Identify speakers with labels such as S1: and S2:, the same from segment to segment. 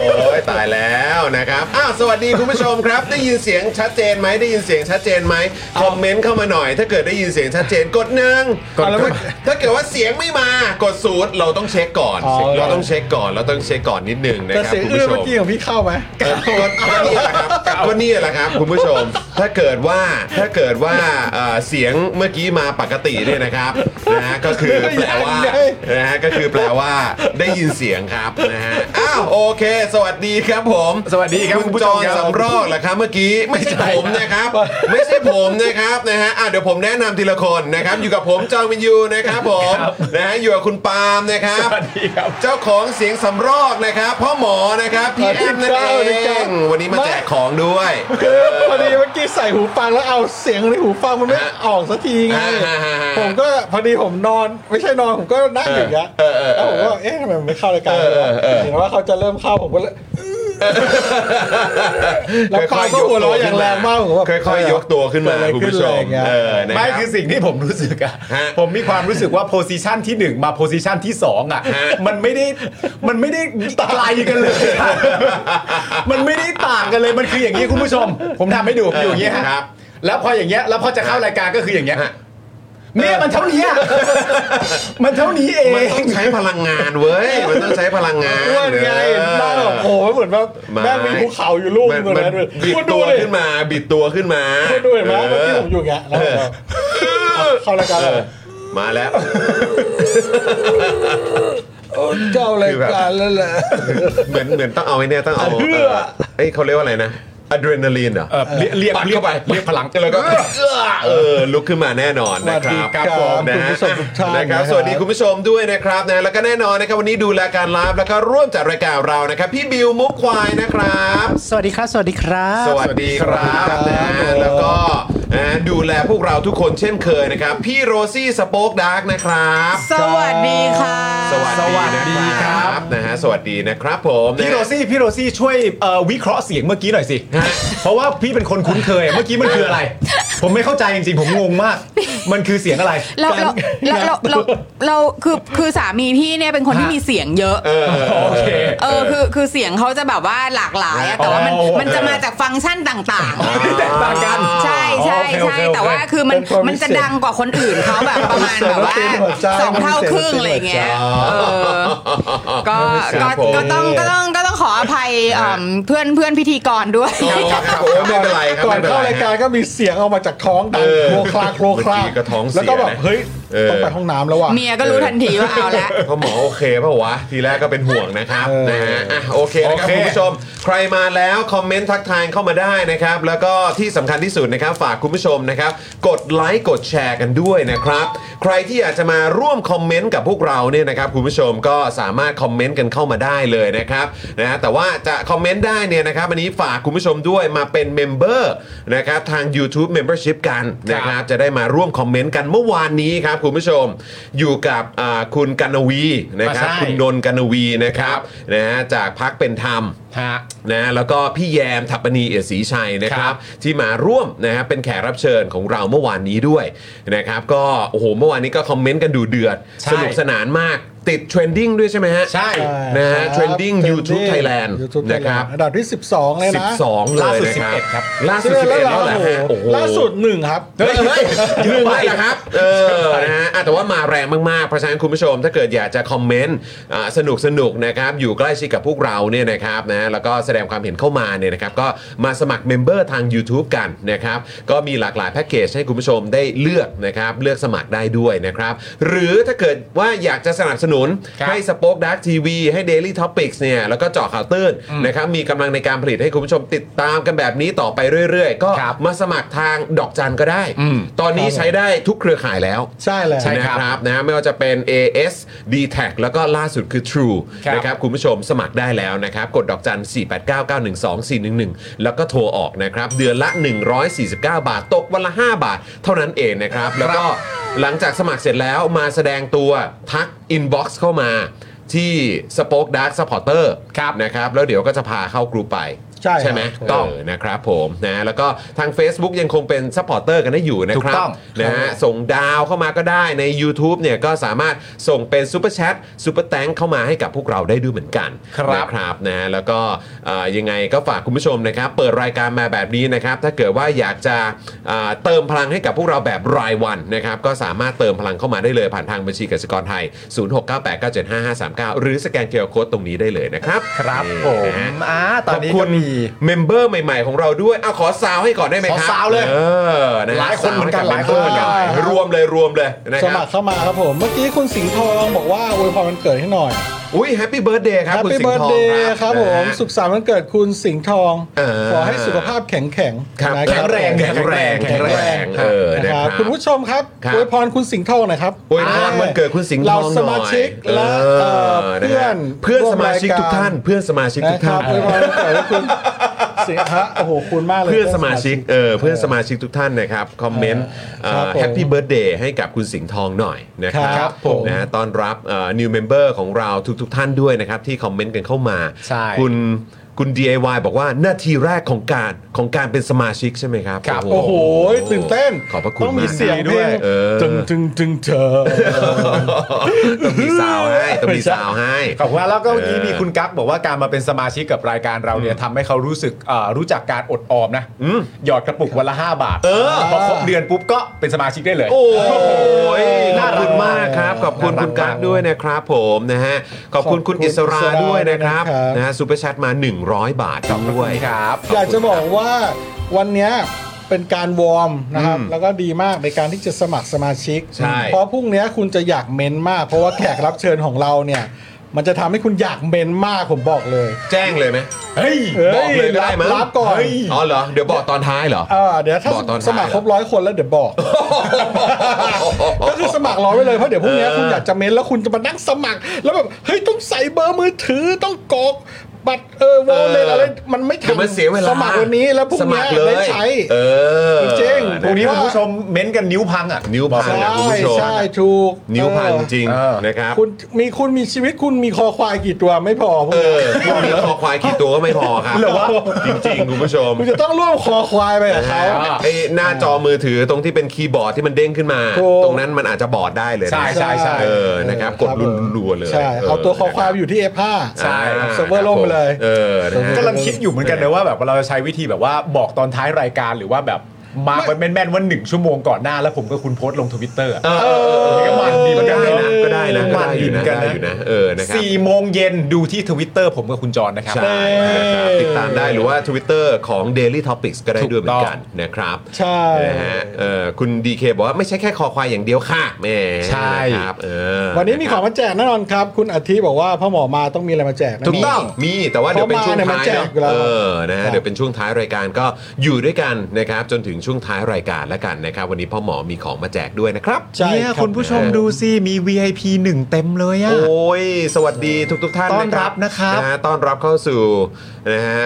S1: โอ้ยตายแล้วนะครับ อ้าว สวัสดีคุณผู้ชมครับ ได้ยินเสียงชัดเจนไหมได้ยินเสียงชัดเจนไหมคอมเมนต์เข้ามาหน่อย ถ้าเกิดได้ยินเสียงชัดเจนกดหนึ่ง
S2: กด
S1: เอาแล้ว
S2: กด
S1: ถ้าเกิดว่าเสียงไม่มากดศูนย์เราต้องเช็คก่อน
S2: อ๋อ
S1: เราต้องเช็คก่อน เราต้องเช็คก่อนนิดหนึ่งนะ
S2: แต่
S1: ครับ
S2: เสียง
S1: คุณ
S2: เอื้อ
S1: ผู้ช
S2: เมื่อ
S1: ม
S2: กี้ของพี่เข้าไหม
S1: ก็ก็นี่แหละครับก็นี่แหละครับ คุณผู้ชม ถ้าเกิดว่าถ้าเกิดว่าเอ่อเสียงเมื่อกี้มาปกติเนี่ยนะครับนะฮะก็คือแปลว่า
S2: ได้
S1: นะฮะก็คือแปลว่าได้ยินเสียงครับนะฮะอ้าวโอเค สวัสดีครับผม
S3: สวัสดีครับ
S1: คุ
S3: คุณ
S1: ณ
S3: ผู้
S1: จ
S3: ช
S1: อ
S3: ม
S1: น
S3: ครับ
S1: สำรอกเหรอครับเมื่อกี้ไม่ใช่ผม นะครับ ไม่ใช่ผมนะครับนะฮะอ่ะเดี๋ยวผมแนะนำทีละคนนะครับอยู่กับผมจอห์นวินยูนะครับผมนะฮะอยู่กับคุณปาล์มนะครับ เจ้าของเสียงสำรอกนะครับพ่อหมอนะครับพี่แอมนั่นเองวันนี้มาแจกของด้วย
S2: คือพอดีเมื่อกี้ใส่หูฟังแล้วเอาเสียงในหูฟังมันไม่ออกสักทีไง
S1: อ่าฮะฮะฮะ
S2: ผมก็พอดีผมนอนไม่ใช่นอนผมก็นั่งอยู่อย่างเงี้ย
S1: เออเออเอ
S2: แล้วผม
S1: อ
S2: ก็เอ๊ะทำไมมันไม่เข้ารายการ
S1: เออเออเออ
S2: เห็นว่าเขาจะเริ่มเข้าผมก็เลย แล้วปาล์มก็หัวเราะอย่างแรงมากผมแบบ
S1: ค่อยๆยกตัวขึ้นมา
S2: เกิดอะไร
S1: คุณ
S2: ขึ้น
S1: ผู้ช
S2: อะไร
S1: ม
S2: อย่างเงี้ย
S1: เออนะ
S3: ไม่
S1: รับ
S3: คือสิ่งที่ผมรู้สึกอะ
S1: ฮะ
S3: ผมมีความรู้สึกว่าโพซิชันที่ 1 มาโพซิชันที่ 2อะ
S1: ฮะ
S3: มันไม่ได้มันไม่ได้ไกลกันเลยอะมันไม่ได้ต่างกันเลยมันคืออย่างนี้คุณผู้ชม ผมทำให้ดูอยู่อย่างเงี้ยฮะ
S1: ครับ
S3: แล้วพออย่างเงี้ยแล้วพอจะเข้ารายการก็คืออย่างเงี้ย
S1: ฮะ
S3: เนี่ยมันเท่านี้อะมันเท่านี้เอ
S1: มัน
S3: ง
S1: ต้องใช้พลังงานเว้ยมันต้องใช้พลังงาน
S2: อ้วนไงบ้าแบบโอ้โหเหมือนแบบ
S1: ไม่
S2: แม่งมีภูเขาอยู่ลูก
S1: มัน
S2: เหมือน
S1: มัน
S2: นั้นเลย
S1: บิด
S2: คุณ
S1: ตั
S2: ดู
S1: ว
S2: เลย
S1: ขึ้นมาบิดตัวขึ้นมา
S2: คุณดูเห็นไหมเมื่อกี้ผมอยู่อย่างเงี้ยแล้วผมก็เข้ารายการ
S1: เอ
S2: แล้ว
S1: อมาแล้ว
S2: เจ้ารายการแล้วแหละ
S1: เหมือนเหมือนต้องเอาไอ้เนี่ยต้องเอา
S2: เอื้
S1: เอ
S2: อ
S1: อเอ้ยเขาเรียกว่าอะไรนะอะดรีนาลีนเหรอ
S3: เออเรียกเรียก
S1: ปัดเข้า
S3: เรียก
S1: ไป
S3: เรียกพลัง
S1: แล้วก็เอื้อเออลุกขึ้นมาแน่นอนนะ
S2: ส
S1: ค
S2: วัสดี
S1: รับ
S2: ครับ
S1: ผมนะ
S2: คุณผู้ชมทุกท่าน
S1: นะครับ
S2: นะครับ
S1: สวัสดีคุณผู้ชมด้วยนะครับนะแล้วก็แน่นอนนะครับวันนี้ดูแลการไลฟ์แล้วก็ร่วมจัดรายการเรานะครับ พี่บิวมุกควายนะครับ
S4: สวัสดีครับ สวัสดีครับ
S1: สวัสดีครับนะแล้วก็นะดูแลพวกเราทุกคนเช่นเคยนะครับ พี่โรซี่สป็อกดาร์กนะครับ
S5: สวัสดีค่ะ
S1: สวัสดีนะครับนะฮะสวัสดีนะครับผมนะ
S3: พี่โรซี่พี่โรซี่ช่วยเอ่อวิเคราะห์เสียงเมื่อกี้หน่อยสิ
S1: ฮะ
S3: เพราะว่าพี่เป็นคนคุ้นเคย เมื่อกี้มันคืออะไร ผมไม่เข้าใจจริงๆ ผมงงมาก มันคือเสียงอะไร
S6: เราเราเราเราเราเราคือคือสามีพี่เนี่ยเป็นคนที่มีเสียงเยอะ
S1: เออ
S3: โอเค
S6: เออคือคือเสียงเขาจะแบบว่าหลากหลายอะแต่ว่ามัน
S3: อ๋อ
S6: มันจะมาจากฟังก์ชันต่าง
S3: แตกต่างกัน
S6: ๆ ใช่ใช่
S3: โอเค
S6: ใช่
S3: โอเคโอเค
S6: แต่ว่าคือมัน
S2: เป็นความ
S6: มันจะ
S2: พิเศษ
S6: ดังกว่าคนอื่นเขาแบบประมาณแบบว่าสองเท่าครึ่งอะไรอย่างเงี้ยเออก็
S1: ค
S6: ก็
S1: รับผม
S6: ก็ต้องก็ต้องก็ต้องขออภัยเอิ่มเพื่อนเพื่อนพิธีกรด้วย
S1: โอ้ครับโอ้ไม่เป็นไรครับ
S2: ก่อน
S1: ไม่ป็
S2: เข้ารายการก็มีเสียงออกมาจากท้องดังโครคลาโครคลา
S1: เมื่อก็ท้องเสีย
S2: แล้วก็แบบ
S1: นะ
S2: เฮ้ย
S1: เออ
S2: ต้องไปห้องน้ำแล้วว่ะ
S6: เมียก็รู้ทันทีว่าเอาละ
S1: พ่อหมอโอเคเปล่าวะ ทีแรกก็เป็นห่วงนะครับ
S2: เออ
S1: นะฮะอ่ะโอเคนะครับ
S3: โอเค
S1: คุณผู้ชม ใครมาแล้วคอมเมนต์ทักทายเข้ามาได้นะครับ แล้วก็ที่สำคัญที่สุดนะครับ ฝากคุณผู้ชมนะครับ กดไลค์กดแชร์กันด้วยนะครับ ใครที่อยากจะมาร่วมคอมเมนต์กับพวกเราเนี่ยนะครับคุณผู้ชมก็สามารถคอมเมนต์กันเข้ามาได้เลยนะครับนะฮะแต่ว่าจะคอมเมนต์ได้เนี่ยนะครับอันนี้ฝากคุณผู้ชมด้วยมาเป็นเมมเบอร์นะครับทาง YouTube Membership กันนะครับจะได้มาร่วมคอมเมนต์กันเมื่อวานนี้ครับ คุณผู้ชม อยู่กับอ่าคุณกันนวีนะครับ
S3: อ่าใช่
S1: คุณนนท์กันนวีนะครับนะฮะจากพักเป็นธรรม
S3: ฮะ
S1: นะแล้วก็พี่แยมถัปปณีเอียดศรีชัยนะครับที่มาร่วมนะฮะเป็นแขกรับเชิญของเราเมื่อวานนี้ด้วยนะครับก็โอ้โหเมื่อวานนี้ก็คอมเมนต์กันดูเดือด
S3: ใช่
S1: สนุกสนานมากติดเทรนดิ้งด้วยใช่ไหมฮะ
S3: ใช่
S1: นะ
S2: ค
S1: ฮะ
S2: รับ
S1: Trending YouTube
S2: Trending
S1: Thailand
S2: YouTube
S1: นะครับ
S2: Thailand อันดับที่ 12 เลยนะ
S1: 12 เลยนะ
S3: ล่าสุด11ครับ
S1: ล่าสุด11แล้วเหรอฮะโอ้โห
S2: ล่าสุดหนึ่งครับ
S1: เฮ้ยเฮ้ยหนึ่งเลยนะครับเออนะฮะอ่ะแต่ว่ามาแรงมากๆเพราะฉะนั้นคุณผู้ชม ถ้าเกิดอยากจะคอมเมนต์อ่าสนุกสนุกนะครับอยู่ใกล้ชิดกับพวกเราเนี่ยนะครับนะแล้วก็แสดงความเห็นเข้ามาเนี่ยนะครับก็มาสมัครเมมเบอร์ทาง YouTube กันนะครับก็มีหลากหลายแพ็กเกจให้คุณผู้ชมได้เลือกนะครับเลือกสมัครได้ด้วยนะครับหรือถ้าเกิดว่าอยากจะสนับสนุน
S3: ครับ
S1: ให้ ให้สป็อคดักทีวีให้ Daily Topics เนี่ยแล้วก็เจาะข่าวตื้นนะครับมีกำลังในการผลิตให้คุณผู้ชมติดตามกันแบบนี้ต่อไปเรื่อยๆ ก็
S3: ครับ
S1: มาสมัครทางดอกจันก็ได้ ตอนนี้
S2: ครับ
S1: ใช้ได้ทุกเครือข่ายแล้ว
S2: ใช่เลย
S3: ใช่
S1: นะครับ ครับนะไม่ว่าจะเป็น AS d t a c แล้วก็ล่าสุดคือ True
S3: ครับ
S1: นะครับคุณผู้ชมสมัครได้แล้วนะครับกดดอกจัน 489912411 แล้วก็โทรออกนะครับเดือนละ 149 บาทตกวันละ 5 บาท เท่านั้นเองนะครับแล้วก็
S3: ครับ
S1: หลังจากสมัครเสร็จแล้วมาแสดงตัวทักอินบ็อกซ์เข้ามาที่ Spoke Dark Supporter
S3: ครับ
S1: นะครับ แล้วเดี๋ยวก็จะพาเข้ากรุ๊ปไป
S2: ใช่ครับ
S1: ไหม
S2: ถูกต้
S1: ก็
S2: อง
S1: นะครับผมนะแล้วก็ทาง Facebook ยังคงเป็น s u p p อร์เตอร์กันได้อยู่นะ
S3: ถู
S1: ค
S3: ก
S1: รับ
S3: ต้อง
S1: นะฮะส่งดาวเข้ามาก็ได้ใน u t u b e เนี่ยก็สามารถส่งเป็นซูเปอร์แชทซูเปอร์แตงเข้ามาให้กับพวกเราได้ด้วยเหมือนกัน
S3: ครับ
S1: นะ ครับนะแล้วก็เอ่อยังไงก็ฝากคุณผู้ชมนะครับ เปิดรายการมาแบบนี้นะครับ ถ้าเกิดว่าอยากจะเอ่อเติมพลังให้กับพวกเราแบบรายวันนะครับ ก็สามารถเติมพลังเข้ามาได้เลยผ่านทางบัญชีกสิกรไทย 0698975539 หรือสแกนเคอร์โคตรงนี้ได้เลยนะครับ
S3: ครับ
S1: นี่
S3: ผม
S1: นะฮะ
S3: อ่าต
S1: ขอบ
S3: อนนี้
S1: คุ
S3: ก็
S1: ณ
S3: มี
S1: เมมเบอร์ใหม่ๆของเราด้วยเอาขอซาวให้ก่อนได้ไหมครับ
S3: ขอซาวเลย
S1: เออนะฮะ
S3: หลายคนเหมือนกัน
S1: ซวใบ
S3: หลายคน
S1: member เหมือนกัน
S2: ใช่ครับ
S1: รวมเลยรวมเลยนะ
S2: ส
S1: ครั
S2: มั
S1: บ
S2: ครเข้ามาครับผม เมื่อกี้คุณสิงห์ทองบอกว่าอวยพรวันเกิดให้หน่อย
S1: อุ้ยแฮปปี้เบิร์ดเดย์ครับ
S2: แฮป
S1: คุณ
S2: ปี้
S1: สิง
S2: เบิ
S1: ห์
S2: ร์ด
S1: ทอง
S2: เดย์ครับผม
S1: นะฮะ
S2: สุขสันต์วันเกิดคุณสิงห์ทอง
S1: เออ
S2: ขอให้สุขภาพแข็งแข็ง
S1: ครับ
S2: นะค
S1: แข็
S2: บ
S1: งแรงแข็งแรงแข็งแรงเออนะ
S2: นะ
S1: ค
S2: ค
S1: รั
S2: รับ บคุณผู้ชมครับ
S1: ครับ
S2: อวยพรคุณสิงห์ทองหน่อยครับ
S1: อวยพรวันเกิดคุณสิงห์ทองหน่อย
S2: เราสมาชิกและเอ่อเพื่อน
S1: เพื่อน
S2: ร่ว
S1: สมา
S2: มาย
S1: ร
S2: การ
S1: ชิกทุกท่าน เพื่อนสมาชิกทุ
S2: นะ
S1: ก
S2: ค
S1: ท่า
S2: รับอวยพรวัน
S1: น
S2: เกิดให้คุณสิงห์ฮะโอ้โหคุณมากเลย
S1: เพื่อนสมาชิกเออเพื่อนสมาชิกทุกท่านนะครับคอมเมนต์
S2: ครับผม
S1: แฮปปี้เบิร์ดเดย์ให้กับคุณสิงห์ทองหน่อยนะค
S2: ค
S1: รั
S2: รั
S1: บบ
S2: ผม
S1: นะฮะต้อนรับนิวเมมเบอร์ของเราทุก ๆ ท่านด้วยนะครับ ที่คอมเมนต์กันเข้ามา
S3: ใช่
S1: คุณคุณ DIY บอกว่าหน้าที่แรกของการของการเป็นสมาชิกใช่ไหมครับ
S3: ครับ
S2: โอ้โหตื่นเต้น
S1: ขอบพระคุณ
S2: ต้องมี
S1: าก
S2: เสียง
S1: ครับ
S2: ด้วย
S1: เออ
S2: ตึงตึงตึงเธอ
S1: ต้อง มีสาวให้ต้องมีสาวให้
S3: ขอบคุณครับแล้วก็เมื่อกี้
S1: เออ
S3: มีคุณกั๊กบอกว่าการมาเป็นสมาชิกกับรายการเราเนี่ยทำให้เขารู้สึกเอ่อรู้จักการอดออมนะหยอดกระปุกวันละ 5 บาท เออพอครบเดือนปุ๊บก็เป็นสมาชิกได้เลย
S1: โอ้ย
S3: น่า
S1: น่า
S3: รั
S1: รั
S3: ก
S1: กมากครับ ขอบคุณ
S3: น่ารัก
S1: คุณกั๊ก
S3: มาก
S1: ด้วยนะครับผมนะฮะ ขอบคุณคุณ
S2: ขอบคุณ
S1: อิสรา
S2: อิสรา
S1: ด้วยนะครับ
S2: ด้วยนะครับ
S1: นะฮะซูเปอร์แชทมา 100 บาท
S3: ขอบพระ
S1: ด้
S3: คุณ
S1: วย
S3: ครับ
S1: ข
S2: อยากจะ
S1: คุณ
S2: บอก
S1: ครั
S2: ว่าวันเนี้ยเป็นการวอร์มนะครับ
S1: อืม
S2: แล้วก็ดีมากในการที่จะสมัครสมาชิก
S1: ใช่
S2: เพราะพรุ่งเนี้ยคุณจะอยากเม้นมาก เพราะว่าแขกรับเชิญของเราเนี่ย มันจะทำให้คุณอยากเม้นมากผมบอกเลย
S1: แจ้งเลยไหม
S3: เฮ้ย
S1: บอกเลยก็ได้มั้ง
S2: รับก่อน
S1: เฮ้ยอ๋อเหรอ เดี๋ยวบอกตอนท้ายเหรอ
S2: เอ อเดี๋ยวถ้า
S1: บอกตอนท้าย
S2: สมัครครบ
S1: เหรอ
S2: ร้อยคนแล้วเดี๋ยว บอก ก็คือสมัครรอไว้เลยเพราะเดี๋ยวพรุ่งนี้คุณอยากจะเม้นแล้วคุณจะมานั่งสมัคร แล้วแบบเฮ้ยต้องใส่เบอร์มือถือต้องกรอกบัตรเออวอลเล็ตอะไรมันไม่
S1: เดี๋ยวมัน
S2: ทำ
S1: เสียเวลา
S2: สมัครวันนี้แล้วพรุ่ง
S1: สมั
S2: นี้
S1: ครเลย
S2: ได้ใช้
S1: เออ
S2: จริง
S3: พรุ่งนี้
S1: ะครั
S3: คุ
S1: บ
S3: ณผู้ชมเม้นต์กันนิ้วพังอ่ะ
S1: นิ้วพัง
S2: ใช่
S1: นะคุณผู้ชม
S2: ใช่ถูก
S1: นิ้วพัง
S2: เออ
S1: จริง
S3: เออ
S1: นะครับ
S2: คุณมีคุณมีชีวิตคุณมีคอควายกี่ตัวไม่พอพวก
S1: เอ
S2: นี้
S1: อพวกนี้คอควายกี่ตัวก็ไม่พอครับ
S3: เหรอวะ
S1: จริงๆคุณผู้ชม
S2: คุณจะต้องร่วมคอควายไปกับเขา
S1: ไอ้หน้าจอมือถือตรงที่เป็นคีย์บอร์ดที่มันเด้งขึ้นมา
S2: ถูก
S1: ตรงนั้นมันอาจจะบอดได้เลยนะ
S3: ใช่ใช่ใช่
S1: เออนะครับกดรัวๆเลย
S2: ใช่เอาตัวคอควายไปอยู่ที่ F5
S3: ใช่
S2: เซิร์ฟเวอร์ล่มไปเลย
S1: เออนะฮะ
S3: กำลังคิดอยู่เหมือนกันนะว่าแบบเราจะใช้วิธีแบบว่าบอกตอนท้ายรายการหรือว่าแบบมาร์คไว้แม่นๆว่าหนึ่งชั่วโมงก่อนหน้าแล้วผมก็คุณโพสต์ลงทวิตเตอร์
S1: เออเออเออ
S3: ก็มันดีเหมือนกันนะ
S1: ก็ได้นะก็
S3: มัน
S1: ได้อ
S3: ดี
S1: ยู่
S3: เหมื
S1: นะ
S3: อนกัน
S1: ได้
S3: นะ
S1: อยู่นะเออนะครับ
S3: สี่โมงเย็นดูที่ทวิตเตอร์ผมกับคุณจรนะครับ
S1: ใช่นะครับติดตามได้หรือว่า Twitter ของ Daily Topics ก็ได้ด้วยเหมือนกันนะครับ
S2: ใช่
S1: นะฮะเออคุณดีเคบอกว่าไม่ใช่แค่คอควายอย่างเดียวค่ะแหม่
S3: ใช่
S1: นะครับเออ
S2: วันนี้มีของมาแจกแน่นอนครับ คุณอาทิบอกว่าพ่อหมอมาต้องมีอะไรมาแจกนะ
S1: ถูกต้องมีแต่ว่าเดี๋ยวเป็นช่วงท้าย
S2: เพราะมาเนี่ยมันแจ
S1: เนาะ
S2: กอยู่แล้ว
S1: เออนะฮะเดี๋ยวเป็นช่วงท้ายรายการก็อยู่ด้วยกันนะครับจนถึงช่วงท้ายรายการแล้วกันนะครับวันนี้พ่อหมอมีของมาแจกด้วยนะครับ
S2: ใช่
S3: เนี่ย
S2: รับ
S3: คุณผู้ชมดูสิมี VIP หนึ่งเต็มเลยอ่ะ
S1: โอ้ย สวัสดีทุกทุกๆท่าน
S3: ต้อนรับนะครับ
S1: นะฮะต้อนรับเข้าสู่นะฮะ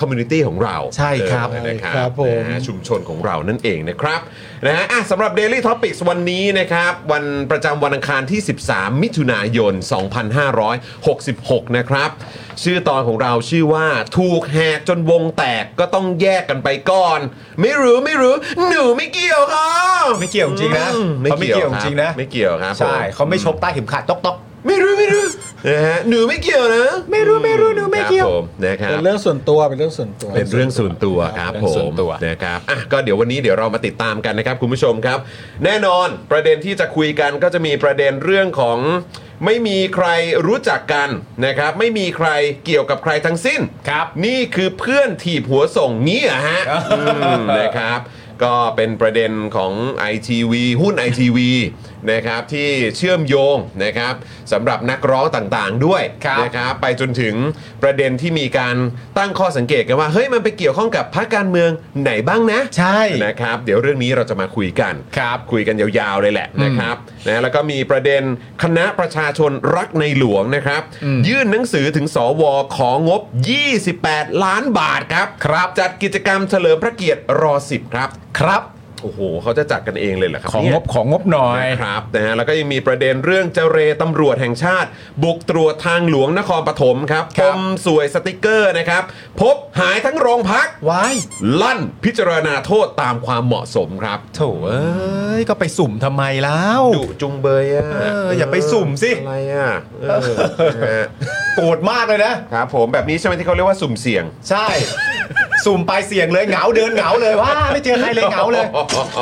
S1: คอมมูนิตี้ของเรา
S3: ใช่ครับ
S1: เออนะ
S2: ค
S1: ค
S2: รั
S1: รับบ
S2: ผม
S1: นะฮะชุมชนของเรานั่นเองนะครับ นะฮะอ่ะสำหรับ Daily Topics วันนี้นะครับ วันประจำวันอังคารที่ 13 มิถุนายน 2566 นะครับ ชื่อตอนของเราชื่อว่าถูกแหกจนวงแตกก็ต้องแยกกันไปก่อน ไม่รู้ไม่รู้ หนูไม่เกี่ยวครับ
S3: ไม่เกี่ยวจริงนะ
S1: อืมไม่
S3: เขาไม่
S1: เกี่ยว
S3: เกี่ยว
S1: ครับ
S3: จริงนะ
S1: ไม่เกี่ยวครับผ
S3: ใช่
S1: ม
S3: เขาไม่ชกใต้เข็มขัดต๊อกต๊อก
S1: ไม่รู้ไม่รู้นะฮะหนูไม่เกี่ยวนะ
S3: ไม่รู้ไม่รู้หนูไม่เกี่ยว
S1: ครับผมนะครับ
S2: เป็นเรื่องส่วนตัวเป็นเรื่องส่วนตัว
S1: เป็นเรื่องส่วนตัวครับ
S3: เป็น
S1: ผ
S3: เรื่องส่ว
S1: ม
S3: นตัว
S1: นะครับอ่ะก็เดี๋ยววันนี้เดี๋ยวเรามาติดตามกันนะครับคุณผู้ชมครับ แน่นอนประเด็นที่จะคุยกันก็จะมีประเด็นเรื่องของ ไม่มีใครรู้จักกันนะครับ ไม่มีใครเกี่ยวกับใครทั้งสิ้น
S3: ครับ
S1: นี่คือเพื่อนถีบหัวส่งนี้เหรอะฮะอืมนะครับ ก็เป็นประเด็นของ ITV หุ้น ITV นะครับที่เชื่อมโยงนะครับสำหรับนักร้องต่างๆด้วย
S3: ครับ
S1: นะครับไปจนถึงประเด็นที่มีการตั้งข้อสังเกตกันว่า เฮ้ยมันไปเกี่ยวข้องกับพรรคการเมืองไหนบ้างนะ
S3: ใช่
S1: นะครับเดี๋ยวเรื่องนี้เราจะมาคุยกัน
S3: ครับ
S1: คุยกันยาวๆเลยแหละนะครับนะแล้วก็มีประเด็นคณะประชาชนรักในหลวงนะครับ
S3: อืม
S1: ยื่นหนังสือถึงสวของงบ 28 ล้านบาทครับ
S3: ครับ
S1: จัดกิจกรรมเฉลิมพระเกียรติรอ 10 ครับ
S3: ครับ
S1: โอ้โหเขาจะจัดกันเองเลยเหรอครับ
S3: ของ
S1: เนี่
S3: ง
S1: ย
S3: บของงบหน่อย
S1: นะครับนะฮะแล้วก็ยังมีประเด็นเรื่องเจเรตำรวจแห่งชาติ บุกตรวจทางหลวงนครปฐมครับ
S3: ค
S1: ป
S3: รับ
S1: มสวยสติกเกอร์นะครับ พบหายทั้งโรงพัก
S3: วาย
S1: ลั่นพิจารณาโทษตามความเหมาะสมครับ
S3: โถเอ้ยก็ไปสุ่มทำไมแล้ว
S1: ดุจุงเบยอ่ะ
S3: เอออย่าไปสุ่มสิ
S1: อะไรอ่ะเออนะฮะ
S3: โกรธมากเลยนะ
S1: ครับผมแบบนี้ใช่ไหมที่เขาเรียกว่าสุ่มเสี่ยง
S3: ใช่ สุ่มไปเสี่ยงเลยเหงาเดินเหงาเลยว่าไม่เจอใครเลยเหงาเลย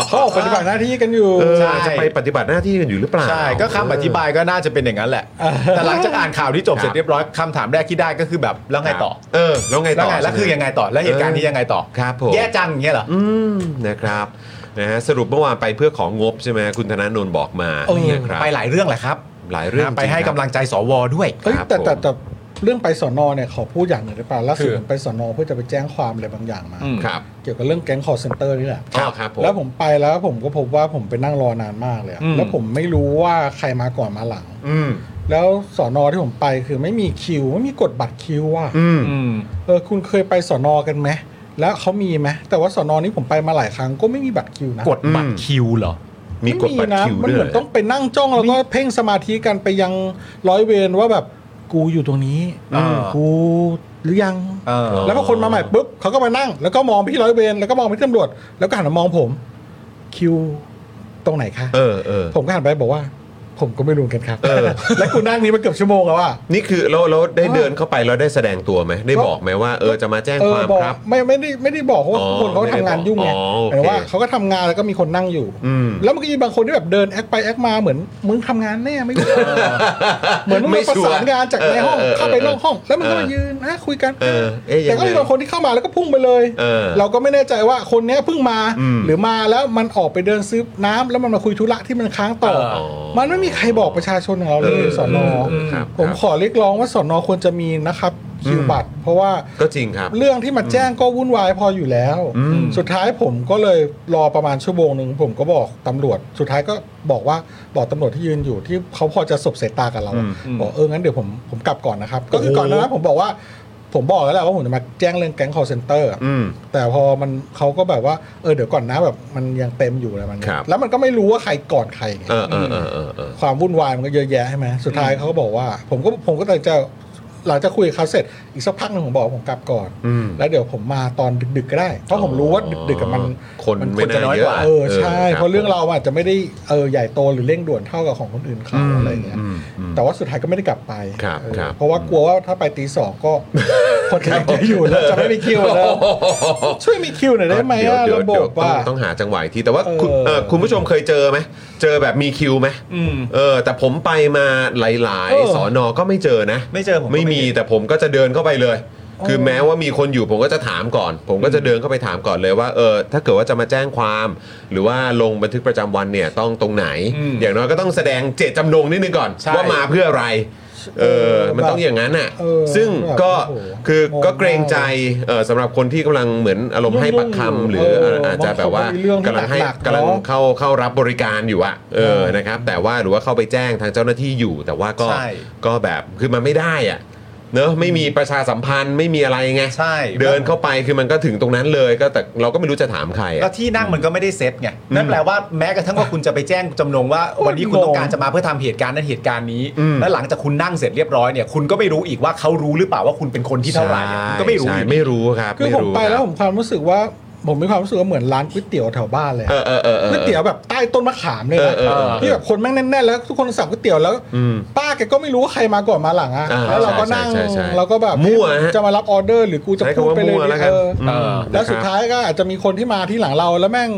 S2: เขาออกปฏิบัติหน้าที่กันอยู่
S1: เออ
S3: ใช่
S1: จะไปปฏิบัติหน้าที่กันอยู่หรือเปล่า
S3: ใช่ ก็คำอธิบายก็น่าจะเป็นอย่างนั้นแห ละ แต่หลังจากอ่านข่าวที่จบเสร็จเรียบร้อยคำถามแรกที่ได้ก็คือแบบแล้วไงต่อ
S1: เออแล้วไง
S3: แล้
S1: ต่อ
S3: วไงแล้วคือยังไงต่อแล้วเหตุการณ์นี้ยังไงต่อ
S1: ครับผม
S3: แย่จังอย่างเงี้ยเหรอ
S1: อืมนะครับนะฮะสรุปเมื่อวานไปเพื่อของงบใช่ไหมคุณธนาโนนบอกมา
S3: เออ
S1: นะครับ
S3: ไปหลายเรื่องแหละครับ
S1: หลายเรื่อง
S3: นะไปให้
S1: จริค
S3: กำ
S1: รับ
S3: ลังใจสวด้วย
S2: เอ้ย
S1: ครับ
S2: แต่แต่
S1: ผม
S2: แต่เรื่องไปสอนอเนี่ยขอพูดอย่างหนึ่งได้ป่ะล่าสุด
S3: คือ
S2: ผมไปสอนอเพื่อจะไปแจ้งความอะไรบางอย่างมา
S3: อืม
S1: ครับ
S2: เกี่ยวกับเรื่องแก๊งคอร์เซนเตอร์นี่แหละ
S1: อ๋อครับผม
S2: แล้วผมไปแล้วผมก็พบว่าผมไปนั่งรอนานมากเลยอะ
S3: อืม
S2: แล้วผมไม่รู้ว่าใครมาก่อนมาหลัง
S3: อืม
S2: แล้วสอนอที่ผมไปคือไม่มีคิวไม่มีกดบัตรคิวว่ะ
S1: อืม
S3: อืม
S2: เออคุณเคยไปสอนอกันไหมแล้วเขามีไหมแต่ว่าสอนอนี้ผมไปมาหลายครั้งก็ไม่มีบัตรคิวนะ
S3: กดบัตรคิวเหรอ
S1: มีกดบัตรคิว
S2: ไม่มีนะมัน
S1: ด้
S2: เห
S1: ว
S2: มื
S1: ย
S2: อนต้องไปนั่งจ้องแล้วก็เพ่งสมาธิกันไปยังร้อยเวรว่าแบบกูอยู่ตรงนี้
S3: อ่า
S2: กูหรือยัง
S3: เออ
S2: แล้วพอคนมาใหม่ปุ๊บเขาก็มานั่ง แล้วก็มองไปที่ร้อยเวรแล้วก็มองไปที่ตำรวจ แล้วก็หันมามองผม คิวตรงไหนคะ
S1: เออเออ
S2: ผมก็หันไปบอกว่า ผมก็ไม่รู้เหมือนกันครับ
S1: เออ
S2: แล้วกูนั่งนี้มาเกือบชั่วโมงแล้วอ่ะ
S1: นี่คือเราเราได้เดินเข้าไปเราได้แสดงตัวไหมได้บอกไหมว่าเออจะมาแจ้ง
S2: เออ
S1: ความ
S2: บอก
S1: ครับ
S2: ไม่ไม่ได้ไม่ได้บอกเพราะว่า
S1: อ๋อ
S2: คนเขาทำงานยุ่งไง
S1: ไม่ได้บอกอ๋อโอเค
S2: แต่ว่าเขาก็ทำงานแล้วก็มีคนนั่งอยู่
S1: อืม
S2: แล้วมันก็มีบางคนที่แบบเดินแอคไปแอคมาเหมือนมึงทำงานแน่ไม่รู้เหมือนมึงมาประสานงานจากในห้อง
S1: เออ
S2: เข้าไปนอกห้อง แล้วมันก็มา
S1: เออ
S2: ยืนนะคุยกัน
S1: เออเอ๊ะยัง
S2: แต่
S1: ไง
S2: ก็มีบางคนที่เข้ามาแล้วก็พุ่งไปเลย
S1: เออ
S2: เราก็ไม่แน่ใจว่าคนเนี้ยเพิ่งมา
S1: อืม
S2: หรือมาแล้วมันออกไปเดินซื้อน้ำแล้วมันมาคุยธุระที่มันค้างต่อ
S3: เอ
S1: อ
S2: มันไม่มีใครบอกประชาชนของเราเลย
S1: เออ
S2: สอนอ
S1: เออครับ
S2: ผม
S1: ครับ
S2: ขอเรียกร้องว่าสอนอควรจะมีนะครับคิวบัตรเพราะว่า
S1: ก็จริงครับ
S2: เรื่องที่มาแจ้งก็วุ่นวายพออยู่แล้ว
S1: อืม
S2: สุดท้ายผมก็เลยรอประมาณชั่วโมงหนึ่งผมก็บอกตำรวจ สุดท้ายก็บอกว่าบอกตำรวจที่ยืนอยู่ที่เขาพอจะสบสายตากับเราอะ
S3: อืม
S2: บอกเอองั้นเดี๋ยวผมผมกลับก่อนนะครับ ก็คือก่อนหนานั้นผมบอกว่าผมบอกแล้วแหละว่าผมจะมาแจ้งเรื่องแก๊งคอร์เซนเตอร์
S1: อืม
S2: แต่พอมันเขาก็แบบว่าเออเดี๋ยวก่อนนะแบบมันยังเต็มอยู่อะไรมัน
S1: ครับ
S2: แล้วมันก็ไม่รู้ว่าใครก่อนใครไง
S1: เออเออเออเออเออ
S2: ความวุ่นวายมันก็เยอะแยะใช่ไหมสุดท้ายเขาก็บอกว่า ผมก็ผมก็ตัดสินใจหลังจากคุยกับเขาเสร็จอีกสักพักหนึ่งผมบอกว่าผมกลับก่อน
S1: อืม
S2: แล้วเดี๋ยวผมมาตอนดึกๆก็ได้ เพราะผมรู้ว่าดึกๆกับมัน
S1: คน
S2: มั
S1: ไม่น่าเยอะ
S2: เออใช่
S1: เออครับ
S2: เพราะเรื่องเราอาจจะไม่ได้เออใหญ่โตหรือเร่งด่วนเท่ากับของคนอื่นเขาอะไรอย่างเงี้ย
S1: อืมอืม
S2: แต่ว่าสุดท้ายก็ไม่ได้กลับไป
S1: ครับ
S2: เออ
S1: ครับ
S2: เพราะว่ากลัวว่าถ้าไปตีสองก็ คนกำลังจะอยู่ แล้วจะไม่มีคิวแล้ว ช่วยมีคิวหน่อยได้ไหม
S1: เดี๋ยว
S2: อะ
S1: เดี๋ยว
S2: ระบ
S1: เดี๋ยว
S2: บ
S1: ต้อง
S2: ว่า
S1: ต้องหาจังหวะอีกทีแต่ว่าคุณ
S2: เออ
S1: เอ่อคุณผู้ชมเคยเจอไหมเจอแบบมีคิวไหม
S3: อืม
S1: เออ แต่ผมไปมาหลาย ๆสอนอก็ไม่เจอนะ
S3: ไม่เจอผมก็ไม่
S1: ไม่มี
S3: เห็น
S1: แต่ผมก็จะเดินเข้าไปเลย คือแม้ว่ามีคนอยู่ผมก็จะถามก่อน ผมก็จะเดินเข้าไปถามก่อนเลยว่าเออถ้าเกิดว่าจะมาแจ้งความ หรือว่าลงบันทึกประจำวันเนี่ยต้องตรงไหน
S3: อืม
S1: อย่างน้อยก็ต้องแสดงเจตจำนงนิดนึงก่อน
S3: ใช่
S1: ว่ามาเพื่ออะไรเออมันต้องอย่างนั้นอ่ะ
S2: เออ
S1: ซึ่งก็
S2: โอ้โห
S1: คือก็
S2: งงมาก
S1: เกรงใจ ไอเอ่อสำหรับคนที่กำลังเหมือนอารมณ์ให้ปักคำหรือ
S2: เออ
S1: อาจจะแบบว่า
S2: บางคนก็มีเรื่องที่
S1: กำลังให้
S2: หนักๆ
S1: กำลัง
S2: เนอะ
S1: เข้าเข้ารับบริการอยู่อะเออ
S2: เออ
S1: นะครับแต่ว่าหรือว่าเข้าไปแจ้งทางเจ้าหน้าที่อยู่ แต่ว่าก็
S3: ใช่
S1: ก็แบบคือมันไม่ได้อะ เนอะไม่มีประชาสัมพันธ์ไม่มีอะไรไง
S3: ใช่
S1: เดินเข้าไปคือมันก็ถึงตรงนั้นเลยก็แต่เราก็ไม่รู้จะถามใคร
S3: ก็
S1: อะ
S3: ที่นั่งมันก็ไม่ได้เซตไงนั่นแปลว่าแม้กระทั่งว่าคุณจะไปแจ้งจำนงว่า วันนี้คุณต้องการจะมาเพื่อทำเหตุการณ์นั้นเหตุการณ์นี้
S1: อืม
S3: และหลังจากคุณนั่งเสร็จเรียบร้อยเนี่ยคุณก็ไม่รู้อีกว่าเขารู้หรือเปล่าว่าคุณเป็นคนที่เท่าไหร่อะคุณก็ไม่รู้
S1: ใช่
S3: อยู่ดี
S1: ไม่รู้ครับ
S2: คือผมไป
S1: รู้
S2: แล้วผมความรู้สึกว่าผมมีความรู้สึกว่าเหมือนร้านก๋วยเตี๋ยวแถวบ้านเลยอะ
S1: เออเออเออออ
S2: ก๋วยเตี๋ยวแบบใต้ต้นมะขามเลยนะ
S1: เออเออเออ
S2: ที่แบบคนแม่งแน่นๆแล้วทุกคนสั่งก๋วยเตี๋ยวแล้ว
S1: อืม
S2: ป้าแกก็ไม่รู้ว่าใครมาก่อนมาหลังอะ
S1: อ่า
S2: แล้วเราก็นั่ง
S1: ใช่ใช่ใช่
S2: เราก็แบบ
S1: มั่วฮะ
S2: จะมารับออเดอร์หรือกูจะ
S1: ใช้
S2: พูด
S1: คำว่า
S2: ไปเลย
S1: มั่วแล้วกัน
S2: เออ
S3: เออ
S1: ม
S2: แล้วสุด
S1: นะครับ
S2: ท้ายก็อาจจะมีคนที่มาที่หลังเราแล้วแม่ง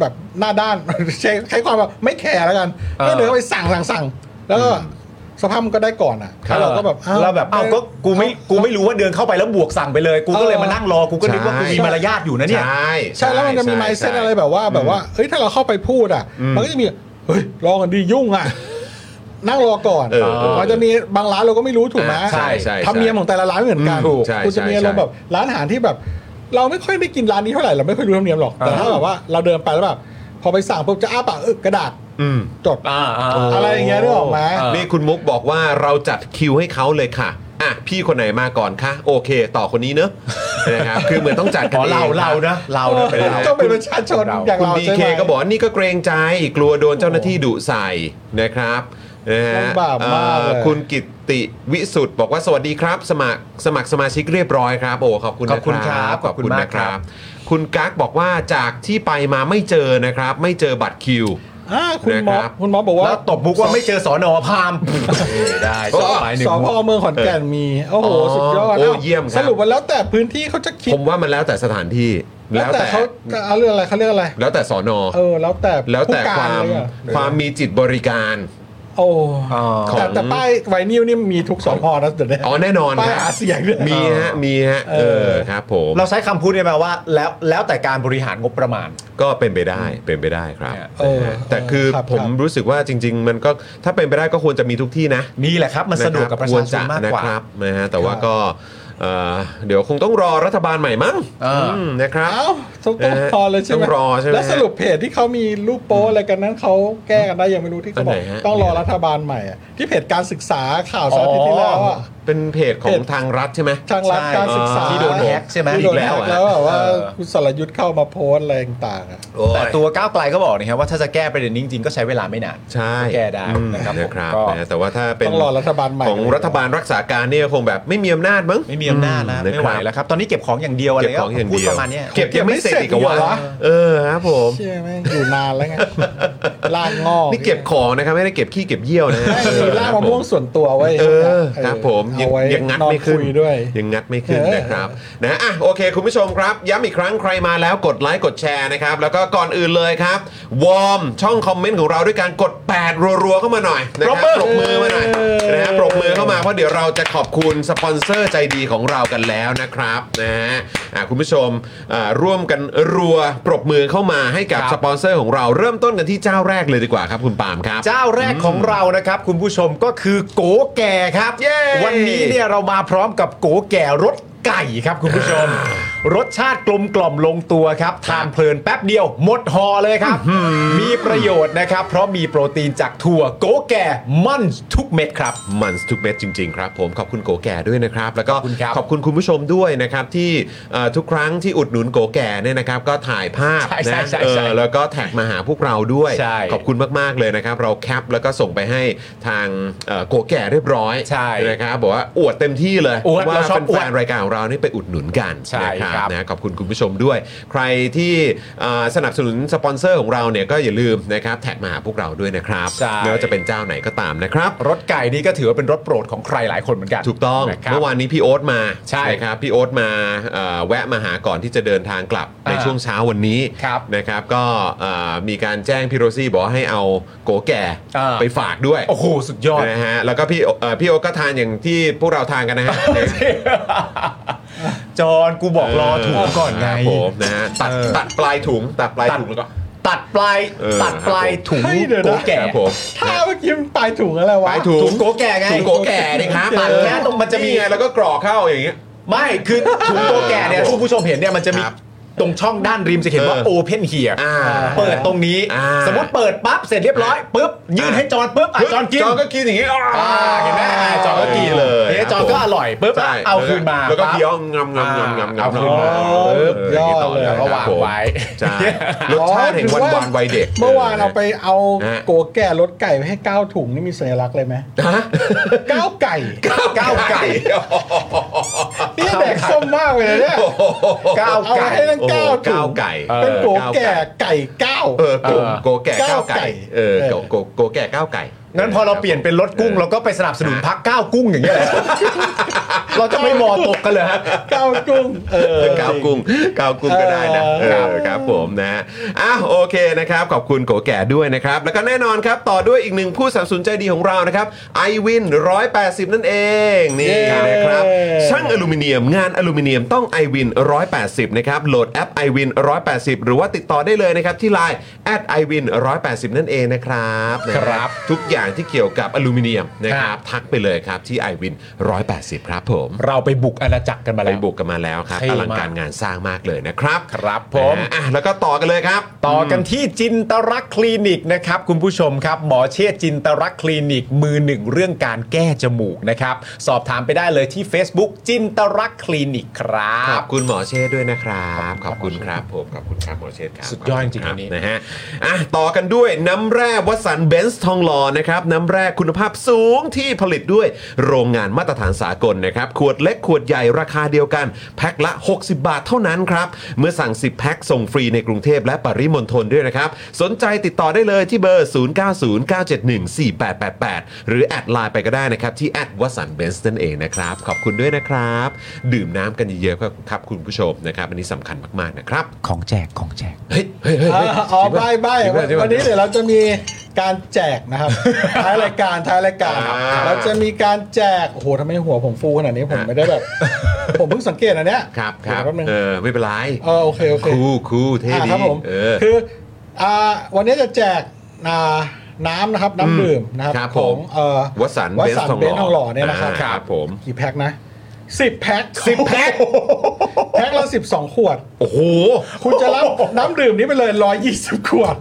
S2: แบบหน้าด้าน ใช้ใช้ความแบบไม่แคร์แล้วกัน
S3: เออ
S2: ก็เดินเข้าไปสั่งสั่งสั่งแล้วก็สภาพมันก็ได้ก่อนอ่ะ
S1: ครับ
S2: แล้วเราก็แบบอ้าว
S3: เราแบบเอ้าก็กูไม่กูไม่รู้ว่าเดินเข้าไปแล้วบวกสั่งไปเลย กูก็เลย
S2: เออ
S3: มานั่งรอกูก็นึกว่ากูมีมารยาทอยู่นะเนี่ย
S1: ใช่
S2: ใช่แล้วมันจะมีไมเซ็ต
S1: ใช่
S2: อะไรแบบว่าแบบว่าเฮ้ยถ้าเราเข้าไปพูดอ่ะ
S1: อืม
S2: มันก็จะมีเฮ้ยรอกันดียุ่ง อ่ะ นั่งรอก่อน
S1: เออเออ
S2: มันจะมีบางร้านเราก็ไม่รู้ถูกไหม
S1: อ่าใช่ใช่ใช่
S2: ทำเนียมของแต่ละร้านไม่เหมือนกัน
S1: อืมถูกใช่
S2: คุณจะมีอารมณ์
S1: ใช่
S2: แบบร้านอาหารที่แบบ เราไม่ค่อยได้กินร้านนี้เท่าไหร่เราไม่ค่อยรู้ธรรมเนียมหรอกแต่ถ้าแบบว่าเราเดินไปแล้วแบบพอไปสั่งปุ๊บจะอ้าปากเออกระดาษ
S1: อืม
S2: จด
S3: อ่าๆ
S2: อะไรอย่างเงี้ยนึกออกไหม
S3: เออ
S1: นี่คุณมุกบอกว่าเราจัดคิวให้เขาเลยค่ะ อ่ะ พี่คนไหนมาก่อนคะ โอเค ต่อคนนี้เนอะ นะครับ คือเหมือนต้องจัดกั
S3: อ๋
S1: น
S3: อ
S1: เอง
S3: เราเรานะ เรานะเป็นเรา
S2: ต้องเป็นประชาชนอย่าง
S1: คุณ
S2: เรา
S1: ดี
S2: ใช่
S1: เค
S2: ไหม
S1: ก็บอกว่านี่ก็เกรงใจ กลัวโดนเจ้าหน้าที่ดุใส่นะครับนะฮะ
S2: ลำบากมากเลย
S1: เอ่อคุณกิตติวิสุทธ์บอกว่าสวัสดีครับ สมัครสมัครสมาชิกเรียบร้อยครับ โอ้ขอบคุณนะ
S3: ขอบคุณครับ
S1: ขอบคุณ
S3: ขอบคุณมาก
S1: นะค
S3: ครั
S1: รับ
S3: บ
S1: คุณกั๊กบอกว่าจากที่ไปมาไม่เจอนะครับ ไม่เจอบัตรคิว
S2: อ่าคุณ
S1: นะ
S2: ม็
S1: ค
S2: อ
S1: รั
S2: บบ คุณม็อบบอกว่า
S3: แล้วตบมุกว่าไม่เจอสอนอพามได้
S2: ส
S3: ชอบหมายหนึ่ง
S2: สพ
S3: มุก
S2: เมืองขอนแก่นมี โอ้โห
S1: อ๋อ
S2: สุดยอด
S1: โอ้
S2: นะ
S1: เยี่ยมครับ
S2: สรุปว่าแล้วแต่พื้นที่เขาจะคิด
S1: ผมว่ามันแล้วแต่สถานที่ แล้วแต่
S2: เขาจะเอาเรื่องอะไรเขาเรื่องอะไร
S1: แล้วแต่สอนอ
S2: เออ แล้วแต่
S1: แล้วแต่
S2: ผู้กร
S1: ความ
S2: เลยอะ
S1: ความมีจิตบริการ
S2: โอ้
S3: อ๋อ
S2: แต่แต่ป้ายไวนิลนี่มีทุกสพนะเดี๋ยวนี้
S1: อ๋อแน่นอน
S2: ป้าย
S1: ค
S2: หา
S1: รับ
S2: เสียงเนี่ย
S1: มีฮะมีฮะ เอ
S2: เออ
S1: อครับผม
S3: เราใช้คำพูดได้ไหมว่า แล้วแล้วแต่การบริหารงบประมาณ
S1: ก็เป็นไปได้เป็นไปได้ครับ
S3: เนี่ย
S2: เออ
S1: นะฮะแต่คือ
S2: ครับ
S1: ผม
S2: ครับ
S1: รู้สึกว่าจริง ๆ มันก็ถ้าเป็นไปได้ก็ควรจะมีทุกที่นะ
S3: นี่แหละครับ มันสะดวกกับประชาชนมากกว่า
S1: ควรจะนะครับนะฮะแต่ว่าก็เอ่อเดี๋ยวคงต้องรอรัฐบาลใหม่มั้ง
S3: เอออื
S1: มนะครับ
S2: เอ้าต้องต้อง
S1: นะฮะ
S2: รอเลยใช่ไหม
S1: ต้องรอใช่ไหม
S2: แล้วสรุปเพจที่เขามีรูปโป๊อะไรกันนั้นเขาแก้กันได้ยังไม่รู้ที่เขาบอ
S1: อั
S2: ก
S1: นไหนฮะ
S2: ต้องรอรัฐบาลใหม่อะที่เพจการศึกษาข่าวสารอาทิตย์ที่แล้วอะ
S1: เป็นเพจของ
S2: เพจ
S1: ทางรัฐใช่ไหม
S2: ทางรัฐ
S3: ใช่
S2: การศึกษา
S3: ที่โดนแฮ็กใช่ไหม
S2: ที่โดน
S1: อีกแล้
S2: แฮ็
S1: ว
S2: ก
S1: อะ
S2: แล้วแบบว่า
S3: เออ
S2: คุณสรยุทธ์เข้ามาโพสต์อะไรต่างๆอะ
S1: โอ้ย
S3: แต่ตัวก้าวไกลก็บอกนะครับว่าถ้าจะแก้ประเด็นนี้จริงๆก็ใช้เวลาไม่นาน
S1: ใช่
S3: แก้ได้นะครับผม
S1: นะครับ
S3: ก็
S1: นะแต่ว่าถ้าเป็น
S2: ต้องรอรัฐบาลใหม่
S1: ของรัฐบาลรักษาการเนี่ยคงแบบไม่มีอำนาจมั้ง
S3: ไม่มีอำนาจแล้ว
S1: นะครับ
S3: ไม่ไหวแล้วครับ ตอนนี้เก็บของอย่างเดียวอะไร
S1: เก็บของอย่าง
S3: พูด
S1: เดีย
S3: ป
S1: ว
S3: ระมาณเนี้ย
S1: เก็บยังไม่เสร็จอีกเหรอวะเออครับผม
S2: เชื่อไหมอยู่นาน แล้วไงลางงอก
S1: นี่เก็บของนะครับไม่ได้เก็บขี้เก็บเยี่ยวนะฮะ
S2: ไม่มีล่างมะม่วงส่วนตัวไว้
S1: เออครับผมยัง
S2: เอาไว้
S1: ยังงัดไม่ขึ้น
S2: อคุยด้วย
S1: ยังงัดไม่ขึ้น
S2: เออ
S1: นะครับนะอ่ะโอเค คุณผู้ชมครับ ย้ำอีกครั้งใครมาแล้วกดไลค์กดแชร์นะครับ แล้วก็ก่อนอื่นเลยครับ วอร์มช่องคอมเมนต์ของเราด้วยการกด 8 รัวๆเข้ามาหน่อยนะครับปรบมือมาหน่อยนะฮะปรบมือเข้ามาเพราะเดี๋ยวเราจะขอบคุณสปอนเซอร์ใจดีของเรากันแล้วนะครับนะฮะอ่ะคุณผู้ชมอ่าร่วมกันรัวปรบมือเข้ามาให้กับ
S3: ครับ
S1: สปอนเซอร์ของเราเริ่มต้นกันที่เจ้าแรกเลยดีกว่าครับคุณปาล์มครับ
S3: เจ้าแรกของเรานะครับ คุณผู้ชมก็คือโกแก่ครับ
S1: เย้
S3: วันนี้เนี่ยเรามาพร้อมกับโกแก่รสไก่ครับคุณผู้ชม รสชาติกลมกล่อมลงตัวครับ ทานเพลินแป๊บเดียว หมดห่อเลยครับ มีประโยชน์นะครับ เพราะมีโปรตีนจากถั่วโกแก่มั่นทุกเม็ดครับ
S1: มันทุกเม็ดจริง ๆ ครับ ผมขอบคุณโกแก่ด้วยนะครับ แล้วก็
S3: ขอบคุณครับ
S1: ขอบคุณคุณผู้ชมด้วยนะครับ ที่เอ่อทุกครั้งที่อุดหนุนโกแก่เนี่ยนะครับ ก็ถ่ายภาพ
S3: ใช่ใช่
S1: นะ
S3: ใช่
S1: เอ
S3: ใช่
S1: อแล้วก็แท็กมาหาพวกเราด้วย
S3: ใช่
S1: ขอบคุณมาก ๆ เลยนะครับ เราแคปแล้วก็ส่งไปให้ทางเอ่อโกแก่เรียบร้อย
S3: ใช่
S1: นะครับบอกว่าอวดเต็มที่เลย
S3: อวด
S1: ว่า
S3: เราชอบ
S1: เป็นแฟน
S3: อวด
S1: รายการของเรานี่ไปอุดหนุนกัน
S3: ใช่
S1: นะครับ
S3: ครับ
S1: นะขอบคุณคุณผู้ชมด้วย ใครที่เอ่อสนับสนุนสปอนเซอร์ของเราเนี่ยก็อย่าลืมนะครับแท็กมาหาพวกเราด้วยนะครับ
S3: ใช่
S1: ไม่ว่าจะเป็นเจ้าไหนก็ตามนะครับ
S3: รสไก่นี่ก็ถือว่าเป็นรสโปรดของใครหลายคนเหมือนกัน
S1: ถูกต้อง
S3: นะครับ
S1: เมื่อวานนี้พี่โอ๊ตมา
S3: ใช่
S1: นะครับพี่โอ๊ตมาเอ่อแวะมาหาก่อนที่จะเดินทางกลับใน
S3: อ่า
S1: ช่วงเช้าวันนี้
S3: ครับ
S1: นะครับก็เอ่อมีการแจ้งพี่โรซี่บอกว่าให้เอาโกแก่
S3: อ่า
S1: ไปฝากด้วย
S3: โอ้โหสุดยอด
S1: นะฮะแล้วก็พี่เอ่อพี่โอ๊ตก็ทานอย่างที่พวกเราทานกันนะฮะ
S3: จอนกูบอกรอถูกก่อน
S1: ค
S3: ไง
S1: รับผมนะฮะตัด
S3: เออ
S1: ตัดปลายถุงตัดปลายถุงแล้วก็
S3: ตัดปลาย
S1: เออ
S3: ตัดปลายถุง
S2: เฮ้ยเดี๋ยวนะ
S3: โกแก่
S1: ครับผม
S2: ถ้าเมื่อกี้มันปลายถุงอะไรวะ
S1: ปลายถุง
S3: ถุงโกแก่ไง
S1: ถุงโกแก่นี่ครับ
S3: ตัดแค่ตรงมันจะมี
S1: ไงแล้วก็กรอกเข้าอย่างเงี้ย
S3: ไม่คือถุงโกแก่เนี่ยที่คุณผู้ชมเห็นเนี่ยมันจะมี
S1: ครับ
S3: ตรงช่องด้านริมจะเขียนว่า
S1: เออ
S3: โอเพนเฮีย
S1: อ่า
S3: เปิดตรงนี้
S1: อ่า
S3: สมมติเปิดปั๊บเสร็จเรียบร้อยปุ๊บยื่นให้จอนปุ๊บอ่ะจอนกิน
S1: จอนก็กินอย่างนี้อ่า
S3: อ่าเห็นไหมอ่ะจอนก็กิน
S1: เลย
S3: เนี่ยจอนก็อร่อยปุ๊บ
S1: ใช่
S3: อ่ะเอาคืนมา
S1: แล้วก็
S3: ปั๊บ
S1: เคี้ยวงำงำงำงำงำ
S3: เอาคืนมา
S1: เออ
S3: เออยอดเลย
S1: อางนี้ต่
S3: แล้วก็วางไว้
S1: ใช่รสชาติแห่งวันวานวัยเด็ก
S2: เมื่อวานเราไปเอา
S1: ฮะ
S2: โกแก่รถไก่ไปให้เก้าถุงนี่มีสัญลักษณ์เลยไหม
S1: ฮะ
S2: เก้าไก่
S3: ก้าวไก่
S2: นี่แดกส้มมากเลยนะเนี่ย
S3: ก้าว
S2: เอา
S3: ไก่
S2: ให้ตั้ง
S1: โอ้โห
S2: เก้าถุง
S1: เก้าไก่
S2: เป็นโกแก่
S1: เออ
S2: ไก่เก้า
S1: เออโก
S3: เออ
S1: โกแก่ก้าว
S2: ก้าว
S1: ไก่
S2: ไก่
S1: เออโกโกโกแก่ก้าวไก่
S3: งั้นพอเราเปลี่ยนเป็นรถกุ้งเราก็ไปสนับสนุนพักก้าวกุ้งอย่างเงี้ ยเหรอเราจะไม่มอตกกันเลยฮะ
S2: เก้าจุ้งเออ
S1: กาวกุ้งกาวกุ้งก็ได้นะเออครับผมนะฮะอ้าวโอเคนะครับ ขอบคุณโกแก่ด้วยนะครับ แล้วก็แน่นอนครับต่อด้วยอีกหนึ่งผู้สนับสนุนใจดีของเรานะครับ i w วิน180 นั่นเองนี่นะครับช่างอลูมิเนียมงานอลูมิเนียมต้อง i w วิน180 นะครับ โหลดแอป i w วิน180 หรือว่าติดต่อได้เลยนะครับ ที่ไลน์ i w วิน180 นั่นเองนะครับ
S3: ครับ
S1: นะทุกอย่างที่เกี่ยวกับอลูมิเนียมนะครับทักไปเลยครับที่ i w วิน180 ครับผม
S3: เราไปบุกอาณาจักรกันมา
S1: ไป
S3: แล้ว
S1: บุกกันมาแล้วครับ
S3: เท่
S1: อ
S3: มาก
S1: ลังการงานสร้างมากเลยนะครับ
S3: ครับผม
S1: นะฮะอ่ะแล้วก็ต่อกันเลยครับ
S3: ต่อกันที่จินตรักษณ์คลินิกนะครับคุณผู้ชมครับ หมอเชษฐ์จินตรักษณ์คลินิกมือหนึ่งเรื่องการแก้จมูกนะครับ สอบถามไปได้เลยที่ Facebook จินตรักษณ์คลินิกครั
S1: ข
S3: บ
S1: อบคุณหมอเชษฐ์ด้วยนะครับ ขอบคุณครับผมขอบคุณครับหมอเชษฐ์ครับ
S3: สุดยอดจริง
S1: ขบ
S3: ๆอันนี้
S1: คุณคบนะฮะอ่ะต่อกันด้วยน้ำแร่วัสันเบนซ์ทองหล่อนะครับน้ำแร่คุณภาพสูงที่ผลิตด้วยโรงงานมาตรฐานสากลนะครับขวดเล็กขวดใหญ่ราคาเดียวกัน แพ็คละ 60 บาทเท่านั้นครับ เมื่อสั่ง 10 แพ็คส่งฟรีในกรุงเทพและปริมณฑลด้วยนะครับ สนใจติดต่อได้เลยที่เบอร์ 0909714888 หรือแอดไลน์ไปก็ได้นะครับ ที่แอดวัสันเบนซ์นั่นเองนะครับ ขอบคุณด้วยนะครับ ดื่มน้ำกันเยอะๆครับคุณผู้ชมนะครับอันนี้สำคัญมากๆนะครับ
S3: ของแจกของแจก
S1: เฮ้ยเฮ้ยเฮ้ย
S2: อ่า
S1: เฮ้ย
S2: อ๋อ
S1: จริง
S2: ใบ
S1: ปะ
S2: ใบ
S1: จริงปะจริงปะ
S2: วันนี้เดี๋ยวเราจะมีการแจกนะครับ ท้ายรายการท้ายรายการ
S1: อ่า
S2: เราจะมีการแจกโอ้โหทำไมหัวผมฟูขนาดนี้ผมไม่ได้แบบ ผมเพิ่งสังเกตอันเนี้ย
S1: ครับครับ
S2: เดี๋ยวแป๊บนึง
S1: เออไม่เป็นไร
S2: เออโอเคโอเค
S1: คูลคูลเท่
S2: อ่า
S1: ดี
S2: ครับผม
S1: เออ
S2: คืออ่าวันนี้จะแจกอ่าน้ำนะครับน้ำดื่มนะครับ
S1: ครับ
S2: ข
S1: ผ
S2: อ
S1: ม
S2: งเอ่อ
S1: วัสัน
S2: วั
S1: เบน
S2: สัน
S1: ซ์ทอง
S2: เบนซ์ทองห
S1: ห
S2: ล่
S1: ล่
S2: อ
S1: อ
S2: เนี่ยนะครับ
S1: อ่าครับผม
S2: กี่แพ็คนะสิบแพ็คสิบแพ็คแพ็คละสิบสองขวด
S1: โอ้โห
S2: คุณจะรับ น้ำดื่มนี้ไปเลย 120 ขวด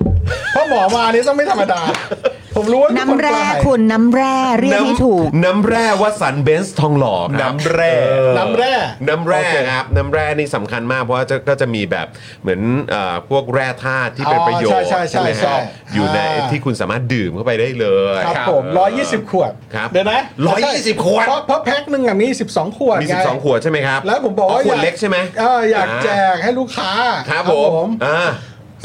S2: เพราะหมอมานี่ต้องไม่ธรรมดา ผมรู้ว่าทุกคน
S6: น้ำแร่
S2: ตาย
S6: คุณน้ำแร่เรียกให้ถูก
S1: น้ำแร่วัสันเบนซ์ทองหล่อครับ
S3: น้ำแร่
S2: น้ำแร่
S1: น้ำแร่ครับ น้ำแร่นี่สำคัญมากเพราะว่าจะก็จะมีแบบเหมือนเอ่อพวกแร่ธาตุที่เป็น
S2: อ๋อ
S1: ประโยชน์
S2: ใช่ใช่ใช่
S1: ไหม
S2: ใช่
S1: ครับอยู่ใน
S2: อ่า
S1: ที่คุณสามารถดื่มเข้าไปได้เลย
S2: ครับผม
S1: เออ
S2: 120 ขวด
S1: ครับ
S2: เดี๋ยวนะ
S1: 120ขวด
S2: เพราะเพราะแพ็คหนึ่งอะมี 12 ขวด
S1: มี
S2: ไง
S1: 12 ขวดใช่ไหมครับ
S2: แล้วผมบอกว่า
S1: ขวดเล็กใช่ไหม
S2: เอออยากแจกให้ลูกค้า
S1: ครับผมอ่า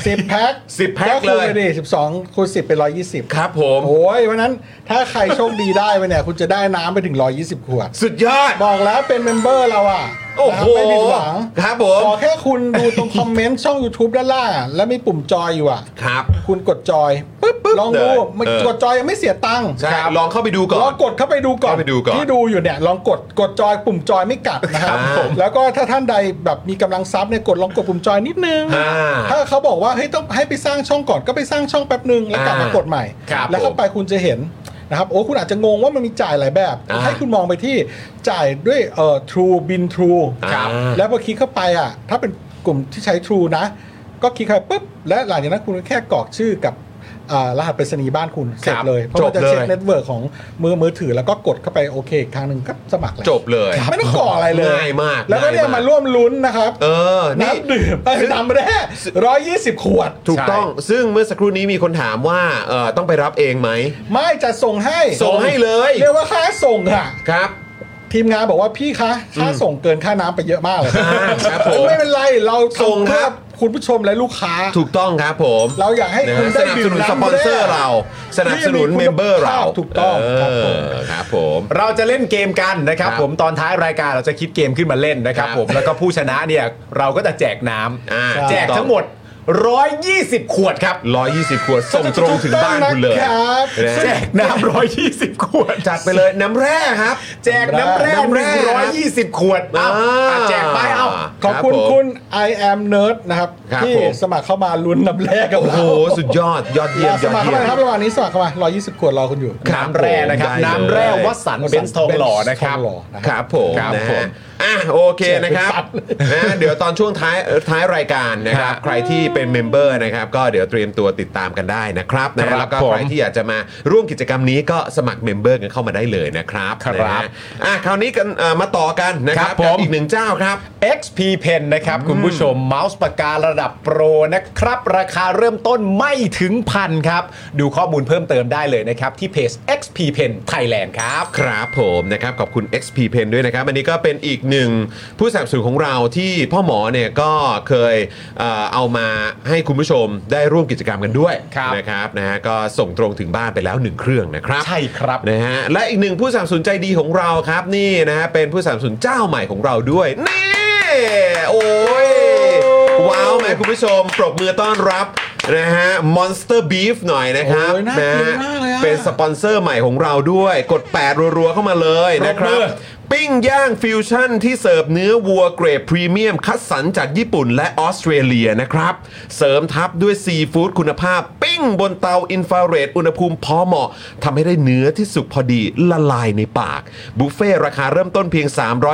S2: สิบแพ็ค
S1: สิบแพ็ค
S2: ก็คูณไป
S1: เลย
S2: ดิสิบสองคูณสิบเป็นร้อยยี่สิบ
S1: ครับผม
S2: โอ้ยวันนั้นถ้าใครโชคดีได้ไปเนี่ยคุณจะได้น้ำไปถึงร้อยยี่สิบขวด
S1: สุดยอด
S2: บอกแล้วเป็นเมมเบอร์เราอ่ะ
S1: โอ้โห
S2: นะครับไม่ผิดหวัง
S1: ครับผม
S2: ขอแค่คุณดูตรงคอมเมนต์ ช่อง YouTube ด้านล่างอะแล้วมีปุ่มจอยอยู่อ่ะ
S1: ครับ
S2: คุณกดจอยปึ๊บปึ๊บลองดู
S1: เลย
S2: มัน
S1: เออ
S2: กดจอยยังไม่เสียตังค์
S1: ใช่ลองเข้าไปดูก่อ
S2: ลอง
S1: น
S2: กดเข้าไปดูก่อน
S1: เข้าไปดูก่อน
S2: ที่ดูอยู่เนี่ยลองกดกดจอยปุ่มจอยไม่กัดนะครับ
S1: ครับผม
S2: แล้วก็ถ้าท่านใดแบบมีกำลังทรัพย์เนี่ยกดลองกดปุ่มจอยนิดนึง
S1: อ่า
S2: ถ้าเขาบอกว่าเฮ้ยต้องให้ไปสร้างช่องก่อนก็ไปสร้างช่องแป๊บนึงแล้วกลับมา
S1: อ่าก
S2: ดใหม่
S1: ครับ
S2: แล้วเข้าไปคุณจะเห็นนะครับโอ้คุณอาจจะงงว่ามันมีจ่ายหลายแบบ
S1: อ่า
S2: ให้คุณมองไปที่จ่ายด้วยเอ่อ True Bin True
S1: ครับ
S2: แล้วพอคลิกเข้าไปอ่ะ ถ้าเป็นกลุ่มที่ใช้ True นะ ก็คลิกเข้าไปปุ๊บ และหลังจากนั้นคุณก็แค่กรอกชื่อกับอ่ารหัสไปรษณีย์บ้านคุณเสร็จเลย เพราะมันจะเช็ค
S1: จบเลย
S2: เน็ตเวิร์กของมือมือถือแล้วก็กดเข้าไปโอเคอีกครั้งหนึ่งก็สมัครเลย
S1: จบเลย
S2: ไม่ต้องก่ออะไรเลย
S1: ง่ายมาก
S2: แล้วก็เนี่ยมา
S1: ง่าก
S2: ร่วมลุ้นนะครับ
S1: เออ นี่
S2: น้ำดื่มเอ้ยน้ำแร่ร้อยยี่สิบขวด
S1: ถูกต้อง ซึ่งเมื่อสักครู่นี้มีคนถามว่า เออต้องไปรับเองไหม
S2: ไม่จะส่งให้
S1: ส่งให้เลย
S2: เรียกว่าค่าส่งอ่ะ
S1: ครับ
S2: ทีมงานบอกว่าพี่คะค่าส่งเกินค่าน้ำไปเยอะมากเลย
S1: อ่าครับผม
S2: ไม่เป็นไรเรา
S1: ส่งครับ
S2: ทำเพื่อคุณผู้ชมและลูกค้า
S1: ถูกต้องครับผม
S2: เราอยากให้
S1: นะ
S2: คุณ
S1: ฮะส
S2: ได้
S1: นับ
S2: ดื่
S1: ส
S2: ม
S1: นุนส
S2: น้ำ
S1: ปอนเซอร์เรา สนับสนุนเมมเบอร์เรา
S2: ถูกต้อง
S1: เอ
S2: ครับผม
S1: อครับผม
S3: เราจะเล่นเกมกันนะครับ
S1: ครับ
S3: ผมตอนท้ายรายการเราจะคิดเกมขึ้นมาเล่นนะครับ
S1: ครับ
S3: ผมแล้วก็ผู้ชนะเนี่ยเราก็จะแจกน้ำ
S1: อ่า
S3: แจกทั้งหมด 120 ขวดครับ
S1: 120 ขวดส่งตรงถึงบ้านคุณเลย
S2: ครับ
S1: นะ
S3: แจ
S1: ฮะ
S3: กน้ำ120 ขวด
S1: จัดไปเลยน้ำแร่ครับ
S3: แจกน้ำแร่
S1: น้ำแร่
S3: 120 ขวดเอา
S1: อ่า
S3: อ่ะแจกไปเอา
S2: ขอบคุณ
S1: ครับผม
S2: คุณ I am nerd นะครับ
S1: ครับ
S2: ที่
S1: ผม
S2: สมัครเข้ามาลุ้นน้ำแรกกับ
S1: โอ้
S2: เรา
S1: โห สุดยอดยอดเยี่ยม
S2: ส
S1: ยอด
S2: มัคร
S1: เยี่
S2: เข้าย มาม นะครับระหว่างนี้สมัครเข้ามา120 ขวดรอคุณอยู่
S3: น้ำแร่นะครับ
S1: ได้เลย
S3: น้ำแร่วัดสันเบนซ์ทองหล่อนะครับ
S2: เบนซ์ทองหล่อนะ
S1: ครับผม
S3: ครับ
S1: นะ
S3: ผ
S1: ฮะ
S3: ม
S1: อ่ะโอเคนะครับนะเดี๋ยวตอนช่วงท้ายเอ่อท้ายรายการนะครับ
S3: ครับ
S1: ใครที่เป็นเมมเบอร์นะครับ ก็เดี๋ยวเตรียมตัวติดตามกันได้นะครับนะ
S3: ค
S1: ฮะ
S3: รับ
S1: แล้วก็
S3: ผม
S1: ใครที่อยากจะมาร่วมกิจกรรมนี้ก็สมัครเมมเบอร์กันเข้ามาได้เลยนะครับ
S3: ครับ
S1: นะฮะอ่ะคราวนี้กันเอ่อมาต่อกันนะครั
S3: ครับ บผม
S1: กับอีกหนึ่งเจ้าครับ
S3: XP Pen นะครับ คุณผู้ชมเมาส์ปากการะดับโปรนะครับ ราคาเริ่มต้นไม่ถึงพันครับ ดูข้อมูลเพิ่มเติมได้เลยนะครับ ที่เพจ XP Pen Thailand ครับ
S1: ครับผมนะครับขอบคุณ XP Pen ด้วยนะครับ อันนี้ก็เป็นอีกหนึ่งผู้สนับสนุนของเราที่พ่อหมอเนี่ยก็เคยเอ่อเอามาให้คุณผู้ชมได้ร่วมกิจกรรมกันด้วย
S3: ครับ
S1: นะครับนะฮะก็ส่งตรงถึงบ้านไปแล้วหนึ่งเครื่องนะครับ
S3: ใช่ครับ
S1: นะฮะและอีกหนึ่งผู้สนับสนุนใจดีของเราครับนี่นะฮะเป็นผู้สนับสนุนเจ้าใหม่ของเราด้วยนี่โอ้ยว้าวไหมคุณผู้ชม ปรบมือต้อนรับนะฮะ Monster Beef หน่อยนะครับ
S2: โอ้ยน่ากินมากเลยอะ
S1: เป็น สปอนเซอร์ใหม่ของเราด้วย กด 8 รัวๆ เข้ามาเลยนะครับ ปิ้งย่างฟิวชั่นที่เสิร์ฟเนื้อวัวเกรดพรีเมียม คัดสรรจากญี่ปุ่นและออสเตรเลียนะครับ เสริมทับด้วยซีฟู้ดคุณภาพ ปิ้งบนเตาอินฟราเรดอุณหภูมิพอเหมาะทำให้ได้เนื้อที่สุกพอดีละลายในปาก บุฟเฟ่ต์ราคาเริ่มต้นเพียง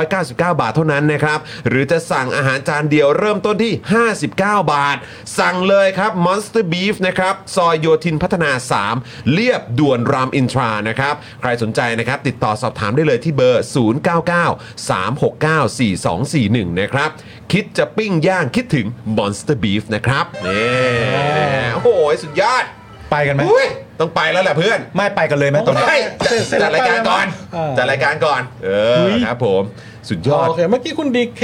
S1: 399 บาทเท่านั้นนะครับ หรือจะสั่งอาหารจานเดียวเริ่มต้นที่ 59 บาท สั่งเลยครับ Monster Beef นะครับ ซอยโยธินพัฒนา 3 เรียบด่วนรามอินทรานะครับ ใครสนใจนะครับ ติดต่อสอบถามได้เลยที่เบอร์ 0993694241 นะครับ คิดจะปิ้งย่างคิดถึง Monster Beef นะครับนี่โอ้โห สุดยอด
S3: ไปกันไหม
S1: อุ๊ยต้องไปแล้วแหละเพื่อน
S3: ไม่ไปกันเลยไหมตอนนี้
S1: ไม่จัดรายการก่อน
S2: เออ
S1: จัดรายการก่อน เออครับผมสุดยอด
S2: โอเค เมื่อกี้คุณดีเค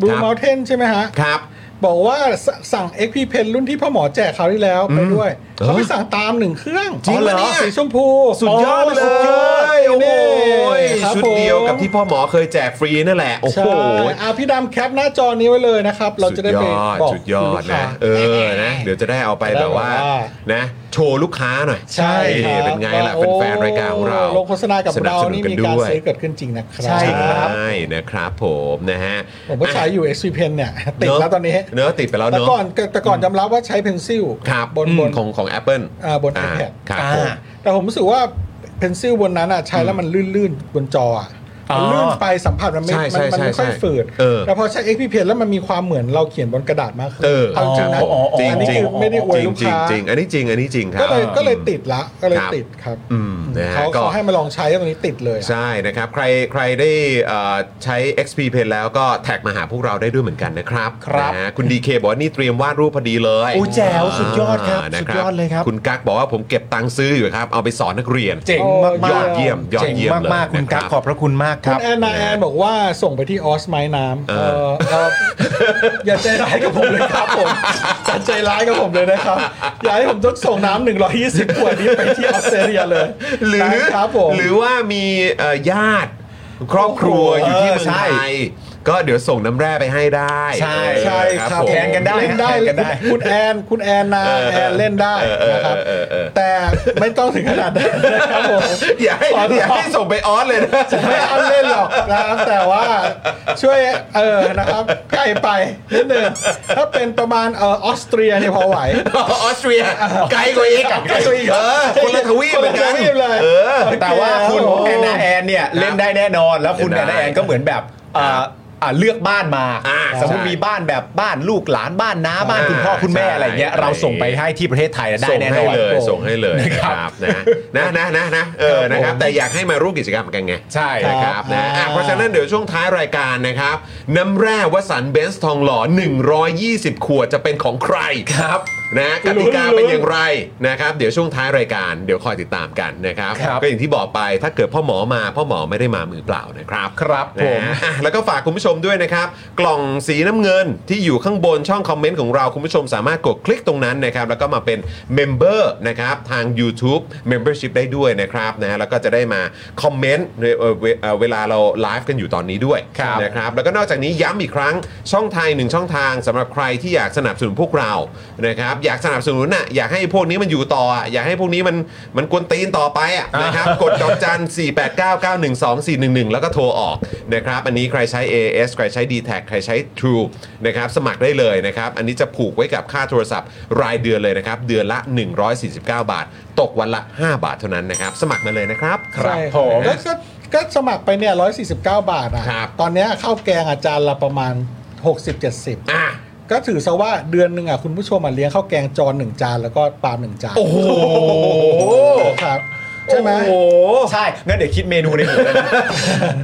S2: บลู
S1: ครับ
S2: ม u n เทนใช่ไหมฮะ
S1: ครับ
S2: บอกว่าสสั่ง XP Pen รุ่นที่พ่อหมอแจกคราวที่แล้วไปด้วยเขาไปสั่งตามหนึ่งเครื่อง
S1: จริงเหรอ
S2: อ๋อสีชมพู
S1: สุดยอดไปเล
S2: โสุดอด
S1: ยโอ้โห
S2: นี่ครับ
S1: ชุดเดียวกับที่
S2: ผม
S1: พ่อหมอเคยแจกฟรีนั่นแหละ โอ้โห
S2: ใช่อ่ะพี่ดำแคปหน้าจอนี้ไว้เลยนะครับ เรา
S1: สุ
S2: จะได้
S1: ย
S2: ไป
S1: อด
S2: บอก
S1: สุดยอ
S2: คุณ
S1: ด
S2: ลูกค้า
S1: นะ เออนะเดี๋ยวจะได้เอาไปแบบว่า
S2: จะได้แบบว่า
S1: นะ โชว์ลูกค้าหน่อย
S2: ใช่
S1: นี่
S2: ครับ
S1: เป็นไงล่ะเป็นแฟนๆรายการของเรา
S2: โลงโฆษณากับ
S1: สนั
S2: เรา
S1: ส
S2: นี่มี
S1: ด้
S2: การ
S1: วย
S2: ซื้อเกิดขึ้นจริงนะครับ
S3: ใช่ ครับ
S1: ใช่นะครับผมนะฮะ
S2: ผมก็ใช้อยู่ XP Pen เนี่ยติด
S1: เะ
S2: แล้วตอนนี้
S1: เนอะติดไปแล้ว
S2: แต่
S1: เนอะ
S2: ก่อนแต่ก่อนยอมรับว่าใช้เพนซิล
S1: ครับ
S2: บนบน
S1: ของของ Apple
S2: อ่าบน
S1: อ่า
S2: iPad
S1: ครับผม
S3: อ่า
S2: แต่ผมรู้สึกว่าเพนซิลบนนั้นอ่ะใช้แล้วมันลื่นๆ บนจออ่ะ
S3: อ๋อ
S2: มันลื่นไปสัมผัสมันไม่
S1: ใช่
S2: มั
S1: ใช่
S2: นมันไม่ค่
S1: ใช่
S2: อย
S1: ใช่
S2: ฝืด
S1: เออ
S2: แต่พอใช้ XP Pen แล้วมันมีความเหมือนเราเขียนบนกระดาษมากขึ้น
S1: เออ
S2: เอาจริงนะ
S3: อ๋ออ๋ออ๋อ
S2: อันนี้
S1: จริง
S2: คือไม่ได้อวย
S1: จริ
S2: ลู
S1: ง
S2: ก
S1: จริง
S2: ค้า
S1: จริงอันนี้จริงอันนี้จริงครับ
S2: ก็เลยก็เลยติดละก็เลยติดครับ
S1: อืมนะฮะ
S2: เขา
S1: ก็
S2: เขาให้มาลองใช้ตรงนี้ติดเลยอะ
S1: ใช่นะครับ ใครใครได้เอ่อใช้ XP Pen แล้วก็แท็กมาหาพวกเราได้ด้วยเหมือนกันนะครับ
S3: ครับ
S1: นะฮะคุณดีเคบอกว่านี่เตรียมวาดรูปพอดีเลย
S3: โอ้แจ๋วสุดยอดครับ
S1: านะ
S3: สุดยอดเลยครับ
S1: คุณกั๊กบอกว่าผมเก็บตังค์ซื้ออยู่ครับ เอาไปสอนนักเรียน
S3: เจ๋งมากๆ
S1: ยอดเยี่ยมยอดเยี่ยม
S3: จ๋งมากๆ
S1: เลย
S3: คุณกั๊ก
S1: นะครับ
S3: ขอบพระคุณมากค
S2: คุ
S3: รั
S2: ณ
S3: บ
S2: แอนนาแอนบอกว่าส่งไปที่ออสไม้น้ำเอ่อเอ่อ อย่าใจร้ายกับผมเลยครับ ผมอย่าใจร้ายกับผมเลยนะครับ อย่าให้ผมต้องส่งน้ำหนึ่งร้อยยี่สิบขวดนี้ไปที่ออสเตรเลียเลย
S1: หรือ
S2: นะครับผม
S1: หรือว่ามีเอ่อญาติครอบครัวอยู่ที่เมือง
S3: ใช่
S1: ไทยก็เดี๋ยวส่งน้ำแร่ไปให้ได้
S3: ใช่
S2: ใช่ครับ
S1: ผม
S3: แทนกันได้
S2: เล่นได้
S3: แทนกันได้
S2: คุณแอนคุณแอนนาแอนเล่นได้นะครับ
S1: เออเออเออ
S2: แต่ไม่ต้องถึงขนาดนั้นนะครับผม
S1: อย่าให้อย่าให้ส่งไปออสเลยนะ
S2: ไม่เอาเล่นหรอกนะครับแต่ว่าช่วยเออนะครับไกลไปนิดนึงถ้าเป็นประมาณเออออสเตรียเนี่ยพอไหว
S1: ออสเตรียไกลกว่าอีก
S2: ไกลกว่าอีกเหร
S1: เอ
S2: อ
S1: อคนละทวีป
S2: คน
S1: เหมื
S2: ละ
S1: อ
S2: ท
S1: นกัน
S2: วีปเลย
S1: เออ
S2: โอเ
S3: แต่ว่าคุณ
S2: รับผม
S3: แอนนาแอนเนี่ยเล่นได้แน่นอนแล้วคุณ
S1: เล่
S3: แอน น
S1: ได้
S3: นาแอนก็เหมือนแบบอ่าอ่าเลือกบ้านมา
S1: อ่า
S3: สมมติ
S1: ใช่
S3: มีบ้านแบบบ้านลูกหลานบ้านน้าบ้านคุณพ่อคุณแม่
S1: ใช่
S3: อะไรเงี้ย
S1: ใช่
S3: เราส่งไปให้ที่ประเทศไทยได้
S1: ส่ง
S3: แน่น
S1: ให้
S3: อน
S1: เลย
S2: ผม
S1: ส่งให้เลย
S3: นะ
S1: นะค
S3: ครั
S1: รั
S3: บบ
S1: นะนะนะนะนะเออ
S3: ครับผม
S1: นะครับแต่อยากให้มาร่วมกิจกรรมกันไง
S3: ใช่
S1: นะครับนะอ่ะ
S2: อ่า
S1: เพราะฉะนั้นเดี๋ยวช่วงท้ายรายการนะครับ น้ำแร่วสันเบนซ์ทองหล่อ 120 ขวดจะเป็นของใครครับ นะกติกาเป็นอย่างไรนะครับเดี๋ยวช่วงท้ายรายการเดี๋ยวคอยติดตามกันนะครับ
S3: ครับ
S1: ก็อย่างที่บอกไปถ้าเกิดพ่อหมอมาพ่อหมอไม่ได้มามือเปล่านะครับ
S3: ครับผม
S1: นะฮะอ่ะแล้วก็ฝากคุณผู้ชมด้วยนะครับ กล่องสีน้ำเงินที่อยู่ข้างบนช่องคอมเมนต์ของเราคุณผู้ชมสามารถกดคลิกตรงนั้นนะครับ แล้วก็มาเป็นเมมเบอร์นะครับทาง YouTube Membership ได้ด้วยนะครับนะแล้วก็จะได้มาคอมเมนต์ในเอ่อเวเอ่อเวลาเราไลฟ์กันอยู่ตอนนี้ด้วย
S3: ครับ
S1: นะครับแล้วก็นอกจากนี้ย้ำอีกครั้งช่องทางหนึ่งช่องทางสำหรับใครที่อยากสนับสนุนพวกเรานะครับอยากสนับสนุนน่ะอยากให้พวกนี้มันอยู่ต่ออ่ะอยากให้พวกนี้มันมันกวนตีนต่อไปอ่ะนะครับ กดดอกจัน 4 8 9 9 1 2 4 1 1 แล้วก็โทรออกนะครับ อันนี้ใครใช้ AS ใครใช้ d t แทใครใช้ True นะครับ สมัครได้เลยนะครับ อันนี้จะผูกไว้กับค่าโทรศัพท์รายเดือนเลยนะครับ เดือนละ 149 บาท ตกวันละ 5 บาทเท่านั้นนะครับ สมัครมาเลยนะครับ
S3: ครับ
S2: ใช่
S3: ผม
S2: ก็ก็ก็สมัครไปเนี่ย149 บาทอ่ะ
S1: ครับ
S2: ตอนเนี้ยข้าวแกงอาจารย์ละประมาณ 60-70
S1: อ่ะ
S2: ก็ถือซะว่าเดือนหนึ่งอ่ะคุณผู้ชมมาเลี้ยงข้าวแกงจอนหนึ่งจานแล้วก็ปลาหนึ่งจาน
S1: โอ้โห
S2: ครับ ใช่ไหม
S1: โอ้โห
S3: ใช่งั้นเดี๋ยวคิดเมนูในหัวเลยนะ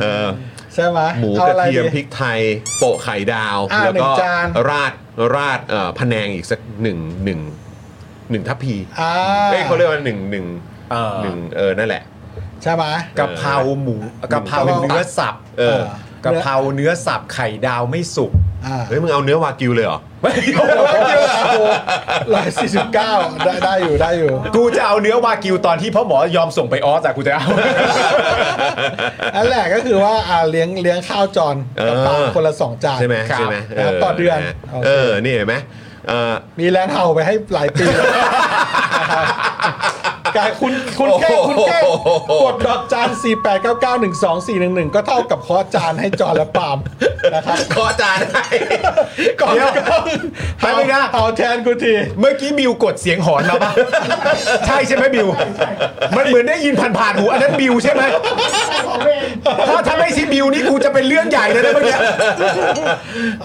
S1: เออ
S2: ใช่ไหม
S1: หมู
S2: อาก
S1: ระ
S2: อไ
S1: เทียม
S2: ดี
S1: พริกไทยโปะไข่ดาว
S2: อ่ะ
S1: แล้ว
S2: ห
S1: ก็
S2: นึ่งจาน
S1: ราดราดเอ่อพะแนงอีกสักหนึ่งหนึ่งหนึ่งทัพพี
S2: อ่า
S1: เอ้ยเขาเรียกว่าหนึ่งหนึ่ง
S3: เออ
S1: หนึ่งเออนั่นแหละ
S2: ใช่ไหม
S3: กะเพราหมูกะเพราเนื้อสับ
S1: เออ
S3: กะเพราเนื้อสับไข่ดาวไม่สุก
S2: อ่า
S1: เฮ้ยมึงเอาเนื้อวากิวเลยเหรอ
S2: ร้อยสี่สิบเก้าได้ได้อยู่ได้อยู่
S3: กูจะเอาเนื้อวากิวตอนที่พ่อหมอยอมส่งไปออสอะกูจะเอา
S2: อันแรกก็คือว่าอ่าเลี้ยงเลี้ยงข้าวจอนกับปลา
S1: เออ
S2: คนละสองจาน
S1: ใช่ไหม
S3: ครับ
S1: ใช่ไหม
S2: นะครับต่อเดือน
S1: นะ
S2: โอเค
S1: เออนี่เห็นไหมเออ
S2: มีแรงเห่าไปให้ห ลายปีแล้วนะครับการคุณคุณแค่คุณแค่
S1: โอ้โห
S2: กดดอกจาน4 8 9 9 1 2 4 1 1 ก็เท่ากับเคอจานให้จอนและปาล์มนะครับ
S1: ขออาจารย์ให้
S2: ก่อน
S3: เดี๋ยว
S2: เห่า
S3: ไปไม่ได้
S2: เห่าแทนกูที
S3: เมื่อกี้บิวกดเสียงหอนเรา ปะใช่ใช่ไหมบิว มันเหมือนได้ยินผ่านผ่านๆหูอันนั้นบิวใช่ไหมถ้าถ้าไม่ใช่บิวนี่กูจะเป็นเรื่องใหญ่เลยนะเมื่อกี้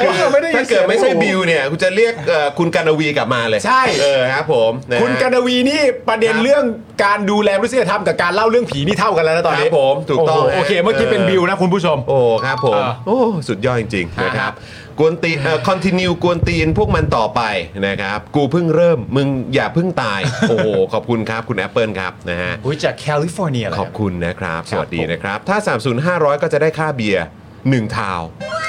S1: คือ
S2: ไม่ได้ยิน
S1: ถ้าเกิด
S2: เสียง
S1: ไม่ใช่
S2: หนู
S1: บิวเนี่ยกูจะเรียกเอ่อคุณกานวีกลับมาเลย
S3: ใช่
S1: เออครับผมนะฮะ
S3: คุณกนวีนี่ประเด็นเรื่องการดูแลมนุษยธรรมกับการเล่าเรื่องผีนี่เท่ากันแล้วนะตอน
S1: ค
S3: นี้
S1: รับผมถูกต้อง
S3: โโหโอเคเมื่อกี้เป็นบิวนะคุณผู้ชม
S1: โอ้ครับผม
S3: อ่า
S1: โอ้สุดยอดจริงๆ
S3: อ่า
S1: นะครับกวนตีนเอ่อคอนติเนียกวนตีนพวกมันต่อไปนะครับ กูเพิ่งเริ่มมึงอย่าเพิ่ง ตาย โอ้โหขอบคุณครับคุณแอปเปิลครับนะฮะ
S3: อุ๊ยจากแคลิฟอร์เนียเลย
S1: ขอบคุณนะครับ
S3: ครับ
S1: สวัสดีนะครับ ถ้า 3 0 500 ก็จะได้ค่าเบียร์1ทาว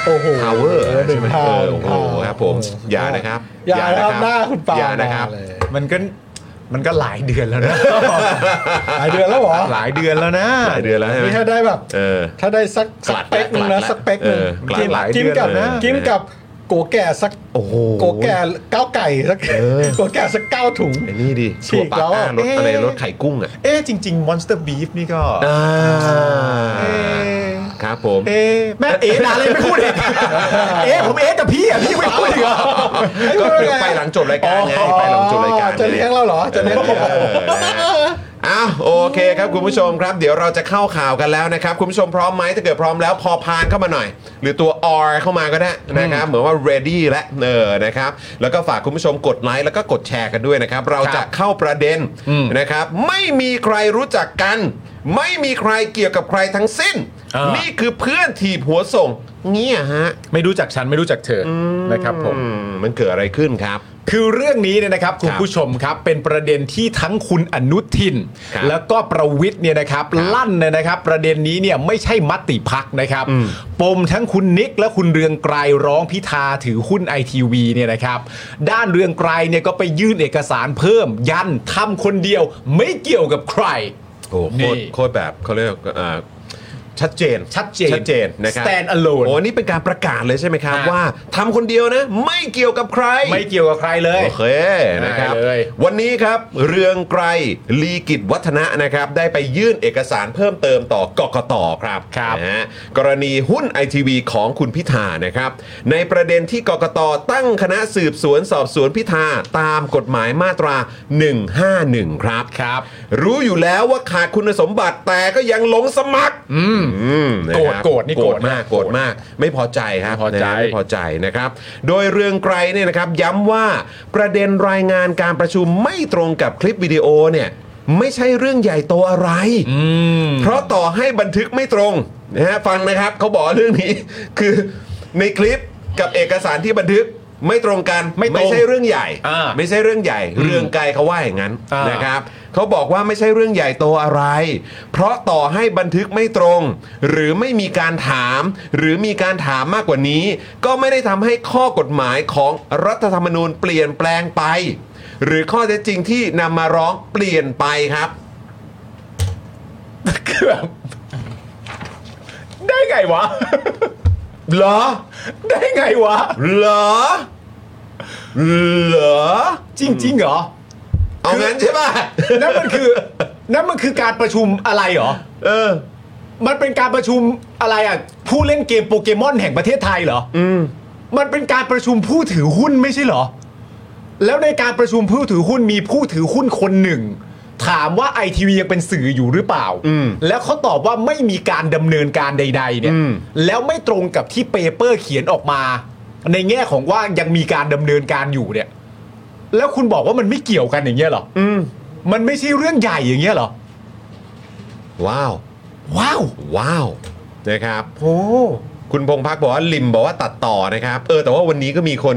S2: โอ้โห
S1: ทาวเวอร์
S2: หนึ่
S1: ใช่
S2: ง
S1: ไหม
S2: ทา
S1: เอ
S2: ว
S1: อโอ้โหครับผม
S2: โโห
S1: อย่านะครับ
S2: อย่านะครับหน้าคุณปาล์ม
S1: อย่านะครับ
S2: เลย
S3: มันก็มันก็หลายเดือนแล้วนะ
S2: หลายเดือนแล้วเหรอ
S3: หลายเดือนแล้วนะ
S1: หลายเดือนแล้วใช่ไหม
S2: นี่ถ้าได้แบบ
S1: เออ
S2: ถ้าได้สัก
S1: ก
S2: สั
S1: ลั
S2: ก
S1: ด
S2: เป๊กหนึ่ง
S1: ละ
S2: นะสักเป๊กหนึ่ง
S1: เออกลัดละ
S2: กินกับ
S3: หลายเดือนเลย
S2: กินกับโกแก่สัก
S1: โอ้โห
S2: โกแก่เก้าไก่สัก
S1: อ
S2: โกแก่สักเก้าถุง
S1: ไอ้นี่ดิ
S2: ฉี
S1: ถั่ว
S2: ก
S1: ปาก
S2: แล้ว
S1: หน้า
S2: อ่ะ
S1: รถอะไรรถไข่กุ้งอ่ะ
S3: เอ๊ะจริง ๆ Monster Beef นี่ก็
S1: อ่า
S3: เอ๊ะ
S1: ครับผม
S3: เอ๊ะแม่เอ๊ะด่าเลยไม่พูดเองเอ๊ะผมเอ๊ะกับพี่อ่ะพี่ไม่พูดอีกเหรอ
S1: ก็เดี๋ยวไปหลังจบรายการไงไปหลังจบรายการ
S2: อ๋อจะเลี้ยงเราเหรอจะเลี้ยงเราเหรอ
S1: อ้าวโอเคครับคุณผู้ชมครับเดี๋ยวเราจะเข้าข่าวกันแล้วนะครับ คุณผู้ชมพร้อมไหมถ้าเกิดพร้อมแล้วพอพานเข้ามาหน่อย หรือตัว R เข้ามาก็ได้นะครับ เหมือนว่า ready และเออนะครับ แล้วก็ฝากคุณผู้ชมกดไลค์แล้วก็กดแชร์กันด้วยนะครับ เรา
S3: ครับ
S1: จะเข้าประเด็นนะครับ ไม่มีใครรู้จักกัน ไม่มีใครเกี่ยวกับใครทั้งสิ้น นี่คือเพื่อนถีบหัวส่งเงี้ยฮะ
S3: ไม่รู้จักฉันไม่รู้จักเธออนะครับผม
S1: อืมมันเกิดอะไรขึ้นครับ
S3: คือเรื่องนี้เนี่ยนะครับคุณ
S1: ครับ
S3: ผู้ชมครับเป็นประเด็นที่ทั้งคุณอนุทิน
S1: ครับ
S3: แล้วก็ประวิทย์เนี่ยนะครับ
S1: ครับ
S3: ลั่นเลยนะครับ ประเด็นนี้เนี่ยไม่ใช่มติพักนะครับ ปมทั้งคุณนิกและคุณเรืองไกรร้องพิธาถือหุ้นไอทีวีเนี่ยนะครับ ด้านเรืองไกรเนี่ยก็ไปยื่นเอกสารเพิ่ม ยันทำคนเดียวไม่เกี่ยวกับใคร
S1: โอ้โหโคตร
S3: นี่
S1: โคตรแบบเขาเรียกว่าเอ่อชัดเจน
S3: ชัดเจน
S1: ชัดเจนนะครับ
S3: Stand alone
S1: โอ้นี่เป็นการประกาศเลยใช่ไหมครับ
S3: ฮะ
S1: ว่าทำคนเดียวนะ ไม่เกี่ยวกับใคร
S3: ไม่เกี่ยวกับใครเลย
S1: โอเคนะครับ
S3: ได้เลย
S1: วันนี้ครับเรืองไกรลีกิจวัฒนะนะครับ ได้ไปยื่นเอกสารเพิ่มเติมต่อกกตครับนะฮะกรณีหุ้นไอทีวีของคุณพิธานะครับ ในประเด็นที่กกตตั้งคณะสืบสวนสอบสวนพิธาตามกฎหมายมาตรา 151 ครับ
S3: ครับ
S1: รู้อยู่แล้วว่าขาดคุณสมบัติแต่ก็ยังลงสมัคร อืมนะคบ
S3: โกรธโกรธนี่
S1: โก
S3: โก
S1: ร
S3: ร
S1: ธมาม
S3: ธาก ก
S1: โกรธมาก ไม่พอใจครับ
S3: ไม่พอใจ
S1: นะไม่พอใจนะครับ โดยเรืองไกรเนี่ยนะครับย้ำว่าประเด็นรายงานการประชุมไม่ตรงกับคลิปวิดีโอเนี่ยไม่ใช่เรื่องใหญ่โตอะไร เพราะต่อให้บันทึกไม่ตรง นะฮะฟังนะครับเขาบอกว่าเรื่องนี้ คือในคลิปกับเอกสารที่บันทึก ไม่ตรงกัน
S3: ไม่ตรง
S1: ใช่เรื่องใหญ่
S3: อ่า
S1: ไม่ใช่เรื่องใหญ่ เรื่องไกลเขาว่าอย่างนั้น
S3: อ่าน
S1: นะครับเขาบอกว่าไม่ใช่เรื่องใหญ่โตอะไร เพราะต่อให้บันทึกไม่ตรง หรือไม่มีการถาม หรือมีการถามมากกว่านี้ ก็ไม่ได้ทำให้ข้อกฎหมายของรัฐธรรมนูญเปลี่ยนแปลงไป หรือข้อเท็จจริงที่นำมาร้องเปลี่ยนไปครับ
S3: คือแบบได้ไงวะ
S1: เหรอ
S3: ได้ไงวะ
S1: เหรอ เหรอ
S3: จริงๆเหรอ
S1: เอางั้นใช่ป่ะ
S3: นั่นมันคือ นั่นมันคือการประชุมอะไรเหรอ
S1: เออ
S3: มันเป็นการประชุมอะไรอ่ะ ผู้เล่นเกมโปเกมอนแห่งประเทศไทยเหรอ
S1: อืม
S3: มันเป็นการประชุมผู้ถือหุ้นไม่ใช่เหรอ แล้วในการประชุมผู้ถือหุ้นมีผู้ถือหุ้นคนหนึ่ง ถามว่าไอทีวียังเป็นสื่ออยู่หรือเปล่า
S1: อืม
S3: แล้วเขาตอบว่าไม่มีการดำเนินการใด ๆ เนี่ย
S1: อืม
S3: แล้วไม่ตรงกับที่เปเปอร์เขียนออกมา ในแง่ของว่ายังมีการดำเนินการอยู่เนี่ย แล้วคุณบอกว่ามันไม่เกี่ยวกันอย่างเงี้ยเหรอ
S1: อืม
S3: มันไม่ใช่เรื่องใหญ่อย่างเงี้ยเหรอ
S1: ว้าว
S3: ว้าว
S1: ว้าว นะครับ
S3: โอ้
S1: คุณพงพักบอกว่าลิมบอกว่าตัดต่อนะครับ เออ แต่ว่าวันนี้ก็มีคน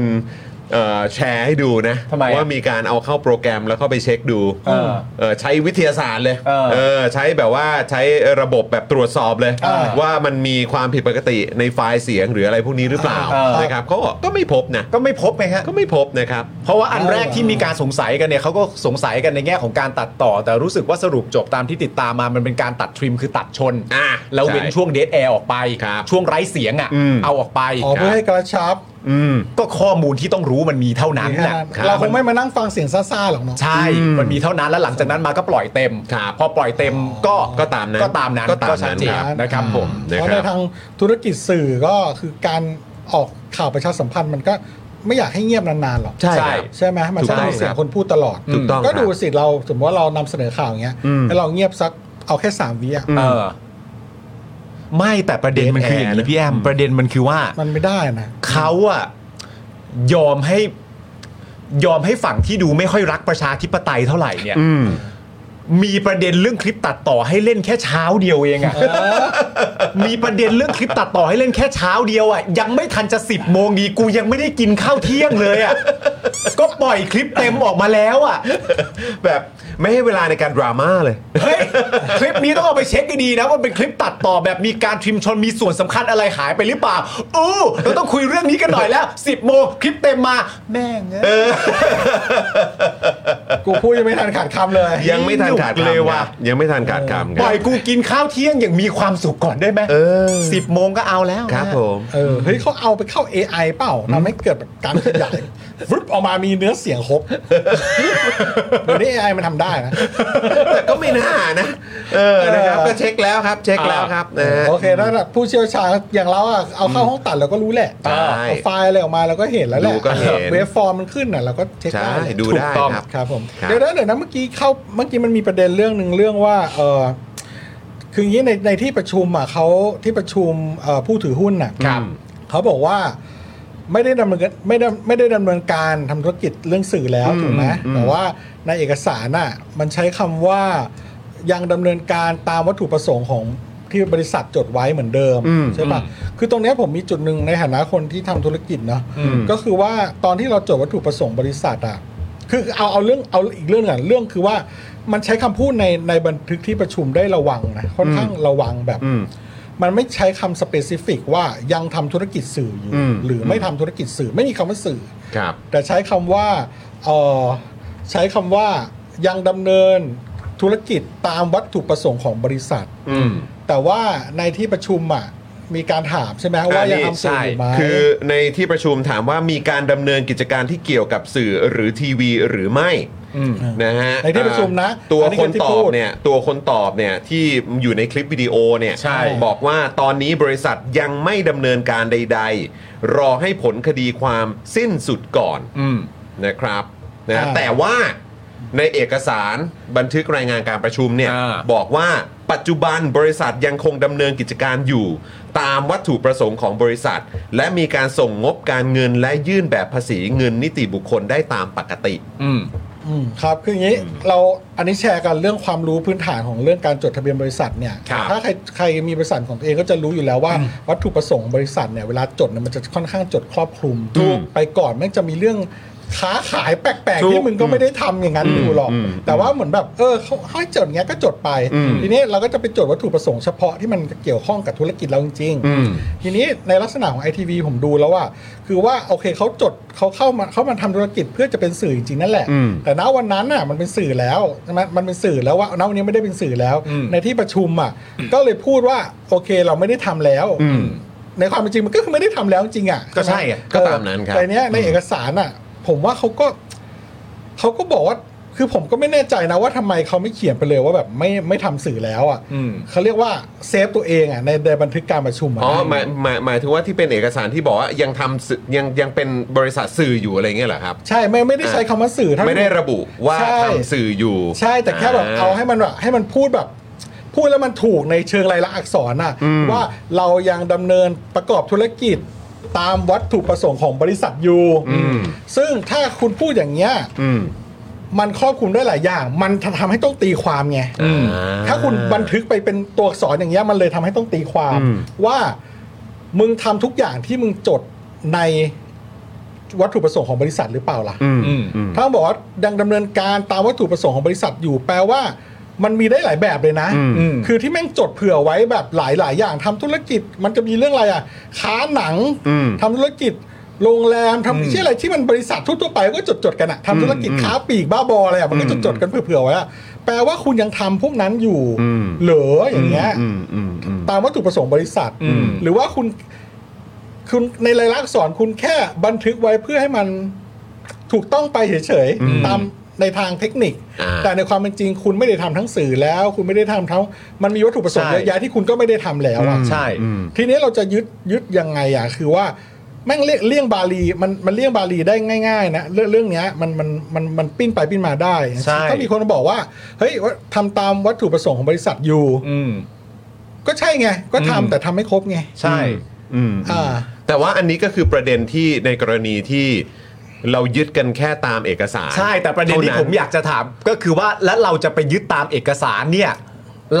S1: เอ่อแชร์ให้ดูนะ
S3: ทำไมอะ
S1: ว่ามีการเอาเข้าโปรแกรมแล้วเข้าไปเช็คดู
S3: เออ
S1: เออใช้วิทยาศาสตร์เลย
S3: เออ
S1: ใช้แบบว่าใช้ระบบแบบตรวจสอบเลย
S3: เออ
S1: ว่ามันมีความผิดปกติในไฟล์เสียงหรืออะไรพวกนี้หรือเปล่า
S3: เออ
S1: นะครับก็ก็ไม่พบนะ
S3: ก็ไม่พบไงฮะ
S1: ก็ไม่พบนะครับ
S3: เพราะว่าอันแรกที่มีการสงสัยกันเนี่ยเขาก็สงสัยกันในแง่ของการตัดต่อ แต่รู้สึกว่าสรุปจบตามที่ติดตามมามันเป็นการตัดทริมคือตัดชน
S1: อ่ะ
S3: แล้วเว้น
S1: ใช่
S3: ช่วงเดทแอร์ออกไป
S1: ครับ
S3: ช่วงไร้เสียงอ่ะ
S1: อืม
S3: เอาออกไป
S2: อ๋อเพื่อให้กระชับ
S1: อืม
S3: ก็ข้อมูลที่ต้องรู้มันมีเท่านั้น
S2: แค่
S3: นะ
S2: นั้น
S1: ครับ
S2: เราคงไม่มานั่งฟังเสียงซ่าๆหรอกเนาะ
S3: ใช่
S1: อืม
S3: มันมีเท่านั้นแล้วหลังจากนั้นมาก็ปล่อยเต็ม
S1: ครับ
S3: พอปล่อยเต็มก็
S1: ก็ตามนั้น
S3: ก็ตามนั้น
S1: ก็ตามนั้น
S3: ชัดเจน
S1: ครับ
S3: นะครับผม
S1: นะค
S2: เพ
S1: รับ
S2: ราะในทางธุรกิจสื่อก็คือการออกข่าวประชาสัมพันธ์มันก็ไม่อยากให้เงียบนานๆหรอก
S1: ใช่
S3: ใช่
S1: ครับ
S2: ใช่ไหมมัน
S1: ถูกต้อง
S2: ต้องมีเสียงคนพูดตลอด
S1: ถูกต้อง
S2: ก็ดู
S1: ครับ
S2: สิเราสมมติว่าเรานำเสนอข่าวอย่างเงี้ย
S1: อืม
S2: แล้วเราเงียบสักเอาแค่สามวิอ่ะ
S1: อืม
S3: เออ ไม่แต่ประเด็นมันคืออย่างนี้พี่แอมประเด็นมันคือว่า
S2: มันไม่ได้นะ
S3: เขาอะยอมให้ยอมให้ฝั่งที่ดูไม่ค่อยรักประชาธิปไตยเท่าไหร่เนี่ย
S1: อืม
S3: มีประเด็นเรื่องคลิปตัดต่อให้เล่นแค่เช้าเดียวเองอะมีประเด็นเรื่องคลิปตัดต่อให้เล่นแค่เช้าเดียวอะยังไม่ทันจะสิบโมงดีกูยังไม่ได้กินข้าวเที่ยงเลยอะก็ปล่อยคลิปเต็มออกมาแล้วอะ
S1: แบบไม่ให้เวลาในการดราม่าเลย
S3: เฮ้ยคลิปนี้ต้องเอาไปเช็คดีๆนะว่าเป็นคลิปตัดต่อแบบมีการทริมชนมีส่วนสำคัญอะไรหายไปหรือเปล่าอู้เราต้องคุยเรื่องนี้กันหน่อยแล้วสิบโมงคลิปเต็มมาแม่งเอ้ย
S2: กูพูดยังไม่ทันขาดคำเลย
S1: ยังไม่ทันขาด
S3: เลย
S1: คำ
S3: ว่ะ
S1: ครับยังไม่ทันขาดคำค
S3: ปล่
S1: รั
S3: อบ ยกูกินข้าวเที่ยงอย่างมีความสุขก่อนได้ไหม
S1: เออ
S3: สิบโมงก็เอาแล้ว
S1: ครับ
S3: นะ
S1: ผม
S2: เออเฮ้ยเขาเอาไปเข้า AI เปล่าทำให้เกิดแบบการขย ายวึบออกมามีเนื้อเสียงครบ เดี๋ยวนี้ AI มันทำได้นะ
S1: แต่ก็ไม่น่านะ เออนะครับ
S2: เออ
S1: ก็เช็คแล้วครับ เช็คแล้วครับนะฮะ
S2: โอเคแล้วแบบผู้เชี่ยวชาญอย่างเราอะเอาเข้าห้องตัดเราก็รู้แหละ
S1: ใช่
S2: เอาไฟล์อะไรออกมาเราก็เห็นแล้วแหละ
S1: ดูก็เห็น
S2: เวฟฟอร์มมันขึ้นน่ะเราก็เช็ค
S1: ใช่
S2: ได้
S1: ดู
S3: ถูก
S1: ได้
S3: ต้อง
S1: ครับ
S2: ครับผม
S1: ครับ
S2: เดี๋ยวนะเดี๋ยวนะเมื่อกี้เข้าเมื่อกี้มันมีประเด็นเรื่องหนึ่งเรื่องว่าเออคืออย่างนี้ในในที่ประชุมอะเขาที่ประชุมเอ่อผู้ถือหุ้นน่ะ
S3: ครับ
S2: เขาบอกว่าไม่ได้ดำเนินไม่ได้ไม่ได้ดำเนินการทำธุรกิจเรื่องสื่อแล้วถูกไหมแต่ว่าในเอกสารน่ะมันใช้คำว่ายังดำเนินการตามวัตถุประสงค์ของที่บริษัทจดไว้เหมือนเดิม
S1: อืม
S2: ใช่ปะคือตรงเนี้ยผมมีจุดหนึ่งในฐานะคนที่ทำธุรกิจเนาะ
S1: อืม
S2: ก็คือว่าตอนที่เราจดวัตถุประสงค์บริษัทอ่ะคือเอาเอาเรื่องเอาอีกเรื่องหนึ่งอะเรื่องคือว่ามันใช้คำพูดในในบันทึกที่ประชุมได้ระวังนะค่อนข้างระวังแบบ
S1: อืม
S2: มันไม่ใช้คำสเปซิฟิกว่ายังทำธุรกิจสื่ออยู่
S1: อืม
S2: หรือไม่ทำธุรกิจสื่อไม่มีคำว่าสื่อ
S1: ครับ
S2: แต่ใช้คำว่าเอ่อใช้คำว่ายังดำเนินธุรกิจตามวัตถุประสงค์ของบริษัท
S1: อืม
S2: แต่ว่าในที่ประชุมอ่ะมีการถามใช่ไหมว่ายังทำสื่ออยู่ไหม
S1: คือในที่ประชุมถามว่ามีการดำเนินกิจการที่เกี่ยวกับสื่อหรือทีวีหรือไม่นะฮะ
S2: ในที่ประชุมนะ
S1: เอ่อตัว
S2: อันนี้
S1: ค
S2: คื
S1: น
S2: อที่
S1: ตอ
S2: พู
S1: บ
S2: ด
S1: เนี่ยตัวคนตอบเนี่ยที่อยู่ในคลิปวิดีโอเนี่ย
S3: ใช่
S1: บอกว่าตอนนี้บริษัทยังไม่ดำเนินการใด ๆ รอให้ผลคดีความสิ้นสุดก่อน
S3: อืม
S1: นะครับนะ
S2: อ่า
S1: แต่ว่าในเอกสารบันทึกรายงานการประชุมเนี่ย
S3: อ่า
S1: บอกว่าปัจจุบันบริษัทยังคงดำเนินกิจการอยู่ ตามวัตถุประสงค์ของบริษัท และมีการส่งงบการเงินและยื่นแบบภาษีเงินนิติบุคคลได้ตามปกติ
S3: อืม
S2: ครับ คืออย่างนี้เราอันนี้แชร์กันเรื่องความรู้พื้นฐานของเรื่องการจดทะเบียนบริษัทเนี่ย
S1: ครับ
S2: ถ้าใครใครมีบริษัทของตัวเองก็จะรู้อยู่แล้วว่า วัตถุประสงค์ของบริษัทเนี่ยเวลาจดเนี่ยมันจะค่อนข้างจดครอบคลุม
S1: ถูก
S2: ไปก่อนแม่งจะมีเรื่องค้าขายแปลก
S1: ถู
S2: ๆ
S1: ก
S2: ที่มึงก็ไม่ได้ทำอย่างนั้น
S1: อืม
S2: อยู่หรอก
S1: อืม
S2: แต่ว่าเหมือนแบบเออเขาให้จดเงี้ยก็จดไป
S1: อืม
S2: ทีนี้เราก็จะไปจดวัตถุประสงค์เฉพาะที่มันเกี่ยวข้องกับธุรกิจเราจริงๆ
S1: อืม
S2: ทีนี้ในลักษณะของ ITV ผมดูแล้วว่า คือว่าโอเคเขาจดเขาเข้ามาเขามาทำธุรกิจเพื่อจะเป็นสื่อจริงๆนั่นแหละ
S1: อืม
S2: แต่ณวันนั้นน่ะมันเป็นสื่อแล้วใช่ไหมมันเป็นสื่อแล้วว่าณวันนี้ไม่ได้เป็นสื่อแล้ว
S1: อืม
S2: ในที่ประชุมอ่ะก็เลยพูดว่าโอเคเราไม่ได้ทำแล้ว
S1: อืม
S2: ในความเป็นจริงมันก็คือไม่ได้ทำแล้วจริงอ่ะ
S1: ก็ใช่
S2: ไหม
S1: อะก็ตามนั้นครับ
S2: แต่เนี้ยในเอกสารอ่ะ ผมว่าเขาก็เขาก็บอกว่าคือผมก็ไม่แน่ใจนะว่าทำไมเขาไม่เขียนไปเลยว่าแบบไม่ไม่ทำสื่อแล้วอ่ะ
S1: อืม
S2: เขาเรียกว่าเซฟตัวเองอ่ะในในบันทึกการประชุมะ
S1: อ๋อหมายหมายหมายถึงว่าที่เป็นเอกสารที่บอกว่ายังทำสื่อยังยังเป็นบริษัทสื่ออยู่อะไรเงี้ยเหรอครับ
S2: ใช่ไม่ไม่ได้ใช้คำว่าสื่อเท่านั้น
S1: ไม่ได้ระบุว่า
S2: ใช่
S1: ทำสื่ออยู่
S2: ใช่แต่แค่แบบเอาให้มันแบบให้มันพูดแบบ พูดแล้วมันถูกในเชิงรายละอักษรน่ะว่าเรายังดำเนินประกอบธุรกิจตามวัตถุประสงค์ของบริษัทอยู่ซึ่งถ้าคุณพูดอย่างเงี้ย
S1: อืม
S2: มันครอบคลุมได้หลายอย่าง มันทำให้ต้องตีความไง
S1: อ่
S2: ถ้าคุณบันทึกไปเป็นตัวอักษรอย่างเงี้ยมันเลยทำให้ต้องตีความ
S1: อืม
S2: ว่ามึงทำทุกอย่างที่มึงจดในวัตถุประสงค์ของบริษัทหรือเปล่าล่ะ
S1: อืมอืมอืม
S2: ถ้าบอกว่ายังดำเนินการตามวัตถุประสงค์ของบริษัทอยู่แปลว่า มันมีได้หลายแบบเลยนะ
S1: อืมอืม
S2: คือที่แม่งจดเผื่อไว้แบบหลายหลายๆอย่างทำธุรกิจ มันจะมีเรื่องอะไรอ่ะค้าหนัง
S1: อืม
S2: ทำธุรกิจ โรงแรมทำ
S1: อืม
S2: เช่ออะไรที่มันบริษัททั่วๆไปก็จดจดๆกันอะทำธุรกิจ
S1: อืม
S2: ค้าปลีกบ้าบออะไรอะมันก็
S1: อื
S2: จ
S1: ม
S2: ดจดๆกันเผื่อๆไว้อะแปลว่าคุณยังทำพวกนั้นอยู่
S1: อืม
S2: เหรออย่างเงี้ย
S1: อืมอืมอืม
S2: ตามวัตถุประสงค์บริษัท
S1: อืม
S2: หรือว่าคุณคุณในรายลักษณ์อักษรคุณแค่บันทึกไว้เพื่อให้มันถูกต้องไปเฉย
S1: อืม
S2: ๆตามในทางเทคนิค
S1: อ่า
S2: แต่ในความเป็นจริง คุณไม่ได้ทำทั้งสื่อแล้ว คุณไม่ได้ทำทั้งมันมีวัตถุประสงค์
S3: ใช่
S2: เยอะแยะที่คุณก็ไม่ได้ทำแล้วอะ
S3: ใช่
S1: อืม
S2: ทีนี้เราจะยึดยึดยังไงอะคือว่าแม่งเลี่ยงเลี่ยงบาลีมันมันเลี่ยงบาลีได้ง่ายๆนะเรื่องเรื่องเนี้ยมันมันมันมันปิ้นไปปิ้นมาได้
S3: ใช่
S2: ถ้ามีคนมาบอกว่าเฮ้ยว่าทำตามวัตถุประสงค์ของบริษัทอยู่
S3: อืม
S2: ก็ใช่ไง ก็ทำ
S3: อืม
S2: แต่ทำไม่ครบไง
S3: ใช่
S1: อืม
S2: อ่า
S1: แต่ว่าอันนี้ก็คือประเด็นที่ในกรณีที่เรายึดกันแค่ตามเอกสาร
S3: ใช่แต่ประเด็นที่
S1: ท่า
S3: ผมอยากจะถามก็คือว่าแล้วเราจะไปยึดตามเอกสารเนี่ย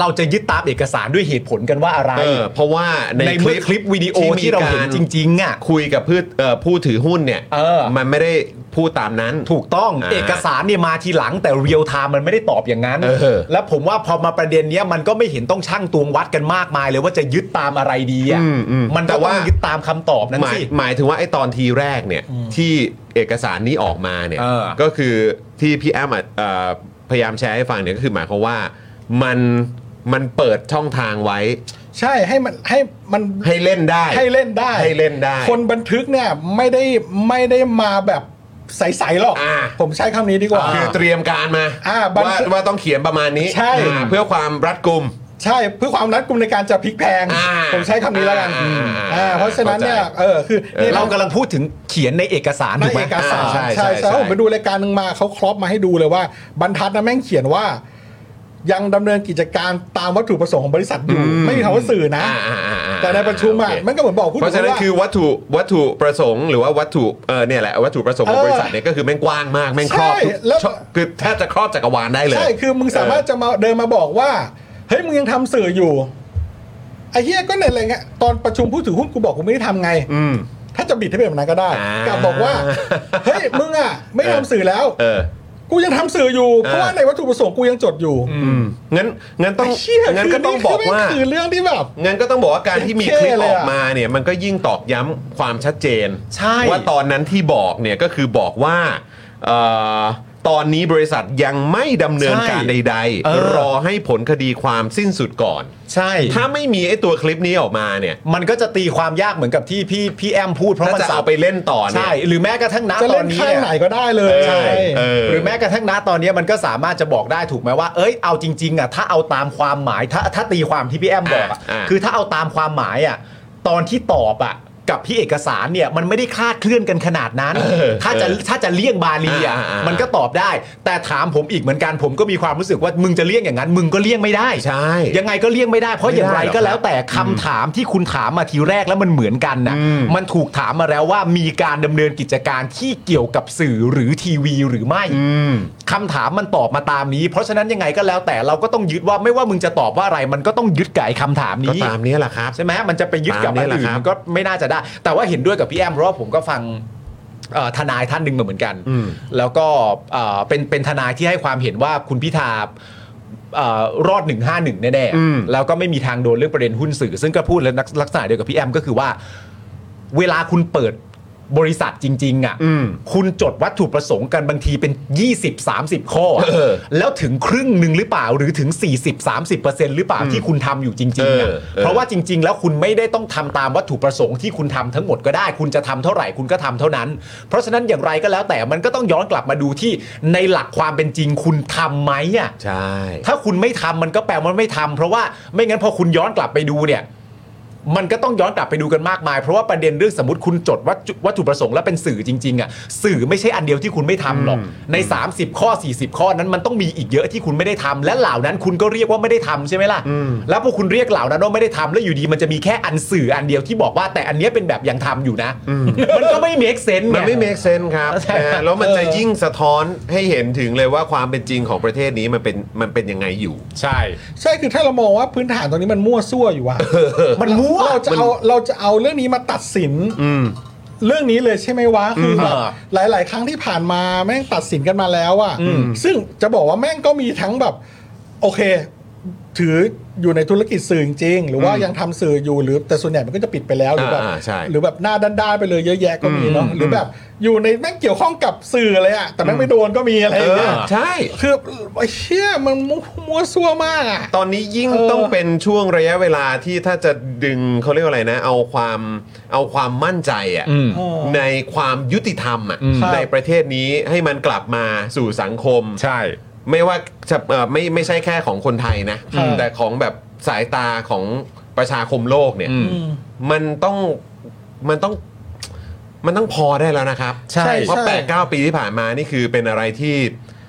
S3: เราจะยึดตามเอกสารด้วยเหตุผลกันว่าอะไร
S1: เออเพราะว่าใน
S3: ในเมื่อคลิปวิดีโอที่เราเห็นจริงๆอ่ะ
S1: คุยกับผู้เอ่อผู้ถือหุ้นเนี่ย
S3: เออ
S1: มันไม่ได้พูดตามนั้น
S3: ถูกต้อง
S1: อ่า
S3: เอกสารเนี่ยมาทีหลังแต่เรียลไทม์มันไม่ได้ตอบอย่างนั้น
S1: เออ
S3: แล้วผมว่าพอมาประเด็นเนี้ยมันก็ไม่เห็นต้องช่างตวงวัดกันมากมายเลยว่าจะยึดตามอะไรดีอ่ะ
S1: อืมอืม
S3: มัน
S1: แต่
S3: ก็ต้
S1: ว่า
S3: องยึดตามคำตอบนั้น
S1: หมาย
S3: สิ
S1: หมายถึงว่าไอ้ตอนทีแรกเนี่ยที่เอกสารนี้ออกมาเนี่ย
S3: เออ
S1: ก็คือที่พี่แอมอ่ะเอ่อพยายามแชร์ให้ฟังเนี่ยก็คือหมายความว่ามันมันเปิดช่องทางไว้
S2: ใช่ให้มันให้มัน
S1: ให้เล่นได้
S2: ให้เล่นได้
S1: ให้เล่นได้
S2: คนบันทึกเนี่ยไม่ได้ไม่ได้มาแบบใสๆหรอก
S1: อ่า
S2: ผมใช้คำนี้ดีกว่า
S1: คือเตรียมการมา
S2: อ่าบัน
S1: ว่า
S2: ทึก
S1: ว่าต้องเขียนประมาณนี้
S2: ใช่
S1: อ่าเพื่อความรัดกุม
S2: ใช่เพื่อความรัดกุมในการจะพลิกแพง
S1: อ่า
S2: ผมใช้คำนี้แล้วกัน
S1: อ่า
S2: อ่าเพราะฉะนั้นเนี่ย
S1: เข้าใจ
S2: เออคือนี่ย
S3: เรากำลังพูดถึงเขียนในเอกสาร
S2: ใน
S3: ถูกไหม
S2: เอกสาร
S1: อ่าใช่
S2: ใช่
S1: ใช่
S2: ใช่
S1: ใช่
S2: ผมไปดูรายการหนึ่งมาเขาครอปมาให้ดูเลยว่า บรรทัดนั้นแม่งเขียนว่า ยังดำเนินกิจการตามวัตถุประสงค์ของบริษัทอยู่ไม่มีคำว่าสื่อนะ
S1: อ่าอ่าอ่าอ่า
S2: แต่ในประชุมอ่ะ
S1: โเค
S2: มันก็เหมือนบอกผู้
S1: เพราะฉะนั้นคือวัตถุวัตถุประสงค์หรือว่าวัตถุเออเนี่ยแหละวัตถุประสงค์ของบริษัทเนี่ยก็คือแม่งกว้างมากแม่งครอบทุก
S2: ใช่แล้ว
S1: ช่องคือแทบจะครอบจักรวาลได้เลย
S2: ใช่ คือมึงสามารถจะมาเดินมาบอกว่า เฮ้ย มึงยังทำสื่ออยู่ ไอ้เฮียก็ในอะไรเงี้ยตอนประชุมผู้ถือหุ้นกูบอกกูไม่ได้ทำไง
S1: อืม
S2: ถ้าจะบิดให้เป็นแบบนั้นก็ได้
S1: อ่าก
S2: ลับบอกว่า เฮ้ย มึงอ่ะ ไม่
S1: เออ
S2: ทำสื่อแล้ว
S1: เออ
S2: กูยังทำสื่ออยู่
S1: เออ
S2: เพราะว่าในวัตถุประสงค์กูยังจดอยู่
S1: อืมงั้นงั้นต้อง
S2: ไอ้เชี่ย
S1: งั้นก็ต้องบอกว่า
S2: คืนี่คืแม่คือเรื่องที่แบบ
S1: งั้นก็ต้องบอกว่าการที่มีคลิปออกมาเนี่ยมันก็ยิ่งตอกย้ำความชัดเจน
S3: ใช่
S1: ว่าตอนนั้นที่บอกเนี่ยก็คือบอกว่าเอ่อตอนนี้บริษัทยังไม่ดำเนินการ
S3: ใช่
S1: ใด
S3: เออ
S1: ๆ รอให้ผลคดีความสิ้นสุดก่อน
S3: ใช่
S1: ถ้าไม่มีไอ้ตัวคลิปนี้ออกมาเนี่ย
S3: มันก็จะตีความยากเหมือนกับที่พี่พี่แอมพูดเพราะ
S1: ถ้า
S3: มัน
S1: จะ
S3: สา
S1: เอา
S3: ไป
S1: ไปเล่นต่อเนี่ย
S3: ใช่ หรือแม้กระทั่งณ
S2: จะ
S3: ตอ
S2: เล่
S3: น
S2: น
S3: นี้
S2: ข้าง
S3: เนี่ย
S2: ไหนก็ได้เลย
S1: ใช่เออ
S3: หรือแม้กระทั่งนะตอนนี้มันก็สามารถจะบอกได้ถูกไหมว่า เอ้ยเอาจริงๆอ่ะถ้าเอาตามความหมายถ้าถ้าตีความที่พี่แอมบอกอ่ะ
S1: อ่าอ่า
S3: คือถ้าเอาตามความหมายอ่ะตอนที่ตอบอ่ะ กับพี่เอกสารเนี่ยมันไม่ได้คลาดเคลื่อนกันขนาดนั้น ถ้าจะถ้าจะเลี่ยงบาลีอ่ะ
S1: อ่าอ่าอ่ามั
S3: มันก็ตอบได้ แต่ถามผมอีกเหมือนกันผมก็มีความรู้สึกว่ามึงจะเลี่ยงอย่างนั้น มึงก็เลี่ยงไม่ได้
S1: ใช่
S3: ยังไงก็เลี่ยงไม่ได้เพราะอย่างไรก็แล้วแต่คำถามที่คุณถามมาทีแรกแล้วมันเหมือนกันนะมันถูกถามมาแล้วว่ามีการดำเนินกิจการที่เกี่ยวกับสื่อหรือทีวีหรือไม่คำถามมันตอบมาตามนี้ เพราะฉะนั้นยังไงก็แล้วแต่เราก็ต้องยึดว่าไม่ว่ามึงจะตอบว่าอะไร มันก็ต้องยึดกับไอ้คำถาม
S1: ก็
S3: นี้
S1: ตามนี้แหละครับ
S3: ใช่ไหมมันจะไปยึดกับ
S1: ตามนี้
S3: อัน
S1: แหละ
S3: อื่น
S1: ครับ
S3: มันก็ไม่น่าจะได้ แต่ว่าเห็นด้วยกับพี่แอมเพราะว่าผมก็ฟังเอ่อทนายท่านหนึ่งมาเหมือนกัน
S1: อืม
S3: แล้วก็เอ่อเป็นเป็นทนายที่ให้ความเห็นว่าคุณพิธาเอ่อรอด 151 แน่
S1: อืม
S3: ๆ แล้วก็ไม่มีทางโดนเรื่องประเด็นหุ้นสื่อ ซึ่งก็พูดแล้วลักษณะเดียวกับพี่แอมก็คือว่า เวลาคุณเปิดบริษัทจริง ๆ อ่ะ
S1: อืม
S3: คุณจดวัตถุประสงค์กันบางทีเป็น 20-30 ข้ออะ
S1: เออ
S3: แล้วถึงครึ่งหนึ่งหรือเปล่าหรือถึง 40-30%หรือเปล่าที่คุณทำอยู่จริงๆอะ
S1: เออเออ
S3: เพราะว่าจริง ๆ แล้วคุณไม่ได้ต้องทำตามวัตถุประสงค์ที่คุณทำทั้งหมดก็ได้ คุณจะทำเท่าไหร่คุณก็ทำเท่านั้น เพราะฉะนั้นอย่างไรก็แล้วแต่มันก็ต้องย้อนกลับมาดูที่ในหลักความเป็นจริงคุณทำไหมอ่ะ
S1: ใช่
S3: ถ้าคุณไม่ทำมันก็แปลว่าไม่ทำเพราะว่าไม่งั้นพอคุณย้อนกลับไปดูเนี่ย มันก็ต้องย้อนกลับไปดูกันมากมาย เพราะว่าประเด็นเรื่องสมมติคุณจดวัตถุวัตถุประสงค์และเป็นสื่อจริงๆอ่ะสื่อไม่ใช่อันเดียวที่คุณไม่ทำหรอก ใน 30 ข้อ 40 ข้อนั้นมันต้องมีอีกเยอะที่คุณไม่ได้ทำและเหล่านั้นคุณก็เรียกว่าไม่ได้ทำใช่ไหมล่ะแล้วพอคุณเรียกเหล่านั้นว่าไม่ได้ทำแล้วอยู่ดีมันจะมีแค่อันสื่ออันเดียวที่บอกว่าแต่อันเนี้ยเป็นแบบยังทำอยู่นะมันก็ไม่ make sense
S1: มันไม่
S3: ไง
S1: make sense ครับ
S3: ใช่
S1: นะฮะแล้วมันจะยิ่งสะท้อนให้เห็นถึงเลยว่าความเป็นจริงของประเทศนี้มันเป็นมันเป็นยังไงอยู่
S3: ใช่
S2: ใช่คือถ้าเรามองว่าพื้นฐานตรงนี้มันมั่วซั่วอยู่อะ
S3: มันมั่ว
S2: เราจะเอาเราจะเอาเรื่องนี้มาตัดสินเรื่องนี้เลยใช่ไหมวะคือแบบ
S3: เออ
S2: หลาย ๆ ครั้งที่ผ่านมาแม่งตัดสินกันมาแล้วอะซึ่งจะบอกว่าแม่งก็มีทั้งแบบ โอเค ถืออยู่ในธุรกิจสื่อจริงๆหรือว่ายังทำสื่ออยู่หรือแต่ส่วนใหญ่มันก็จะปิดไปแล้วหรือแบบ
S1: อ่าอ่าใช่
S2: หรือแบบหน้าด้านๆไปเลยเยอะแยะก็มีเนาะหรือแบบ อยู่ในแม่งเกี่ยวข้องกับสื่อเลยอะแต่แม่งไม่โดนก็มีอะไรอย่างเงี้ย
S1: ใช่
S2: คือไอ้เชี่ยมันมั่วซั่วมากอะ
S1: ตอนนี้ยิ่ง
S2: เออ
S1: ต้องเป็นช่วงระยะเวลาที่ถ้าจะดึงเขาเรียกว่าอะไรนะ เอาความเอาความมั่นใจอ่ะ
S2: เออ
S1: ในความยุติธรรมอ่ะ
S2: ครับ
S1: ในประเทศนี้ให้มันกลับมาสู่สังคม
S3: ใช่
S1: ไม่ว่าจะเอ่อไม่ไม่ใช่แค่ของคนไทยนะ
S2: อืม
S1: แต่ของแบบสายตาของประชาคมโลกเนี่ย
S3: อืม
S2: อืม
S1: มันต้องมันต้องมันต้องพอได้แล้วนะครับ
S3: ใช่
S1: เพราะ
S2: ใช่
S1: แปดเก้าปีที่ผ่านมานี่คือเป็นอะไรที่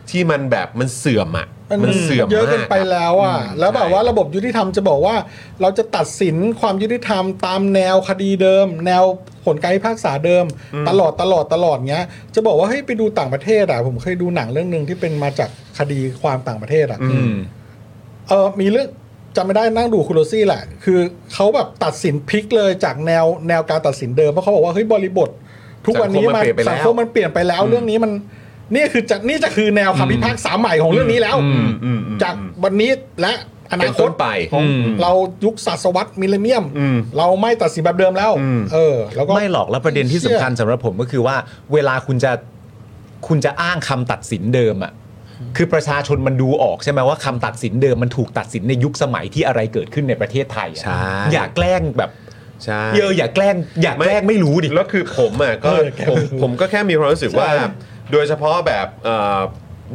S1: ที่มันแบบมันเสื่อมอ่ะมันเสื่อม
S2: เยอะเกิ
S1: มาน ก
S2: ไปแล้วอ่ะ แล้วแบบว่าระบบยุติธรรมจะบอกว่า เราจะตัดสินความยุติธรรมตามแนวคดีเดิม แนวผลการพิพากษาเดิม ตลอดตลอดตลอดเงี้ย จะบอกว่าเฮ้ยไปดูต่างประเทศอ่ะ ผมเคยดูหนังเรื่องหนึ่งที่เป็นมาจากคดีความต่างประเทศอ่ะ
S1: อืม
S2: เออมีเรื่องจำไม่ได้นั่งดูคุโรซี่แหละ คือเขาแบบตัดสินพลิกเลยจากแนวแนวการตัดสินเดิม เพราะเขาบอกว่าเฮ้ยบริบท ทุกวันนี้
S1: สังคมมันเปลี่ยนไปแล้ว
S2: สังคมมันเปลี่ยนไปแล้วเรื่องนี้มันนี่คือจะนี่จะคือแนวคำพิพากษาใหม่ของเรื่องนี้แล้ว
S1: อืมอืมอืม
S2: จากวันนี้และอนา
S1: เป็น
S2: ค
S1: ต้
S2: ต
S1: นไป
S2: ของ
S3: อืม
S2: เรายุคศตวรรษมิลเลนเนียม
S1: อืม
S2: เราไม่ตัดสินแบบเดิมแล้ว
S1: อืม
S2: เออ แล้วก็
S3: ไม่หรอกแล้วประเด็นที่สำคัญสำหรับผมก็คือว่า เวลาคุณจะคุณจะอ้างคำตัดสินเดิมอะคือประชาชนมันดูออกใช่ไหมว่าคำตัดสินเดิมมันถูกตัดสินในยุคสมัยที่อะไรเกิดขึ้นในประเทศไทยอะ
S1: ใช่
S3: อย่าแกล้งแบบ
S1: ใช่
S3: เยอะอย่าแกล้ง อย่าแกล้งไม่รู้ดิ
S1: แล้วคือผมอ่ะก็
S2: เออแก
S1: ผม
S2: ไม่รู้
S1: ผมก็แค่มีความรู้สึกว่า
S2: ใช่
S1: โดยเฉพาะแบบเอ่อ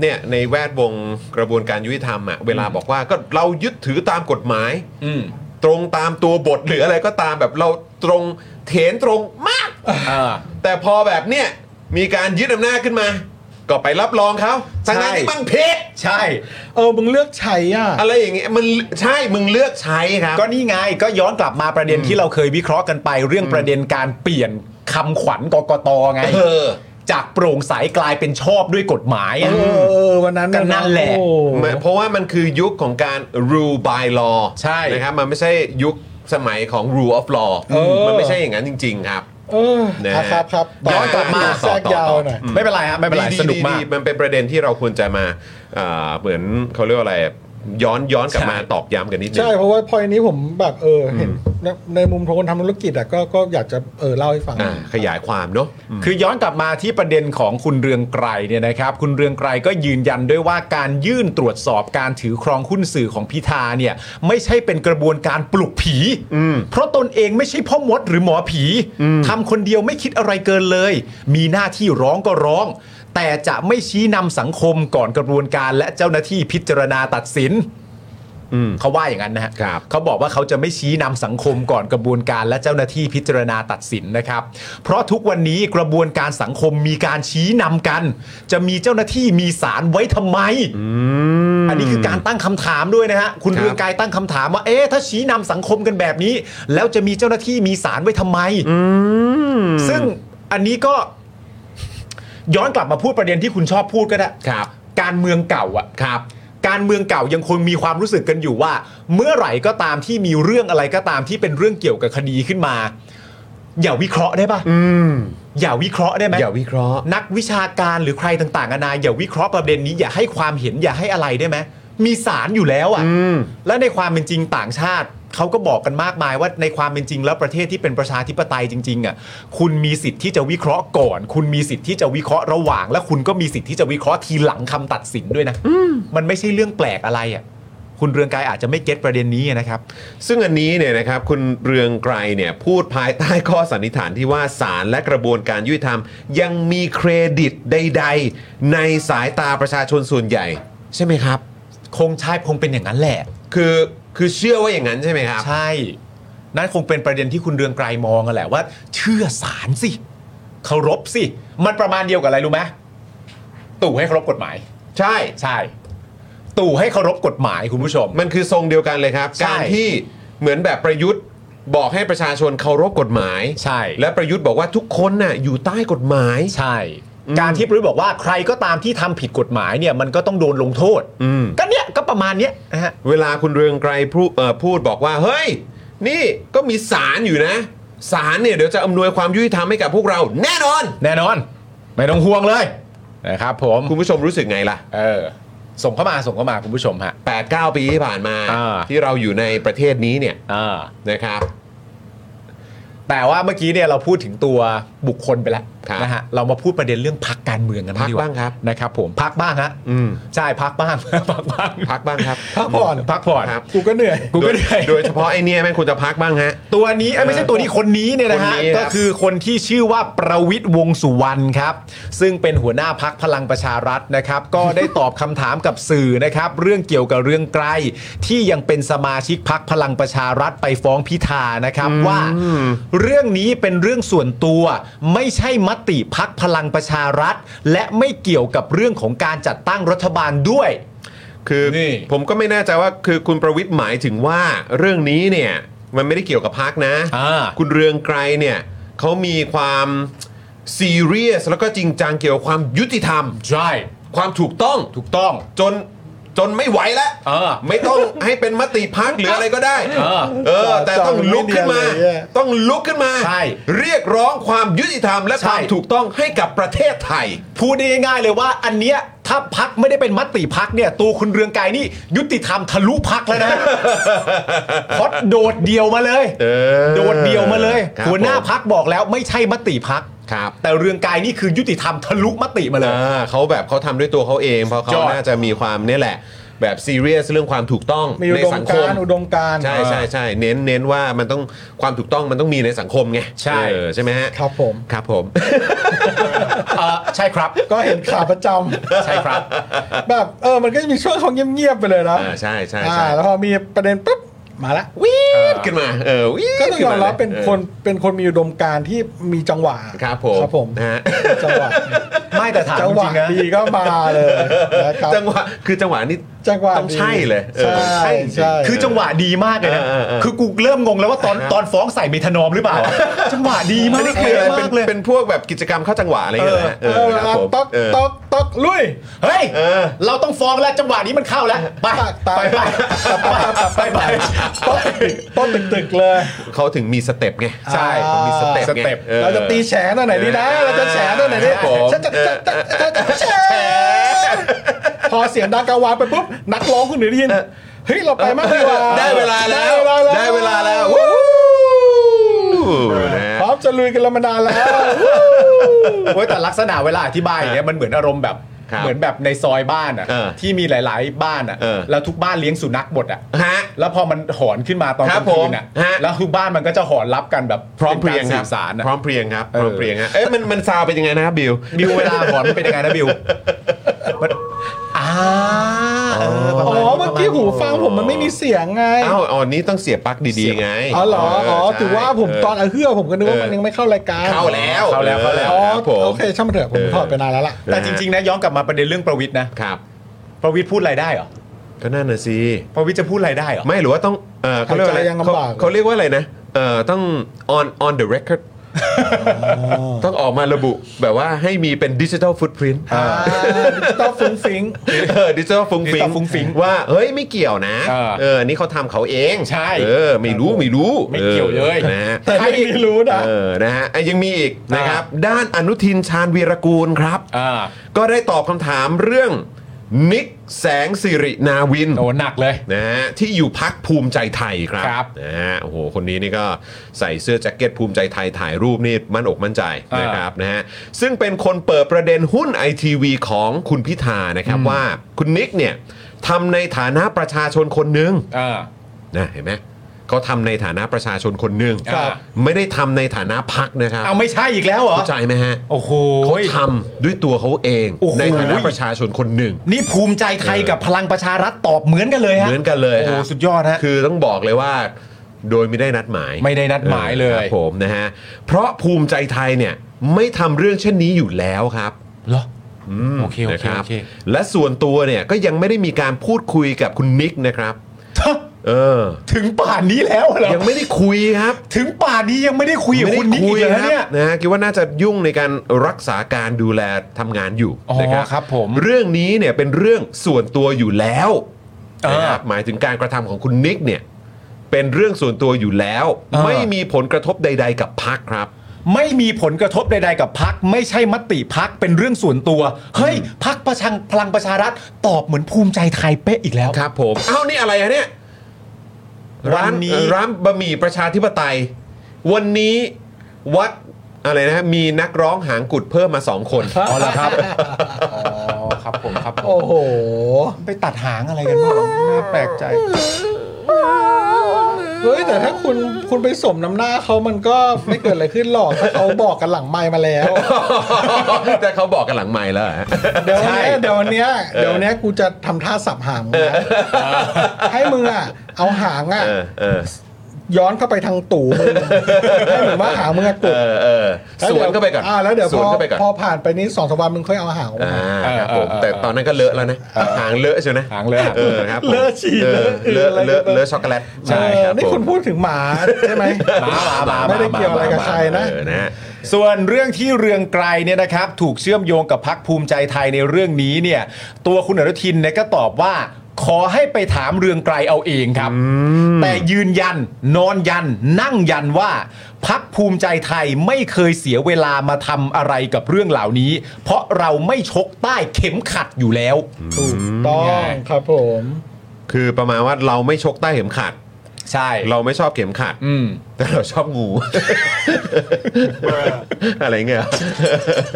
S1: เนี่ยในแวดวงกระบวนการยุติธรรมอ่ะเวลาบอกว่าก็เรายึดถือตามกฎหมาย
S3: อืม
S1: ตรงตามตัวบทหรืออะไรก็ตามแบบเราตรงเถนตรงมาก
S3: อ่า
S1: แต่พอแบบเนี่ยมีการยึดอำนาจขึ้นมา ก็ไปรับรองเขา
S3: ใช่
S1: ทั้งนั้นที่มันเพช
S3: ใช่
S2: เออมึงเลือกใช้อ่ะ
S1: อะไรอย่างเงี้ยมันใช่มึงเลือกใช้ครับ
S3: ก็นี่ไงก็ย้อนกลับมาประเด็นที่เราเคยวิเคราะห์กันไป เรื่องประเด็นการเปลี่ยนคำขวัญกกตไง
S1: เออ
S3: จากโปร่งใสกลายเป็นชอบด้วยกฎหมายอะ
S2: เออเออวันนั้น
S3: ก็นั่นแหละ
S2: โอ้
S1: มันเพราะว่ามันคือยุคของการ rule by law
S3: ใช่
S1: นะครับมันไม่ใช่ยุคสมัยของ rule of law
S2: เออ
S1: มันไม่ใช่อย่างนั้นจริง ๆ ครับ
S2: เออ
S1: นะ
S2: อ่ะครับครับ
S1: ย้อนกลับมา
S2: แทรกยาวหน่อย
S3: ไม่เป็นไรครับไม่เป็นไร
S1: ดีๆ
S3: สนุกมาก
S1: ดีๆมันเป็นประเด็นที่เราควรจะมาเอ่อเหมือนเขาเรียกว่าอะไร ย้อนย้อนกลับมา
S3: ใช่
S1: ตอกย้ำกันนิดนึง
S2: ใช่เพราะว่าพอยนี้ผมแบบเออเห็นในในมุมของคนทำธุรกิจอ่ะก็ก็อยากจะเออเล่าให้ฟัง
S1: อ่าขยายความเนาะ
S3: คือย้อนกลับมาที่ประเด็นของคุณเรืองไกรเนี่ยนะครับ คุณเรืองไกรก็ยืนยันด้วยว่าการยื่นตรวจสอบการถือครองหุ้นสื่อของพิธาเนี่ยไม่ใช่เป็นกระบวนการปลุกผี เพราะตนเองไม่ใช่พ่อมดหรือหมอผีทำคนเดียวไม่คิดอะไรเกินเลย มีหน้าที่ร้องก็ร้อง แต่จะไม่ชี้นำสังคมก่อนกระบวนการและเจ้าหน้าที่พิจารณาตัดสิน
S1: อืม
S3: เขาว่าอย่างนั้นนะฮะ
S1: ครับ
S3: เขาบอกว่าเขาจะไม่ชี้นำสังคมก่อนกระบวนการและเจ้าหน้าที่พิจารณาตัดสินนะครับ เพราะทุกวันนี้กระบวนการสังคมมีการชี้นำกัน จะมีเจ้าหน้าที่มีศาลไว้ทำไม อันนี้คือการตั้งคำถามด้วยนะฮะ คุณ
S1: ครับ
S3: เรืองไกรตั้งคำถามว่าเอ๊ะถ้าชี้นำสังคมกันแบบนี้ แล้วจะมีเจ้าหน้าที่มีศาลไว้ทำไม ซึ่งอันนี้ก็ย้อนกลับมาพูดประเด็นที่คุณชอบพูดก็ได้
S1: ครับ
S3: การเมืองเก่าอะครับ การเมืองเก่ายังคงมีความรู้สึกกันอยู่ว่า เมื่อไหร่ก็ตามที่มีเรื่องอะไรก็ตามที่เป็นเรื่องเกี่ยวกับคดีขึ้นมา อย่าวิเคราะห์ได้ปะ
S1: อืม
S3: อย่าวิเคราะห์ได้ไหม
S1: อย่าวิเคราะห์
S3: นักวิชาการหรือใครต่างๆนานาอย่าวิเคราะห์ประเด็นนี้อย่าให้ความเห็นอย่าให้อะไรได้ไหมมีสารอยู่แล้วอะ
S1: อืม
S3: และในความเป็นจริงต่างชาติเขาก็บอกกันมากมายว่าในความเป็นจริงแล้วประเทศที่เป็นประชาธิปไตยจริงๆอ่ะคุณมีสิทธิ์ที่จะวิเคราะห์ก่อน คุณมีสิทธิ์ที่จะวิเคราะห์ระหว่าง และคุณก็มีสิทธิ์ที่จะวิเคราะห์ทีหลังคำตัดสินด้วยนะมันไม่ใช่เรื่องแปลกอะไรอ่ะคุณเรืองไกายอาจจะไม่เก็ตประเด็นนี้นะครับ
S1: ซึ่งอันนี้เนี่ยนะครับคุณเรืองไกรเนี่ยพูดภายใต้ข้อสันนิษฐานที่ว่าศาลและกระบวนการยุติธรรม ยังมีเครดิตใด ๆ ในสายตาประชาชนส่วนใหญ่ ใช่ไหมครับ
S3: คงใช่คงเป็นอย่างนั้นแหละ
S1: คือคือเชื่อว่าอย่างนั้นใช่ไหมครับ
S3: ใช่ นั่นคงเป็นประเด็นที่คุณเรืองไกรมองกันแหละว่า เชื่อสารสิเคารพสิมันประมาณเดียวกับอะไรรู้ไหมตู่ให้เคารพกฎหมาย
S1: ใช่
S3: ใช่ ตู่ให้เคารพกฎหมายคุณผู้ชม
S1: มันคือทรงเดียวกันเลยครับ
S3: ใช่
S1: การที่เหมือนแบบประยุทธ์บอกให้ประชาชนเคารพกฎหมาย
S3: ใช่
S1: และประยุทธ์บอกว่าทุกคนน่ะอยู่ใต้กฎหมาย
S3: ใช่ การที่ประยุทธ์บอกว่าใครก็ตามที่ทำผิดกฎหมายเนี่ยมันก็ต้องโดนลงโทษ
S1: อืม
S3: ก็เนี้ยก็ประมาณเนี้ยนะฮะ
S1: เวลาคุณเรืองไกรพูดเอ่อพูดบอกว่า เฮ้ย นี่ก็มีศาลอยู่นะศาลเนี่ยเดี๋ยวจะอำนวยความยุติธรรมให้กับพวกเรา แน่นอน
S3: แน่นอน ไม่ต้องห่วงเลยนะครับผม
S1: คุณผู้ชมรู้สึกไงล่ะ
S3: เออส่งเข้ามาส่งเข้ามาคุณผู้ชมฮะ
S1: 8-9 ปีที่ผ่านมา
S3: อ่า
S1: ที่เราอยู่ในประเทศนี้เนี่ย
S3: อ่า
S1: นะครับ
S3: แต่ว่าเมื่อกี้เนี่ยเราพูดถึงตัวบุคคลไปแล้ว
S1: ครับ
S3: นะฮะเรามาพูดประเด็นเรื่องพักการเมืองกัน
S1: พรรค
S3: ดีกว่า
S1: บ้างครับ
S3: นะครับ ผมพักบ้างฮะ
S1: อืม
S3: ใช่พักบ้าง พักบ้าง
S1: พักบ้างครับ
S3: พักผ่อนพักผ่อน
S1: ครับ
S3: กูก็เหนื่อยกูก็เหนื่อย
S1: โดโดยเฉพาะไอเนี่ยแม่งควรจะพักบ้างฮะ
S3: ตัวนี้เอ้ยไม่ใช่ตัวนี้คนนี้เนี่ยนะฮะ
S1: คนนี้ครับ
S3: ก็คือคนที่ชื่อว่าประวิทย์วงษ์สุวรรณครับ ซึ่งเป็นหัวหน้าพักพลังประชารัฐนะครับ ก็ได้ตอบคำถามกับสื่อนะครับ เรื่องเกี่ยวกับเรื่องไกล ที่ยังเป็นสมาชิกพักพลังประชารัฐไปฟ้องพิธานะครับว่า เรื่องนี้เป็นเรื่องส่วนตัว ไม่ใช่มติพักพลังประชารัฐ และไม่เกี่ยวกับเรื่องของการจัดตั้งรัฐบาลด้วย
S1: คือ
S3: นี่
S1: ผมก็ไม่แน่ใจว่าคือคุณประวิทย์หมายถึงว่าเรื่องนี้เนี่ยมันไม่ได้เกี่ยวกับพักนะ
S3: อ่า
S1: คุณเรืองไกรเนี่ยเขามีความซีเรียสแล้วก็จริงจังเกี่ยวกับความยุติธรรม
S3: ใช่
S1: ความถูกต้อง
S3: ถูกต้อง
S1: จนจนไม่ไหวแล้ว
S3: เออ
S1: ไม่ต้อง ให้เป็นมติพักหรืออะไรก็ได้
S3: เออ
S1: เออ แต่ต้องลุกขึ้นมา
S2: จอดไม่เนียนเลยอะ
S1: ต้องลุกขึ้นมา
S3: ใช่
S1: เรียกร้องความยุติธรรมและ
S3: ใช่
S1: ความถูกต้องให้กับประเทศไทย
S3: พูดได้ง่ายๆเลยว่าอันเนี้ยถ้าพักไม่ได้เป็นมติพักเนี่ยตัวคุณเรืองไกรนี่ยุติธรรมทะลุพักแล้วนะ เพราะโดดเดียวมาเลย
S1: อ
S3: โดดเดียวมาเลย
S1: ครับ
S3: หัวหน้า
S1: ผม
S3: พักบอกแล้วไม่ใช่มติพัก
S1: ครับ
S3: แต่เรืองไกรนี่คือยุติธรรมทะลุมติมาเลย
S1: อ่าเขาแบบเขาทำด้วยตัวเขาเองเพราะเขา
S3: ยอด
S1: น่าจะมีความเนี่ยแหละ แบบซีเรียสเรื่องความถูกต้อง
S2: มีอุ
S1: ใน
S2: ดม
S1: สังค
S2: การ
S1: ม
S2: ณ์อุดมการณ์
S1: ใช่ใช่ใช่เน้นเน้นว่ามันต้องความถูกต้องมันต้องมีในสังคมไง
S3: ใช่
S1: เออใช่ไหมฮะ
S2: ครับผม
S1: ครับผม
S3: เออใช่ครับ
S2: ก็เห็นข่าวประจำ
S3: ใช่ครับ
S2: แบบเออ มันก็จะมีช่วงของเงียบๆไปเลยนะ
S1: อ่าใช่ใช่ใช่
S2: อ่าแล้วพอมีประเด็นปุ๊บมาละ
S1: วีดขึ้นมาเออวีด
S2: ก็ต้องยอมรับเป็นคนเป็นคนมีอุดมการณ์ที่มีจังหวะ
S1: ครับผม
S2: ครับผม
S1: นะฮะ
S2: จังหวะ
S3: ไม่แต่ถาม
S2: จัง
S3: จ
S2: หวะ
S3: ริงๆนะ
S2: ดีก็มาเลยนะครับ
S1: จังหวะคือจังหวะนี้
S2: จังหวะ
S1: ต้องใช่
S2: ดี
S1: เลยเออ
S2: ใช่
S1: ใช่จริง
S2: ใช่
S3: คือจังหวะดีมากเลยนะ
S1: เออเออเออ
S3: คือกูเริ่มงงแล้วว่าตอนตอนฟ้องใส่เมทานอมหรือเปล่า จังหวะดีมากเลย
S1: อะไรเป็น
S3: มากเลย
S1: เป็นพวกแบบกิจกรรมเข้าจังหวะอะไรอย่างเงี้ยนะฮะ
S2: เอ
S1: เอ
S2: อ
S1: อครับผม
S2: ตอก
S1: เออ
S2: ตอกตอกลุย
S3: เฮ้ย
S1: เออ
S3: เราต้องฟ้องแล้วจังหวะนี้มันเข้าแล้วไป
S2: ตา
S3: ไป
S2: ย
S3: ไปไปไปไปไป
S2: ต้นตึกๆเลย
S1: เขาถึงมีสเต็ปไง
S3: ใช่
S1: เขามีสเต็ป
S3: สเต็
S1: ไง
S3: ป
S1: ออ
S2: เราจะตีแฉตอนไหนดีนะเราจะแฉตอนไหนดี
S1: ครับผม
S2: ฉันจะจะจะจะจะจะแฉพอเสียงดังกังวานไปปุ๊บนักร้องคนหนึ่งได้ยินเฮ้ยเราไปมากดีกว่า
S1: ได้เวลาแล้ว ได้
S2: ได้
S1: เว
S2: เว
S1: ลา
S2: ลา
S1: แล้
S2: แล้วว
S1: วู้ฮู้นะ
S2: พร้อมจะลุยกันแล้วมานานแล้ว
S3: เว้ยแต่ลักษณะเวลาอธิบายอย่างเงี้ยมันเหมือนอารมณ์แบบ
S1: ครับ
S3: เหมือนแบบในซอยบ้านอ่ะ
S1: เออ
S3: ที่มีหลาย ๆ บ้านอ่ะ
S1: เออ
S3: แล้วทุกบ้านเลี้ยงสุนัขหมดอ่ะ
S1: ฮะ
S3: แล้วพอมันหอนขึ้นมาตอน
S1: ค
S3: ก
S1: รั
S3: ลา
S1: บ
S3: งคืนอ่ะ
S1: ผมฮะ
S3: แล้วทุกบ้านมันก็จะหอนรับกันแบบ
S1: พร้อมเพรียง
S3: ป็น
S1: ค
S3: กา
S1: รับ
S3: สื่อสารอะ
S1: พร้อมเพรียงครับ
S3: เออ
S1: พร้อมเพรียงฮะเอ๊ะมันมันซาวเป็นยังไงนะครับบิว
S3: บิวเว ลาหอนมันเป็นยังไงนะบิวมันอ้าเออประมาณ
S2: อ๋อเมื่อกี้ ที่หูฟังผมมันไม่มีเสียงไง
S1: อ้าวอ๋อนี้ต้องเสียบปลั๊กดีๆไง
S2: อ๋อเหรอ อ๋อ
S1: ใช่
S2: ถือว่าผมตอนเอาเฮือผมก็นึกว่ามันยังไม่เข้ารายการ
S1: เข้าแล้ว
S3: เข้าแล้วเข้าแล้ว
S1: อ
S2: อ๋อ
S1: อครับผม
S2: โอเค ช่างมันเถอะ ผม
S1: เออ
S2: ถอดไปนานแล้วล่ะ
S3: แต่จริงๆนะย้อนกลับมาประเด็นเรื่องประวิทย์นะครับ ประวิทย์พูดอะไรได้เหรอ
S1: ก็นั่นน่ะสิ
S3: ประวิทย์จะพูดอะไรได้เหรอ
S1: ไม่หรือว่าต้องเออเขาเรียกว่าอะไร
S2: หายใจยังลำบาก
S1: เขาเขาเรียกว่าอะไรนะเออต้อง on on the record ต้องออกมาระบุแบบว่าให้มีเป็นดิจิทัลฟุตพิ้น
S2: ต้องฟุ้งฟิง
S1: เออดิจิทัลฟุ้งฟิ้
S3: digital ฟุ้งฟิ้ง
S1: ว่า เฮ้ย ไม่เกี่ยวนะ
S3: เออ
S1: เอออันนี้เขาทำเขาเอง
S3: ใช่
S1: เออ ไม่รู้ไม่รู้
S3: ไม่เกี่ยวเลย
S1: ออนะฮะ
S2: แต่ไม่มีรู้นะ
S1: เออ นะฮะอ่ะยังมีอีกนะครับ ด้านอนุทินชาญวีรกูลครับ
S3: อ่า
S1: ก็ได้ตอบคำถามเรื่องนิกแสงสิรินาวิน
S3: โอ้หนักเลย
S1: นะฮะที่อยู่พักภูมิใจไทยครับ
S3: ครับ
S1: นะฮะโอ้โห คนนี้นี่ก็ใส่เสื้อแจ็คเก็ตภูมิใจไทยถ่ายรูปนี่มั่นอกมั่นใจ
S3: อ่าน
S1: นะครับนะฮะซึ่งเป็นคนเปิดประเด็นหุ้นไอทีวีของคุณพิธานะครับว่าคุณนิกเนี่ยทำในฐานะประชาชนคนหนึ่ง
S3: อ่า
S1: นะเห็นไหมเขาทำในฐานะประชาชนคนหนึ่ง
S3: ครับ
S1: ไม่ได้ทำในฐานะพักนะครับ
S3: เอาไม่ใช่อีกแล้วเหรอ
S1: เข้าใจไหมฮะ
S3: โอ้โห
S1: เขาทำด้วยตัวเขาเอง
S3: โอ้โห
S1: ในฐานะประชาชนคนหนึ่ง
S3: นี่ภูมิใจไทย
S1: เออ
S3: กับพลังประชารัฐตอบเหมือนกันเลยฮะ
S1: เหมือนกันเลย
S3: โอ้โห
S1: ฮะ
S3: สุดยอดฮะ
S1: คือต้องบอกเลยว่า โดยไม่ได้นัดหมาย
S3: ไม่ได้นัดหมายเล
S1: ออค
S3: ย
S1: รับผมนะฮะเพราะภูมิใจไทยเนี่ยไม่ทำเรื่องเช่นนี้อยู่แล้วครับ
S3: เหรอ
S1: ม
S3: โอเคโอเค
S1: นะรับ
S3: โอเค
S1: และส่วนตัวเนี่ยก็ยังไม่ได้มีการพูดคุยกับคุณนิกนะครับเออ
S3: ถึงป่านนี้แล้วเหรอ
S1: ยังไม่ได้คุยครับ
S3: ถึงป่านนี้ยังไม่ได้คุยกับคุณนิกอีกเลยนะเนี่ย
S1: นะฮะคิดว่าน่าจะยุ่งในการรักษาการดูแลทำงานอยู่
S3: อ๋อ
S1: นะครับ
S3: ครับผม
S1: เรื่องนี้เนี่ยเป็นเรื่องส่วนตัวอยู่แล้ว
S3: เอ
S1: นะ
S3: อ
S1: ครับหมายถึงการกระทำของคุณนิกเนี่ยเป็นเรื่องส่วนตัวอยู่แล้ว
S3: เออ
S1: ไม่มีผลกระทบใด ๆ กับพักครับ
S3: ไม่มีผลกระทบใดๆกับพัก ไม่ใช่มติพักเป็นเรื่องส่วนตัว เฮ้ยพักประชังพลังประชารัฐตอบเหมือนภูมิใจไทยเป๊ะอีกแล้ว
S1: ครับผมเอ้านี่อะไรอะเนี่ยร้าน
S3: วันนี้
S1: ร้านบะหมี่ประชาธิปไตย วันนี้วัดอะไรนะฮะมีนักร้องหางกุดเพิ่มมาสองคน
S3: อ๋อเหรอครับอ๋อครับผมครับผม
S2: โอ้โห
S3: ไปตัดหางอะไรกันบ้างน่าแปลกใจ
S2: เฮ้ย แต่ถ้าคุณคุณไปสมน้ำหน้าเขามันก็ไม่เกิดอะไรขึ้นหรอกถ้าเขาบอกกันหลังไมค์มาแล้ว
S1: แต่เขาบอกกันหลังใหม่แล้วเหรอฮะ
S2: เดี๋ยววันเนี้ย
S3: ใช่
S2: เดี๋ยววันเนี้ยเดี๋ยววันเนี้ยกูจะทำท่าสับหางมึงนะให้มึงอ่ะ เอาหางอ่ะ
S1: เออเออ
S2: ย้อนเข้าไปทางตู่มึงให้เหมือนว่าหางมึงอะก
S1: เอ
S2: ด
S1: อเออ
S2: แล้
S1: ส
S2: ดี๋
S1: วย นเข้าไปก่อน
S2: อ่าแล้วเดี๋ยว
S1: ส
S2: พ
S1: วน
S2: อ
S1: เข้าไปก่อน
S2: พอผ่านไปนี้สองสามวันมึงค่อยเอาหางออก
S1: อ่า
S2: มา
S1: ครับผม
S3: เออเออ
S1: แต่ตอนนั้นก็เลอะแล้วนะหางเลอะใช่ไหม
S3: หางเลอะ
S1: เออครับผม
S2: เลอะฉี่
S1: เออเลอะ
S2: เล
S1: เล
S2: อะอะ
S1: อะ
S2: ไร
S1: เลอะช็อกโกแลต
S2: เออ
S1: รับ
S2: นี่
S1: ผม
S2: คุณพูดถึง หมาใช่ไหม
S3: หมาหมาหมาหา
S2: ไม่ได้เกี่ยวอะไรกับใครนะ
S1: เออนะฮะ
S3: ส่วนเรื่องที่เรืองไกรเนี่ยนะครับ ถูกเชื่อมโยงกับพักภูมิใจไทยในเรื่องนี้เนี่ย ตัวคุณอนุทินเนี่ยก็ตอบว่า ขอให้ไปถามเรืองไกรเอาเองครับ แต่ยืนยัน นอนยัน นั่งยันว่า พักภูมิใจไทยไม่เคยเสียเวลามาทำอะไรกับเรื่องเหล่านี้ เพราะเราไม่ชกใต้เข็มขัดอยู่แล้ว
S2: ถูกต้องครับผม
S1: คือประมาณว่าเราไม่ชกใต้เข็มขัด
S3: ใช่
S1: เราไม่ชอบเข็มขัด
S3: อืม
S1: แต่เราชอบงู อะไรเงี้ย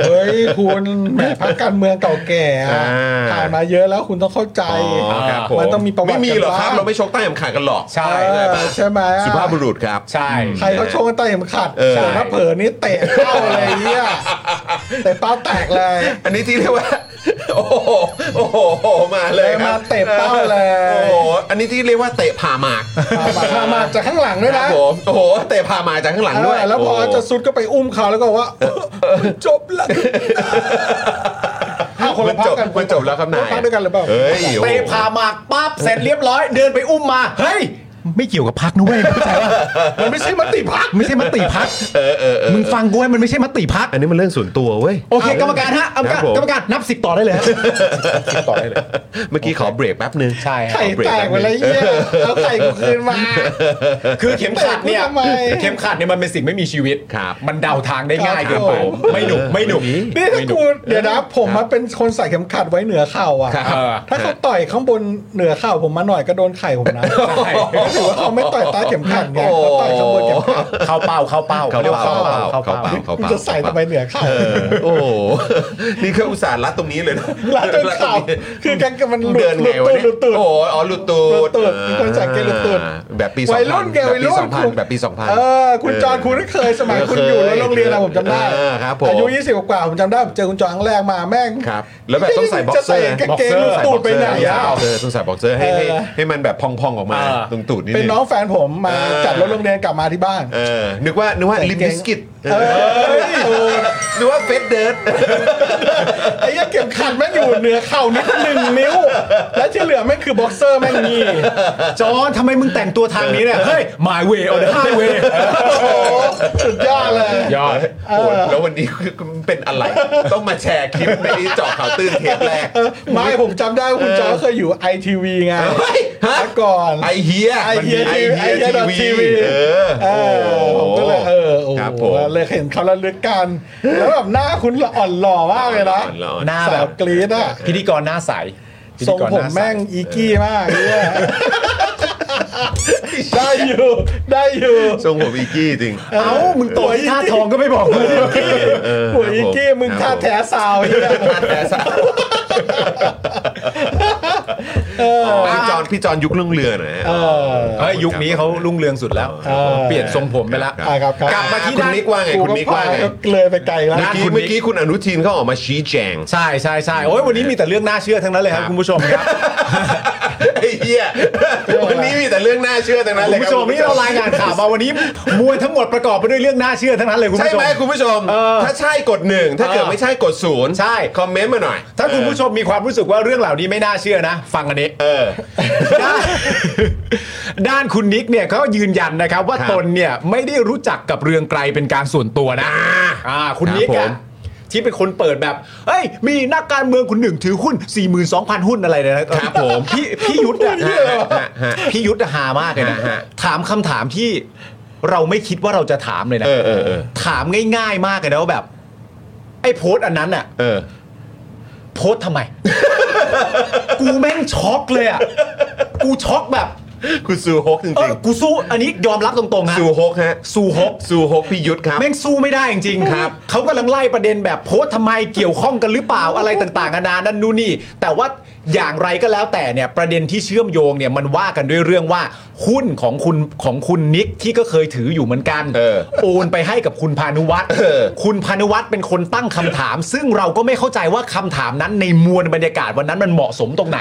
S2: เฮ้ยคุณแหมพักการเมืองเก่าแก่อะ
S1: อ่า
S2: ผ่านมาเยอะแล้วคุณต้องเข้าใจ
S1: อ๋อครับผม
S2: มันต้องมีประวัติ
S1: ไม่มีหรอกครับ
S2: กันบ้าง
S1: เราไม่ชกใต้เข็มขัดกันหรอก
S3: ใช่
S2: เออใช่ไหมอะ
S1: สุภาพบุรุษครับ
S3: ใช่
S2: ใครเขาชงกันใต้เข็มขัด
S1: เออ
S2: ส่วนถ้าเผลอนี่เตะเป้าอะไรเนี่ยเตะเป้าแตกเลย
S1: อันนี้ที่เรียกว่า โอ้โหโอ้โหมาเลยครับ
S2: เลยมาเตะเป้าเลย
S1: โอ้โหอันนี้ที่เรียกว่าเตะผ่าหมาก
S2: ผ่ามาจากข้างหลังด้วย
S1: ครั
S2: นะ
S1: บผมโอ้โหเตะผ่าหมากจากข้างหลังด้วย
S2: เออแล้วพอ
S1: โโห
S2: จะซุดก็ไปอุ้มเขาแล้วก็บอกว่า มันจบละเอาคน
S1: มั
S2: ละ
S1: น
S2: พั
S1: จ
S2: ก
S1: บ
S2: กัน
S1: มันจบแล้วครับนาย
S2: พักด้วยกันหรือเปล่า
S1: เฮ้ยโอ้โห
S3: เตะผ่าหมากปั๊บเสร็จเรียบร้อย เดินไปอุ้มมาเฮ้ยไม่เกี่ยวกับพักนะเว้ยเข้าใจป่ะ มันไม่ใช่มติพักไม่ใช่มติพัก
S1: เออเออเออ
S3: มึงฟังกูให้มันไม่ใช่มติพัก
S1: อันนี้มันเรื่องส่วนตัวเว้ย
S3: โอเคกรรมการฮะกรรมการ
S1: คบผ
S3: กรรมการนับสิบต่อได้เลยฮะสิบต่อได้เลย
S1: เมื่อกี้ขอเบรกแป๊บนึง
S3: ใช่ฮะ
S1: ข
S2: ไข่
S1: อเบร
S2: แต
S1: ป๊
S2: ก
S1: บ
S2: ไป
S1: นึง
S2: เลยเนี่ยเอาไข่กูคืนมา
S3: คือเข็มขัดเนี่ย
S2: ทำไม
S3: เข็มขัดเนี่ยมันเป็นสิ่งไม่มีชีวิต
S1: ครับ
S3: มันเดาทางได้ง่ายเกินไป
S1: ครับผม
S3: ไม่หนุกไม่หนุก
S1: ไม่หนุก
S2: นี่ถ้ากูเดี๋ยวนะผมมาเป็นคนใส่เข็มขัดไว้เหนือเข่าอ่ะ
S1: ครับ
S3: เออ
S2: ถ้าเขาต่อยข้างบนเหนือเข่าผมมาหน่อยก็โดนไข่ผมนะ
S3: ใช่
S2: ถือว่าเขาไม่ต่อยใต้เข็มขัดไง
S1: โอ้
S2: เขาต่อยข้างบนเข็มขัด
S3: เข้าเป้าเข้าเป้า
S1: เข้าเป้า
S3: รียกว่เข้าเป้า
S1: เข้าเป้า
S2: คุณจะใส่ทำไมเหนือเข่า
S1: เออโอ้โหนี่ก็อุตส่าห์รัดตรงนี้เลยนะ
S2: หลังจนเข่าคือกางเกงมันหลุ
S1: เดิ
S2: ด
S1: น
S2: ห
S1: ไง
S2: ลุดตูดห
S1: วะเนี่ย
S2: ลุดตูด
S1: โอ้โหอ๋อหลุดตู
S2: หลุ
S1: ด
S2: ดตูดมีคนจากเกณฑ์หลุดตูด
S1: แบบปีสอง
S2: วั
S1: พั
S2: ยรุ่นแกวัยรุ่น
S1: แบบปีสองพัน
S2: คุณ
S1: แบบปีสองพัน
S2: เออคุณจอนคุณก็เคยสมัย
S1: เออ
S2: คุณ
S1: เคย
S2: อยู่ในโรงเรียนอะผมจำได้
S1: เออครับผม
S2: อายุ20กว่าๆผมจำได้ผมเจอคุณจอนครั้งแรกมาแม่ง
S1: ครับ แล้วแบบต้องใส่บ็อกเซอ
S2: จะ
S1: ร์
S2: ใส่กางเกง
S1: บ็อกซอร์
S2: ตูดไปไหน
S1: ใส่บ็อกเซอร์ยาวเออต้องใส่บ็อกเซอร์ให้ให้
S2: เออ
S1: ให้มันแบบพองๆออกมา
S3: เออ
S1: ตรงตูดนิด
S2: เป็น
S1: นึง
S2: น้องแฟนผมมา
S1: เออ
S2: จัดรถโรงเรียนกลับมาที่บ้าน
S1: เออนึกว่านึกว่า
S2: ใส่
S1: ลิม
S2: เกง
S1: บิสกิต
S2: เออตูด
S1: นึกว่าเฟสเดิร์ด
S2: ไอ้เหี้ยเก็บขัดแม่งอยู่เหนือเข่านิดหนึ่งนิ้ว และที่เหลือแม่งคือบ็อกเซอร์แม่งนี่
S3: จอนทำไมมึงแต่งตัวทางนี้เนี่ยเฮ้ย my way or the highway
S2: โอ้โหสุดยอดเลย
S3: ยอด
S1: โอ้โหแล้ววันนี้คือเป็นอะไร ต้องมาแชร์คลิปในเจาะข่าวตื้นเทปแรก
S2: ไม่ผมจำได้ว่าคุณจอนเคยอยู่ไอทีวีไง
S1: เฮ้ยฮะ
S2: เมื่อก่อน
S1: ไอเฮีย
S2: ไอเฮีย
S1: มันมีไอเฮีย
S2: TV
S1: ทีวี เออ
S2: เอ
S1: โอ้
S2: อผมก็เลยเออโอ้
S1: ครับ
S2: โห
S1: ผม
S2: เลยเห็นเขาระลึกกัน แล้วแบบหน้าคุณละอ่อนหล่อมากเลยนะ
S1: หล่อ
S3: หน้า
S2: สาวกรีดอ่ะ
S3: พิธีกรหน้าใสพิ
S2: ท
S3: ธี
S2: รง
S3: กร
S2: ผ
S3: ห
S2: ม
S3: น้าใส
S2: แม่งอีกี้มากเนี่ยได้อยู่ได้อยู่
S1: ๆทรงผมอีกี้จริง
S3: เอ้า มึงตัวท่าทองก็ไม่บอกกู
S1: เออ
S2: หัวอีกี้มึง
S1: ค
S2: ท่า
S1: รับผ
S2: แท้ซาวเนี่ย
S1: พี่จอนพี่จอนยุคเรื่องเรือหน่อยฮะ
S2: เออ
S3: เฮ้ยยุคนี้เขารุ่งเรืองสุดแล้ว
S2: เออ
S3: เปลี่ยนทรงผมไปแล้ว
S2: อ่ะครับครับ
S1: กลับมาที่
S3: คุณ
S1: นิกว่าไงคุณนิกว่าไง
S2: ผมก็เลยไปไกลแล้ว
S1: เมื่อกี้
S3: คุณนิก
S1: เมื่อกี้คุณอนุทินเขาออกมาชี้แจง
S3: ใช่ใช่ใช่โอ้ยวันนี้มีแต่เรื่องน่าเชื่อทั้งนั้นเลยครับ
S1: ครับ
S3: คุณผู้ชมครับ
S1: ไอ้เหี้ยวันนี้มีแต่เรื่องน่าเชื่อทั้งนั้น
S3: คุ
S1: เลย
S3: ณผู้ชมนี่เรารายงานข่าวมาวันนี้มวลทั้งหมดประกอบไปด้วยเรื่องน่าเชื่อทั้งนั้นเลยคุณ
S1: ใช่
S3: ผู้ชม
S1: ไหมคุณผู้ชม
S3: เออ
S1: ถ้าใช่กดหนึ่งถ้าเกิด
S3: เออ
S1: ไม่ใช่กดศูนย์
S3: ใช่
S1: คอมเมนต์มาหน่อย
S3: ถ้าคุณผู้ชมมีความรู้สึกว่าเรื่องเหล่านี้ไม่น่าเชื่อนะ ฟังอันนี้
S1: เออ
S3: ด้านด้านคุณนิกเนี่ยเขายืนยันนะครับ ว่า
S1: ครับ
S3: ตนเนี่ยไม่ได้รู้จักกับเรืองไกลเป็นการส่วนตัวนะอ่าคุณนิก
S1: ครับผ
S3: อะ
S1: ม
S3: ที่เป็นคนเปิดแบบเอ้ย มีนักการเมืองคนหนึ่งถือหุ้น 42,000 หุ้นอะไรเนี่ยนะครับผมพี่พี่ยุทธอะ
S1: ฮะฮะ
S3: พี่ยุทธอะฮามากเลยนะ
S1: ฮะ
S3: ถามคำถามที่เราไม่คิดว่าเราจะถามเลยนะ
S1: เออเออเออ
S3: ถามง่าย ๆ มากเลยนะว่าแบบ ไอ้โพสต์อันนั้นอะ
S1: เออ
S3: โพสต์ทำไม กูแม่งช็อกเลยอ่ะ กูช็อกแบบ
S1: คุณซูฮกจ
S3: เอ
S1: ริ
S3: อง กูสู้อันนี้ยอมรับตรงๆ
S1: ๆ
S3: ฮะ
S1: ซูฮกฮะ
S3: สู้ฮก
S1: ซูฮกพี่ยุทธครับ
S3: แม่งสู้ไม่ได้จริงๆ
S1: ครับ
S3: เขากำลังไล่ประเด็นแบบโพสต์ทำไมเกี่ยวข้องกันหรือเปล่าอะไรต่างๆนานานั่นนู่นนี่ แต่ว่าอย่างไรก็แล้วแต่เนี่ยประเด็นที่เชื่อมโยงเนี่ยมันว่ากันด้วยเรื่องว่าหุ้นของคุณของคุณนิกที่ก็เคยถืออยู่เหมือนกัน
S1: เออ
S3: โอนไปให้กับคุณพานุวัตร
S1: เออ
S3: คุณพานุวัตรเป็นคนตั้งคำถาม ซึ่งเราก็ไม่เข้าใจว่าคำถามนั้นในมวลบรรยากาศวันนั้นมันเหมาะสมตรงไหน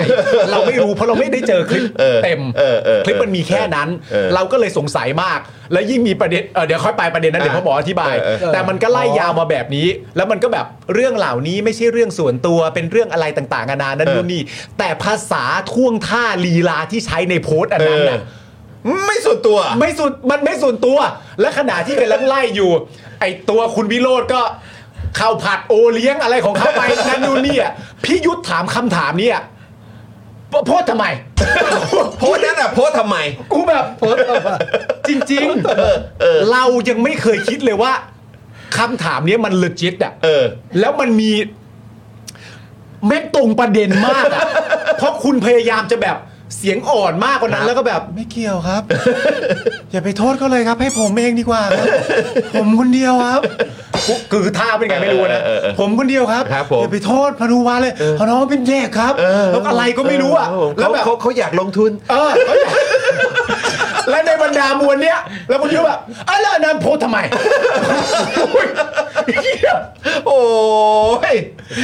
S3: เราไม่รู้เพราะเราไม่ได้เจอคลิปเต็ม
S1: เออเออ
S3: คลิปมันมีแค่นั้น
S1: เออ
S3: เราก็เลยสงสัยมาก แล้วยิ่งมีประเด็นเอ่อเดี๋ยวค่อยไปประเด็นนั้น
S1: อ่ะ
S3: เดี๋ยวพ่อหมออธิบาย
S1: เออเออ
S3: แต่มันก็ไล่ยาวมาแบบนี้ แล้วมันก็แบบเรื่องเหล่านี้ไม่ใช่เรื่องส่วนตัวเป็นเรื่องอะไรต่างๆนานานั่นนู่นนี่ แต่ภาษาท่วงท่าลีลาที่ใช้ในโพสต์อันนั้นน่ะ
S1: ไม่ส่วนตัว
S3: ไม่สุดมันไม่ส่วนตัว และขณะที่กำลังไล่อยู่ ไอตัวคุณวิโรธก็ข้าวผัดโอเลี้ยงอะไรของเขาไป นั่นนู่นนี่อ่ะพี่ยุทธถามคำถามเนี่ยโพสต์ทำไม
S1: โพสต์นั้นอ่ะโพสต์ทำไม
S3: กูแบบ จริงๆ เรายังไม่เคยคิดเลยว่าคำถามเนี้ยมัน legit อ่ะ
S1: เออ
S3: แล้วมันมีแม่งตรงประเด็นมากอ่ะ เพราะคุณพยายามจะแบบเสียงอ่อนมากกว่านั้
S1: ครั
S3: น
S1: บ
S3: แล้วก็แบบ ไม่เกี่ยวครับ อย่าไปโทษเขาเลยครับ ให้ผมเองดีกว่าครับผมคนเดียวครับคือท่าเป็นไงไม่รู้นะ ผมคนเดียวครับ
S1: ครับผม
S3: อย่าไปโทษพนุวัฒน์เลยเขาน้องเป็นแยกครับแล้วอะไรก็ไม่รู้อ่ะ
S1: แล้
S3: แล้ว วแบบ
S1: เขาเขาอยากลงทุน
S3: เออและในบรรดามวลเนี้ย แล้วคุณคิดว่าอะไรนั่นโพสทำไม
S1: โอ้ย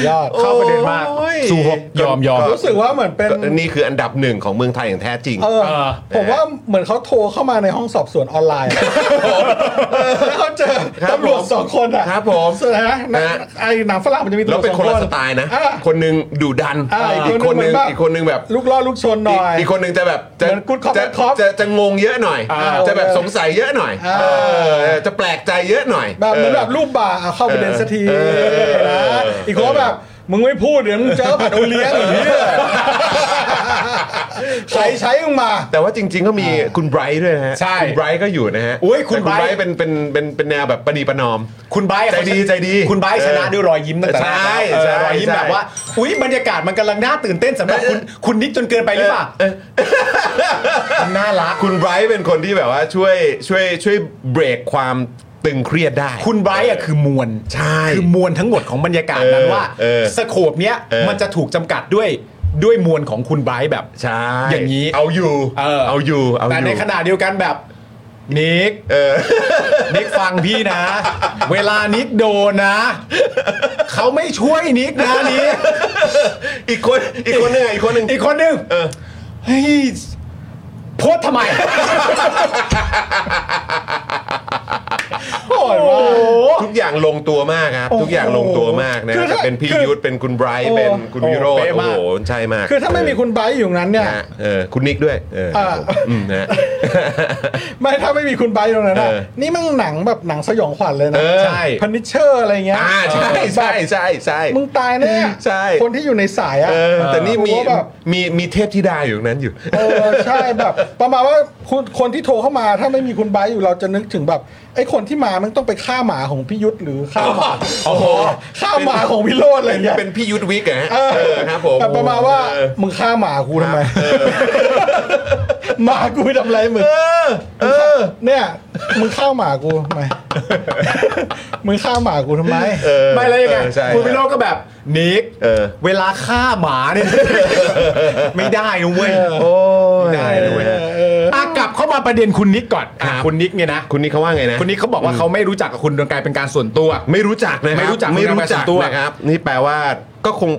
S2: ยอด
S1: เข้าประเด็นมากสู้ฮกยอมยอม
S2: รู้สึกว่าเหมือนเป็น
S1: ก็นี่คืออันดับหนึ่งของเมืองไทยอย่างแท้จริง
S2: เออ ผมว่าเหมือนเขาโทรเข้ามาในห้องสอบสวนออนไลน์อะแล้วเขาเจอ
S1: ครับ
S2: ตำรวจ
S1: ผม
S2: สองคนอ่ะ
S1: ครับผม
S2: เสร็จแล้วนะนะ
S1: ฮะ
S2: ไอ้หนังฝรั่งมันจะมีตำร
S1: แล้ว
S2: วจ
S1: เป็น
S2: สอง
S1: คน
S2: ค
S1: ละ
S2: น
S1: สไตล์นะ
S2: อ่
S1: คนหนึงดุดัน
S2: อ่า
S1: อีกคนหนึง
S2: อีกคนหนึ่งแบบ
S1: อีกคนหนึงแบบ
S2: ลูกล่อลูกชนหน่อย
S1: อีกคนหนึงจะแบบจะ
S2: เหมือน good cop
S1: จะ
S2: bad cop
S1: จะจะงงเยอะหน่อย จะแบบสงสัยเยอะหน่อย
S2: อ่า
S1: เออจะแปลกใจเยอะหน่อย
S2: แบบเหมือนแบบ
S1: เออ
S2: รูปบ่าเอาเข้าไปเด่นสักที
S1: เออ
S2: นะอีกคนก็แบบมึงไม่พูดเดี๋ยวมึงเจอผัดโอเลี้ยงอย่างนี้ย
S3: ใช้ใช้มึงมา
S1: แต่ว่าจริงๆก็มีคุณไบรท์ด้วยนะฮะ
S3: ใช่
S1: คุณไบรท์ก็อยู่นะฮะ
S3: อุ๊ยคุณ
S1: แต่
S3: Bright
S1: เป็นเป็นเป็นเป็นแนวแบบประนีประนอม
S3: คุณไบร์ท
S1: ใจดีใจดี
S3: คุณไบร์ทชนะ
S1: เออ
S3: ด้วยรอยยิ้มตั้งแต่แรก
S1: ใช่
S3: เออ
S1: ใช่
S3: รอยยิ้ม
S1: ใช่
S3: แบบว่า อุ๊ย บรรยากาศมันกำลังน่าตื่นเต้นสำหรับคุณคุณนิดจนเกินไปหรือเปล่ามันน่ารัก
S1: คุณไบรท์เป็นคนที่แบบว่าช่วยช่วยช่วยเบรกความตึงเครียดได้
S3: คุณไบรท์อะคือมวล
S1: ใช่
S3: คือมวลทั้งหมดของบรรยากาศนั้น
S1: เออ
S3: ว่า
S1: เออ
S3: สโคปเนี้ย
S1: เออ
S3: มันจะถูกจำกัดด้วยด้วยมวลของคุณไบรท์แบบ
S1: ใช่
S3: อย่างนี้
S1: นี้เอาอยู่
S3: เออ
S1: เอาอยู่เอาอยู่
S3: แต่ในขณะเดียวกันแบบนิกเออ นิกฟังพี่นะ เวลานิกโดนนะ เขาไม่ช่วยนิกนะนิก
S1: อีกคนอีกคนหนึงอ่ะอีกคนหนึง
S3: อีกคนหนึ่ง
S1: เออ
S3: เฮ้ยโพสต์ ทำไม โอ้โห
S1: ทุกอย่างลงตัวมากครับ ทุกอย่างลงตัวมากนะ
S2: คือถ้า
S1: จะเป็นพี่
S2: คือ
S1: ยุทธเป็นคุณไบรท์
S2: โอ้
S1: เป็นคุณวิโรจน์
S3: เป๊ะ
S1: โอ้
S3: มาก
S1: โหใช่มาก
S2: คือถ้าไม่มีคุณไบร์ทอยู่ตรงนั้นเนี่ย
S1: นะฮะเออคุณนิกด้วยเออ
S2: อ่า
S1: ครับผมอืมนะฮะ
S2: ไม่ถ้าไม่มีคุณไบร์ทอยู่ตรงนั้นอะ
S1: เออ
S2: นี่มันหนังแบบหนังสยองขวัญเลย
S1: เอ
S2: นะ
S1: อ
S3: ใช่
S2: พันิเชอร์อะไรเงี้ย
S1: อ่าใช่ใช่ใช่ใช่
S2: มึงตายแน่
S1: ใช่
S2: คนที่อยู่ในสายอะ
S1: เออแต่นี่มี
S2: กูว่าแบบ
S1: มีมีเทพธิดาอยู่ตรงนั้นอยู่
S2: เออใช่แบบประมาณว่าคนคนที่โทรเข้ามาถ้าไม่มีคุณไบร์ทอยู่เราจะนึกถึงแบบไอ้คนที่มามันต้องไปฆ่าหมาของพี่ยุทธหรือฆ่าหมา
S1: โอ้โห
S2: ฆ่าหมาของพี่โรดอะไร
S1: เป็น
S2: เงี้ย
S1: เป็นพี่ยุทธวิกอะฮะ
S2: เออ
S1: เออครับผม
S2: แต่ประมาณว่า
S1: เออ
S2: มึงฆ่าหมากูทำไม
S1: เออ
S2: หมากูไม่ทำอะไรมึง
S1: เออเออ
S2: เนี่ยมึงฆ่าหมากูทำไม มึงฆ่าหมากูทำไม
S1: เออ
S3: ไม่เลยยังไง
S1: เออใช่
S3: คุณวิโรจน์ก็แบบนิก
S1: เออ
S3: เวลาฆ่าหมาเนี่ย ไม่ได้นะเว้ย
S1: โอ้ย
S3: ได้นะเว้ยะกลับเข้ามาประเด็นคุณนิกก่อนอ่ะ
S1: ครับ
S3: คุณนิกเนี่ยนะ
S1: คุณนิกเขาว่าไงนะ
S3: คุณนิกเขาบอกว่าเขาไม่รู้จักกับคุณดวงไกลเป็นการส่วนตัว
S1: ไม่รู้จักนะครับ
S3: ไม่รู้จัก
S1: ไม่รู้จัก
S3: ตัว
S1: นะครับ นี่แปลว่าก็คง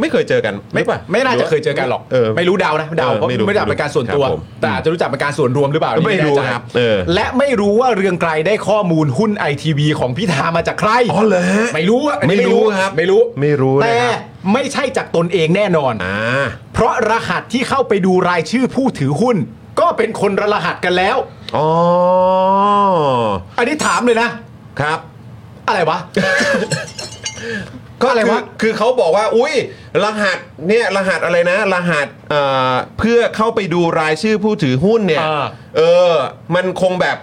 S1: ไม่เคยเจอกันห
S3: ไม่
S1: รือเปล่
S3: ไม่น่าจะเคยเจอกันหรอก
S1: เออ
S3: ไม่รู้เดานะเดา
S1: เออ
S3: เพราะ
S1: ไม่รู้
S3: ไม่ได้เป็นการส่วนตัว
S1: ครับผม
S3: แต่อาจจะรู้จักเป็นการส่วนรวมหรือเปล่า
S1: ไม่รู้
S3: แน่ใจ
S1: ครับเออ
S3: และไม่รู้ว่าเรืองไกลได้ข้อมูลหุ้นไอทีวีของพิธามาจากใคร
S1: อ๋อเหรอฮะ
S3: ไม่รู้อะอันนี้
S1: ไม่รู้ครับ
S3: ไม่รู้
S1: ไม่รู้นะครับ
S3: แต่ไม่ใช่จากตนเองแน่นอน
S1: อ่า
S3: เพราะรหัสที่เข้าไปดูรายชื่อผู้ถือหุ้น ก็เป็นคนละรหัสกันแล้ว
S1: อ๋อ
S3: อันนี้ถามเลยนะ
S1: ครับ
S3: อะไรวะ
S1: ก็
S3: อะไรวะ
S1: คืคือเขาบอกว่า อุ้ย รหัส เนี่ย รหัสอะไรนะ รหัสเอ่อเพื่อเข้าไปดูรายชื่อผู้ถือหุ้นเนี่ย
S3: อ่า
S1: เออ มันคงแบบ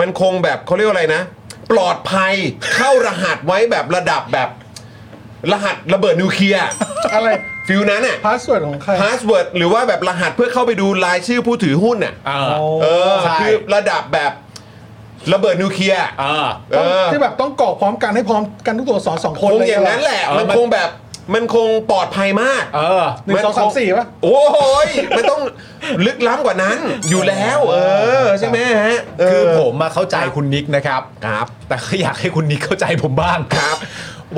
S1: มันคงแบบเขาเรียกว่าอะไรนะ ปลอดภัย เข้ารหัสไว้แบบระดับแบบ รหัสระเบิดนิวเคลียร์
S2: อะไร
S1: ฟิลนั้นอ่ะ
S2: พาสเวิร์ดของใคร
S1: พาสเวิร์ดหรือว่าแบบรหัสเพื่อเข้าไปดูรายชื่อผู้ถือหุ้นน่ะ
S3: เออ
S1: เออ
S3: ใช่
S1: คือระดับแบบระเบิดนิวเคลียร์
S3: เออ
S1: เอ
S2: ต้อง
S1: อ
S2: ที่แบบต้องกรอกพร้อมกันให้พร้อมกันทุกตัวสอนสองคน
S1: คงอย่างนั้นแหละ
S3: เออ
S1: มัน
S3: มัน
S1: คงแบบ มันคงปลอดภัยมาก
S3: เออ
S2: หนึ่งสองสามสี่ป่ะ
S1: โอ้โหยมันต้องลึกล้ำกว่านั้นอยู่แล้ว เออ ใช่ไหมฮะเ
S3: คือผมมาเข้าใจคุณนิกนะครับ
S1: ครับ
S3: แต่ก็อยากให้คุณนิกเข้าใจผมบ้าง
S1: ครับ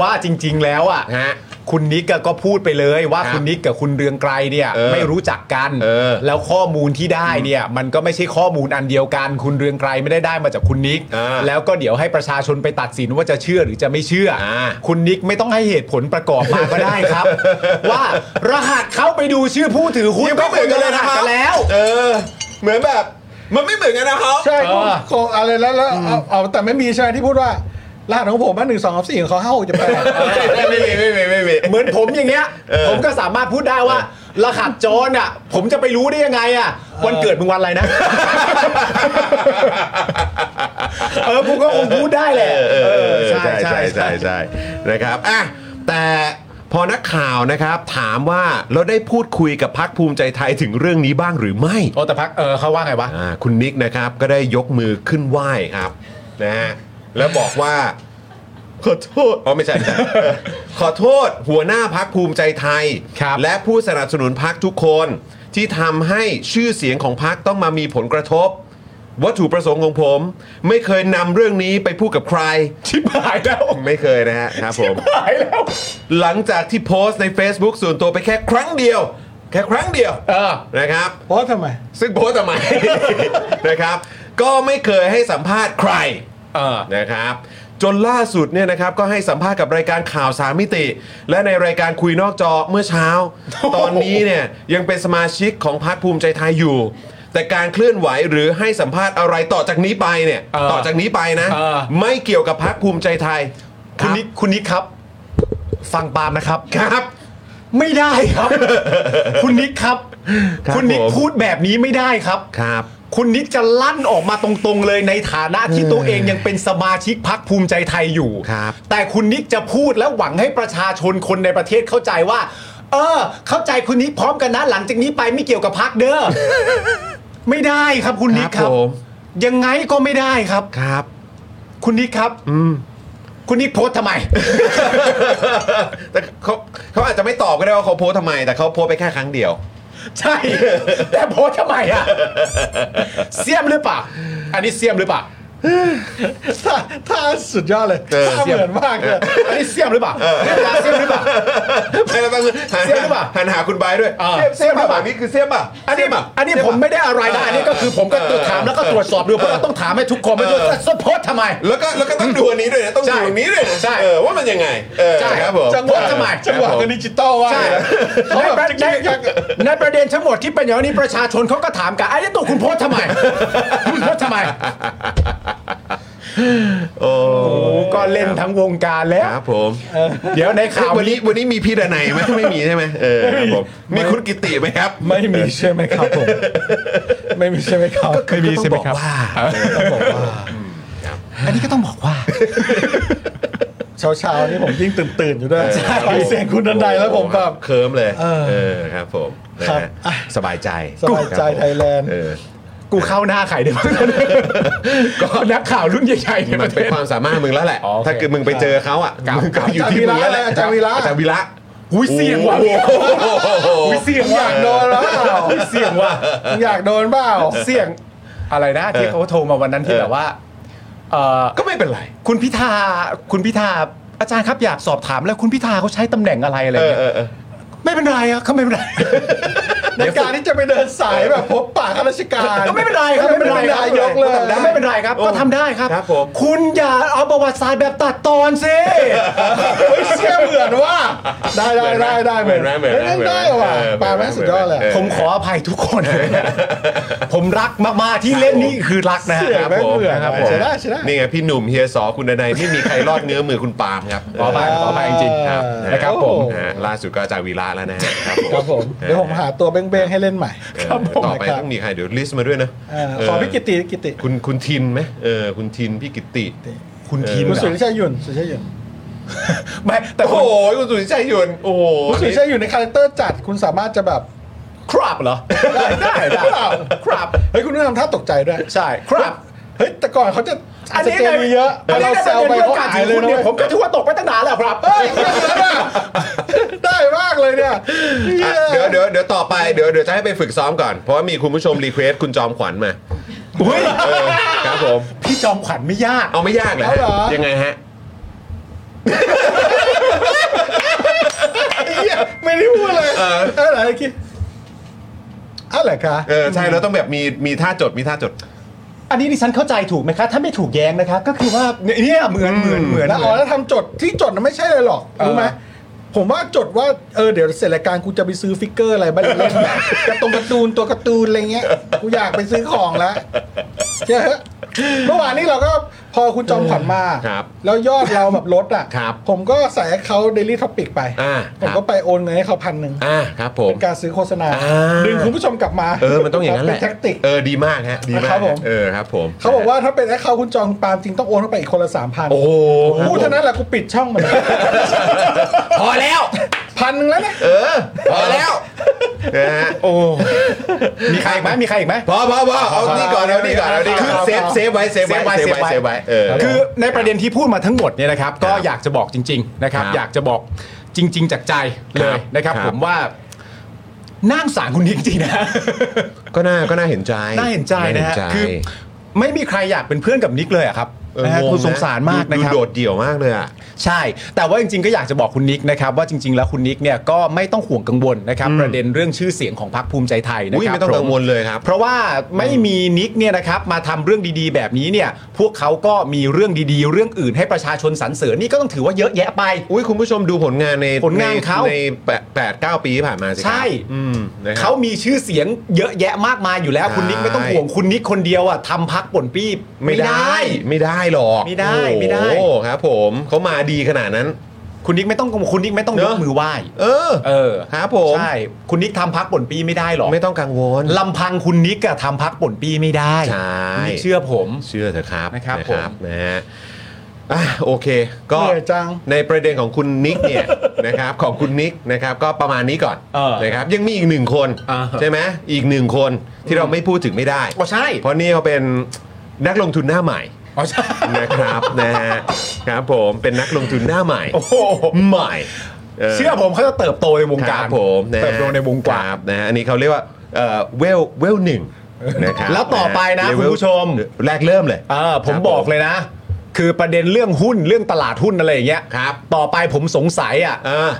S3: ว่าจริง ๆ แล้วอ่ะ
S1: ฮะ
S3: คุณนิกก็พูดไปเลยว่า
S1: ครับ
S3: คุณนิกกับคุณเรืองไกรเนี่ย
S1: เออ
S3: ไม่รู้จักกัน
S1: เออ
S3: แล้วข้อมูลที่ได้เนี่ย มันก็ไม่ใช่ข้อมูลอันเดียวกัน คุณเรืองไกรไม่ได้ได้มาจากคุณนิก
S1: อ่า
S3: แล้วก็เดี๋ยวให้ประชาชนไปตัดสินว่าจะเชื่อหรือจะไม่เชื่ออา คุณนิกไม่ต้องให้เหตุผลประกอบมาก็ได้ครับ ว่าร หัสเข้าไปดูชื่อผู้ถือหุ้น
S1: ยังไม่เหมือนกันเลยนะครับ
S3: กัแล้ว
S1: เออ เหมือนแบบ มันไม่เหมือนกันนะครับ
S2: ใช่
S3: เออ
S2: ของอะไรแล้วแล้วเอาเอาแต่ไม่มีใช่ไหมที่พูดว่ารหัสของผมว่าหนึ่งสองสี่ของเขาห้าหกจะไปด
S1: ไม่มีไม่มีไม่มี
S3: เหมือนผมอย่างเงี้ย
S1: เออ
S3: ผมก็สามารถพูดได้ว่า รหัสจอนอ่ะ ผมจะไปรู้ได้ยังไงอ่ะ วันเกิดมึงวันอะไรนะ เออผมก็คงพูดได้แหละ
S1: เออเออ
S3: เออ
S1: ใช่ใช่ใช่ใช่นะครับอ่ะแต่พอนักข่าวนะครับ ถามว่าเราได้พูดคุยกับพักภูมิใจไทยถึงเรื่องนี้บ้างหรือไม่
S3: โอ้แต่พักเออเขาว่าไงวะ
S1: อ่าคุณนิกนะครับก็ได้ยกมือขึ้นไหว้ครับนะฮะแล้วบอกว่า ขอโทษอ๋อไม่ใช่ไม่ใช่ เออขอโทษหัวหน้าพักภูมิใจไทย
S3: ครับ
S1: และผู้สนับสนุนพักทุกคน ที่ทำให้ชื่อเสียงของพักต้องมามีผลกระทบ วัตถุประสงค์ของผม ไม่เคยนำเรื่องนี้ไปพูดกับใคร
S3: ชิบหายแล้ว
S1: ไม่เคยนะฮะครับผม
S3: หายแล้ว
S1: หลังจากที่โพสต์ใน Facebook ส่วนตัวไปแค่ครั้งเดียว แค่ครั้งเดียว
S3: เออ
S1: นะครับ
S2: เพราะทำไม
S1: ซึ่งโพสต์ทำไม นะครับ ก็ไม่เคยให้สัมภาษณ์ใคร
S3: เออ
S1: นะครับ จนล่าสุดเนี่ยนะครับ ก็ให้สัมภาษณ์กับรายการข่าวสามมิติ และในรายการคุยนอกจอเมื่อเช้า ตอนนี้เนี่ยยังเป็นสมาชิกของพรรคภูมิใจไทยอยู่ แต่การเคลื่อนไหวหรือให้สัมภาษณ์อะไรต่อจากนี้ไปเนี่ย
S3: เออ
S1: ต่อจากนี้ไปนะ
S3: เออ
S1: ไม่เกี่ยวกับพรรคภูมิใจไทย
S3: คุณนิกคุณนิกครับ ฟังปาล์มนะครับ
S1: ครับ
S3: ไม่ได้ครับ คุณนิกครับ
S1: รับ
S3: คุณนิก
S1: ผม
S3: พูดแบบนี้ไม่ได้ครับ
S1: ครับ
S3: คุณนิกจะลั่นออกมาตรงๆเลยในฐานะที่ตัวเองยังเป็นสมาชิกพักภูมิใจไทยอยู่
S1: ครับ
S3: แต่คุณนิกจะพูดและหวังให้ประชาชนคนในประเทศเข้าใจว่า เออ เข้าใจคุณนิกพร้อมกันนะหลังจากนี้ไปไม่เกี่ยวกับพักเด้อ ไม่ได้ครับคุณนิกค
S1: ครั
S3: รับบ
S1: ผม
S3: ยังไงก็ไม่ได้ครับ
S1: ครับ
S3: คุณนิกครับคุณนิกโพสต์ทำไม
S1: แต่เขาเขาอาจจะไม่ตอบก็ได้ว่าเขาโพสต์ทำไม แต่เขาโพสต์ไปแค่ครั้งเดียว
S3: ใช่ แต่โพสต์ทำไมอ่ะ เสียมหรือเปล่าอันนี้เสียม หรือเปล่า
S2: ท่าท่าสุดยอดเลย
S1: เออ
S2: ท่าเหมือนมากเลย
S3: อันนี้เสียมหรือเปล่าเรียกว่าเสียมหรือเปล่า
S1: ไม่เราต้องหัน
S3: เสี้ยมหรือเปล่า
S1: หันหาคุณไบร์ทด้วย
S3: อ่า
S1: เสี้ยมเสี้ยมป่ะ
S3: เสี้ยมหรือเปล่า
S1: นี่คือเสี้ยมป่ะ
S3: อันนี้
S1: เสี้ยมป่ะ
S3: อันนี้
S1: เสี้ย
S3: ผม
S1: ป่ะ
S3: ไม่ได้อะไรนะ อันนี้ก็คือผมก็ตรวจถามแล้วก็ตรวจสอบดูเพราะเราต้องถามให้ทุกคนไม่ด้วย
S1: เออ
S3: สปอร์ตทำไม
S1: แล้วก็แล้วก็ต้องดูอันนี้ด้วยนะต้อง
S3: ใช่
S1: ดูอันนี้ด้วยนะ
S3: ใช่
S1: เออว่ามันยังไงเออ
S3: ใช่
S1: ครับผม
S3: จังหวะสมัย
S1: จั
S3: จั
S1: ง
S3: ง
S1: ห
S3: ห
S1: วะ
S3: วะ
S1: กั
S3: กัน น
S1: นี้
S3: ดิจิตอลว่า
S1: ใช่
S3: ในประเด็นในประเด็นทั้งหมดที่เป็นอย่างนี้ประชาชนเขาก็ถามกันไอ้นี่ตัวคุณโพสต์ทำไมคุณโพสต์ทำไม
S1: โอ้
S3: โอ้ก็เล่นทั้งวงการแล้ว
S1: ครับผม
S3: เดี๋ยวในข่าว
S1: วันนี้
S3: นี้
S1: วันนี้มีพี่ดนัยไหมไม่มีใช่ไหมเออครับผมมีคุณกิติไหมครับ
S2: ไม่มีใช่ไหมครับผม ไม่มีใช่ไหมครับ
S1: ไม่มีใช่ไหมครับ
S2: ต้องบอกว่า
S3: อันนี้ก็ต้องบอกว่า
S2: เช้าเช้าๆนี่ผมยิ่งตื่นตื่นๆอยู่ด้วย
S1: เออ
S2: ฟังเสียงคุณดันไดแล้วผมแบบ
S1: เคิร์มเลย
S2: เออ
S1: เออครับผมนะครับ ฮะ
S2: อ่ะ
S1: สบายใจ
S2: สบายใจ
S1: ครับผม
S2: ไทยแลนด์
S1: เออ
S3: กูเข้าหน้าไข่ได้ไหมก็นักข่าวรุ่นใหญ่ๆในป
S1: มัน
S3: ระเท
S1: เป็น
S3: ศ
S1: ความสามารถมึงแล้วแหละ
S3: อ๋อโอเค
S1: ถ้าเกิดมึงไปเจอเขาอ่ะ
S3: ครับ
S1: มึงก็อยู่ที่มึงแล้วแหละ
S2: อาจารย์วีระ
S1: อาจารย์วีระ
S3: อุ้ยเสียงว่ะ
S1: โอ้โห
S3: อุ้ยเสียง
S2: อ
S3: ว่ะ
S2: ยากโดนแล้ว
S3: อุ้ยเสียงว่ะ
S2: อยากโดนเปล่า
S3: เสียงอะไรนะที่เขาโทรมาวันนั้นที่
S1: เออ
S3: แบบว่าเอ่อ
S1: ก็ไม่เป็นไร
S3: คุณพิธาคุณพิธาอาจารย์ครับอยากสอบถามแล้วคุณพิธาเขาใช้ตำแหน่งอะไรอะไร
S1: เออ
S3: เงี้ย
S1: เออเออ
S3: ไม่เป็นไรอะเขาไม่เป็นไร
S2: ในการที่จะไปเดินสายแบบพบปะข้าราชการ
S3: ก็ไม่เป็นไรครับไม่เป็นไรครับ
S2: ยกเลิก
S3: ก็ไม่เป็นไรครับ ก็ทำได้ครับ
S1: ครับผม
S3: คุณอย่าเอาประวัติศาสตร์แบบตัดตอนสิ
S2: เฮ้ยเชื่อเหมือนว่า ได้ได้ได้ได้
S1: เหมือนนะเหมือนนะ
S2: ฮ้ย
S1: เหมือนนะ
S2: ได้ว่ะ
S1: เออ
S2: ปาแม่งสุดยอดเลย
S1: เออ
S3: ผมขออภัยทุก คนเลยนะผมรักมากๆที่เล่นนี่คือรักนะฮะ
S2: เสีย ไม่เหมือน
S1: ครับผ
S2: ใช่ได้ใช่ได้
S1: นี่ไงพี่หนุ่มเฮียสอคุณดนัยไม่มีใครรอดเงื้อมือคุณปาล์มครับ
S3: ขออภัยขออภัยจริงๆครับนะครับผม
S1: นะฮะล่าสุดก็อาจารย์วีระแล้วนะฮะ
S2: ครับผมเดี๋ยวผมหาตัวเบ้งๆให้เล่นใหม่
S1: เออ
S2: ครับผม
S1: ต่อไป
S2: ครับ
S1: ต้องมีใครเดี๋ยวลิสต์มาด้วยนะ
S2: เออ
S1: เออ
S2: ขอพี่กิติกิติ
S1: คุณคุณทินไหมเออคุณทินพี่กิติ
S3: คุณทีม
S2: คุณสุ
S3: เหร
S2: ริ
S3: อ
S2: ชัยหยุ่นสุริชัยหยุ่น
S3: ไม่แต่
S1: โอ้
S3: คุ
S1: โห
S3: ณ
S1: คุณสุริชัยยนต์โอ้โห
S2: คุณสุริชัยหยุ่นในคาแรคเตอร์จัดคุณสามารถจะแบบ
S3: ครับเหรอได้ได้ได้ครับ
S2: เฮ้ยคุณต้องทำท่าตกใจด้วย
S3: ใช่ครับ
S2: เฮ้ยแต่ก่อนเขาจะ
S3: อั
S2: อาน จจะ
S3: นี้
S2: เจอมีเยอะ
S3: อันนี้
S2: เรา
S3: เรา
S2: แซ
S3: แซ
S2: ว
S3: ว
S2: ไป
S3: ไป
S2: เขา
S3: เขาอา
S2: อาย ย
S3: เล
S2: เลย ย
S3: เนี่
S2: นะ
S3: ยผมก็ถือว่าตกไปตั้งนานแล้วครับเอ้ย
S2: ได้มากเลยเนี่ย
S1: อ่ะเดี๋ยวเดี๋ยวเดี๋ยวต่อไปเดี๋ยวเดี๋ยวจะให้ไปฝึกซ้อมก่อนเพราะว่ามีคุณผู้ชมรีเควสคุณจอมขวัญมา
S3: อุ๊ย
S1: เออครับผม
S3: พี่จอมขวัญไม่ยาก
S1: เอาไม่ยากเลย
S2: เอาเหรอ
S1: ยังไงฮะ
S2: เหี้ยไม่ได้พูดเลย
S1: เออ
S2: อะไรกินอะไรคะ
S1: เออใช่แล้วต้องแบบมีมีท่าจดมีท่าจด
S3: อันนี้ดิฉันเข้าใจถูกไหมคะถ้าไม่ถูกแย้งนะคะ ก็คือว่าเนี่ยเหมือนเหมือนเหมือน
S2: แล้วอ๋อแล้วทำจดที่จดน่ะไม่ใช่เลยหรอกรู้ไหมผมว่าจดว่าเออเดี๋ยวเสร็จรายการกูจะไปซื้อฟิกเกอร์อะไรบ้างเล่นกระตรงการ์ตูนตัวการ์ตูนอะไรเงี้ยกูอยากไปซื้อของแล้วเจ๊ะเมื่อวานนี้เราก็พอคุณจอมขวัญมา
S1: ครับ
S2: แล้วยอดเราแบบลดอ่ะ
S1: ครับ
S2: ผมก็ใส่เขาเดลี่ท็อปิกไป
S1: อ่า
S2: ผม
S1: ครั
S2: ก็
S1: บ
S2: ไปโอนเงินให้เขาพันหนึ่ง
S1: อ่าครับผม
S2: การซื้อโฆษณา
S1: อ่า
S2: ดึงคุณผู้ชมกลับมา
S1: เออ มันต้องอย่างนั้นแหละ
S2: เป็นแท็กติก
S1: เออ ดีมากฮะ ดีมาก
S2: ครับผม
S1: เออ ครับผม
S2: เขาบอกว่าถ้าเป็นแอคเคาท์คุณจองปาล์มจริงต้องโอนเข้าไปอีกคนละสามพัน
S1: โอ้โห
S2: พูดเท่านั้นแหละกูปิดช่องมัน
S1: พอแล้ว
S2: พันหนึ่งแล้วนะ
S1: เออ พอแล้วนะฮะ
S3: โอ้มีใครอีกไหมมีใครอีกไหม
S1: พอพอพอเอานี่ก่อน เอานี่ก่อน เอานี่ก่อน
S3: คือ
S1: เซฟ เซฟไว้ เซฟไว้ เซฟไว้ เซฟไว้ เออ
S3: คือในประเด็นที่พูดมาทั้งหมดเนี่ยนะครับ ก็อยากจะบอกจริง ๆ นะครับ
S1: ครับ
S3: อยากจะบอกจริง ๆ จากใจเล
S1: ครั
S3: ย
S1: บ
S3: นะครับ
S1: ครับ
S3: ผมว่าน่าสงสารคุณนิกจริง ๆนะ
S1: ก็น่า ก็น่าเห็นใจ
S3: น่าเห็นใจนะฮะ
S1: าเห็
S3: คือไม่มีใครอยากเป็นเพื่อนกับนิกเลยอะครับ
S1: เออ
S3: นะฮะ
S1: งง
S3: คุณ
S1: นะ
S3: สงสารมาก
S1: ดู
S3: นะครับ
S1: ดูโดดเดี่ยวมากเลยอ่ะ
S3: ใช่ แต่ว่าจริงๆก็อยากจะบอกคุณนิกนะครับว่าจริงๆ แล้วคุณนิกเนี่ยก็ไม่ต้องห่วงกังวลนะครับ ประเด็นเรื่องชื่อเสียงของพรรคภูมิใจไทยนะ
S1: อุ้ย
S3: ครับ
S1: ไม่ต้อง
S3: ผ
S1: กังวลเลยครับ
S3: เพราะว่าไม่มีนิกเนี่ยนะครับมาทำเรื่องดีๆ แบบนี้เนี่ย พวกเขาก็มีเรื่องดีๆ เรื่องอื่นให้ประชาชนสรรเสริญนี่ก็ต้องถือว่าเยอะแยะไป
S1: อุ้ยคุณผู้ชมดูผลงานใน
S3: ผลงานเขา
S1: ในแปดแปดเก้าปีที่ผ่านมาสิครับ
S3: ใช่
S1: อืมนะครับ
S3: เขามีชื่อเสียงเยอะแยะมากมายอยู่แล้ว คุณนิกไม่ต้องห่วงคุณนิกคนเดียวอ่ะทำพักป่นปี้
S1: ไม่ได้ไม่ได้หรอก
S3: ไม่ได้ไม่ได้
S1: โอ้โหครับผมเขามาดีขนาดนั้น
S3: คุณนิกไม่ต้องคุณนิกไม่ต้องย
S1: เน
S3: ก
S1: อะ
S3: มือไหว้
S1: เออ
S3: เออ
S1: ครับผม
S3: ใช่ คุณนิกทำพักป่นปีไม่ได้หรอก
S1: ไม่ต้องกังวล
S3: ลำพังคุณนิกอะทำพักป่นปีไม่ได้
S1: ใช่
S3: คุณนิกเชื่อผม
S1: เชื่อเถอะครับ
S3: นะครับผม
S1: นะฮะอ่ะโอเค ก็
S2: เหนื่อยจัง
S1: ในประเด็นของคุณนิกเนี่ย นะครับของคุณนิกนะครับก็ประมาณนี้ก่อน
S3: เออ
S1: นะครับยังมีอีกหนึ่งคน
S3: อ่าฮะ
S1: ใช่ไหมอีกหนึ่งคนที่เราไม่พูดถึงไม่ได้
S3: อ๋อใช่
S1: เพราะนี่เขาเป็นนักลงทุนหน้าใหม่
S3: อ๋อใช่
S1: นะครับ นะฮะครับผมเป็นนักลงทุนหน้าใหม่
S3: โอ้โห
S1: ใหม่
S3: เชื่อผมเขาจะเติบโตในวง
S1: ค
S3: การ
S1: บผมนะฮะ
S3: เติบโตในวงกว้า
S1: ค
S3: ง
S1: บนะฮะอันนี้เขาเรียกว่าเอ่อเวลเวลหนึ่งนะครับ
S3: แล้วต่อไปนะ
S1: ฮ level
S3: คุณผู้ชม
S1: แรกเริ่มเลย
S3: เออผ
S1: ค
S3: ม
S1: รับ
S3: บอกเลยนะ คือประเด็นเรื่องหุ้นเรื่องตลาดหุ้นอะไรอย่างเงี้ย
S1: ครับ
S3: ต่อไปผมสงสัยอ่ะ
S1: เออ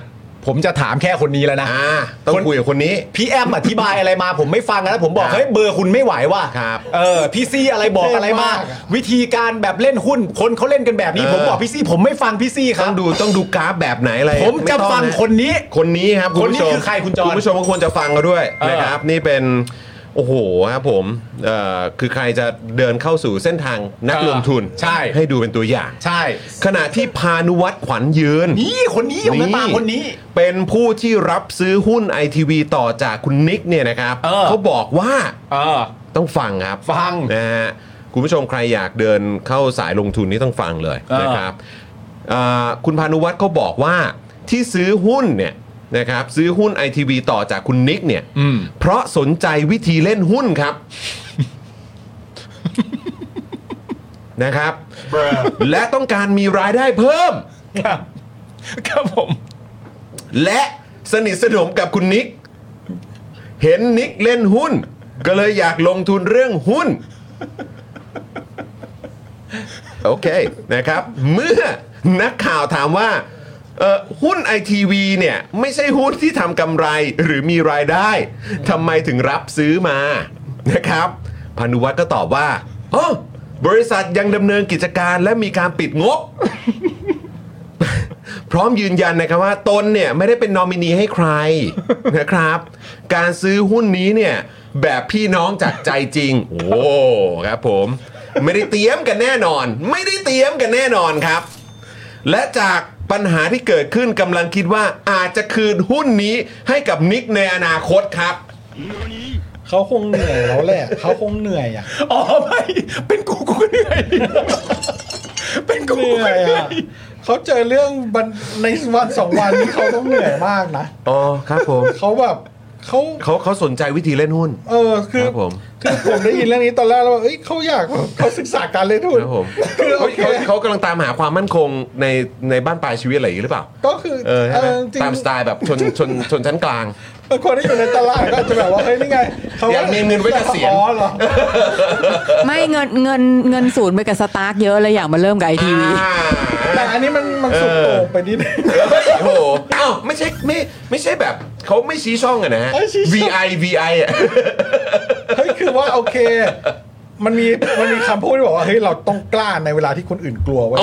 S3: ผมจะถามแค่คนนี้แล้วนะ
S1: อ่าต้อง
S3: คน
S1: คุยกับคนนี้
S3: พี่แอมอธิบายอะไรมาผมไม่ฟังนะผมบอก
S1: ครับ
S3: เฮ้ยเบอร์คุณไม่ไหวว่ะ
S1: ครับ
S3: เออพี่ซี่อะไรบอกอะไร
S2: เท่
S3: มา
S2: มากอะ
S3: วิธีการแบบเล่นหุ้นคนเขาเล่นกันแบบนี้
S1: เออ
S3: ผมบอกพี่ซี่ผมไม่ฟังพี่ซี่ค
S1: ต้
S3: รั
S1: อบ งดูต้องดูกราฟแบบไหนอะไร
S3: ผมจะ
S1: ไต้อง
S3: ฟัง
S1: ะ
S3: คนนี้
S1: คนนี้ครับณผู้ชม
S3: คนนี้คือใครคุณจอน
S1: คุณผู้ชมก็ควรจะฟังเขาด้วย
S3: เออ
S1: นะครับ นี่เป็นโอ้โหครับผมเอ่อคือใครจะเดินเข้าสู่เส้นทางนักลงทุน
S3: ใช่
S1: ให้ดูเป็นตัวอย่าง
S3: ใช่
S1: ขณะที่พานุวัตรขวัญยืน
S3: นี่คนนี้ผมจะตามคนนี้
S1: เป็นผู้ที่รับซื้อหุ้นไอทีวีต่อจากคุณนิกเนี่ยนะครับ
S3: เออ
S1: บอกว่า
S3: เออ
S1: ต้องฟังครับ
S3: ฟัง
S1: นะฮะคุณผู้ชมใครอยากเดินเข้าสายลงทุนนี่ต้องฟังเลย
S3: เออ
S1: นะครับเอ่อคุณพานุวัตรเขาบอกว่าที่ซื้อหุ้นเนี่ยนะครับซื้อหุ้นไอทีวีต่อจากคุณนิกเนี่ย
S3: อืม
S1: เพราะสนใจวิธีเล่นหุ้นครับ นะครับ และต้องการมีรายได้เพิ่ม
S3: ครับครับผม
S1: และสนิทสนมกับคุณนิก เห็นนิกเล่นหุ้น ก็เลยอยากลงทุนเรื่องหุ้น โอเคนะครับ เมื่อนักข่าวถามว่าเออหุ้นไอทีวีเนี่ย ไม่ใช่หุ้นที่ทำกำไรหรือมีรายได้ทำไมถึงรับซื้อมานะครับพานุวัตรก็ตอบว่าอ๋อบริษัทยังดำเนินกิจการและมีการปิดงบ พร้อมยืนยันนะครับว่าตนเนี่ยไม่ได้เป็นนอมินีให้ใคร นะครับ การซื้อหุ้นนี้เนี่ยแบบพี่น้องจากใจจริง โอ้ครับผม ไม่ได้เตรียมกันแน่นอน ไม่ได้เตรียมกันแน่นอนครับ และจากปัญหาที่เกิดขึ้นกำลังคิดว่าอาจจะคืนหุ้นนี้ให้กับนิกในอนาคตครับ
S2: เขาคงเหนื่อยแล้วแหละเขาคงเหนื่อยอ่ะ
S3: อ๋อไม่เป็นกูกูก็เหนื่อยเป็นกู
S2: เห
S3: กู
S2: นื่
S3: ก็
S2: อย
S3: เหนื่อ
S2: อ่ะ
S3: ย
S2: เขาเจอเรื่องบันในวันสองวันนี้เขาต้องเหนื่อยมากนะ
S1: อ๋อครับผม
S2: เขาแบบเขา
S1: เขาเขาสนใจวิธีเล่นหุ้น
S2: เออคือ
S1: ครับผม
S2: คือผมได้ยินเรื่องนี้ตอนแรกแล้วว่าเอ้ยเขาอยากแบบเขาศึกษาการเล่นหุ้น
S1: ครับผม
S2: คือโอ
S1: เขา
S2: เค
S1: เขาเขากำลังตามหาความมั่นคงในในบ้านปลายชีวิตอะไรอย่างนี้หรือเปล่า
S2: ก็คือ
S1: เออใช่ไหม
S2: จริง
S1: ตามสไตล์แบบชนชนชนชั้นกลาง
S2: คนที่อยู่ในตลาดก็ อาจจะแบบว่าเฮ้ยนี่ไงเขา
S1: อยากมีเงินไว้เกษียณ
S2: อ๋อเหรอ
S6: ไม่เงินเงินเงินศูนย์ไปกับสตาร์กเยอะเลยอยากมาเริ่มกับไอทีวี
S2: แต่อันนี้มันมันสุดโต่งไปนิดนึง
S1: เฮ้ยโอ้โหเอ้าไม่ใช่ไม่ไม่ใช่แบบเขาไม่ชี้ช่องอะนะฮะ
S2: เอ้ยชี้ช่อง
S1: VI VI อะ
S2: เฮ้ยคือว่าโอเค มันมีมันมีคำพูดที่บอกว่าเฮ้ยเราต้องกล้าในเวลาที่คนอื่นกลัวเว้ย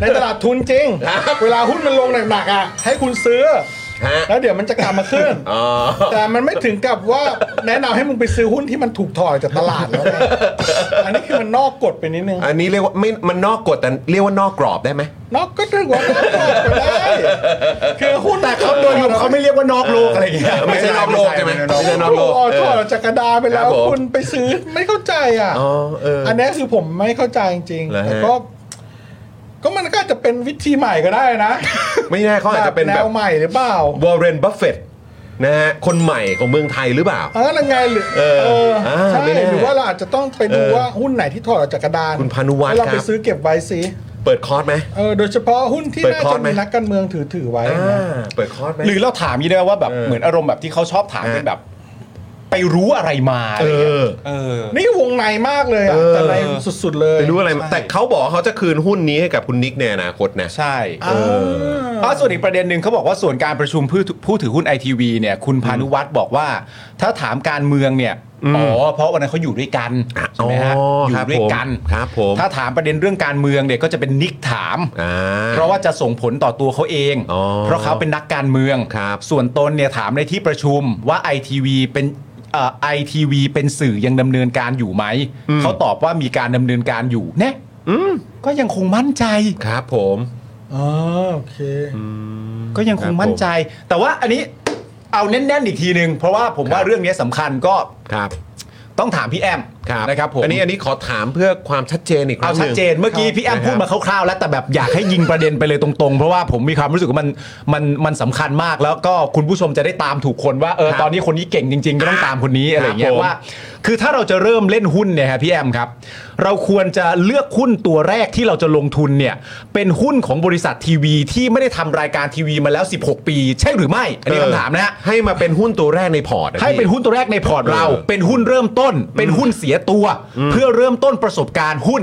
S2: ในตลาดทุนจริง
S1: ครับ
S2: เวลาหุ้นมันลงหนักๆอ่ะให้คุณซื้อ
S1: ฮะ
S2: แล้วเดี๋ยวมันจะกลับมาขึ้น
S1: อ๋อ
S2: แต่มันไม่ถึงกับว่าแนะนำให้มึงไปซื้อหุ้นที่มันถูกถอยจากตลาดแล้วไงอันนี้คือมันนอกกฎไปนิดนึง
S1: อันนี้เรียกว่าไม่มันนอกกฎแต่เรียกว่านอกกรอบได้ไหม
S2: นอกก็ถือว่านอกกฎไปได้คือหุ้น
S3: แต่เขาโดยรวมเขาไม่เรียกว่านอกโลกอะไรอย่างเงี้ย
S1: ไม่ใช่นอกโลกใช่ไหมไม่ใช่นอกโลก
S2: ถูกออก
S1: เอ
S2: ถอ
S1: อ
S2: ดจากกระดาษไปแล้
S1: คว รับผม
S2: คุณไปซื้อไม่เข้าใจอ่ะ
S1: อ๋อเอออ
S2: อันเนี้ยคือผมไม่เข้าใจจริงๆ
S1: เหรอฮะ
S2: แต่ก็ ก็มันก็อาจจะเป็นวิธีใหม่ก็ได้นะ
S1: ไม่แน่เขาอาจจะเป็น
S2: แน
S1: แบบ
S2: วใหม่หรือเปล่าว
S1: อร์เรนบัฟเฟตนะฮะคนใหม่ของเมืองไทยหรือเปล่า
S2: เออยังไงหรือ
S1: เอออ่า
S2: ใช่
S1: ไม่แน่
S2: หรือว่าเราอาจจะต้องไปดู
S1: เออ
S2: ว่าหุ้นไหนที่ถอดออกจากกระดาน
S1: คุณพานุวัฒน์
S2: แล้วเรา
S1: ค
S2: ไป
S1: รับ
S2: ซื้อเก็บไว้สิ
S1: เปิดคอร์สไหม
S2: เออโดยเฉพาะหุ้นที่
S1: เปิด
S2: น่า
S1: คอร์
S2: จะ
S1: สไหม
S2: มีนักการเมืองถือถือไว้
S1: อ่
S2: นะ
S1: าเปิดคอร์สไหม
S3: หรือเราถามยี่ได้ไหมว่าแบบ
S1: เออ
S3: เหมือนอารมณ์แบบที่เขาชอบถาม
S1: ฮะ
S3: เป็นแบบ ไปรู้อะไรมาะไรงี้ย
S1: เออ
S3: เออ
S2: นี่วงในมากเลยอะ
S1: เออ
S2: แต่ในสุดๆเลย
S1: ไม่รู้อะไร
S3: ใช่
S1: แต่เขาบอกว่าเขาจะคืนหุ้นนี้ให้กับคุณนิกในอนาคตนะ
S3: ใช่
S2: อ่า
S3: เพราะส่วนอีกประเด็นหนึ่งเขาบอกว่าส่วนการประชุมผู้ผู้ถือหุ้นไอทีวีเนี่ยคุณพานุวัตรบอกว่า ถ้าถามการเมืองเนี่ยอ๋อเพราะวันนั้นเขาอยู่ด้วยกันใช่ไหมฮะ
S1: อ๋อ
S3: อ
S1: ครั
S3: ยู่
S1: บ
S3: ด้วยกัน
S1: ผมครับผม
S3: ถ้าถามประเด็นเรื่องการเมืองเนี่ยก็จะเป็นนิกถาม
S1: อ่า
S3: เพราะว่าจะส่งผลต่อตัวเขาเอง
S1: อ๋อ
S3: เพราะเขาเป็นนักการเมือง
S1: ครับ
S3: ส่วนตนเนี่ยถามในที่ประชุมว่าไอทีวีเป็นไอทีวีเป็นสื่อยังดำเนินการอยู่ไหม
S1: อืม
S3: เขาตอบว่ามีการดำเนินการอยู่เนี่ยก็ยังคงมั่นใจ
S1: ครับผม
S2: อ๋อโอเค
S3: ก็ยังคงมั่นใจ แต่ว่าอันนี้เอาแน่นๆอีกทีนึง เพราะว่าผมว่าเรื่องนี้สำคัญก็
S1: ครับ
S3: ต้องถามพี่แอม
S1: ครับ
S3: นะครับผม
S1: อันนี้อันนี้ขอถามเพื่อความชัดเจนอีกครั้
S3: เอา
S1: งห
S3: ชัด
S1: นึ่ง
S3: เจนเมื่อกี้พี่แอมพูดมาคร่าวๆแล้วแต่แบบอยากให้ยิงประเด็นไปเลยตรงๆ เพราะว่าผมมีความรู้สึกว่ามันมันมันสำคัญมากแล้วก็คุณผู้ชมจะได้ตามถูกคนว่าเออ
S1: ครับ
S3: ตอนนี้คนนี้เก่งจริงๆ ก็ต้องตามคนนี้อะไรอย่างเงี้
S1: ครั
S3: ย
S1: บผม
S3: ว่า คือถ้าเราจะเริ่มเล่นหุ้นเนี่ยฮะพี่แอมครับ เราควรจะเลือกหุ้นตัวแรกที่เราจะลงทุนเนี่ยเป็นหุ้นของบริษัททีวีที่ไม่ได้ทำรายการทีวีมาแล้ว 16 ปี ใช่หรือไม่อันนี้คำถามนะฮะ
S1: ให้มาเป็นหุ้นตัวแรกในพอร์ตอะ
S3: ให้เป็น
S1: พี่
S3: หุ้นตัวแรกในพอร์ตเรา
S1: เออ
S3: เป็นหุ้นเริ่มต้น เป็นหุ้นเสียตัว เพื่อเริ่มต้นประสบการณ์หุ้น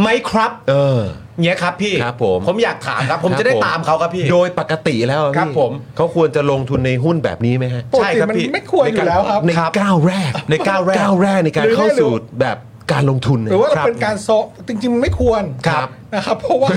S3: ไหมครับ เออเนี้ยครับพี่
S1: ครับผม
S3: ผมอยากถามครับ ผมจะได้
S1: ครับ
S3: ตามเขาครับพี่
S1: โดยปกติแล้วอะพี่
S3: ครับผม
S1: เขาควรจะลงทุนในหุ้นแบบนี้ไหมฮะ
S2: ปกติมันไม่ควรอยู่แล้วครับ
S1: ในก้าวแรก
S3: ในก้าวแรก
S1: ก้าวแรกในการเข้าสู่แบบการลงทุนนี่ย
S2: หรือว่า
S1: คบ
S2: เป็นการโซะจริงๆมันไม่ควร
S1: ครับ
S2: นะครับเพราะว่า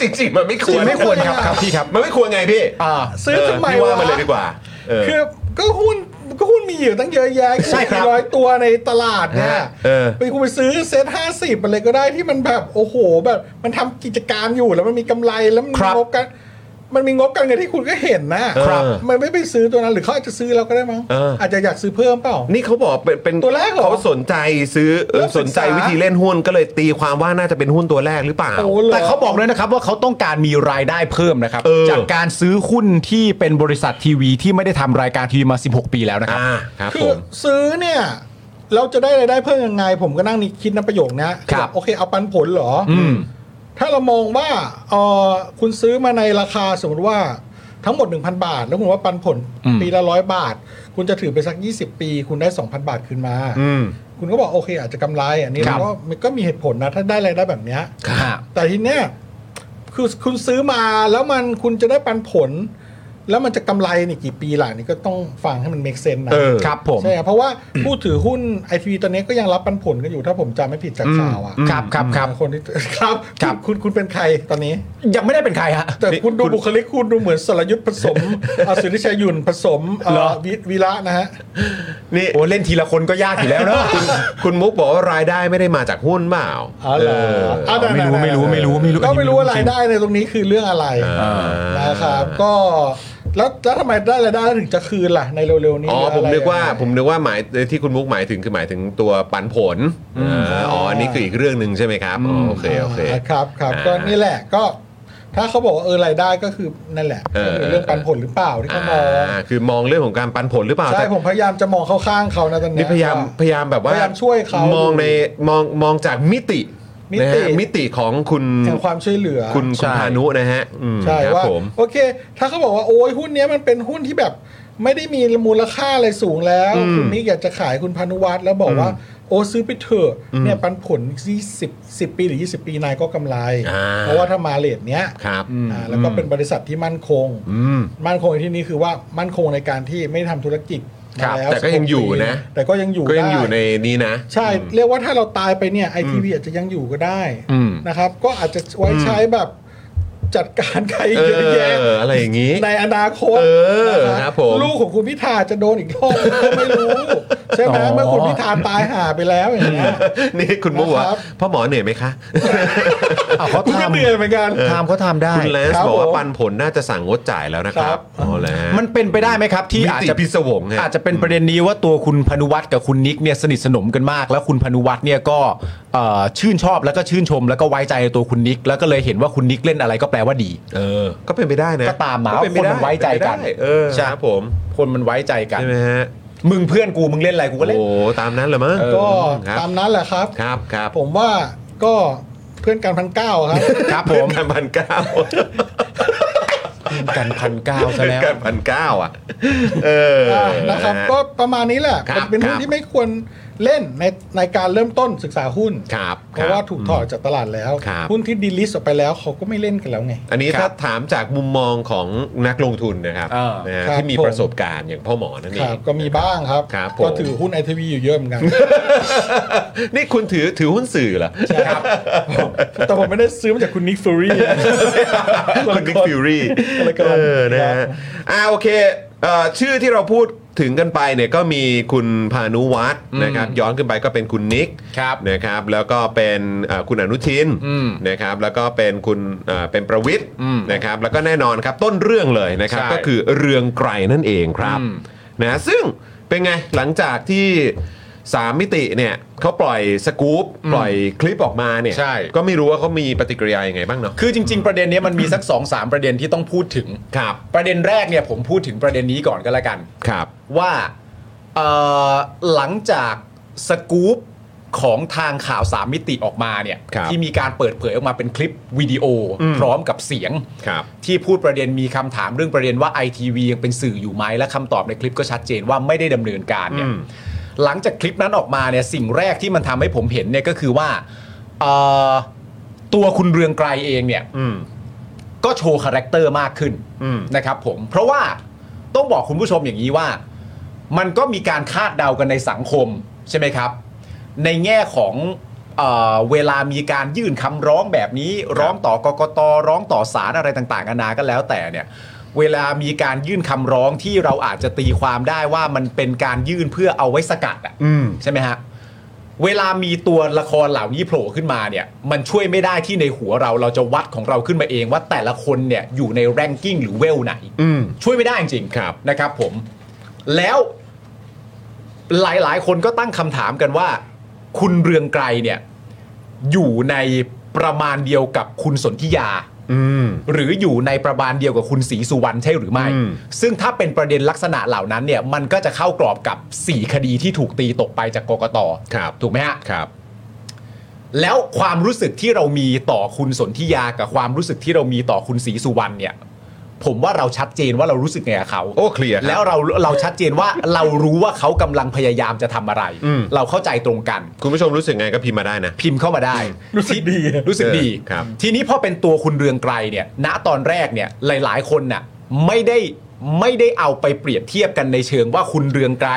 S1: จริงๆมันไม่ค
S2: จ
S1: วร
S2: ริงไม่ควรครับครับพี่
S1: ครับ มันไม่ควรไงพี่
S3: อ่า
S2: ซื้อทำไม
S1: เพี่ว่าว
S2: ะ
S1: มันเลยดีกว่าเออ
S2: คือก็หุ้นก็หุ้นมีอยู่ตั้งเยอะแยะ
S3: ใช่ครับ
S2: กี่ร้อยตัวในตลาดเนี่ย
S1: ฮะเออ
S2: ไปคุณไปซื้อเซ็ตห้าสิบอะไรก็ได้ที่มันแบบโอ้โหแบบมันทำกิจการอยู่แล้วมันมีกำไรแล้วมัน
S3: ครั
S2: มี
S3: บ
S2: งบกัน มันมีงบการเงินที่คุณก็เห็นนะครับมันไม่ไปซื้อตัวนั้นหรือเขาอาจจะซื้อแล้วก็ได้มั้ง
S1: เอออ
S2: อาจจะอยากซื้อเพิ่มเปล่า
S1: นี่เขาบอกเป็นเป็น
S2: ตัวแรกเหรอ
S1: เขาสนใจซื้อเออ
S2: เริ่มศึ
S1: ส
S2: กษา
S1: นใจวิธีเล่นหุ้นก็เลยตีความว่าน่าจะเป็นหุ้นตัวแรกหรือเปล่า
S2: โอ้โหหร
S3: แต่เขาบอกเลยนะครับว่าเขาต้องการมีรายได้เพิ่มนะครับ
S1: เออ
S3: จากการซื้อหุ้นที่เป็นบริษัททีวีที่ไม่ได้ทำรายการทีวีมา 16 ปีแล้วนะครับ
S1: อ่าครับ
S2: คื
S1: ผ
S2: อ
S1: ม
S2: ซื้อเนี่ย เราจะได้รายได้เพิ่มยังไง ผมก็นั่งนี่คิดนะประโยคเนี้ย
S3: ครับ
S2: โอเคเอาปันผลเหรออ
S3: อืม
S2: ถ้าเรามองว่าเออคุณซื้อมาในราคาสมมติว่าทั้งหมด 1,000 บาท แล้วคุณว่าปันผล
S3: อืม
S2: ปีละร้อยบาท คุณจะถือไปสัก 20 ปี คุณได้ 2,000 บาทคืนมา
S1: อืม
S2: คุณก็บอกโอเค อาจจะกำไรอันนี้
S3: ครั
S2: เรา
S3: บ
S2: ก็มันก็มีเหตุผลนะ ถ้าได้รายได้แบบเนี้ย
S3: ฮะ
S2: แต่ทีเนี้ยคือคุณซื้อมาแล้วมันคุณจะได้ปันผล แล้วมันจะกำไรนี่กี่ปีหลังนี่ก็ต้องฟังให้มันเมกเซนนะ
S1: เออ
S3: ครับผม
S2: ใช่ครับเพราะ ว่า ผู้ถือหุ้นไอทีวีตอนนี้ก็ยังรับปันผลกันอยู่ถ้าผมจำไม่ผิดจากข่าวอ่ะ
S3: ครับครับครับ
S2: คนที่ ครับ
S3: ครับ
S2: คุณคุณเป็นใครตอนนี้
S3: ยังไม่ได้เป็นใครฮะ
S2: แต่คุณดูบุคลิกคุณดูเหมือนสรยุทธ์ผสม อาศิริชัยหยุ่นผสมเอ่อ
S3: เหรอ
S2: วิวีระนะฮะ
S1: นี่
S3: โอ้เล่นทีละคนก็ยากอยู่แล้วเนอะ
S1: คุณมุกบอกว่ารายได้ไม่ได้มาจากหุ้นเปล่า
S2: อ๋อเหรออ่ะด้
S3: ไม่รู้
S2: ด้
S3: ไม่รู้
S2: ด้
S3: ไม่รู้ไม่รู้
S2: ก็
S3: อันนี้
S2: ไม่รู้ว่า
S3: ไม่รู้จริ
S2: ราย
S3: ง
S2: ได้ในตรงนี้คือเรื่องอะไร
S1: อ่า
S2: นะครับก็แล้วแล้วทำไมได้รายได้แล้วถึงจะคืนล่ะในเร็วๆนี้
S1: อ๋อ
S2: ห
S1: ผ
S2: รืะ
S1: ม
S2: ไร
S1: นึกว่า
S2: ยังไง
S1: ผมนึกว่าหมายที่คุณมุกหมายถึงคือหมายถึงตัวปันผลอ่าอ๋ออันนี้คืออีกเรื่องหนึ่งใช่ไหมครับอ๋ออ
S3: ม
S1: โอเคโอเค
S2: อ่ารับครับ
S1: อ่า
S2: ก็นี่แหละก็ถ้าเขาบอกว่าเออรายได้ก็คือนั่นแหละ
S1: เออ
S2: ก็คือเรื่องปันผลหรือเปล่าที่เขามอง
S1: อ่าคือมองเรื่องของการปันผลหรือเปล่า
S2: ใช่
S1: แต่
S2: ผมพยายามจะมองเข้าข้างเขานะตอนเนี้
S1: นี่พยายาม
S2: ว่
S1: พยายามแบบว่า
S2: พยายามช่วยเขา
S1: มองในมองมองจากมิติ
S2: มิ
S1: นะ
S2: ติ
S1: ฮะมิติของคุณ
S2: แห่งความช่วยเหลือ
S1: คุณคุณพานุนะฮะอืม
S2: ใช่
S1: ครับ
S2: ว่า
S1: ผม
S2: โอเค ถ้าเขาบอกว่าโอ้ยหุ้นเนี้ยมันเป็นหุ้นที่แบบไม่ได้มีมูลค่าอะไรสูงแล้ว
S1: อืม
S2: คุณมิกอยากจะขายคุณพานุวัตรแล้วบอกว่า โอ้ซื้อไปเถอะเนี่ยปันผลยี่สิบสิบปีหรือ 20 ปีนายก็กำไร
S1: อ่า
S2: เพราะว่าถ้ามาเลทเนี้ย
S1: ครับ
S2: อ่าแล้วก็เป็นบริษัทที่มั่นคง
S1: อืม
S2: มั่นคงในที่นี้คือว่ามั่นคงในการที่ไม่ได้ทำธุรกิจ
S1: ครั
S2: มา
S1: บ
S2: แล้ว
S1: แต่ก็ยังอยู่นะ
S2: แต่ก็ยังอยู่
S1: ก็ยัง
S2: ได้
S1: อยู่ในนี้นะ
S2: ใช่ เรียกว่าถ้าเราตายไปเนี่ยไอทีวีอาจจะยังอยู่ก็ได้
S3: อืม
S2: นะครับ ก็อาจจะไว้ใช้แบบจัดการใคร
S1: เอ
S2: เยอะแยะ
S1: ออะไรอย่างนี้
S2: ในอนาคต
S1: เออ
S2: นะครับ
S1: ผม
S2: ลูกของคุณพิธาจะโดนอีกรอบก็ไม่รู้ ใช่ไหม
S3: อ๋อ
S2: เมื่อคุณพิธาตายหาไปแล้วอย่างเงี้ย
S1: นี่คุณมุกบอกว่า
S2: นะครับ
S1: พ่อหมอเหนื่อยไหมคะ
S3: อ้าวเขา
S2: คุณ
S3: ท
S2: ก็เหนื่อยเหมือนกัน
S3: ำทำเขาทำได้
S1: คุณแลน
S2: ครับ
S1: ซ์บอกว่า
S2: ผม
S1: ปันผลน่าจะสั่งงดจ่ายแล้วนะค
S2: ค
S1: รั
S2: รับ บ
S1: อ๋อแล้วฮะ
S3: มันเป็นไปได้ไหมครับที่
S1: มิติ
S3: อาจจะ
S1: พิศวงฮะ
S3: อาจจะเป็นประเด็นนี้ว่าตัวคุณพนุวัตรกับคุณนิกเนี่ยสนิทสนมกันมาก แล้วคุณพนุวัตรเนี่ยก็เอ่อชื่นชอบแล้วก็ชื่นชม แล้วก็ไว้ใจในตัวคุณนิก แล้วก็เลยเห็นว่าคุณนิกเล่นอะไรก็แปลว่าดี
S1: เออ ก็เป็นไปได้นะ
S3: ก็ตามหมา
S1: ก็เป็
S3: คนมันไว้ใจกัน
S1: เป็ไปได้เออ
S3: ใช่
S1: ครับผม
S3: คนมันไว้ใจกัน
S1: ใช่ไหมฮะ
S3: มึงเพื่อนกูมึงเล่นอะไรกูก็เล่น
S1: โอ้ตามนั้นเหรอมั้ง
S2: ก็
S1: ครับ
S2: ตามนั้นแหละครับ
S1: ครับครับ
S2: ผมว่าก็เพื่อนกันพันเก้าครับ
S3: ครับผ
S1: เพื่อน
S3: ม
S1: กันพันเก้า
S3: กันพันเก้าซะ
S1: เพื่อน
S3: แล้ว
S1: กันพันเก้าอ่ะเออ
S2: อ่ะนะครับก็ประมาณนี้แหละ
S1: ครับ
S2: เป็นหุ้
S1: ครั
S2: น
S1: บ
S2: ที่ไม่ควรเล่นในในการเริ่มต้นศึกษาหุ้น
S1: ครับ
S2: เพราะว่า
S1: คบ
S2: ถูกถอดจากตลาดแล้ว
S1: ครับ
S2: หุ้นที่ดีลิสออกไปแล้วเขาก็ไม่เล่นกันแล้วไง
S1: อันนี้
S3: ครับ
S1: ถ้าถามจากมุมมองของนักลงทุนนะครับ
S3: เออ
S1: นะฮะ
S2: ครับ
S1: ที่มี
S2: ผม
S1: ประสบการณ์อย่างพ่อหมอนั่นเอ
S2: ครั
S1: ง
S2: บก็มีบ้างครับ
S1: ครับผม
S2: ก็ถือหุ้นไอทีวีอยู่เยอะเหมือนกัน
S1: นี่คุณถือถือหุ้นสื่อเหรอ
S2: ครับ แต่ผมไม่ได้ซื้อมาจากคุณนิกฟูรี่
S1: คุณนิกฟิวรี่
S2: คนละคน
S1: เออนะ
S2: ครั
S1: ฮะ
S2: บ
S1: อ่าโอเค เอ่อชื่อที่เราพูดถึงกันไปเนี่ยก็มีคุณพานุวัฒน์
S3: อืม
S1: นะครับย้อนขึ้นไปก็เป็นคุณนิก
S3: ครับ
S1: นะครับแล้วก็เป็นเอ่อคุณอนุทิน
S3: อืม
S1: นะครับแล้วก็เป็นคุณเอ่อเป็นประวิทย์
S3: อืม
S1: นะครับแล้วก็แน่นอนครับต้นเรื่องเลยนะครับ
S3: ใช่
S1: ก็คือเรืองไกรนั่นเองครับ
S3: อืม
S1: นะซึ่งเป็นไงหลังจากที่สามมิติเนี่ยเขาปล่อยสกู๊ปปล่อยคลิปออกมาเนี่ย
S3: ใช่
S1: ก็ไม่รู้ว่าเขามีปฏิกิริยายังไงบ้างเนาะ
S3: คือจริง ๆ ประเด็นเนี้ยมันมีสัก 2-3สามประเด็นที่ต้องพูดถึง
S1: ครับ
S3: ประเด็นแรกเนี่ยผมพูดถึงประเด็นนี้ก่อนก็แล้วกัน
S1: ครับ
S3: ว่าเอ่อหลังจากสกู๊ปของทางข่าวสามมิติออกมาเนี่ย
S1: ครับ
S3: ที่มีการเปิดเผยออกมาเป็นคลิปวิดีโออ
S1: ม
S3: พร้อมกับเสียง
S1: ครับ
S3: ที่พูดประเด็นมีคำถามเรื่องประเด็นว่าไอทีวียังเป็นสื่ออยู่ไหมและคำตอบในคลิปก็ชัดเจนว่าไม่ได้ดำเนินการ
S1: อื
S3: เนี่ย
S1: ม
S3: หลังจากคลิปนั้นออกมาเนี่ยสิ่งแรกที่มันทำให้ผมเห็นเนี่ยก็คือว่าเอ่อตัวคุณเรืองไกรเองเนี่ย
S1: อืม
S3: ก็โชว์คาแรคเตอร์มากขึ้น
S1: อืม
S3: นะครับผม เพราะว่าต้องบอกคุณผู้ชมอย่างนี้ว่า มันก็มีการคาดเดากันในสังคมใช่ไหมครับ ในแง่ของเออเวลามีการยื่นคำร้องแบบนี้ ร้องต่อกกตร้องต่อศาลอะไรต่างๆนานาก็แล้วแต่เนี่ย เวลามีการยื่นคำร้องที่เราอาจจะตีความได้ว่ามันเป็นการยื่นเพื่อเอาไว้สกัดอะ
S1: อืม
S3: ใช่ไหมฮะ เวลามีตัวละครเหล่านี้โผล่ขึ้นมาเนี่ย มันช่วยไม่ได้ที่ในหัวเราเราจะวัดของเราขึ้นมาเองว่าแต่ละคนเนี่ยอยู่ในแรงกิ้งหรือเวลไหน
S1: อืม
S3: ช่วยไม่ได้จริงๆ
S1: ครับ
S3: นะครับผม แล้วหลายๆ คนก็ตั้งคำถามกันว่า คุณเรืองไกรเนี่ย อยู่ในประมาณเดียวกับคุณสนธิยา
S1: อืม
S3: หรืออยู่ในประมาณเดียวกับคุณศรีสุวรรณใช่หรือไม่
S1: อืม
S3: ซึ่งถ้าเป็นประเด็นลักษณะเหล่านั้นเนี่ย มันก็จะเข้ากรอบกับ 4 คดีที่ถูกตีตกไปจากกกต
S1: ครับ
S3: ถูกไหมฮะ
S1: ครับ
S3: แล้วความรู้สึกที่เรามีต่อคุณสนธิยากับความรู้สึกที่เรามีต่อคุณศรีสุวรรณเนี่ย ผมว่าเราชัดเจนว่าเรารู้สึกไงกับเขา
S1: โอ้เคลียร์ครับ
S3: แล้วเราเราชัดเจนว่า เรารู้ว่าเขากำลังพยายามจะทำอะไร
S1: อืม
S3: เราเข้าใจตรงกัน
S1: คุณผู้ชมรู้สึกไงก็พิมพ์มาได้นะ
S3: พิมพ์เข้ามาได้รู้สึกดีรู้สึกดี
S1: เออครับ
S3: ทีนี้พอเป็นตัวคุณเรืองไกรเนี่ย ณตอนแรกเนี่ยหลาย ๆ คนน่ะไม่ได้ไม่ได้เอาไปเปรียบเทียบกันในเชิงว่าคุณเรืองไกร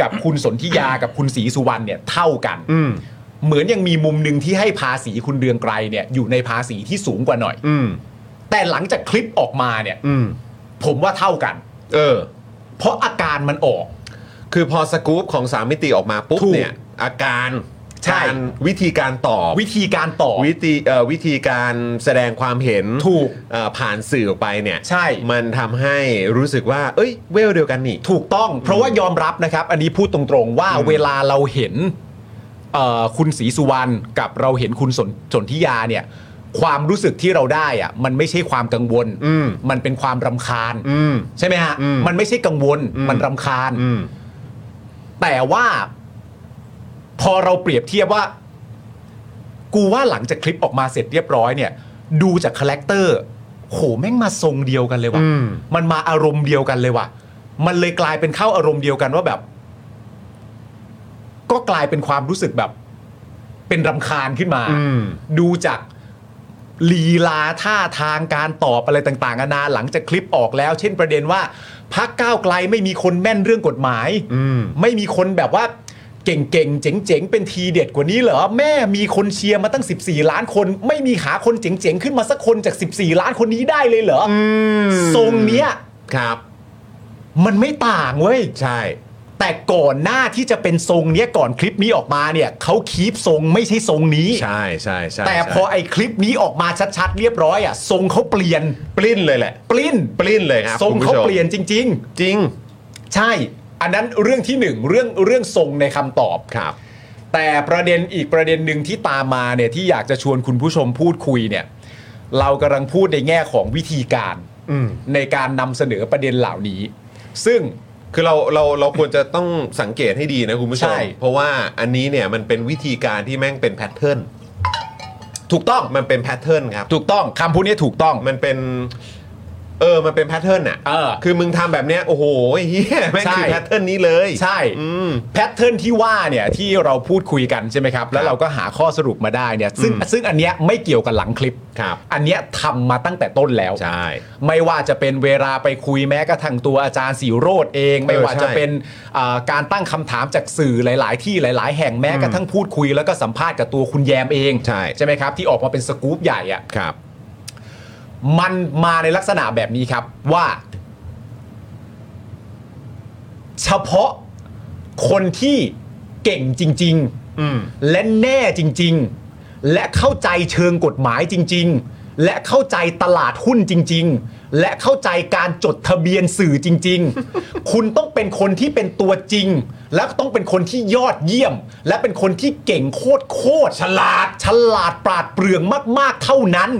S3: กับคุณสนธิยากับคุณศรีสุวรรณเนี่ยเท่ากัน
S1: อืม
S3: เหมือนยังมีมุมหนึ่งที่ให้ภาษีคุณเรืองไกรเนี่ยอยู่ในภาษีที่สูงกว่าหน่อย
S1: อืม
S3: แต่หลังจากคลิปออกมาเนี่ย
S1: อืม
S3: ผมว่าเท่ากัน
S1: เออ
S3: เพราะอาการมันออก
S1: คือพอสกู๊ปของสามมิติออกมาปุ๊บ
S3: ถูก
S1: เนี่ย อาการ
S3: ใช่
S1: การวิธีการตอบ
S3: วิธีการตอบ
S1: วิธีเอ่อวิธีการแสดงความเห็น
S3: ถูก
S1: เอ่อผ่านสื่อออกไปเนี่ย
S3: ใช่
S1: มันทำให้รู้สึกว่า เอ้ย เวลเดียวกันนี่
S3: ถูกต้องเพราะว่ายอมรับนะครับ อันนี้พูดตรงๆว่าเวลาเราเห็นเอ่อคุณศรีสุวรรณกับเราเห็นคุณสนสนธิยาเนี่ย ความรู้สึกที่เราได้อะมันไม่ใช่ความกังวล
S1: อืม
S3: มันเป็นความรำคาญ
S1: อืม
S3: ใช่ไหมฮะ
S1: อืม
S3: มันไม่ใช่กังวลมันรำคาญ
S1: อืม
S3: แต่ว่าพอเราเปรียบเทียบว่า กูว่าหลังจากคลิปออกมาเสร็จเรียบร้อยเนี่ย ดูจากคาแรคเตอร์โหแม่งมาทรงเดียวกันเลยว่ะ
S1: อืม
S3: มันมาอารมณ์เดียวกันเลยว่ะมันเลยกลายเป็นเข้าอารมณ์เดียวกันว่าแบบ ก็กลายเป็นความรู้สึกแบบ เป็นรำคาญขึ้นมา
S1: อืม
S3: ดูจากลีลาท่าทางการตอบอะไรต่างๆนานาหลังจากคลิปออกแล้ว เช่นประเด็นว่าพักก้าวไกลไม่มีคนแม่นเรื่องกฎหมาย
S1: อืม
S3: ไม่มีคนแบบว่าเก่งๆ เจ๋งๆ เป็นทีเด็ดกว่านี้เหรอ แม่มีคนเชียร์มาตั้ง 14 ล้านคน ไม่มีหาคนเจ๋งๆ ขึ้นมาสักคนจาก 14 ล้านคนนี้ได้เลยเหรออ
S1: อืม
S3: ทรงเนี้ย
S1: ครับ
S3: มันไม่ต่างเว้ย
S1: ใช่
S3: แต่ก่อนหน้าที่จะเป็นทรงเนี้ยก่อนคลิปนี้ออกมาเนี่ยเขาคีปทรงไม่ใช่ทรงนี้
S1: ใช่ใช่ใช่
S3: แต่
S1: ใช่
S3: พอไอ้คลิปนี้ออกมาชัดๆ เรียบร้อยอ่ะทรงเขาเปลี่ยน
S1: ปลิ้นเลยแหละ
S3: ปลิ้น
S1: ปลิ้นเลยครับ
S3: ทรง
S1: คุณผู้
S3: เขา
S1: ชม
S3: เปลี่ยนจริง
S1: จริง
S3: ๆ ใช่ อันนั้นเรื่องที่หนึ่งเรื่องเรื่องทรงในคำตอบ
S1: ครับ
S3: แต่ประเด็นอีกประเด็นหนึ่งที่ตามมาเนี่ยที่อยากจะชวนคุณผู้ชมพูดคุยเนี่ย เรากำลังพูดในแง่ของวิธีการ
S1: อืม
S3: ในการนำเสนอประเด็นเหล่านี้ ซึ่ง
S1: คือเราเราเราควรจะต้องสังเกตให้ดีนะคุณผู้ชม
S3: ใช่
S1: เพราะว่าอันนี้เนี่ยมันเป็นวิธีการที่แม่งเป็นแพทเทิร์น
S3: ถูกต้อง
S1: มันเป็นแพทเทิร์นครับ
S3: ถูกต้องคำพูดนี้ถูกต้อง
S1: มันเป็น เออมันเป็นแพทเทิร์นอ่ะ
S3: เออ
S1: คือมึงทำแบบเนี้ยโอ้โหเฮียแม่ง
S3: ใช่
S1: คือแพทเทิร์นนี้เลย
S3: ใช่
S1: อืม
S3: แพทเทิร์นที่ว่าเนี่ยที่เราพูดคุยกันใช่ไหมครับ แล้วเราก็หาข้อสรุปมาได้เนี่ยซึ่ง
S1: อืม
S3: ซึ่งอันเนี้ยไม่เกี่ยวกับหลังคลิป
S1: ครับ
S3: อันเนี้ยทำมาตั้งแต่ต้นแล้ว
S1: ใช่
S3: ไม่ว่าจะเป็นเวลาไปคุยแม้กระทั่งตัวอาจารย์สีโรดเอง ไม่ว่าจะเป็นอ่าการตั้งคำถามจากสื่อหลาย ๆ ที่หลาย ๆ แห่งแม้กระทั่งพูดคุย แล้วก็สัมภาษณ์กับตัวคุณแยมเอง
S1: ใช่
S3: ใช่ไหมครับ ที่ออกมาเป็นสกู๊ปใหญ่อะ
S1: ครับ
S3: มันมาในลักษณะแบบนี้ครับว่า เฉพาะคนที่เก่งจริง
S1: อืม
S3: ๆ และแน่จริง ๆ และเข้าใจเชิงกฎหมายจริง ๆ และเข้าใจตลาดหุ้นจริง ๆ และเข้าใจการจดทะเบียนสื่อจริง ๆ คุณต้องเป็นคนที่เป็นตัวจริง และต้องเป็นคนที่ยอดเยี่ยม และเป็นคนที่เก่งโคตรโคตรๆ
S1: ฉลาด
S3: ฉลาดปราดเปรื่องมาก ๆ เท่านั้น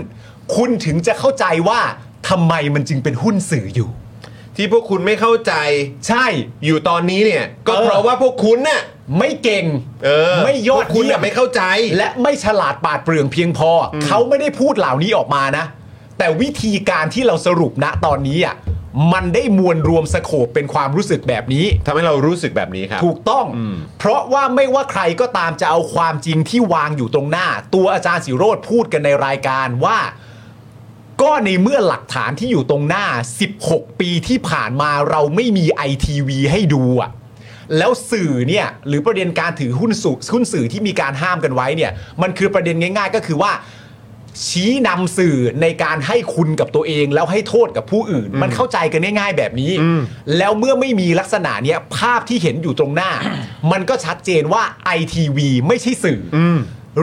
S3: คุณถึงจะเข้าใจว่าทำไมมันจึงเป็นหุ้นสื่ออยู่
S1: ที่พวกคุณไม่เข้าใจ
S3: ใช่
S1: อยู่ตอนนี้เนี่ย ก็
S3: เออ
S1: เพราะว่าพวกคุณน่ะ
S3: ไม่เก่ง
S1: เออ
S3: ไม่ยอด
S1: พวกคุณ
S3: เยี่ย
S1: น่ะ
S3: ม
S1: ไม่เข้าใจ
S3: และไม่ฉลาดปราดเปรื่องเพียงพออเขาไม่ได้พูดเหล่านี้ออกมานะ แต่วิธีการที่เราสรุปณตอนนี้อ่ะมันได้มวลรวมสโคปเป็นความรู้สึกแบบนี้
S1: ทำให้เรารู้สึกแบบนี้ครับ
S3: ถูกต้อง เพราะว่าไม่ว่าใครก็ตามจะเอาความจริงที่วางอยู่ตรงหน้า ตัวอาจารย์สิโรธพูดกันในรายการว่า ก็ในเมื่อหลักฐานที่อยู่ตรงหน้า 16 ปีที่ผ่านมาเราไม่มีไอทีวีให้ดูอะแล้วสื่อเนี่ยหรือประเด็นการถือหุ้นสื่อหุ้นสื่อที่มีการห้ามกันไว้เนี่ยมันคือประเด็นง่าย ๆ ก็คือว่า ชี้นำสื่อในการให้คุณกับตัวเอง แล้วให้โทษกับผู้อื่น มันเข้าใจกันง่ายๆแบบนี้ แล้วเมื่อไม่มีลักษณะเนี้ยภาพที่เห็นอยู่ตรง หน้า มันก็ชัดเจนว่าไอทีวีไม่ใช่สื่ออ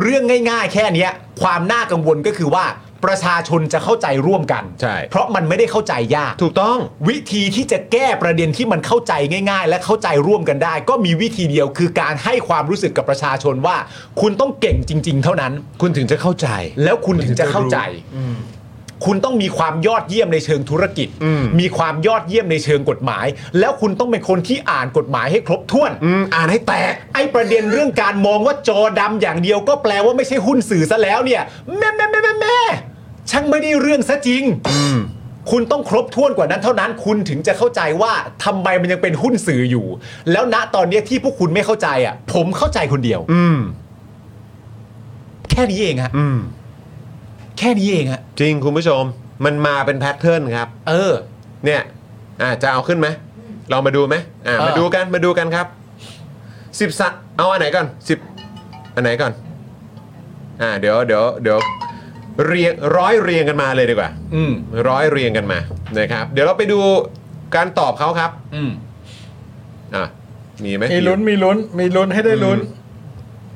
S3: เรื่องง่ายๆ แค่เนี้ยความน่ากังวลก็คือว่าประชาชนจะเข้าใจร่วมกัน
S1: ใช่
S3: เพราะมันไม่ได้เข้าใจยาก
S1: ถูกต้อง
S3: วิธีที่จะแก้ประเด็นที่มันเข้าใจง่าย ๆ และเข้าใจร่วมกันได้ ก็มีวิธีเดียวคือการให้ความรู้สึกกับประชาชนว่า คุณต้องเก่งจริง ๆ เท่านั้น
S1: คุณถึงจะเข้าใจ
S3: แล้วคุณถึงจะเข้าใจ คุณต้องมีความยอดเยี่ยมในเชิงธุรกิจ
S1: อืม
S3: มีความยอดเยี่ยมในเชิงกฎหมาย แล้วคุณต้องเป็นคนที่อ่านกฎหมายให้ครบถ้วน
S1: อืมอ่านให้แตก
S3: ไอประเด็นเรื่องการมองว่าจอดำอย่างเดียวก็แปลว่าไม่ใช่หุ้นสื่อซะแล้วเนี่ยแม่แม่แม่แม่แม่ช่างไม่ได้เรื่องซะจริง คุณต้องครบถ้วนกว่านั้นเท่านั้น คุณถึงจะเข้าใจว่าทำไมมันยังเป็นหุ้นสื่ออยู่ แล้วณตอนเนี้ยที่พวกคุณไม่เข้าใจอ่ะ ผมเข้าใจคนเดียว
S1: อืม
S3: แค่นี้เองฮะ
S1: อืม
S3: แค่นี้เองฮะ
S1: จริงคุณผู้ชม มันมาเป็นแพทเทิร์นครับ
S3: เออ
S1: เนี่ยอ่ะจะเอาขึ้นไหมลองมาดูไหมอ่ะ
S3: เออ
S1: มาดูกันมาดูกันครับสิบสะเอาอันไหนก่อนสิบอันไหนก่อนอ่ะเดี๋ยวเดี๋ยวเดี๋ยวเรียงร้อยเรียงกันมาเลยดีกว่า
S3: อืม
S1: ร้อยเรียงกันมานะครับ เดี๋ยวเราไปดูการตอบเขาครับ
S3: อืม
S1: อ่ะมีไหม
S2: มีลุ้นมีลุ้นมีลุ้นให้ได้ลุ้น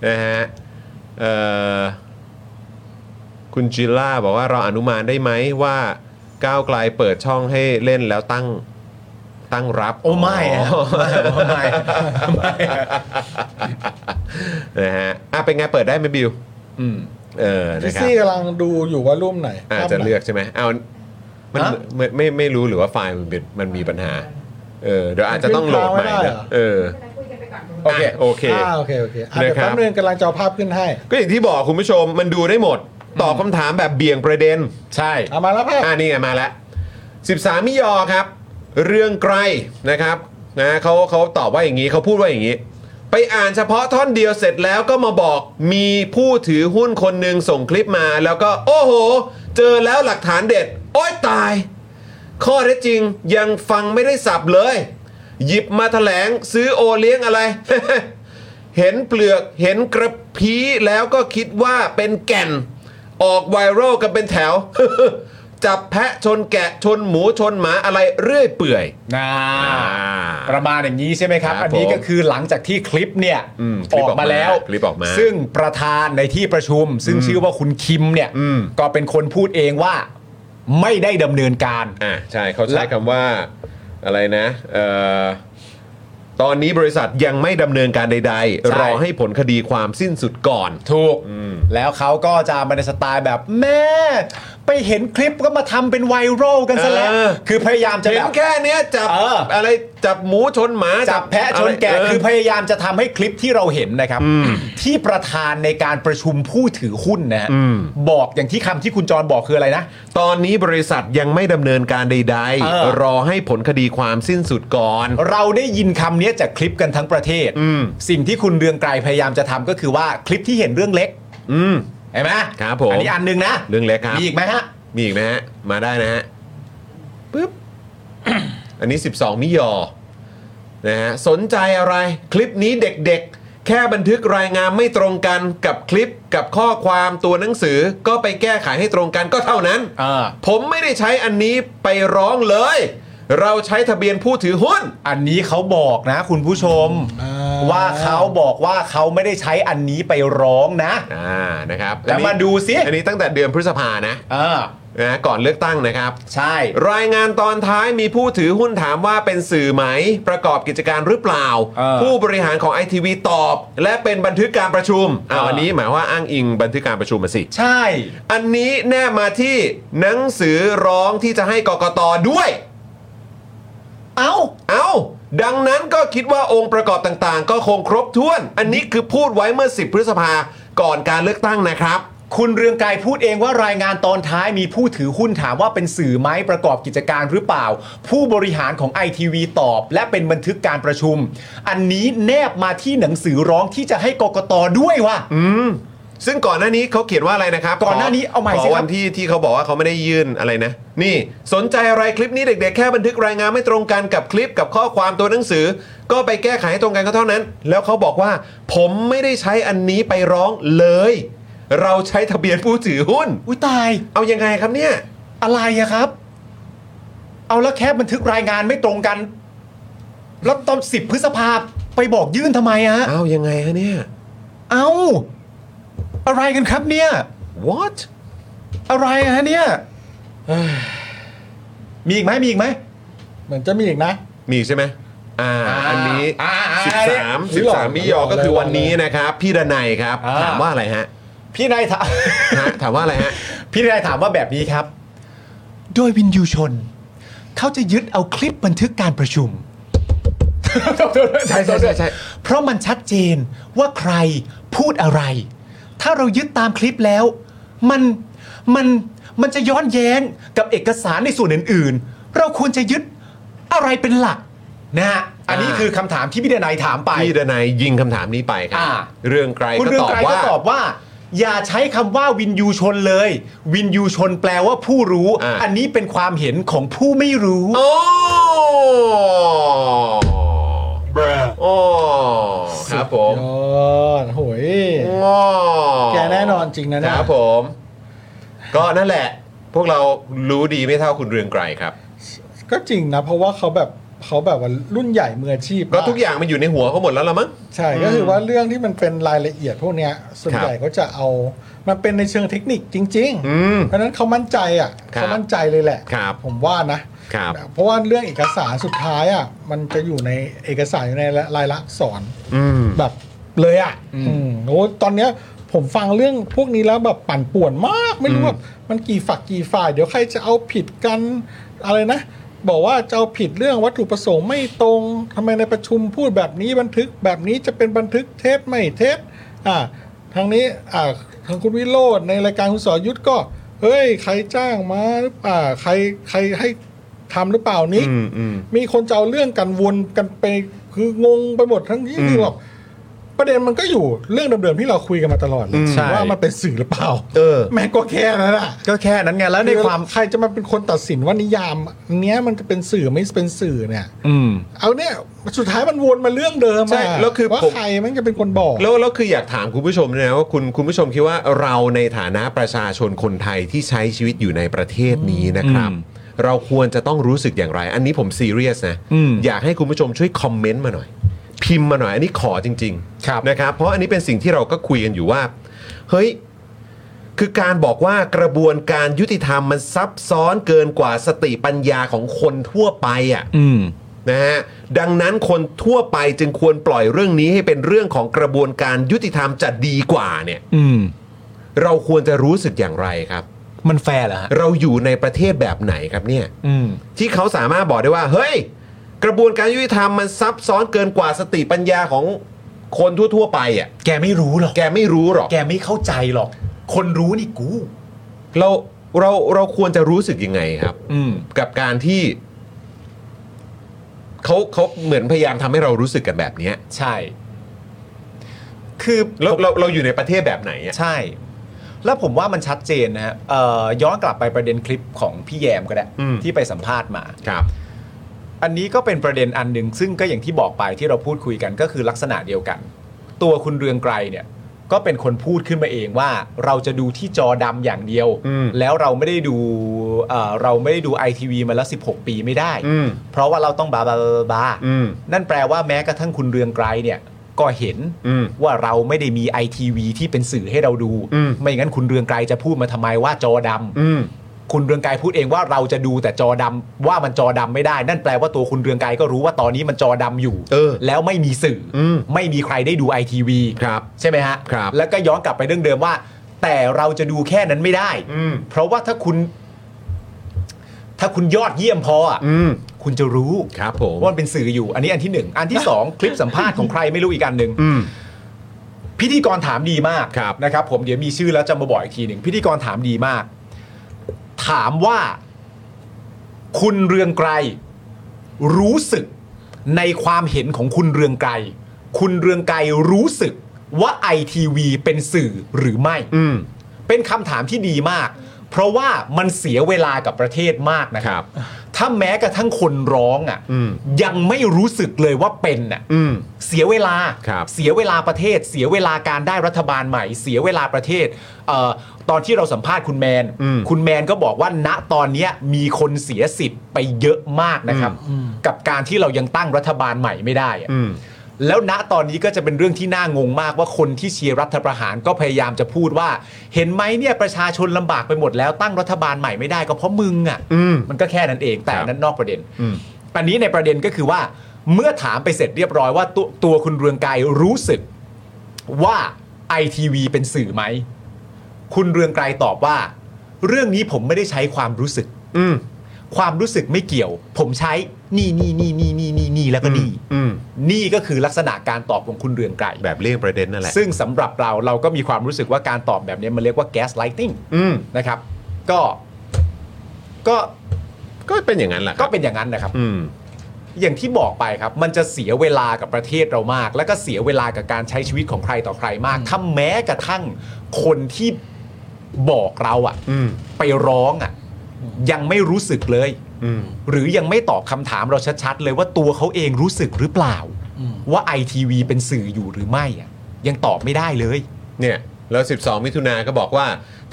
S1: นะฮะเอ่อคุณจิลล่าบอกว่าเราอนุมานได้ไหมว่าก้าวไกลเปิดช่องให้เล่นแล้วตั้งตั้งรับ
S3: โอ้ไม่อะไม่ไม่ไม่
S1: นะฮะอ่ะเป็นไงเปิดได้ไหมบิว
S3: อืม
S1: เออ นะ
S2: พี่ซี่
S1: ครับ
S2: กำลังดูอยู่ว่ารูปไหน
S1: อาจจะเลือกใช่ไหมเอามัน
S3: ฮะ
S1: ไม่ไม่ไม่รู้หรือว่าไฟล์มันเป็นมันมีปัญหา เออ เดี๋ยวอาจจะต้องโหลดใหม่นะเออ โอเค โอเค
S2: อ่าโอเคโอเคอ่ะเดี๋ยว
S1: นะครับ
S2: แป๊บนึงกำลังจะเอาภาพขึ้นให้
S1: ก็อย่างที่บอกคุณผู้ชมมันดูได้หมด ตอบคำถามแบบเบี่ยงประเด็น
S3: ใช่
S2: เอามาแล้วภาพ
S1: อ่านี่ไงมาแล้ว 13 มิยอครับ เรื่องไกลนะครับนะเขาเขาตอบว่าอย่างนี้เขาพูดว่าอย่างนี้ ไปอ่านเฉพาะท่อนเดียวเสร็จแล้วก็มาบอกมีผู้ถือหุ้นคนหนึ่งส่งคลิปมา แล้วก็โอ้โห เจอแล้วหลักฐานเด็ด โอ้ยตาย ข้อเท็จจริงยังฟังไม่ได้สับเลย หยิบมาแถลงซื้อโอเลี้ยงอะไร เห็นเปลือกเห็นกระพี้แล้วก็คิดว่าเป็นแก่น ออกไวรัลกันเป็นแถว จับแพะชนแกะชนหมูชนหมาอะไรเรื่อยเปื่อย
S3: นะ
S1: อ่า
S3: ประมาณอย่างนี้ใช่ไหมครับ
S1: ครับ
S3: อันนี้
S1: ผม
S3: ก็คือหลังจากที่คลิปเนี่ย
S1: อืมคลิปออกมา
S3: แล้ว
S1: คลิปออกมา
S3: ซึ่งประธานในที่ประชุม ซึ่งชื่อว่าคุณคิมเนี่ย
S1: อืม
S3: ก็เป็นคนพูดเองว่าไม่ได้ดำเนินการ
S1: อ่าใช่เขาใช้คำว่าอะไรนะเอ่อตอนนี้บริษัทยังไม่ดำเนินการใด
S3: ใช่
S1: ๆ รอให้ผลคดีความสิ้นสุดก่อน
S3: ถูก แล้วเขาก็จะมาในสไตล์แบบ แม่ ไปเห็นคลิปก็มาทำเป็นไวรัลกันซะแล้ว
S1: เออ
S3: คือพยายามจะ
S1: เห็
S3: แบ
S1: น
S3: บ
S1: แค่เนี้ยจับ
S3: เอออ
S1: อะไรจับหมูชนหมา
S3: จับแพะชนแกะ
S1: ไรเ
S3: คือพยายามจะทำให้คลิปที่เราเห็นนะครับ ที่ประธานในการประชุมผู้ถือหุ้นนะฮะบอกอย่างที่คำที่คุณจรบอกคืออะไรนะ
S1: ตอนนี้บริษัทยังไม่ดำเนินการใด
S3: เออ
S1: ๆ รอให้ผลคดีความสิ้นสุดก่อน
S3: เราได้ยินคำนี้จากคลิปกันทั้งประเทศ
S1: อืม
S3: สิ่งที่คุณเรืองไกรพยายามจะทำก็คือว่าคลิปที่เห็นเรื่องเล็ก
S1: อืม
S3: เห็นไหม
S1: ครับผม
S3: อันี้อันหนึงนะ
S1: เรื่องเล็กครับ
S3: มีอีกไหมฮะ
S1: มีอีกไหมฮะ มาได้นะฮะปึ๊ บ อันนี้ 12 มิยอนะฮะสนใจอะไรคลิปนี้เด็กๆ แค่บันทึกรายงานไม่ตรงกันกับคลิปกับข้อความตัวหนังสือ ก็ไปแก้ไขให้ตรงกันก็เท่านั้น
S3: อ่า
S1: ผมไม่ได้ใช้อันนี้ไปร้องเลย เราใช้ทะเบียนผู้ถือหุ้น
S3: อันนี้เขาบอกนะ คุณผู้ชม ว่าเขาบอกว่าเขาไม่ได้ใช้อันนี้ไปร้องนะ
S1: อ่านะครับ
S3: แล้ว
S1: อันนี้
S3: มาดูสิ
S1: อันนี้ตั้งแต่เดือนพฤษภานะ
S3: เออ
S1: นะก่อนเลือกตั้งนะครับ
S3: ใช่
S1: รายงานตอนท้ายมีผู้ถือหุ้นถามว่าเป็นสื่อไหม ประกอบกิจการหรือเปล่า
S3: เออ
S1: ผู้บริหารของไอทีวีตอบ และเป็นบันทึกการประชุม
S3: เอออั
S1: อันนี้หมายว่าอ้างอิงบันทึกการประชุมมาสิ
S3: ใช่
S1: อันนี้แนบมาที่หนังสือร้องที่จะให้กกตด้วย
S3: เอ้า
S1: เอ้า ดังนั้นก็คิดว่าองค์ประกอบต่างๆ ก็คงครบถ้วน อันนี้คือพูดไว้เมื่อ 10 พฤษภาก่อนการเลือกตั้งนะครับ
S3: คุณเรืองไกรพูดเองว่ารายงานตอนท้ายมีผู้ถือหุ้นถามว่าเป็นสื่อไหมประกอบกิจการหรือเปล่า ผู้บริหารของไอทีวีตอบ และเป็นบันทึกการประชุม อันนี้แนบมาที่หนังสือร้องที่จะให้กกตด้วยว่ะ
S1: ซึ่งก่อนหน้านี้เขาเขียนว่าอะไรนะครับ
S3: ก่อนหน้านี้เอาใหม่
S1: ข
S3: สิครับ
S1: วันที่ที่เขาบอกว่าเขาไม่ได้ยื่นอะไรนะ นี่สนใจอะไรคลิปนี้เด็กๆ แค่บันทึกรายงานไม่ตรงกันกับคลิปกับข้อความตัวหนังสือ ก็ไปแก้ไขให้ตรงกันก็เท่านั้น แล้วเขาบอกว่า ผมไม่ได้ใช้อันนี้ไปร้องเลย เราใช้ทะเบียนผู้ถือหุ้น
S3: อุ้ยตาย
S1: เอายังไงครับเนี่ย
S3: อะไรอะครับ เอาแล้วแค่บันทึกรายงานไม่ตรงกัน แล้วตอนสิบพฤษภาไปบอกยื่นทำไมอะ
S1: เอายังไงฮะเนี่ย
S3: เอ้า อะไรกันครับเนี่ย
S1: what
S3: อะไรฮะเนี่ย เอ้ยมีอีกไหมมีอีกไหม
S2: เหมือนจะมีอีกนะ
S1: มีอีกใช่ไหมอ่า อันนี้
S3: อ่าอ่า
S1: 13 13มิยอก็คือวันนี้นะครับ พี่ดนัยครับ
S3: อ่า
S1: ถามว่าอะไรฮะ
S3: พี่นายถาม
S1: ฮะ ถามว่าอะไรฮะ
S3: พี่นายถามว่าแบบนี้ครับ โดยวินยูชน เขาจะยึดเอาคลิปบันทึกการประชุม
S1: ใช่ใช่ใช่ใช่
S3: เพราะมันชัดเจนว่าใครพูดอะไร ถ้าเรายึดตามคลิปแล้ว มันมันมันจะย้อนแย้งกับเอกสารในส่วนอื่นๆ เราควรจะยึดอะไรเป็นหลักนะฮะอันนี้คือคำถามที่พี่ดนายถามไป
S1: พี่ดนัยยิงคำถามนี้ไปครั
S3: อ่า
S1: เรื่องไกล
S3: คุณ
S1: ก็
S3: เรือง
S1: ตอบ
S3: ไกร
S1: ว่า
S3: ก็ตอบว่า อย่าใช้คำว่าวินยูชนเลย วินยูชนแปลว่าผู้รู้
S1: อ่า
S3: อันนี้เป็นความเห็นของผู้ไม่รู้
S1: โอ้โอ้ครับผม
S2: ยอดโหย
S1: โอ้
S2: แกแน่นอนจริงนะเนี่ย
S1: ครับผม ก็นั่นแหละ พวกเรารู้ดีไม่เท่าคุณเรืองไกรครับ
S2: ก็จริงนะ เพราะว่าเขาแบบเขาแบบว่ารุ่นใหญ่มืออาชีพ
S1: ก็
S2: มา
S1: ทุกอย่างมันอยู่ในหัวเขาหมดแล้วละมั้ง
S2: ใช่ก็คือว่าเรื่องที่มันเป็นรายละเอียดพวกเนี้ยส่วน
S1: ครับ
S2: ใหญ่เขาจะเอามันเป็นในเชิงเทคนิคจริง
S1: อืม
S2: ๆ เพราะฉะนั้นเขามั่นใจอ่ะ
S1: ครับ
S2: เขามั่นใจเลยแหละ
S1: ครับ
S2: ผมว่านะครับ เพราะว่าเรื่องเอกสารสุดท้ายอ่ะมันจะอยู่ในเอกสารอยู่ในลายลักษณ์อักษร
S1: อืม
S2: แบบเลยอ่ะอืมโอ้ตอนเนี้ยผมฟังเรื่องพวกนี้แล้วแบบปั่นป่วนมากไม่รู้ว่ามันกี่ฝักกี่ฝ่าย เดี๋ยวใครจะเอาผิดกันอะไรนะ บอกว่าจะเอาผิดเรื่องวัตถุประสงค์ไม่ตรงทำไมในประชุมพูดแบบนี้บันทึกแบบนี้จะเป็นบันทึกเทปไม่เทปอ่าทางนี้อ่าทางคุณวิโรจน์ในรายการคุณสอยุทธก็ เฮ้ยใครจ้างมาหรือเปล่าใครใครให้ทำหรือเปล่านี้
S1: อืมอืม
S2: มีคนจะเอาเรื่องกันวนกันไปคืองงไปหมดทั้งที่คือแบบประเด็นมันก็อยู่เรื่องเดิมๆที่เราคุยกันมาตลอดเลย
S1: ใช่
S2: ว่ามันเป็นสื่อหรือเปล่า
S3: เออ
S2: แม่งก็แค่นั้นอ่ะ
S3: ก็แค่นั้นไงแล้วในความ
S2: ใครจะมาเป็นคนตัดสินว่านิยามอันเนี้ยมันจะเป็นสื่อไม่เป็นสื่อเนี่ย
S3: อืม
S2: เอาเนี่ยสุดท้ายมันวนมาเรื่องเดิมอะ
S1: ใช่แล้วคือ
S2: ว่า
S1: ผม
S2: ใครแมันจะเป็นคนบอก
S1: แล้วแล้วคืออยากถามคุณผู้ชมด้วยนะว่าคุณคุณผู้ชมคิดว่าเราในฐานะประชาชนคนไทยที่ใช้ชีวิตอยู่ในประเทศนี้นะครับ
S3: อืม
S1: เราควรจะต้องรู้สึกอย่างไร อันนี้ผมซีเรียสนะ
S3: อืม
S1: อยากให้คุณผู้ชมช่วยคอมเมนต์มาหน่อย พิมพ์มาหน่อย อันนี้ขอจริง
S3: ครับ
S1: นะครับ เพราะอันนี้เป็นสิ่งที่เราก็คุยกันอยู่ว่า เฮ้ย คือการบอกว่ากระบวนการยุติธรรมมันซับซ้อนเกินกว่าสติปัญญาของคนทั่วไปอ่ะ
S3: อืม
S1: นะฮะดังนั้นคนทั่วไปจึงควรปล่อยเรื่องนี้ให้เป็นเรื่องของกระบวนการยุติธรรมจะดีกว่าเนี่ย
S3: อืม
S1: เราควรจะรู้สึกอย่างไรครับ
S3: มันแฟร์เหรอฮะ
S1: เราอยู่ในประเทศแบบไหนครับเนี่ย
S3: อืม
S1: ที่เขาสามารถบอกได้ว่า เฮ้ย กระบวนการยุติธรรมมันซับซ้อนเกินกว่าสติปัญญาของคนทั่วๆ ไปอ่ะ
S3: แกไม่รู้หรอก
S1: แกไม่รู้หรอก
S3: แกไม่เข้าใจหรอก คนรู้นี่กู
S1: เราเราเราควรจะรู้สึกยังไงครับ
S3: อืม
S1: กับการที่เขาเขาเหมือนพยายามทำให้เรารู้สึกกันแบบเนี้ย
S3: ใช่ คือ
S1: แล้วเราเราอยู่ในประเทศแบบไหนอ่ะ
S3: ใช่ แล้วผมว่ามันชัดเจนนะฮะเอ่อย้อนกลับไปประเด็นคลิปของพี่แยมก็ได้
S1: อืม
S3: ที่ไปสัมภาษณ์มา
S1: ครับ
S3: อันนี้ก็เป็นประเด็นอันหนึ่งซึ่งก็อย่างที่บอกไปที่เราพูดคุยกันก็คือลักษณะเดียวกัน ตัวคุณเรืองไกรเนี่ย ก็เป็นคนพูดขึ้นมาเองว่าเราจะดูที่จอดำอย่างเดียว
S1: อืม
S3: แล้วเราไม่ได้ดูเอ่อเราไม่ได้ดูไอทีวีมาแล้ว 16 ปีไม่ได้
S1: อืม
S3: เพราะว่าเราต้องบาบาบาบาบา
S1: อืม
S3: นั่นแปลว่าแม้กระทั่งคุณเรืองไกรเนี่ยก็เห็น
S1: อืม
S3: ว่าเราไม่ได้มีไอทีวีที่เป็นสื่อให้เราดู
S1: อืม
S3: ไม่งั้นคุณเรืองไกรจะพูดมาทำไมว่าจอดำ
S1: อืม
S3: คุณเรืองไกรพูดเองว่าเราจะดูแต่จอดำว่ามันจอดำไม่ได้ นั่นแปลว่าตัวคุณเรืองไกรก็รู้ว่าตอนนี้มันจอดำอยู่
S1: เออ
S3: แล้วไม่มีสื่ออ
S1: ม
S3: ไม่มีใครได้ดูไอทีวี
S1: ครับ
S3: ใช่ไหมฮะ
S1: ครับ
S3: แล้วก็ย้อนกลับไปเรื่องเดิมว่า แต่เราจะดูแค่นั้นไม่ได้
S1: อืม
S3: เพราะว่าถ้าคุณ ถ้าคุณยอดเยี่ยมพออ่ะ
S1: อืม
S3: คุณจะรู้
S1: ครับผม
S3: ว่ามันเป็นสื่ออยู่ อันนี้อันที่หนึ่งอันที่ส องคลิปสัมภาษณ์ของใครไม่รู้อีกอันหนึ่ง
S1: อืม
S3: พิธีกรถามดีมาก
S1: ครับ
S3: นะครับ ผมเดี๋ยวมีชื่อแล้วจะมาบอกอีกทีหนึ่งพิธีกรถามดีมาก ถามว่า คุณเรืองไกรรู้สึกในความเห็นของคุณเรืองไกรคุณเรืองไกรรู้สึกว่าไอทีวีเป็นสื่อหรือไม่
S1: อืม
S3: เป็นคำถามที่ดีมาก เพราะว่ามันเสียเวลากับประเทศมากนะค
S1: ครั
S3: รั
S1: บบ
S3: ถ้าแม้กระทั่งคนร้องอ่ะ
S1: อืม
S3: ยังไม่รู้สึกเลยว่าเป็นอ่ะ
S1: อืม
S3: เสียเวลา
S1: ครับ
S3: เสียเวลาประเทศ เสียเวลาการได้รัฐบาลใหม่ เสียเวลาประเทศเออตอนที่เราสัมภาษณ์คุณแมน
S1: อืม
S3: คุณแมนก็บอกว่าณตอนเนี้ยมีคนเสียสิทธิ์ไปเยอะมากนะครับ กับการที่เรายังตั้งรัฐบาลใหม่ไม่ได้อะ
S1: อืม
S3: แล้วณตอนนี้ก็จะเป็นเรื่องที่น่างงมากว่าคนที่เชียร์รัฐประหารก็พยายามจะพูดว่า เห็นไหมเนี่ยประชาชนลำบากไปหมดแล้วตั้งรัฐบาลใหม่ไม่ได้ก็เพราะมึงอ่ะ
S1: อืม
S3: มันก็แค่นั้นเองแต่
S1: ครับ
S3: นั้นนอกประเด็น
S1: อืม
S3: อันนี้ในประเด็นก็คือว่า เมื่อถามไปเสร็จเรียบร้อยว่าตัวตัวคุณเรืองไกรรู้สึกว่าไอทีวีเป็นสื่อไหม คุณเรืองไกรตอบว่า เรื่องนี้ผมไม่ได้ใช้ความรู้สึก
S1: อืม
S3: ความรู้สึกไม่เกี่ยว ผมใช้นี่นี่นี่นี่นี่นี่นี่แล้วก็นี่
S1: อืม
S3: นี่ก็คือลักษณะการตอบของคุณเรืองไกร
S1: แบบเลี่ยงประเด็นนั่นแหละ
S3: ซึ่งสำหรับเราเราก็มีความรู้สึกว่าการตอบแบบนี้มันเรียกว่า gaslighting
S1: อืม
S3: นะครับ ก็ ก็
S1: ก็เป็นอย่างนั้นแหละค
S3: ก็
S1: รับ
S3: เป็นอย่างนั้นนะครับ
S1: อืม
S3: อย่างที่บอกไปครับ มันจะเสียเวลากับประเทศเรามาก แล้วก็เสียเวลากับการใช้ชีวิตของใครต่อใครมากถ้าแม้กระทั่งคนที่บอกเราอะ
S1: อืม
S3: ไปร้องอะยังไม่รู้สึกเลย
S1: อืม
S3: หรือยังไม่ตอบคำถามเราชัดๆเลยว่าตัวเขาเองรู้สึกหรือเปล่า ว่าไอทีวีเป็นสื่ออยู่หรือไม่อะยังตอบไม่ได้เลย
S1: เนี่ยแล้ว 12 มิถุนาก็บอกว่า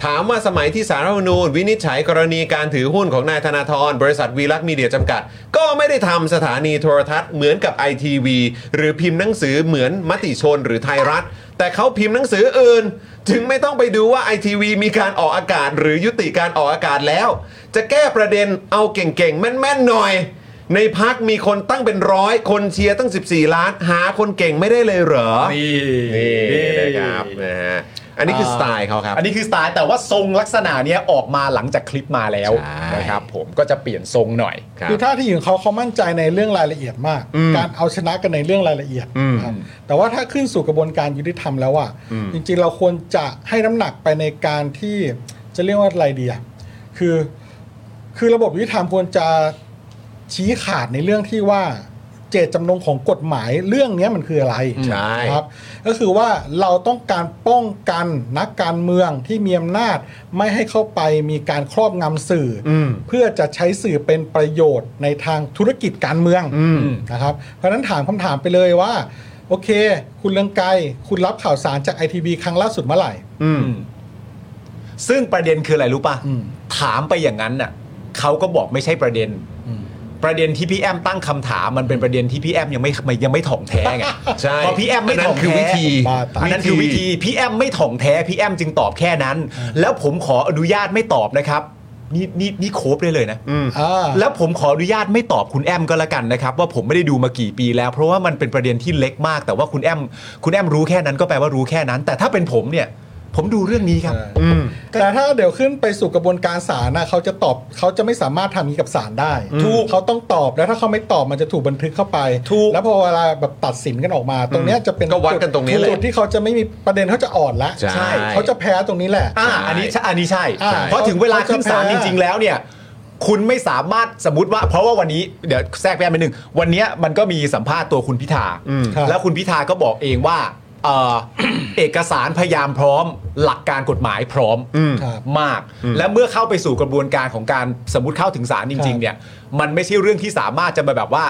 S1: ถามว่าสมัยที่สารรัฐธรรมนูญวินิจฉัยกรณีการถือหุ้นของนายธนาธรบริษัทวีลักษ์มีเดียจำกัด ก็ไม่ได้ทำสถานีโทรทัศน์เหมือนกับไอทีวีหรือพิมพ์หนังสือเหมือนมติชนหรือไทยรัฐ แต่เขาพิมพ์หนังสืออื่น จึงไม่ต้องไปดูว่าไอทีวีมีการออกอากาศ หรือยุติการออกอากาศแล้ว จะแก้ประเด็นเอาเก่งๆ แม่นๆหน่อย ในพักมีคนตั้งเป็นร้อยคนเชียร์ตั้ง 14 ล้าน หาคนเก่งไม่ได้เลยเหรอ นี่นะครับนะฮะอันนี้คือสไตล์เขาครับ
S3: อันนี้คือสไตล์แต่ว่าทรงลักษณะเนี้ยออกมาหลังจากคลิปมาแล้ว
S1: ใช่
S3: นะครับ ผมก็จะเปลี่ยนทรงหน่อย
S1: ครับ
S2: คือท่าที่ของเขาเขามั่นใจในเรื่องรายละเอียดมาก การเอาชนะกันในเรื่องรายละเอียด
S1: อืม
S2: ครับแต่ว่าถ้าขึ้นสู่กระบวนการยุติธรรมแล้วอ่ะจริงๆเราควรจะให้น้ำหนักไปในการที่จะเรียกว่าอะไรดีอะคือ คือระบบยุติธรรมควรจะชี้ขาดในเรื่องที่ว่าเจตจำนงของกฎหมายเรื่องเนี้ยมันคืออะไร
S1: ใช่
S2: ครับ ก็คือว่าเราต้องการป้องกันนักการเมืองที่มีอำนาจไม่ให้เข้าไปมีการครอบงำสื่ออเพื่อจะใช้สื่อเป็นประโยชน์ในทางธุรกิจการเมืองนะครับ เพราะฉะนั้นถามคำถามไปเลยว่า โอเค คุณเลืองไกรคุณรับข่าวสารจากไอทีวีครั้งล่าสุดเมื่อไหร่
S3: ซึ่งประเด็นคืออะไรรู้ป่ะ
S2: อืม
S3: ถามไปอย่างนั้นน่ะเขาก็บอกไม่ใช่ประเด็น ประเด็นที่พี่แอมตั้งคำถามมันเป็นประเด็นที่พี่แอมยังไม่ยังไม่ถ่องแท้ไง
S1: ใช่
S3: พอพี่แอมไม่
S1: นนั้
S3: ถ่
S1: น
S3: อง
S1: คือ
S3: แท้
S1: วิธี
S2: บ้าตาย
S3: อันนั้นคือวิธีพี่แอมไม่ถ่องแท้พี่แอมจึงตอบแค่นั้น แล้วผมขออนุญาตไม่ตอบนะครับ นี่นี่นี่โคบได้เลยนะ
S1: อืม
S2: อ่า
S3: แล้วผมขออนุญาตไม่ตอบคุณแอมก็แล้วกันนะครับ ว่าผมไม่ได้ดูมากี่ปีแล้ว เพราะว่ามันเป็นประเด็นที่เล็กมาก แต่ว่าคุณแอมคุณแอมรู้แค่นั้นก็แปลว่ารู้แค่นั้น แต่ถ้าเป็นผมเนี่ย ผมดูเรื่องนี้ครับ
S1: อืม
S2: แต่ถ้าเดี๋ยวขึ้นไปสู่กระบวนการศาลนะเขาจะตอบเขาจะไม่สามารถทำอย่างนี้กับศาลได้
S3: ถูก
S2: เขาต้องตอบแล้วถ้าเขาไม่ตอบมันจะถูกบันทึกเข้าไป
S3: ถูก
S2: แล้วพอเวลาแบบตัดสินกันออกมา ตรงเนี้ยจะเป็น
S1: ก็วัดกันตรงนี้แหละ
S2: จุดที่เขาจะไม่มีประเด็นเขาจะอ่อนละ
S1: ใช่
S2: เขาจะแพ้ตรงนี้แหละ
S3: อ่าอันนี้ใช่อันนี้ใช่
S2: อ่า
S3: เพราะถึงเวลาขึ้นศาลจริง ๆ แล้วเนี่ย คุณไม่สามารถสมมติว่า เพราะว่าวันนี้เดี๋ยวแทรกแป๊บนึงวันเนี้ยมันก็มีสัมภาษณ์ตัวคุณพิธา
S1: อืม
S2: ครับ
S3: แล้วคุณพิธาก็บอกเองว่าเอ่อ เอกสารพยานพร้อม หลักการกฎหมายพร้อม
S1: อืม
S2: ครับ
S3: มาก และเมื่อเข้าไปสู่กระบวนการของการสมมติเข้าถึงศาลจริง ๆ เนี่ย มันไม่ใช่เรื่องที่สามารถจะมาแบบว่า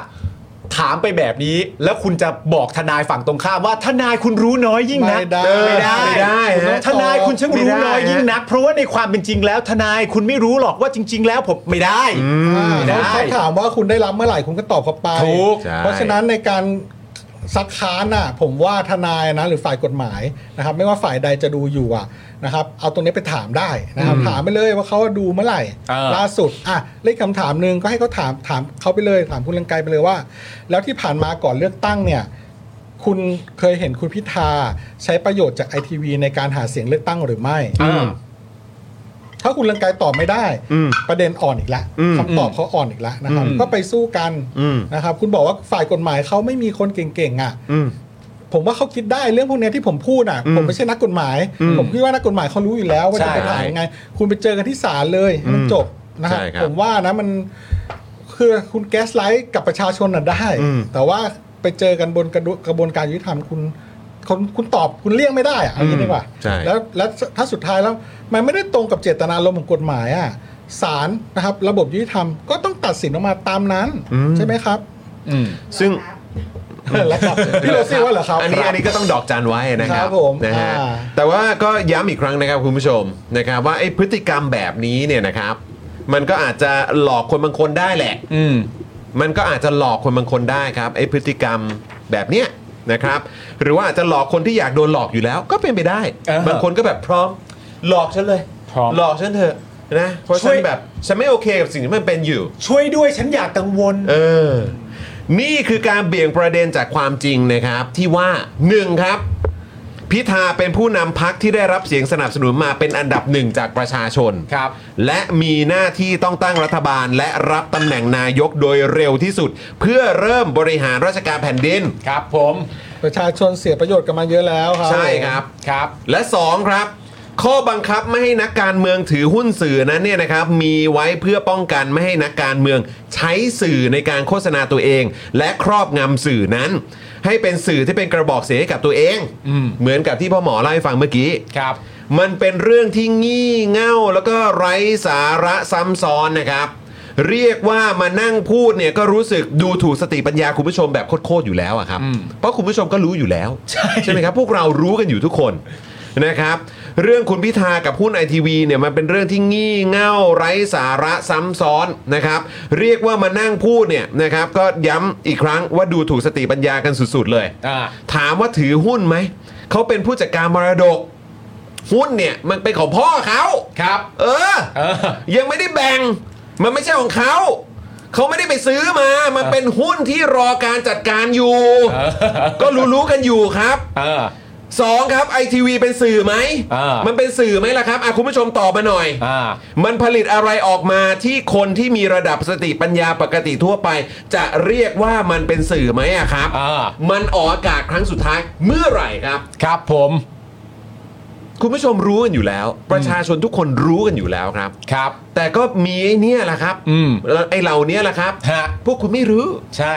S3: ถามไปแบบนี้ แล้วคุณจะบอกทนายฝั่งตรงข้ามว่าทนายคุณรู้น้อยยิ่งนัก
S2: ไม่ได้
S1: ไม่ได้ฮะ
S3: ทนายคุณช่างรู้น้อย
S1: ไม่ได้ฮะ
S3: ยิ่งนัก เพราะว่าในความเป็นจริงแล้วทนายคุณไม่รู้หรอกว่าจริง ๆ แล้วผมไม่ได้
S2: อ่า
S3: ได้
S2: เขาเขาถามว่าคุณได้รับเมื่อไหร่คุณก็ตอบเขาไป
S3: ถูก
S1: ใช่
S2: เพราะฉะนั้นในการซักค้านน่ะผมว่าทนายนะหรือฝ่ายกฎหมายนะครับ ไม่ว่าฝ่ายใดจะดูอยู่อ่ะนะครับ เอาตรงนี้ไปถามได้นะครับ ถามไปเลยว่าเขาดูเมื่อไหร่
S3: เออ
S2: ล่าสุดอ่ะเลขคำถามหนึ่งก็ให้เขาถามถามเขาไปเลยถามคุณเลังไกรไปเลยว่า แล้วที่ผ่านมาก่อนเลือกตั้งเนี่ย คุณเคยเห็นคุณพิธาใช้ประโยชน์จากไอทีวีในการหาเสียงเลือกตั้งหรือไม่
S3: อ่า
S2: ถ้าคุณเลังไกรตอบไม่ได้ ประเด็นอ่อนอีกแล้ว
S1: อืม
S2: คำตอบเขาอ่อนอีกแล้วนะครับ
S3: อืม
S2: ก็ไปสู้กัน
S1: อืม
S2: นะครับ คุณบอกว่าฝ่ายกฎหมายเขาไม่มีคนเก่งๆอ่ะ
S1: อืม
S2: ผมว่าเขาคิดได้เรื่องพวกเนี้ยที่ผมพูดอ่ะ
S1: อืม
S2: ผมไม่ใช่นักกฎหมาย
S1: อืม
S2: ผมคิดว่านักกฎหมายเขารู้อยู่แล้วว่าจะไปถามยังไง คุณไปเจอกันที่ศาลเลยให้มัน
S1: อืม
S2: จบนะครับ
S1: ใช่ครับ
S2: ผมว่านะมันคือคุณแก๊สไลท์กับประชาชนน่ะได้
S1: อืม
S2: แต่ว่าไปเจอกันบนกระดุกระบวนการยุติธรรมคุณคุณคุณตอบคุณเลี่ยงไม่ได้อะเอันนี้
S1: อืม
S2: ดีกว่า
S1: ใช่
S2: แล้วแล้วถ้าสุดท้ายแล้ว มันไม่ได้ตรงกับเจตนารมณ์ของกฎหมายอ่ะศาลนะครับ ระบบยุติธรรมก็ต้องตัดสินออกมาตามนั้น ใช่ไหมครับ
S3: อืม
S1: ซึ่ง
S2: แล้ว ก็พี่โรซี่ว่าเหรอครับ
S1: อันนี้อันนี้ก็ต้องดอกจันไว้นะครั
S2: ครับ บผม
S1: นะฮะ
S2: อ่า
S1: แต่ว่าก็ย้ำอีกครั้งนะครับคุณผู้ชมนะครับว่าไอ้พฤติกรรมแบบนี้เนี่ยนะครับ มันก็อาจจะหลอกคนบางคนได้แหละ
S3: อืม
S1: มันก็อาจจะหลอกคนบางคนได้ครับไอ้พฤติกรรมแบบเนี้ยนะครับ หรือว่าอาจจะหลอกคนที่อยากโดนหลอกอยู่แล้ว ก็เป็นไปได้
S3: เออบ
S1: างคนก็แบบพร้อมหลอกฉันเลย
S3: พร้อม
S1: หลอกฉันเถอะนะเพราะ
S3: ช่
S1: ฉั
S3: วย
S1: นแบบฉันไม่โอเคกับสิ่งที่มันเป็นอยู่
S3: ช่วยด้วยฉันอยากกังวล
S1: เออ นี่คือการเบี่ยงประเด็นจากความจริงนะครับ ที่ว่าหนึ่งครับ พิธาเป็นผู้นำพักที่ได้รับเสียงสนับสนุนมาเป็นอันดับหนึ่งจากประชาชน
S3: ครับ
S1: และมีหน้าที่ต้องตั้งรัฐบาลและรับตำแหน่งนายกโดยเร็วที่สุด เพื่อเริ่มบริหารราชการแผ่นดิน
S3: ครับผม
S2: ประชาชนเสียประโยชน์กันมาเยอะแล้วครับ
S1: ใช่ครับ
S3: ครับ
S1: และ 2 ครับ ข้อบังคับไม่ให้นักการเมืองถือหุ้นสื่อนั้นเนี่ยนะครับ มีไว้เพื่อป้องกันไม่ให้นักการเมืองใช้สื่อในการโฆษณาตัวเอง และครอบงำสื่อนั้น ให้เป็นสื่อที่เป็นกระบอกเสียงให้กับตัวเอง
S3: อืม
S1: เหมือนกับที่พ่อหมอเล่าให้ฟังเมื่อกี้
S3: ครับ
S1: มันเป็นเรื่องที่งี่เง่าแล้วก็ไร้สาระซ้ำซ้อนนะครับ เรียกว่ามานั่งพูดเนี่ยก็รู้สึกดูถูกสติปัญญาคุณผู้ชมแบบโคตรๆอยู่แล้วอะครับ
S3: อืม
S1: เพราะคุณผู้ชมก็รู้อยู่แล้ว
S3: ใช่
S1: ใช่ไหมครับ พวกเรารู้กันอยู่ทุกคนนะครับ เรื่องคุณพิธากับหุ้นไอทีวีเนี่ยมันเป็นเรื่องที่งี่เง่าไร้สาระซ้ำซ้อนนะครับ เรียกว่ามานั่งพูดเนี่ยนะครับ ก็ย้ำอีกครั้งว่าดูถูกสติปัญญากันสุดๆเลย
S3: อ่า
S1: ถามว่าถือหุ้นไหม เขาเป็นผู้จัดการมรดก หุ้นเนี่ยมันเป็นของพ่อเขา
S3: ครับ
S1: เออ
S3: เออ
S1: ยังไม่ได้แบ่ง มันไม่ใช่ของเขา เขาไม่ได้ไปซื้อมา มันเป็นหุ้นที่รอการจัดการอยู่ ก็รู้ๆกันอยู่ครับ
S3: เออ
S1: สองครับไอทีวีเป็นสื่อไหม
S3: อ่ามั
S1: มันเป็นสื่อไหมล่ะครับอ่ะคุณผู้ชมตอบมาหน่อย
S3: อ่า
S1: มันผลิตอะไรออกมาที่คนที่มีระดับสติปัญญาปกติทั่วไป จะเรียกว่ามันเป็นสื่อไหมอะครับ
S3: อ่า
S1: มันออกอากาศครั้งสุดท้ายเมื่อไหร่ครับ
S3: ครับผม
S1: คุณผู้ชมรู้กันอยู่แล้ว ประชาชนทุกคนรู้กันอยู่แล้วครับ
S3: ครับ
S1: แต่ก็มีไอ้เนี่ยแหละครับ
S3: อืม
S1: แล้วไอ้เหล่าเนี้ยแหละครับ
S3: ฮะ
S1: พวกคุณไม่รู้
S3: ใช่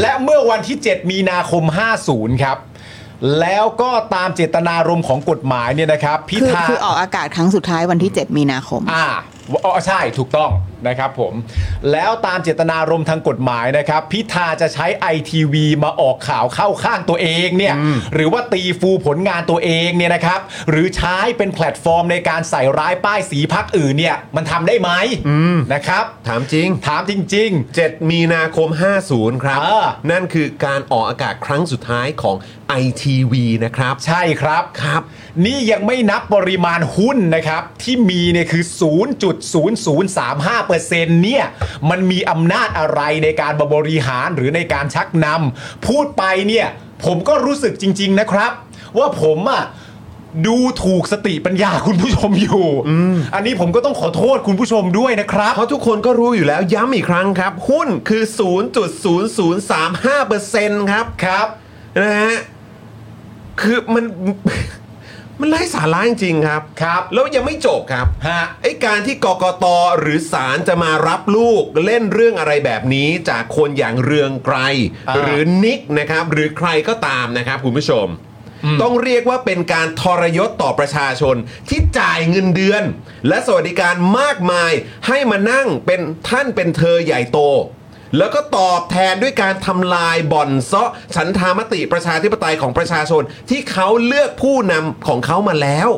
S3: และเมื่อวันที่ 7 มีนาคม 50 ครับ แล้วก็ตามเจตนารมณ์ของกฎหมายเนี่ยนะครับ พิ
S6: คือ
S3: ธา
S6: คือออกอากาศครั้งสุดท้ายวันที่ 7 มีนาคม
S3: อ่าอ๋อใช่ถูกต้องนะครับผม แล้วตามเจตนารมณ์ทางกฎหมายนะครับ พิธาจะใช้ไอทีวีมาออกข่าวเข้าข้างตัวเองเนี่ยหรือว่าตีฟูผลงานตัวเองเนี่ยนะครับ หรือใช้เป็นแพลตฟอร์มในการใส่ร้ายป้ายสีพักอื่นเนี่ยมันทำได้ไหมนะครับ
S1: ถามจริง
S3: ถามจริง
S1: 7 มีนาคม 50 ครับ
S3: เออ
S1: นั่นคือการออกอากาศครั้งสุดท้ายของ ITV นะครับ
S3: ๆ ใช่ครับ
S1: ครับ
S3: นี่ยังไม่นับปริมาณหุ้นนะครับ ที่มีเนี่ยคือ 0.0035%เนี่ยมันมีอำนาจอะไรในการบริหารหรือในการชักนำพูดไปเนี่ยผมก็รู้สึกจริง ๆนะครับ ว่าผมอะดูถูกสติปัญญาคุณผู้ชมอยู่อันนี้ผมก็ต้องขอโทษคุณผู้ชมด้วยนะครับ
S1: เพราะทุกคนก็รู้อยู่แล้วย้ำอีกครั้งครับ หุ้นคือ 0.0035%ครับ
S3: ครับ
S1: นะฮะ คือมัน มันไร้สาระจริงๆครับ
S3: ครับ
S1: แล้วยังไม่จบครับ
S3: ฮะ
S1: ไอ้การที่กกตหรือศาลจะมารับลูกเล่นเรื่องอะไรแบบนี้จากคนอย่างเรืองไกร
S3: อ่า
S1: หรือนิกนะครับ หรือใครก็ตามนะครับคุณผู้ชม ต้องเรียกว่าเป็นการทรยศต่อประชาชนที่จ่ายเงินเดือน และสวัสดิการมากมายให้มานั่งเป็นท่านเป็นเธอใหญ่โต แล้วก็ตอบแทนด้วยการทำลายบ่อนเซาะฉันทามติประชาธิปไตยของประชาชน ที่เขาเลือกผู้นำของเขามาแล้ว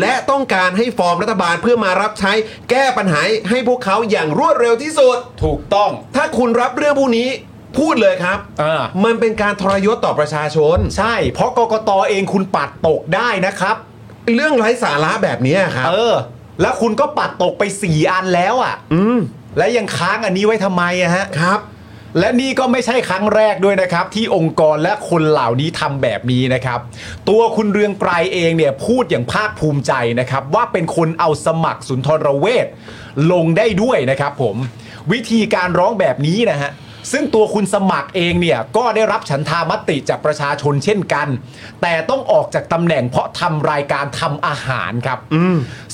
S1: และต้องการให้ฟอร์มรัฐบาลเพื่อมารับใช้แก้ปัญหาให้พวกเขาอย่างรวดเร็วที่สุด
S3: ถูกต้อง
S1: ถ้าคุณรับเรื่องพวกนี้พูดเลยครับ
S3: อ่า
S1: มันเป็นการทรยศต่อประชาชน
S3: ใช่ เพราะกกตเองคุณปัดตกได้นะครับ
S1: เรื่องไร้สาระแบบนี้ครับ
S3: เออ แล้วคุณก็ปัดตกไป 4 อันแล้วอ่ะ
S1: อืม
S3: และยังค้างอันนี้ไว้ทำไมอะฮะ
S1: ครับ
S3: และนี่ก็ไม่ใช่ครั้งแรกด้วยนะครับ ที่องค์กรและคนเหล่านี้ทำแบบนี้นะครับ ตัวคุณเรืองไกรเองเนี่ยพูดอย่างภาคภูมิใจนะครับ ว่าเป็นคนเอาสมัครสุนทรเวชลงได้ด้วยนะครับผม วิธีการร้องแบบนี้นะฮะ ซึ่งตัวคุณสมัครเองเนี่ยก็ได้รับฉันทามติจากประชาชนเช่นกัน แต่ต้องออกจากตำแหน่งเพราะทำรายการทำอาหารครับ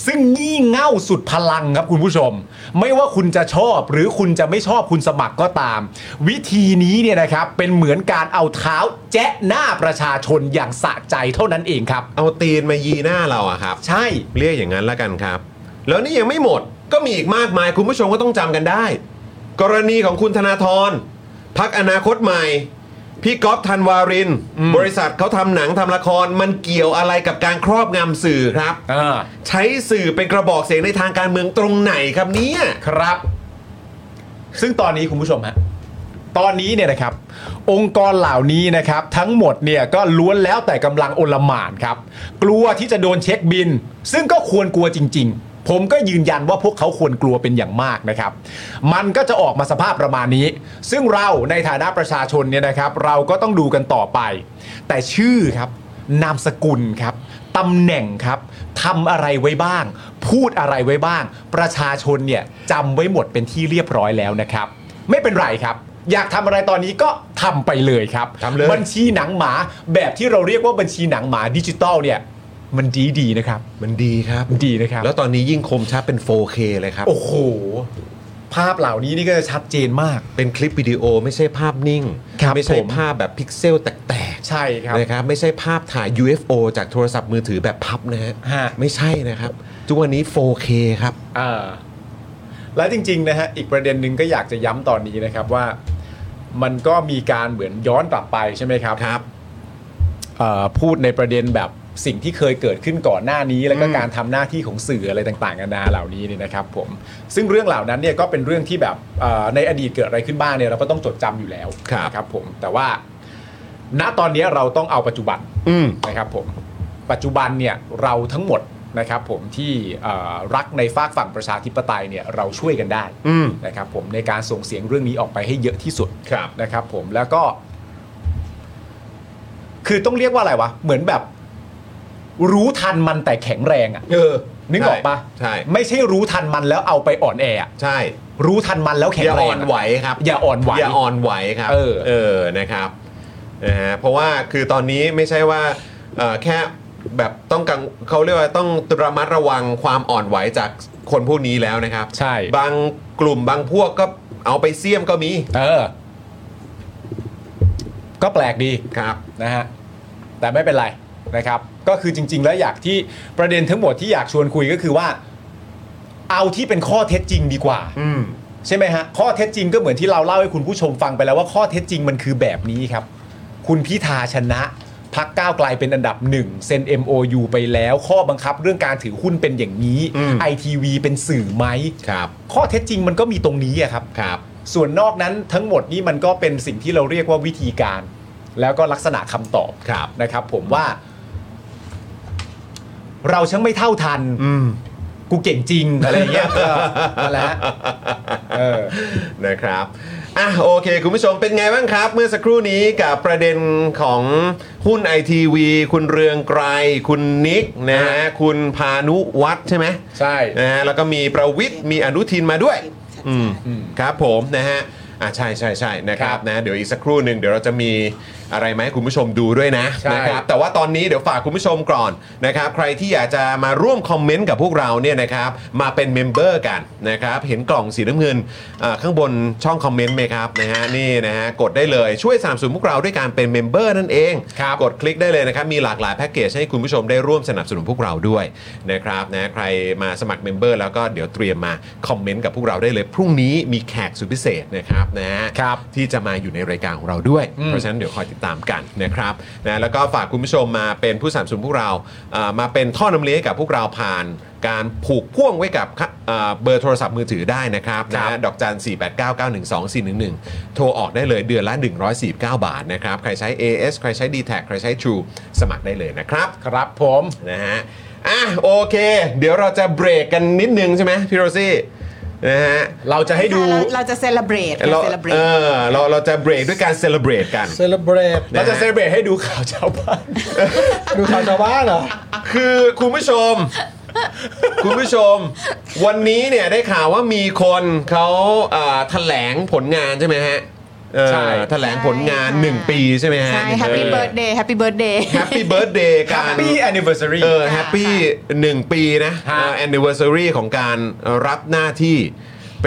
S3: ซึ่งงี่เง่าสุดพลังครับคุณผู้ชม ไม่ว่าคุณจะชอบหรือคุณจะไม่ชอบคุณสมัครก็ตาม วิธีนี้เนี่ยนะครับเป็นเหมือนการเอาเท้าแจ๊ะหน้าประชาชนอย่างสะใจเท่านั้นเองครับ
S1: เอาตีนมายีหน้าเราอะครับ
S3: ใช่
S1: เรียกอย่างนั้นละกันครับ แล้วนี่ยังไม่หมดก็มีอีกมากมายคุณผู้ชมก็ต้องจำกันได้ กรณีของคุณธนาธรพักอนาคตใหม่ พี่ก๊อฟธันวารินทร์บริษัทเขาทำหนังทำละคร มันเกี่ยวอะไรกับการครอบงำสื่อครับ
S3: อ่า
S1: ใช้สื่อเป็นกระบอกเสียงในทางการเมืองตรงไหนครับเนี่ย
S3: ครับ ซึ่งตอนนี้คุณผู้ชมฮะตอนนี้เนี่ยนะครับ องค์กรเหล่านี้นะครับ ทั้งหมดเนี่ยก็ล้วนแล้วแต่กำลังโอลหม่านครับ กลัวที่จะโดนเช็คบิน ซึ่งก็ควรกลัวจริง ๆ ผมก็ยืนยันว่าพวกเขาควรกลัวเป็นอย่างมากนะครับ มันก็จะออกมาสภาพประมาณนี้ ซึ่งเราในฐานะประชาชนเนี่ยนะครับ เราก็ต้องดูกันต่อไป แต่ชื่อครับ นามสกุลครับตำแหน่งครับทำอะไรไว้บ้าง พูดอะไรไว้บ้าง ประชาชนเนี่ยจำไว้หมดเป็นที่เรียบร้อยแล้วนะครับ ไม่เป็นไรครับ อยากทำอะไรตอนนี้ก็ทำไปเลยครับ
S1: ทำเลย
S3: บัญชีหนังหมาแบบที่เราเรียกว่าบัญชีหนังหมาดิจิตอลเนี่ย มันดีดีๆนะครับ
S1: มันดีครับ
S3: ดีนะครับ
S1: แล้วตอนนี้ยิ่งคมชัดเป็น 4K เลยครับ
S3: โอ้โห ภาพเหล่านี้นี่ก็จะชัดเจนมาก
S1: เป็นคลิปวิดีโอไม่ใช่ภาพนิ่ง
S3: ครับ
S1: ไม่ใช่
S3: ผม
S1: ภาพแบบพิกเซลแตก
S3: ใช่ครับ
S1: ๆนะครับไม่ใช่ภาพถ่าย UFO จากโทรศัพท์มือถือแบบพับนะฮะ
S3: ฮะ
S1: ไม่ใช่นะครับทุกวันนี้ 4K ครับ
S3: อ่าและจริง ๆ นะฮะ อีกประเด็นหนึ่งก็อยากจะย้ำตอนนี้นะครับว่า มันก็มีการเหมือนย้อนกลับไปใช่ไหมครับ
S1: ครับ
S3: เอ่อพูดในประเด็นแบบสิ่งที่เคยเกิดขึ้นก่อนหน้านี้ แล้วก็การทำหน้าที่ของสื่ออะไรต่างๆนานาเหล่านี้เนี่ยนะครับ ผม ซึ่งเรื่องเหล่านั้นเนี่ยก็เป็นเรื่องที่แบบเอ่อในอดีตเกิดอะไรขึ้นบ้างเนี่ยเราก็ต้องจดจำอยู่แล้ว
S1: ครับ
S3: นะครับ ผม แต่ว่า ณตอนนี้เราต้องเอาปัจจุบัน
S1: อืม
S3: นะครับผมปัจจุบันเนี่ยเราทั้งหมดนะครับผมที่เอ่อรักในฝากฝั่งประชาธิปไตยเนี่ยเราช่วยกันได้
S1: อืม
S3: นะครับผมในการส่งเสียงเรื่องนี้ออกไปให้เยอะที่สุด
S1: ครับ
S3: นะครับผมแล้วก็ คือต้องเรียกว่าอะไรวะ เหมือนแบบ รู้ทันมันแต่แข็งแรงอะ
S1: เออ
S3: นึกออกปะ
S1: ใช่
S3: ไม่ใช่รู้ทันมันแล้วเอาไปอ่อนแออะ
S1: ใช่
S3: รู้ทันมันแล้วแข็ง
S1: อย่า
S3: แร
S1: อ่
S3: ง
S1: อนไหวครับ
S3: อย่าอ่อนไหว
S1: อย่าอ่อนไหวครับ
S3: เออ
S1: เออนะครับนะฮะเพราะว่าคือตอนนี้ไม่ใช่ว่าเอ่อแค่แบบต้องกังเขาเรียกว่าต้องระมัดระวังความอ่อนไหวจากคนพวกนี้แล้วนะครับ
S3: ใช่
S1: บางกลุ่มบางพวกก็เอาไปเสี่ยมก็มี
S3: เออ ก็แปลกดี
S1: ครับ
S3: นะฮะแต่ไม่เป็นไรนะครับ ก็คือจริง ๆ แล้วอยากที่ประเด็นทั้งหมดที่อยากชวนคุยก็คือว่า เอาที่เป็นข้อเท็จจริงดีกว่า
S1: อืม
S3: ใช่ไหมฮะข้อเท็จจริงก็เหมือนที่เราเล่าให้คุณผู้ชมฟังไปแล้วว่าข้อเท็จจริงมันคือแบบนี้ครับ คุณพิธาชนะพักก้าวไกลเป็นอันดับหนึ่งเซ็น MOU ไปแล้ว ข้อบังคับเรื่องการถือหุ้นเป็นอย่างนี้
S1: อืม
S3: ไอทีวีเป็นสื่อไหม
S1: ครับ
S3: ข้อเท็จจริงมันก็มีตรงนี้อะครับ
S1: ครับ
S3: ส่วนนอกนั้นทั้งหมดนี่มันก็เป็นสิ่งที่เราเรียกว่าวิธีการ แล้วก็ลักษณะคำตอบ
S1: ครับ
S3: นะครับ ผมว่า เราช่างไม่เท่าทัน
S1: อืม
S3: กูเก่งจริง อะไรเงี้ยก็นั่นแหละเออ
S1: นะครับอ่ะโอเค คุณผู้ชมเป็นไงบ้างครับ เมื่อสักครู่นี้กับประเด็นของหุ้นไอทีวีคุณเรืองไกรคุณนิกนะฮะคุณพานุวัฒน์ใช่ไหม
S3: ใช่
S1: นะฮะแล้วก็มีประวิทย์มีอนุทินมาด้วย อืมครับผมนะฮะอ่ะใช่ใช่ใช่นะครับ
S3: ครับ
S1: นะเดี๋ยวอีกสักครู่หนึ่งเดี๋ยวเราจะมีอะไรมาให้คุณผู้ชมดูด้วยนะ
S3: ใช่
S1: นะครับแต่ว่าตอนนี้เดี๋ยวฝากคุณผู้ชมก่อนนะครับใครที่อยากจะมาร่วมคอมเมนต์กับพวกเราเนี่ยนะครับมาเป็นเมมเบอร์กันนะครับเห็นกล่องสีน้ำเงินอ่าข้างบนช่องคอมเมนต์ไหมครับนะฮะนี่นะฮะกดได้เลยช่วยสนับสนุนพวกเราด้วยการเป็นเมมเบอร์นั่นเอง
S3: ครับ
S1: กดคลิกได้เลยนะครับมีหลากหลายแพ็กเกจให้คุณผู้ชมได้ร่วมสนับสนุนพวกเราด้วยนะครับนะใครมาสมัครเมมเบอร์แล้วก็เดี๋ยวเตรียมมาคอมเมนต์กับพวกเราได้เลย พรุ่งนี้มีแขกสุดพิเศษนะครับ รับนะฮะ
S3: ครับ
S1: ที่จะมาอยู่ในรายการของเราด้วย
S3: อืม
S1: เพราะฉะนั้นเดี๋ยวคอยติดตามกันนะครับนะแล้วก็ฝากคุณผู้ชมมาเป็นผู้สนับสนุนพวกเราอ่ามาเป็นท่อนำเลี้ยงให้กับพวกเราผ่านการผูกพ่วงไว้กับค่ะอ่าเบอร์โทรศัพท์มือถือได้นะครับ
S3: ครั
S1: นะ
S3: บ
S1: ฮะ ดอกจัน 4 8 9 9 1 2 4 1 1 โทรออกได้เลยเดือนละ 149 บาทนะครับ ใครใช้ AS ใครใช้ d t แทใครใช้ True สมัครได้เลยนะครับ
S3: ครับผม
S1: นะฮะ อ่ะ โอเค เดี๋ยวเราจะเบรกกันนิดนึงใช่ไหมพี่โรซี่ นะฮะ
S3: เราจะให้ดู
S6: เราเราจะเซเลบรต
S1: เรา
S6: เซเลบร
S1: เอ
S6: ต
S1: อเราเราจะเบรกด้วยการเซเลบรตกัน
S2: เซเลบรต
S3: เราจะเซเลบรตให้ดูข่าวชาวบ้าน
S2: ดูข่าวชาวบ้านเหรอ
S1: คือคุณผู้ชม คุณผู้ชม วันนี้เนี่ยได้ข่าวว่ามีคนเขาเอ่อแถลงผลงานใช่ไหมฮะเออ
S3: ใช่
S1: แถลงผลงาน 1 ปีใช่ไหมฮะ
S6: ใช่แฮปปี้เบิร์ดเดย์แฮปปี้เบิร์ดเดย์
S1: แฮปปี้เบิร์ดเดย์การ
S3: Happy Anniversary
S1: เออแฮปปี้หนึ่งปีนะ
S3: ฮะ
S1: แอนนิเวอร์ซรีของการรับหน้าที่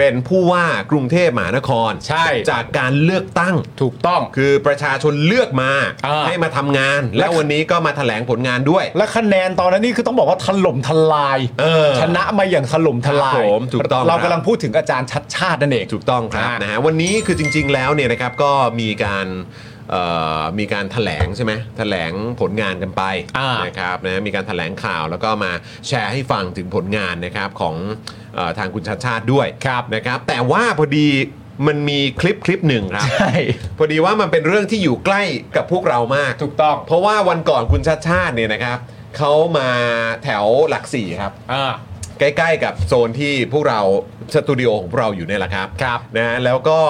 S1: เป็นผู้ว่ากรุงเทพมหานคร
S3: ใช่
S1: จากการเลือกตั้ง
S3: ถูกต้อง
S1: คือประชาชนเลือกมา
S3: อ่า
S1: ให้มาทำงาน แล้ววันนี้ก็มาแถลงผลงานด้วย
S3: และคะแนนตอนนั้นนี่คือต้องบอกว่าถล่มทลาย
S1: เออ
S3: ชนะมาอย่างถล่มทลา
S1: ครั
S3: ย
S1: บผมถูกต้อง
S3: เรา
S1: ครับ
S3: กำลังพูดถึงอาจารย์ชัดชาตินั่นเอง
S1: ถูกต้องครับ
S3: อ่าน
S1: นะฮะวันนี้คือจริง ๆ แล้วเนี่ยนะครับก็มีการเอ่อมีการถแถลงใช่ไหมแถลงผลงานกันไป
S3: อ่า
S1: นะครับนะมีการถแถลงข่าวแล้วก็มาแชร์ให้ฟังถึงผลงานนะครับของเออทางคุณชาติชาติด้วย
S3: ครับ
S1: นะครับแต่ว่าพอดีมันมีคลิปคลิปหนึ่งครับ
S3: ใช่
S1: พอดีว่ามันเป็นเรื่องที่อยู่ใกล้กับพวกเรามาก
S3: ถูกต้อง
S1: เพราะว่าวันก่อนคุณชาติชาติเนี่ยนะครับเขามาแถวหลักสี่ครับ
S3: อ่า
S1: ใกล้ๆกับโซนที่พวกเราสตูดิโอของพวกเราอยู่เนี่ยแหละครับ
S3: ครับ
S1: นะฮะแล้วก็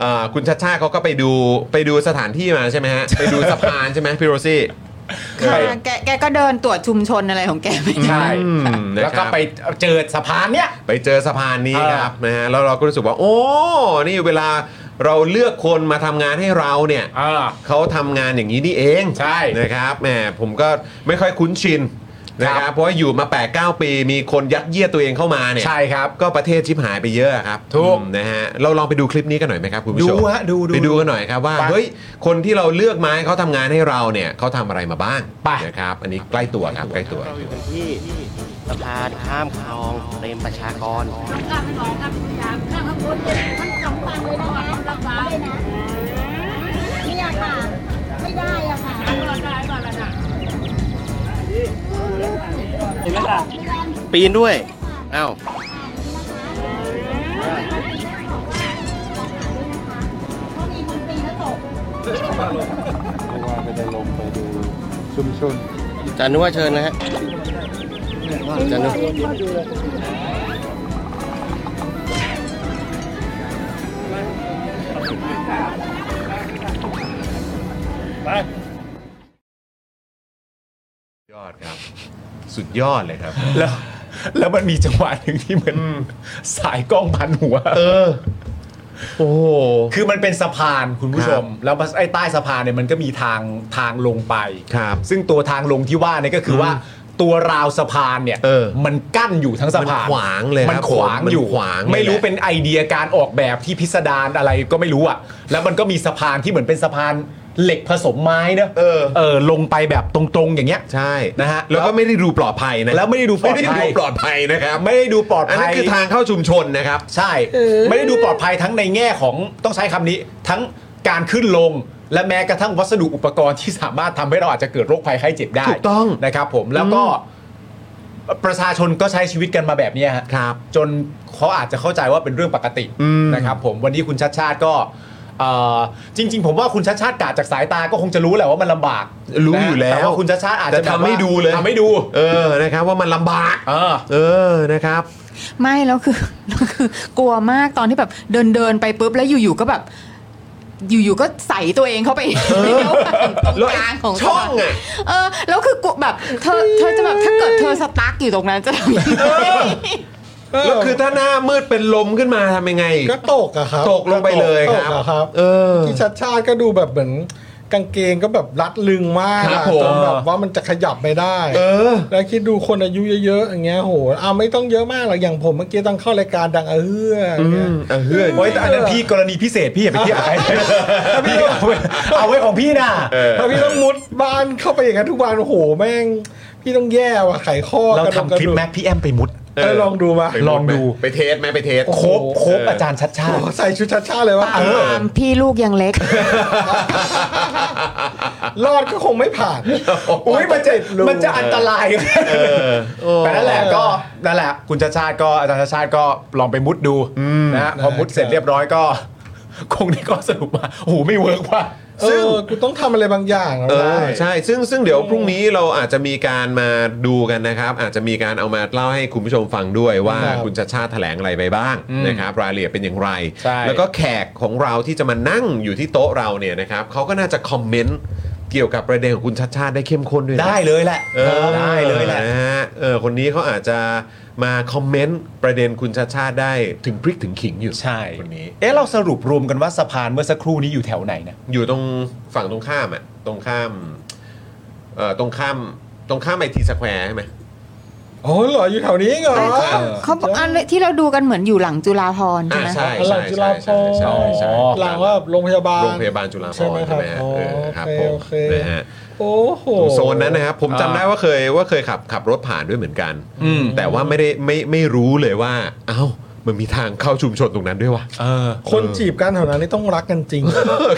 S1: เอ่อคุณชัดชาติเขาก็ไปดูไปดูสถานที่มาใช่ไหมฮะ ไปดูสะพานใช่ไหมพี่โรซี่
S6: ค่ะแกแกก็เดินตรวจชุมชนอะไรของแกไป
S3: ใช่
S1: อืม
S3: แล้ว
S1: นะ
S3: ก็
S1: ครับ
S3: ไปเจอสะพานเนี้ย
S1: ไปเจอสะพานนี้
S3: เออ
S1: ครับนะฮะแล้วเราก็รู้สึกว่า โอ้นี่เวลาเราเลือกคนมาทำงานให้เราเนี่ย
S3: อ่า
S1: เขาทำงานอย่างนี้นี่เอง
S3: ใช่
S1: นะครับแหมผมก็ไม่ค่อยคุ้นชินนะค
S3: ครั
S1: รับบ เพราะว่าอยู่มา 8-9 ปี มีคนยัดเยียดตัวเองเข้ามาเนี่ย
S3: ใช่ครับ
S1: ก็ประเทศชิบหายไปเยอะครับ
S3: ถูก
S1: อืมนะฮะเราลองไปดูคลิปนี้กันหน่อยไหมครับคุณผู้ชม
S3: ดูฮะดูดู
S1: ไปดูกันหน่อยครับว่า
S3: ไป
S1: เฮ้ยคนที่เราเลือกมาให้เขาทำงานให้เราเนี่ยเขาทำอะไรมาบ้าง
S3: ไป
S1: นะครับอันนี้ใกล้ตัวครับใกล้ตัว
S4: เราอยู่กันที่สะพานข้ามคลองเปรมประชากร
S7: กลับไปหน่อยกลับไปยามข้างข้างบนเนี่ยทั้งสองฝั่งเลยนะคะรักษาเลยนะเนี่ยค่ะ ไม่ได้อะค่ะก่อนได้ก่อนละนะ
S4: ปีนด้วย อ้าว
S2: เพราะว่าไปได้ลงไปดูชุมชน
S4: จานุว่าเชิญนะฮะจานุ
S1: ยอดครับ สุดยอดเลยครับ
S3: แล้วแล้วมันมีจังหวะหนึ่งที่เหมือนสายกล้องพันหัว
S1: เออ โอ้โห
S3: คือมันเป็นสะพานคุณผู้ชม แล้วมันไอ้ใต้สะพานเนี่ยมันก็มีทางทางลงไป
S1: ครับ
S3: ซึ่งตัวทางลงที่ว่าเนี่ยก็คือว่าตัวราวสะพานเนี่ย
S1: เออ
S3: มันกั้นอยู่ทั้งสะพา
S1: มั
S3: น
S1: นขวางเลยครับ
S3: มันขวาง
S1: ผมมัน
S3: อยู่
S1: ขวางเลย
S3: ไม่รู้
S1: แหละ
S3: เป็นไอเดียการออกแบบที่พิสดารอะไรก็ไม่รู้อ่ะแล้วมันก็มีสะพานที่เหมือนเป็นสะพานเหล็กผสมไม้เนอะ
S1: เออ
S3: เออลงไปแบบตรงๆอย่างเงี้ย
S1: ใช่
S3: นะฮะ
S1: แล้วก็ไม่ได้ดูปลอดภัยนะ
S3: แล้วไม่ได้ดูปลอดภัย
S1: ไม่ได้ดูปลอดภัยนะครับ
S3: ไม่ได้ดูปลอด
S1: อัน
S3: ภั
S1: นั้น
S3: ย
S1: คือทางเข้าชุมชนนะครับ
S3: ใช่ ไม่ได้ดูปลอดภัยทั้งในแง่ของต้องใช้คำนี้ทั้งการขึ้นลง และแม้กระทั่งวัสดุอุปกรณ์ที่สามารถทำให้เราอาจจะเกิดโรคภัยไข้เจ็บได้
S1: ถูกต้อง
S3: นะครับผมแล้วก็ประชาชนก็ใช้ชีวิตกันมาแบบเนี้ยฮะ
S1: ครับ
S3: จนเขาอาจจะเข้าใจว่าเป็นเรื่องปกติ
S1: อืม
S3: นะครับผมวันนี้คุณชัดชาติก็เอ่อจริง ๆ ผมว่าคุณชัดชาติกาจากสายตาก็คงจะรู้แหละว่ามันลำบาก
S1: รู้อยู่แล้ว
S3: ต่ว่าคุณชัดชาติอาจจะ
S1: แต่ทำให้ดูเลย
S3: ทำให้ดู
S1: เออนะครับ ว่ามันลำบาก
S3: เออ
S1: เออนะครับ
S6: ไม่แล้วคือแล้วคือกลัวมากตอนที่แบบเดินเดินๆไปปุ๊บแล้วอยู่ๆก็แบบ อยู่ๆก็ใส่ตัวเองเข้าไปในระหว่างตรงกลางของ
S1: ช่องอะ
S6: เออ แล้วคือกลัวแบบเธอเธอจะแบบถ้าเกิดเธอสตั๊กอยู่ตรงนั้นจะทำยังไง
S1: แล้วคือถ้าหน้ามืดเป็นลมขึ้นมาทำยังไง
S2: ก็ตกอะครับ
S1: ตกลงไปเลย
S2: ตก
S1: ครับ
S2: อะครับ
S1: เออ
S2: ที่ชัดชาติก็ดูแบบเหมือนกางเกงก็แบบรัดลึงมาก
S1: ครับ
S2: อะ
S1: ผม
S2: จนแบบว่ามันจะขยับไม่ได้
S1: เออ
S2: แล้วคิดดูคนอายุเยอะๆอย่างเงี้ยโหเอาไม่ต้องเยอะมากหรอกอย่างผมเมื่อกี้ต้องเข้ารายการดังเออเฮืออย่างเงี้ย
S1: เออเฮือ
S3: โอ้ยแต่อันนั้นพี่กรณีพิเศษพี่อย่า ไปเทียบกับใครพี่เอาไว้เอาไว้ของพี่น่ะ
S2: ถ้าพี่ต้องมุดบ้านเข้าไปอย่างนั้นทุกวันโอ้โหแม่ง พี่ต้องแย่ว่ะไขข้อ
S3: เรา
S2: กะดก
S3: ทำค
S2: กระ
S3: ลิป
S2: ดูก
S3: แม็กพี่แอมไปมุด
S1: เออ
S3: เออลองดูมา
S1: ไปมุ
S3: ลองดู
S1: ไหมไปเทสไหมไปเทส
S3: โคบโคบ
S1: เอออ
S3: อาจารย์ชัดชาติ
S2: โอ้ใส่ชุดช้าๆเลยวะ
S6: ตามพี่ลูกยังเล็ก
S3: รอดก็คงไม่ผ่าน อุ้ยมันจะมันจะอันตราย แต่นั่นแหละก็นั่นแหละ คุณชาติชาติก็อาจารย์ชาติชาติก็ลองไปมุดดูนะฮะพอมุดเสร็จเรียบร้อยก็ คงได้ก็สรุปมาโอ้โหไม่เวิร์กว่า
S2: เออ
S1: ซึ่ง
S2: กูต้องทำอะไรบางอย่างแล้ว
S1: เอ
S2: นะ
S1: อใช่ซึ่งซึ่งเดี๋ยวพรุ่งนี้เราอาจจะมีการมาดูกันนะครับ อาจจะมีการเอามาเล่าให้คุณผู้ชมฟังด้วยว่า
S2: ครับ
S1: คุณชาติชาติแถลงอะไรไปบ้างนะครับรายละเอียดเป็นอย่างไร
S3: ใช่
S1: แล้วก็แขกของเราที่จะมานั่งอยู่ที่โต๊ะเราเนี่ยนะครับเขาก็น่าจะคอมเมนต์เกี่ยวกับประเด็นของคุณชาติชาติได้เข้มข้นด้วยนะ
S3: ได้เลยแหละ
S1: เออ
S3: ได้เลยแหละ
S1: นะฮะเออคนนี้เขาอาจจะมาคอมเมนต์ประเด็นคุณชาติชาติได้ถึงพริกถึงขิงอยู่
S3: ใช่
S1: คนนี้
S3: เอ๊ะเราสรุปรวมกันว่าสะพานเมื่อสักครู่นี้อยู่แถวไหนนะ
S1: อยู่ตรงฝั่งตรงข้ามอ่ะตรงข้ามเอ่อตรงข้ามตรงข้ามไอทีสแควร์ใช่ไหม
S2: โอ้โหเหรออยู่แถวนี้เหรอ
S6: เขาบอกอันที่เราดูกันเหมือนอยู่หลังจุฬาพรณ์ใช่
S1: อ่า
S6: ไหม
S1: ใช่
S2: หลั
S1: ใช่
S2: งจุฬา
S1: ใช่ใช่ใช่ใช่
S2: พรณ์หลังว่าโรงพยาบาล
S1: โรงพยาบาลจุฬาภ
S2: ใช่ไหม
S1: รณ์ใช่ไหมฮะ
S2: ครับ
S1: เออครับผม
S2: โอเคโอเค
S1: นะฮะ
S2: โอ้โห
S1: ตรงโซนนั้นนะครับผมจำได้ว่าเคยว่าเคยขับขับรถผ่านด้วยเหมือนกัน แต่ว่าไม่ได้ไม่ไม่รู้เลยว่า เอ้ามันมีทางเข้าชุมชนตรงนั้นด้วยว่ะ
S3: เออ
S2: คนจีบกันแถวนั้นนี่ต้องรักกันจริง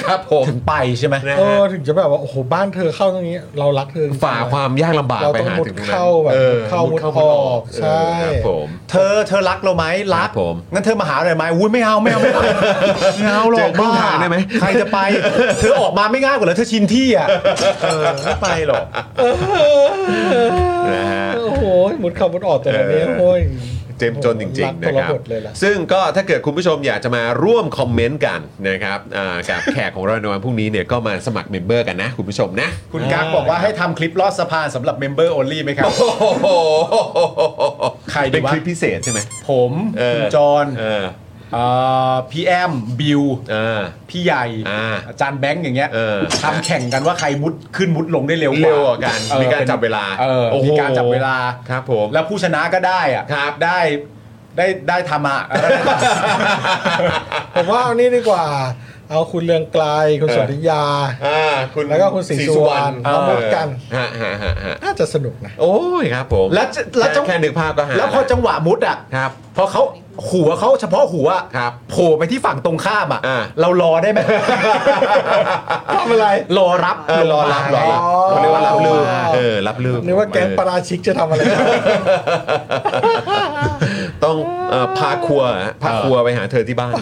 S1: ครับผม
S3: ถึงไปใช่ไหม
S1: นะ
S2: เออ
S1: ฮะ
S2: ถึงจะแบบว่าโอ้โหบ้านเธอเข้าตรงนี้ เรารักเธอจริงๆ
S1: ฝ่าความยากลำบาก
S2: เรา
S1: ไป
S2: ต้อง
S1: หา
S2: มุด
S1: ถึงตรงนั้น
S2: เข้าแบบ
S1: ออ
S2: มุดเข้ามุดออก
S1: เ
S2: ใช่
S1: ครับผม
S3: เธอเธอรักเราไหมรัก
S1: ครับผม
S3: งั้นเธอมาหาหน่อยไหมอุ้ยไม่เอาไม่เอาไม่เอาไม่เอาหร
S1: เจ
S3: อ
S1: อกครึ่ง
S3: บ้
S1: ทางได้ไหม
S3: ใครจะไป เธอออกมาไม่ง่ายกว่าเหรอเธอชินที่อ่ะเออไม่ไปหรอก
S1: นะฮะ
S2: โอ้โหมุดเข้ามุดออกแต่ละเนี้ยโอ้ย
S1: เจ็มจนจริง ๆ นะครับ
S2: รักทรหดเลยล่ะ
S1: ซึ่งก็ถ้าเกิดคุณผู้ชมอยากจะมาร่วมคอมเมนต์กันนะครับอ่ากับแขกของเราในวันพรุ่งนี้เนี่ยก็มาสมัครเมมเบอร์กันนะ คุณผู้ชมนะ
S3: คุณกั๊กบอกว่าให้ทำคลิปลอดสะพานสำหรับเมมเบอร์ only ไหมครับ
S1: โอ้โห
S3: ใครดีวะ
S1: เป็นคลิปพิเศษใช่ไหม
S3: ผม
S1: เออ
S3: คุณจอน
S1: เออ
S3: เอ่อพี่แอมบิว
S1: เออ
S3: พี่ใหญ่
S1: อ่า
S3: อาจารย์แบงค์อย่างเงี้ย
S1: เออ
S3: ทำแข่งกันว่าใครมุดขึ้นมุดลงได้เร็วกว่า
S1: เร็วกว่ากัน
S3: ออ
S1: มีการจับเวลา
S3: เออ
S1: โอ้โห
S3: มีการจับเวลา
S1: ครับผม
S3: แล้วผู้ชนะก็ได้อะ
S1: ครับ
S3: ได้ได้ได้ทำอ่ะ
S2: ผมว่าเอานี่ดีกว่า เอาคุณเรืองไกลคุณ
S1: เออ
S2: สนธิยา
S1: อ่าคุณ
S2: แล้วก็คุณศรีสุวรรณ
S1: เออ
S2: มาพบกัน
S1: ฮะฮะฮะฮะ
S2: น่าจะสนุกนะ
S1: โอ้ยครับผม
S3: แล้วจะแล้วจะ
S1: ค่แค่นึกภาพก็หา
S3: แล้วพอจังหวะมุดอ่ะ
S1: ครับ
S3: พอเขาหัวเขาเฉพาะหัว
S1: ครับ
S3: โผล่ไปที่ฝั่งตรงข้ามอ่ะ
S1: อ่า
S3: เรารอได้ไหม
S2: ทำอะไร
S3: รอรับ
S1: เออรอรับรอรับเขาเรียกว่ารับลูกเออรับลูก
S2: นึกว่าแก๊งปาราชิกจะทำอะไร
S1: ต้องเอ่อพาครัวฮะพาครัวไปหาเธอที่บ้าน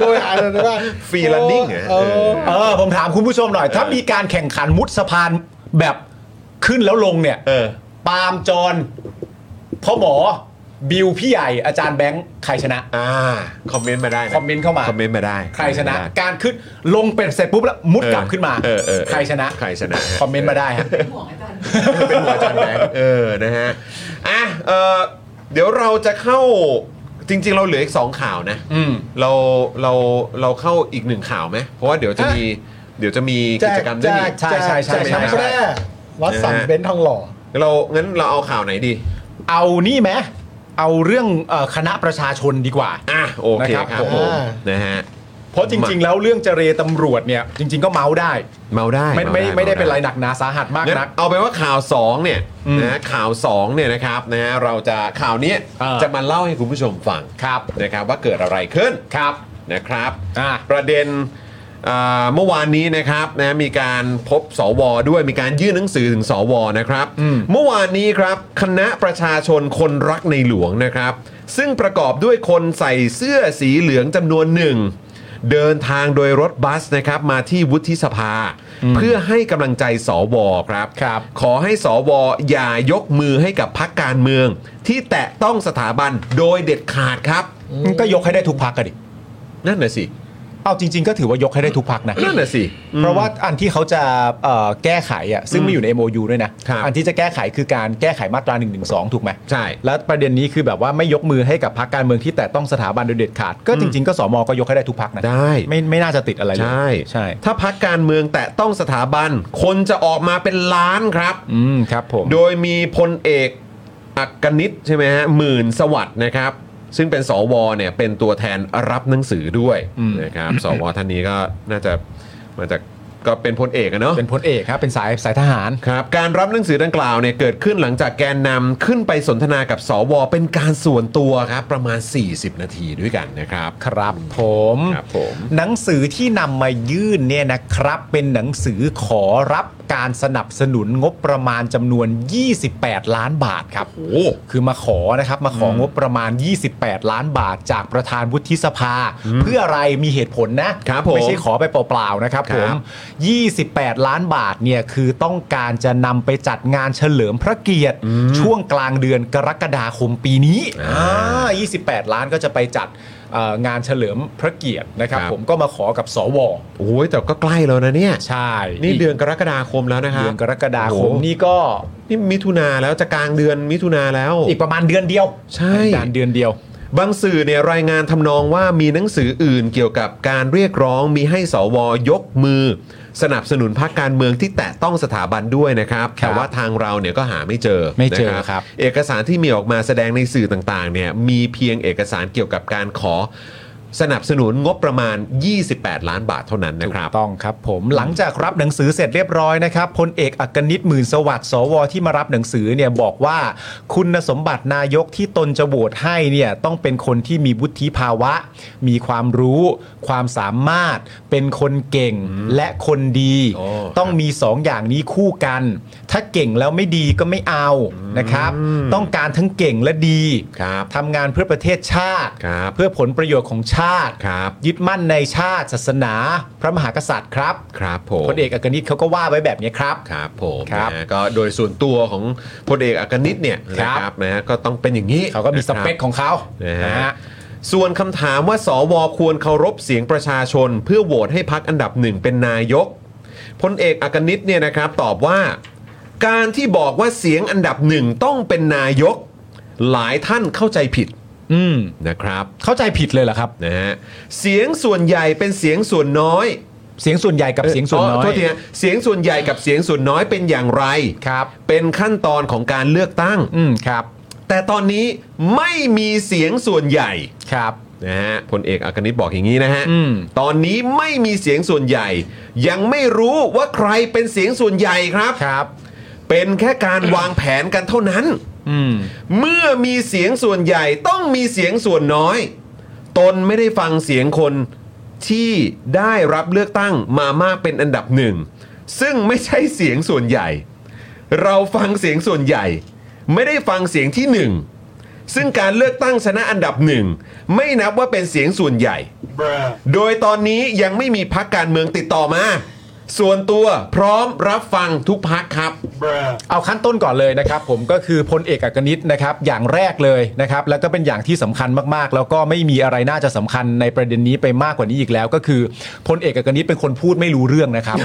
S2: ช่วยหาเลยได้ป่ะ
S1: Free running เหรอ
S2: เอ
S1: เออ
S2: อ
S3: เออผมถามคุณผู้ชมหน่อย ถ้ามีการแข่งขันมุดสะพานแบบขึ้นแล้วลงเนี่ย
S1: เออ
S3: ปาล์มจอนพ่อหมอบิวพี่ใหญ่อาจารย์แบงค์ใครชนะ
S1: อ่าคอมเมนต์มาได้ะ
S3: คอมเมนต์เข้ามา
S1: คอมเมนต์มาได้
S3: ใครชนะ
S1: อมเมต์มาได้
S3: การขึ้นลงเป็ดเสร็จปุ๊บแล้วมุดกลับขึ้นมา
S1: เออเออเออ
S3: ใครชนะ
S1: ใครชนะ
S3: คอมเมนต์มาได้ ฮะ
S1: เป็นหัวอาจันแบงค์เออนะฮะอ่ะเออเดี๋ยวเราจะเข้าจริง ๆ เราเหลืออีกสองข่าวนะ
S3: อืม
S1: เราเราเราเข้าอีกหนึ่งข่าวไหมเพราะว่าเดี๋ยวจะมีเดี๋ยวจะมี
S2: แจ
S1: กิจ
S2: ก
S1: กรรมด้
S2: แจ
S1: วยนี่
S2: ก
S3: ใช่ใช่ใช่
S2: แจก
S3: ใช่
S2: น้ำแร่วัดสัน
S1: นะฮะ
S2: เบนซ์ทองหล่อ
S1: เรางั้นเราเอาข่าวไหนดี
S3: เอานี่ไหมเอาเรื่องเอ่อคณะประชาชนดีกว่า
S1: อ่ะโอเค
S3: นะครับ
S1: ครับผม
S2: อ่า
S1: นะฮะ
S3: เพราะจริง ๆ แล้วเรื่องเจเรตำรวจเนี่ยจริง ๆ ก็เมาได้
S1: เมาได้
S3: ไม่
S1: เา
S3: ไม่ไม่ได้เป็นไรหนักหนาสาหัสมาก
S1: งั้น
S3: นัก
S1: เอาไปนว่าข่าว2เนี่ย
S3: อืม
S1: นะข่าว2เนี่ยนะครับนะฮะเราจะข่าวเนี้ย
S3: อ่า
S1: จะมาเล่าให้คุณผู้ชมฟัง
S3: ครับ
S1: นะครับว่าเกิดอะไรขึ้น
S3: ครับ
S1: นะครับ
S3: อ่า
S1: ประเด็นอ่าเมื่อวานนี้นะครับนะมีการพบสวด้วยมีการยื่นหนังสือถึงสวนะครับ
S3: อืม
S1: เมื่อวานนี้ครับคณะประชาชนคนรักในหลวงนะครับ ซึ่งประกอบด้วยคนใส่เสื้อสีเหลืองจำนวนหนึ่ง เดินทางโดยรถบัสนะครับมาที่วุฒิสภา เพื่อให้กำลังใจสวครับ
S3: ครับ
S1: ขอให้สวอย่ายกมือให้กับพักการเมือง ที่แตะต้องสถาบันโดยเด็ดขาดครับ
S3: ก็ยกให้ได้ทุกพักกันดิ
S1: นั่นน่ะสิ
S3: เอาจริง ๆ ก็ถือว่ายกให้ได้ทุกพักนะ
S1: นั่นน่ะสิ
S3: เพราะว่าอันที่เขาจะเอ่อแก้ไขอ่ะซึ่งไม่อยู่ใน MOU ด้วยนะ
S1: ครับ
S3: อันที่จะแก้ไขคือการแก้ไขมาตรา1นึถูกไหม
S1: ใช่
S3: แล้วประเด็นนี้คือแบบว่าไม่ยกมือให้กับพรรคการเมืองที่แต่ต้องสถาบันโดยเด็ดขาด ก็จริง ๆ ก็สมก็ยกให้ได้ทุกพักนะ
S1: ได้
S3: ไม่ไม่น่าจะติดอะไรเลย
S1: ใช่
S3: ใช่
S1: ถ้าพักการเมืองแตะต้องสถาบัน คนจะออกมาเป็นล้านครับ
S3: อืมครับผม
S1: โดยมีพลเอกอักนิตใช่ไหมฮะหมื่นสวัสด์นะครับ ซึ่งเป็นสวเนี่ยเป็นตัวแทนรับหนังสือด้วย
S3: อืม
S1: นะครับ สวท่านนี้ก็น่าจะมาจาก ก็เป็นพลเอกอะเนาะ
S3: เป็นพลเอกครับเป็นสายสายทหาร
S1: ครับการรับหนังสือดังกล่าวเนี่ยเกิดขึ้นหลังจากแกนนำขึ้นไปสนทนากับสวเป็นการส่วนตัวครับประมาณ 40 นาทีด้วยกันนะครับ
S3: ครับผม
S1: ครับผม
S3: หนังสือที่นำมายื่นเนี่ยนะครับ เป็นหนังสือขอรับการสนับสนุนงบประมาณจำนวน 28 ล้านบาทครับ
S1: โอ้
S3: คือมาขอนะครับมาของงบประมาณ 28 ล้านบาทจากประธานวุฒิสภา เพื่ออะไรมีเหตุผลนะครับ
S1: ผม
S3: ไม่ใช่ขอไปเปล่าๆนะครับ
S1: ค
S3: ผ
S1: รั
S3: ม
S1: บ
S3: 28 ล้านบาทเนี่ยคือต้องการจะนำไปจัดงานเฉลิมพระเกียรติ ช่วงกลางเดือนกรกฎาคมปีนี้อ่า28 ล้านก็จะไปจัดเอ่องานเฉลิมพระเกียรตินะครับ
S1: ครับ
S3: ผมก็มาขอกับสว
S1: โอ้ยแต่ก็ใกล้แล้วนะเนี่ย
S3: ใช่
S1: นี่เดือนกรกฎาคมแล้วนะครั
S3: เดื
S1: บ
S3: อนกรกฎาคม
S1: โอ้โห
S3: นี่ก็
S1: นี่มิถุนาแล้วจะกลางเดือนมิถุนาแล้ว
S3: อีกประมาณเดือนเดียว
S1: ใช่
S3: การเดือนเดียว
S1: บางสื่อเนี่ยรายงานทำนองว่ามีหนังสืออื่นเกี่ยวกับการเรียกร้องมีให้สวยกมือ สนับสนุนพรรคการเมืองที่แตะต้องสถาบันด้วยนะครับ
S3: ครับ
S1: แต่ว่าทางเราเนี่ยก็หาไม่เจอ
S3: ไม่เจอ
S1: นะครับ เอกสารที่มีออกมาแสดงในสื่อต่างๆเนี่ยมีเพียงเอกสารเกี่ยวกับการขอสนับสนุนงบประมาณ 28 ล้านบาทเท่านั้นนะครับ
S3: ถูกต้องครับผมหลังจากรับหนังสือเสร็จเรียบร้อยนะครับพลเอกอักนิตหมื่นสวัสดิ์สวที่มารับหนังสือเนี่ยบอกว่า คุณสมบัตินายกที่ตนจะโหวตให้เนี่ยต้องเป็นคนที่มีวุฒิภาวะ มีความรู้ ความสามารถ เป็นคนเก่งและคนดี
S1: โอ้
S3: ต้องมีสองอย่างนี้คู่กัน ถ้าเก่งแล้วไม่ดีก็ไม่เอานะครับ ต้องการทั้งเก่งและดี
S1: ครับ
S3: ทำงานเพื่อประเทศชาติ
S1: ครับ
S3: เพื่อผลประโยชน์ของชาติ
S1: ครับ
S3: ยึดมั่นในชาติศาสนา พระมหากษัตริย์ครับ
S1: ครับผม
S3: พลเอกอักนิตเขาก็ว่าไว้แบบนี้ครับ
S1: ครับผม
S3: ครับ
S1: นะฮะก็โดยส่วนตัวของพลเอกอักนิตเนี่ย
S3: ครั
S1: นะ
S3: บ
S1: ครับนะฮะก็ต้องเป็นอย่างนี้
S3: เขาก็มีส
S1: นะ
S3: เป
S1: ครับ
S3: คของเขา
S1: นะ
S3: นะ
S1: ฮะ
S3: ฮะ
S1: ส่วนคำถามว่าสวควรเคารพเสียงประชาชน เพื่อโหวตให้พักอันดับหนึ่งเป็นนายกพลเอกอักนิตเนี่ยนะครับตอบว่า การที่บอกว่าเสียงอันดับหนึ่งต้องเป็นนายก หลายท่านเข้าใจผิด
S3: อืม
S1: นะครับ
S3: เข้าใจผิดเลยเหรอครับ
S1: นะฮะเสียงส่วนใหญ่เป็นเสียงส่วนน้อย
S3: เสียงส่วนใหญ่กับเสียงส่วนน้อย
S1: โทษทีฮะเสียงส่วนใหญ่กับเสียงส่วนน้อยเป็นอย่างไร
S3: ครับ
S1: เป็นขั้นตอนของการเลือกตั้ง
S3: อืมครับ
S1: แต่ตอนนี้ไม่มีเสียงส่วนใหญ่
S3: ครับ
S1: นะฮะพลเอกอักนิตบอกอย่างนี้นะฮะ
S3: อืม
S1: ตอนนี้ไม่มีเสียงส่วนใหญ่ ยังไม่รู้ว่าใครเป็นเสียงส่วนใหญ่ครับ
S3: ครับ
S1: เป็นแค่การวางแผนกันเท่านั้น
S3: อืม
S1: เมื่อมีเสียงส่วนใหญ่ต้องมีเสียงส่วนน้อย ตนไม่ได้ฟังเสียงคนที่ได้รับเลือกตั้งมามากเป็นอันดับหนึ่ง ซึ่งไม่ใช่เสียงส่วนใหญ่ เราฟังเสียงส่วนใหญ่ ไม่ได้ฟังเสียงที่หนึ่ง ซึ่งการเลือกตั้งชนะอันดับหนึ่ง ไม่นับว่าเป็นเสียงส่วนใหญ่ โดยตอนนี้ยังไม่มีพักการเมืองติดต่อมา ส่วนตัวพร้อมรับฟังทุกพักครับ
S3: เอาขั้นต้นก่อนเลยนะครับผมก็คือพลเอกอักนิตนะครับอย่างแรกเลยนะครับแล้วก็เป็นอย่างที่สำคัญมากๆ แล้วก็ไม่มีอะไรน่าจะสำคัญในประเด็นนี้ไปมากกว่านี้อีกแล้ว ก็คือพลเอกอักนิตเป็นคนพูดไม่รู้เรื่องนะครับ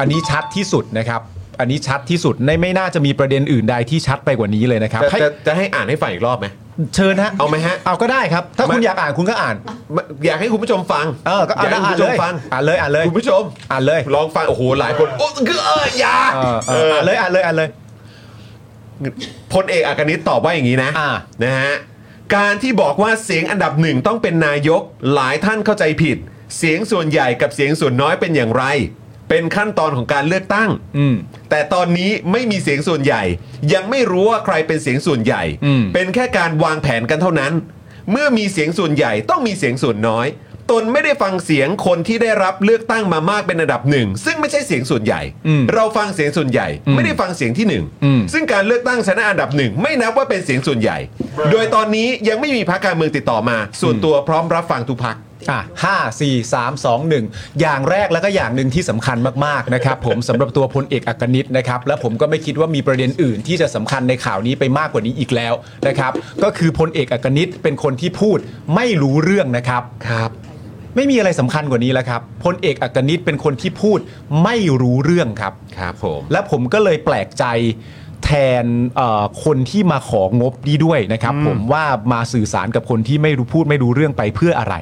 S3: อันนี้ชัดที่สุดนะครับ อันนี้ชัดที่สุดในไม่น่าจะมีประเด็นอื่นใดที่ชัดไปกว่านี้เลยนะครับ
S1: จะ
S3: ให้
S1: จะจะให้อ่านให้ฟังอีกรอบไหม
S3: เชิญฮะ
S1: เอาไหมฮะ
S3: เอาก็ได้ครับ ถ้าคุณ
S1: มา
S3: อยากอ่านคุณก็อ่าน
S1: อยากให้คุณผู้ชมฟัง
S3: เออก็
S1: อยากให้
S3: อ่าน
S1: คุณผู้ช
S3: เล
S1: ม
S3: ย
S1: ฟัง
S3: อ่านเลยอ่านเลย
S1: คุณผู้ชม
S3: อ่านเลย
S1: ลองฟัง โอ้โห หลายคนโอ้เกอเอออย่า
S3: เออเอออ่านเลยอ่านเลยอ่านเลย
S1: พลเอกอักนิตตอบว่าอย่างนี้นะ
S3: อ่า
S1: นะฮะ การที่บอกว่าเสียงอันดับหนึ่งต้องเป็นนายก หลายท่านเข้าใจผิด เสียงส่วนใหญ่กับเสียงส่วนน้อยเป็นอย่างไร เป็นขั้นตอนของการเลือกตั้ง
S3: อืม
S1: แต่ตอนนี้ไม่มีเสียงส่วนใหญ่ ยังไม่รู้ว่าใครเป็นเสียงส่วนใหญ่
S3: อืม
S1: เป็นแค่การวางแผนกันเท่านั้น เมื่อมีเสียงส่วนใหญ่ต้องมีเสียงส่วนน้อย ตนไม่ได้ฟังเสียงคนที่ได้รับเลือกตั้งมามากเป็นอันดับหนึ่งซึ่งไม่ใช่เสียงส่วนใหญ่ เราฟังเสียงส่วนใหญ่ ไม่ได้ฟังเสียงที่หนึ่งซึ่งการเลือกตั้งชนะอันดับหนึ่งไม่นับว่าเป็นเสียงส่วนใหญ่ โดยตอนนี้ยังไม่มีพรรคการเมืองติดต่อมา ส่วนตัวพร้อมรับฟังทุกพรรค
S3: อ่ะห้าสี่สามสองหนึ่งอย่างแรกแล้วก็อย่างหนึ่งที่สำคัญมากๆนะครับผม สำหรับตัวพลเอกอักนิตนะครับและผมก็ไม่คิดว่ามีประเด็นอื่นที่จะสำคัญในข่าวนี้ไปมากกว่านี้อีกแล้วนะครับ ก็คือพลเอกอักนิตเป็นคนที่พูดไม่รู้เรื่องนะครับ
S1: ครับ
S3: ไม่มีอะไรสำคัญกว่านี้แล้วครับพลเอกอักนิตเป็นคนที่พูดไม่รู้เรื่องครับ
S1: ครับผม
S3: และผมก็เลยแปลกใจแทนเอ่อคนที่มาของบนี้ด้วยนะครับ ผมว่ามาสื่อสารกับคนที่ไม่รู้พูดไม่รู้เรื่องไปเพื่ออะไร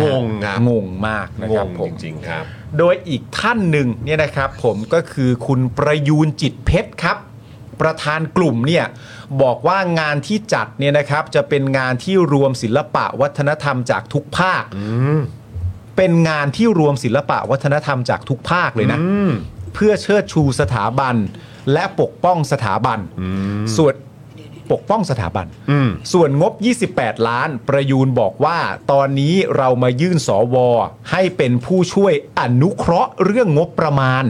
S1: งงครับ
S3: งงมากนะ
S1: ง
S3: ครับ
S1: ง
S3: ผม
S1: จริงๆครับ
S3: โดยอีกท่านหนึ่งเนี่ยนะครับ ผมก็คือคุณประยูนจิตเพชรครับ ประธานกลุ่มเนี่ยบอกว่างานที่จัดเนี่ยนะครับ จะเป็นงานที่รวมศิลปะวัฒนธรรมจากทุกภาค เป็นงานที่รวมศิลปะวัฒนธรรมจากทุกภาคเลยนะ เพื่อเชิดชูสถาบัน และปกป้องสถาบัน ส่วนปกป้องสถาบัน
S1: อืม
S3: ส่วนงบ 28 ล้าน ประยูนบอกว่า ตอนนี้เรามายื่นสว ให้เป็นผู้ช่วยอนุเคราะห์เรื่องงบประมาณ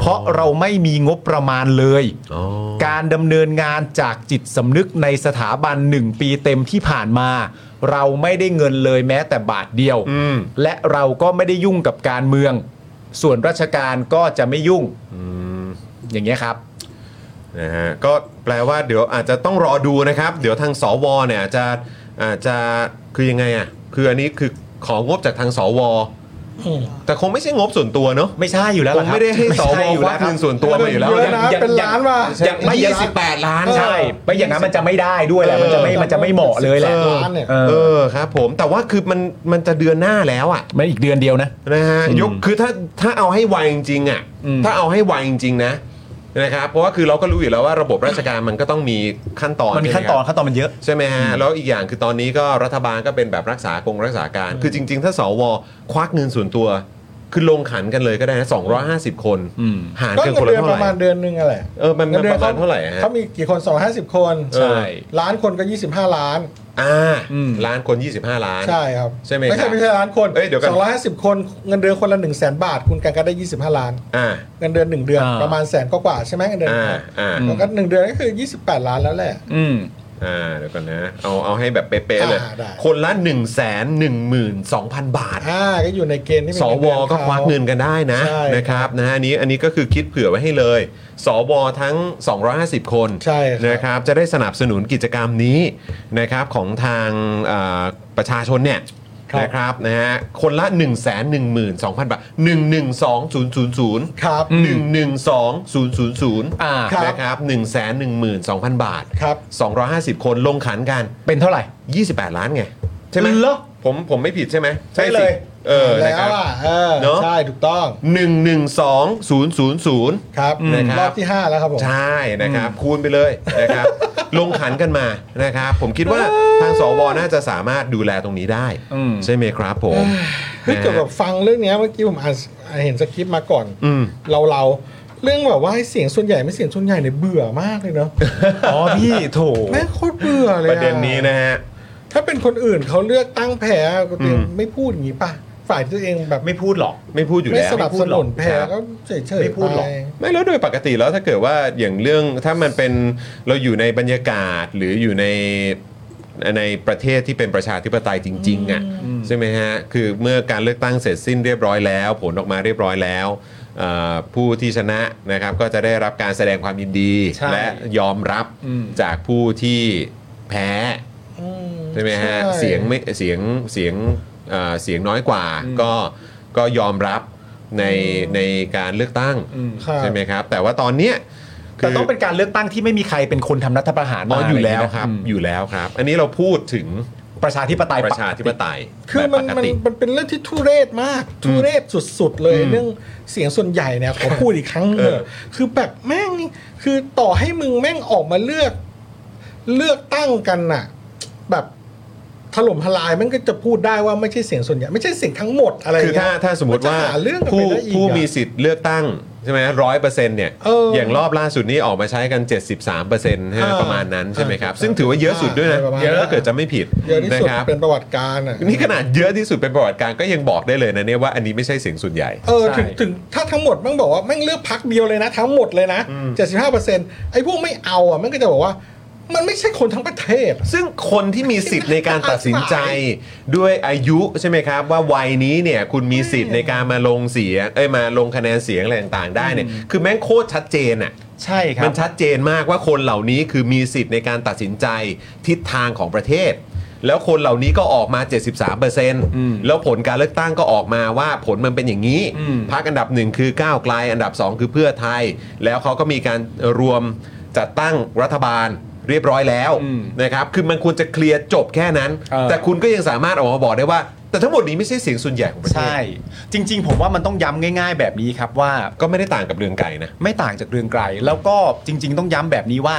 S3: เพราะเราไม่มีงบประมาณเลย
S1: อ๋อ
S3: การดำเนินงานจากจิตสำนึกในสถาบันหนึ่งปีเต็มที่ผ่านมา เราไม่ได้เงินเลยแม้แต่บาทเดียว
S1: อืม
S3: และเราก็ไม่ได้ยุ่งกับการเมือง ส่วนราชการก็จะไม่ยุ่งอย่างเงี้ยครับ
S1: นะฮะก็แปลว่าเดี๋ยวอาจจะต้องรอดูนะครับ เดี๋ยวทางสวเนี่ยอาจจะอาจจะคือยังไงอ่ะคืออันนี้คือของงบจากทางสว แต่คงไม่ใช่งบส่วนตัวเนอะ
S3: ไม่ใช่อยู่แล้ว
S1: ค
S3: ล่ะ
S1: ง
S3: ครับ
S1: ไม่ได้ให้ส
S3: ช่
S1: ว
S3: อยู่
S1: ค
S3: แล้
S1: วัก
S3: ครั
S1: เงิ
S3: บ
S1: นส่วนตัวมาอยู่แล้ว
S2: เยอะ
S1: นะ
S2: นะ
S3: อย่าง
S2: เป็น
S3: อย่าง
S2: ล้านว่ะ
S1: อย่างไม่ยี่สิบแปดล้าน
S3: ใช่ไม่อย่างนั้นมันจะไม่ได้ด้วยแหละมันจะไม่มันจะไม่เหมาะเลยแหละ
S2: เออล้านเนี่ย
S3: เอ
S1: เอ
S3: อ
S1: อครับผมแต่ว่าคือมันมันจะเดือนหน้าแล้วอ่ะ
S3: มันอีกเดือนเดียวนะ
S1: นะฮะ
S3: อืม
S1: ยกคือถ้าถ้าเอาให้ไวจริงๆอ่ะ
S3: อืม
S1: ถ้าเอาให้ไวจริงๆนะนะครับเพราะว่าคือเราก็รู้อยู่แล้วว่าระบบราชการมันก็ต้องมีขั้นตอน
S3: มันมี
S1: ใช่ไห
S3: ขั้น
S1: ครับ
S3: ตอนขั้นตอนมันเยอะ
S1: ใช่ไหมฮะ แล้วอีกอย่างคือตอนนี้ก็รัฐบาลก็เป็นแบบรักษากงรักษาการ คือจริง ๆ ถ้าสว ควักเงินส่วนตัว คือลงขันกันเลยก็ได้นะ250 คน
S3: อืม
S1: หาร
S2: ก็
S1: กัน
S2: เงิ
S1: คน
S2: น
S1: ละ
S2: เดือนป
S1: เท่า
S2: ระ
S1: ไห
S2: มา
S1: ร่
S2: ณเดือนหนึงอะแหละ
S1: เออมันมันประมาณเท่าไหร่ฮะ
S2: เขามีกี่คน 250 คน
S1: เออ
S3: ใช่
S2: ล้านคนก็ 25 ล้าน
S1: อ่า
S3: อืม
S1: ล้านคน 25 ล้าน
S2: ใช่ครับ
S1: ใช่ไหม
S2: ไม่
S1: ครั
S2: ใช่
S1: บ
S2: ไม่ใช่ล้านคน
S1: เอ้ยเดี๋ยวก่อน
S2: สองร้อยห้าสิบคนเงินเดือนคนละ1 0 0 0 0แสนบาท คุณกันก็ได้ 25 ล้าน
S1: อ่า
S2: เงินเดือน 1 เดือน
S3: อ่า
S2: ประมาณแสนกว่าๆใช่ไหมเงินเดือน
S1: อ่า อ่า
S2: แล้วก็หนึ่งเดือนก็คือ 28 ล้านแล้วแหละ
S3: อืม
S1: อ่า เดี๋ยวก่อนนะ เอาเอาให้แบบเป๊ะๆเลย
S2: อ่าได้
S1: คนละ 1 1 2 0 0 0 บาท
S2: อ่าก็อยู่ในเกณฑ์ที่เป็น
S1: ส
S2: เน
S1: ว
S2: เดือน
S1: ก็
S2: เขา
S1: ควักเงินกันได้นะ
S2: ใช่
S1: นะครับนะฮะอันนี้อันนี้ก็คือคิดเผื่อไว้ให้เลย สวทั้ง 250 คน
S2: ใช่ครับ
S1: นะครับจะได้สนับสนุนกิจกรรมนี้นะครับของทางเอ่อประชาชนเนี่ยนะครับนะฮะคนละ 1 1 2 0 0 0 บาท 1 1 2 0 0 0
S2: ครับ
S1: 1 1 2 0 0
S3: อ่า
S1: 0นะครับ1 1 2 0 0 0 บาท
S2: ครับ
S1: 250 คนลงขันกัน
S3: เป็นเท่าไหร่
S1: 28 ล้านไง ใช่ไหม
S3: เหรอ
S1: ผมผมไม่ผิดใช่ไหม
S2: ใช่เลย
S1: สิเออ
S2: แล้
S1: นะครับ
S2: วอ่ะเออ
S1: เนอะ
S2: ใช่ถูกต้อง
S1: หนึ่งหนึ่งสองศูนย์ศูนย์ศูนย์
S2: ครับ
S1: นะครับ
S2: อบที่ 5 แล้วครับผม
S1: ใช่นะครับ คูณไปเลย นะครับ ลงขันกันมานะครับ ผมคิดว่าทางสวน่าจะสามารถดูแลตรงนี้ได้
S3: อืม
S1: ใช่ไหมครับผม
S2: คือเกี่ยวกับฟังเรื่องเนี้ยเมื่อกี้ผมอ่านอ่านเห็นสคริปต์มาก่อน
S1: อืม
S2: เราเราเรื่องแบบว่าให้เสียงส่วนใหญ่ไม่เสียงส่วนใหญ่เนี่ยเบื่อมากเลยเนาะ
S3: อ๋อพี่โถ
S2: แม่งโคตรเบื่อเลย
S1: ป
S2: อ
S1: ระเด็นนี้นะฮะ
S2: ถ้าเป็นคนอื่นเขาเลือกตั้งแพ้ก็เตรียม
S1: อืม
S2: ไม่พูดอย่างนี้ป่ะฝ่ายตัวเองแบบ
S3: ไม่พูดหรอก
S1: ไม่พูดอยู่
S2: ไม่
S1: แล้ว
S2: สนับ
S1: พู
S2: ส
S1: ดหร
S2: นุ
S1: อก
S2: นแพ้
S1: ครับ
S2: ก็เฉยเฉย
S3: ไม่พูดหรอก
S1: ไม่แล้วโดยปกติแล้วถ้าเกิดว่าอย่างเรื่องถ้ามันเป็นเราอยู่ในบรรยากาศหรืออยู่ในในประเทศที่เป็นประชาธิปไตยจริงๆอ่ะใช่ไหมฮะคือเมื่อการเลือกตั้งเสร็จสิ้นเรียบร้อยแล้ว ผลออกมาเรียบร้อยแล้วเอ่อผู้ที่ชนะนะครับก็จะได้รับการแสดงความยินดี
S3: ใช่
S1: และยอมรับ
S3: อืม
S1: จากผู้ที่แพ้
S2: อืม
S1: ใช่ไหมฮะ
S2: ใช่
S1: เสียงไม่เสียงเสียงเอ่อเสียงน้อยกว่าก็ก็ยอมรับในในการเลือกตั้ง
S3: อืม
S2: ครับ
S1: ใช่ไหมครับ แต่ว่าตอนเนี้ย
S3: แต่ต้องเป็นการเลือกตั้งที่ไม่มีใครเป็นคนทำรัฐประหาร
S1: อ๋อ
S3: มา
S1: อยู่แล้วครับ
S3: อะไอ
S1: อ
S3: ย่างเงี้ยนะ
S1: ยู่แล้วครับ อันนี้เราพูดถึง
S3: อืมประชาธิปไตย
S1: ประชาธิปไตย
S2: คือมัน
S1: แบบป
S2: มัน
S1: กติ
S2: มันเป็นเรื่องที่ทุเรศมาก ทุเรศสุดๆ เลยเรื่องเสียงส่วนใหญ่เนี่ยขอพูดอีกครั้งเถอะคือแบบแม่งคือต่อให้มึงแม่งออกมาเลือก เลือกตั้งกันน่ะ แบบถล่มทลายมันก็จะพูดได้ว่าไม่ใช่เสียงส่วนใหญ่ ไม่ใช่เสียงทั้งหมดอะไร
S1: คือถ้า
S2: เงี้ย
S1: ถ้าสมมติว่า
S2: จะหาเรื่องกัน
S1: ผู้
S2: ไปได้อีก
S1: ผู้
S2: อะ
S1: มีสิทธิ์เลือกตั้งใช่ไหมร้อยเปอร์เซ็นต์เนี่ย
S2: เอออ
S1: อย่างรอบล่าสุดนี้ออกมาใช้กัน 73เปอร์เซ็นต์
S2: อ่า
S1: ประมาณนั้นใช่ไหมครับ
S2: ใช่
S1: ซึ่งถือว่าเยอะสุดด้วยนะ
S2: ใช่ประมาณ
S1: เยอะ
S2: นั้น
S1: ถ้าเกิดจะไม่ผิด
S2: เยอะที่สุด
S1: นะครับ
S2: เป็นประวัติการอ่ะ
S1: นี่ขนาดเยอะที่สุดเป็นประวัติการก็ยังบอกได้เลยนะเนี่ยว่าอันนี้ไม่ใช่เสียงส่วนใหญ่
S2: เออถึงถึงถ้าทั้งหมดแม่งบอกว่าแม่งเลือกพักเดียวเลยนะ ทั้งหมดเลยนะเจ็ดสิบห้าเปอร์เซ็นต์ไอ้พวกไม่เอาอ่ะแม่งก็จะบอกว่า มันไม่ใช่คนทั้งประเทศ
S1: ซึ่งคนที่มีสิทธิ์ในการตัดสินใจด้วยอายุใช่ไหมครับ ว่าวัยนี้เนี่ยคุณมีสิทธิ์ในการมาลงเสียงเอ้ยมาลงคะแนนเสียงอะไรต่างๆได้เนี่ยคือแม่งโคตรชัดเจนอ่ะ
S3: ใช่ครั
S1: มั
S3: บ
S1: นชัดเจนมากว่าคนเหล่านี้คือมีสิทธิ์ในการตัดสินใจทิศทางของประเทศ แล้วคนเหล่านี้ก็ออกมา
S3: ม
S1: 73%แล้วผลการเลือกตั้งก็ออกมาว่าผลมันเป็นอย่างนี้
S3: อืม
S1: พรรคอันดับหนึ่งคือก้าวไกลอันดับสองคือเพื่อไทย แล้วเขาก็มีการรวมจัดตั้งรัฐบาลเรียบร้อยแล้ว
S3: อืม
S1: นะครับ คือมันควรจะเคลียร์จบแค่นั้น
S3: เออ
S1: แต่คุณก็ยังสามารถออกมาบอกได้ว่า แต่ทั้งหมดนี้ไม่ใช่เสียงส่วนใหญ่ของประเทศ
S3: ใช่ จริง ๆ ผมว่ามันต้องย้ำง่าย ๆ แบบนี้ครับว่า
S1: ก็ไม่ได้ต่างกับเรืองไก่นะ
S3: ไม่ต่างจากเรืองไกล แล้วก็จริง ๆ ต้องย้ำแบบนี้ว่า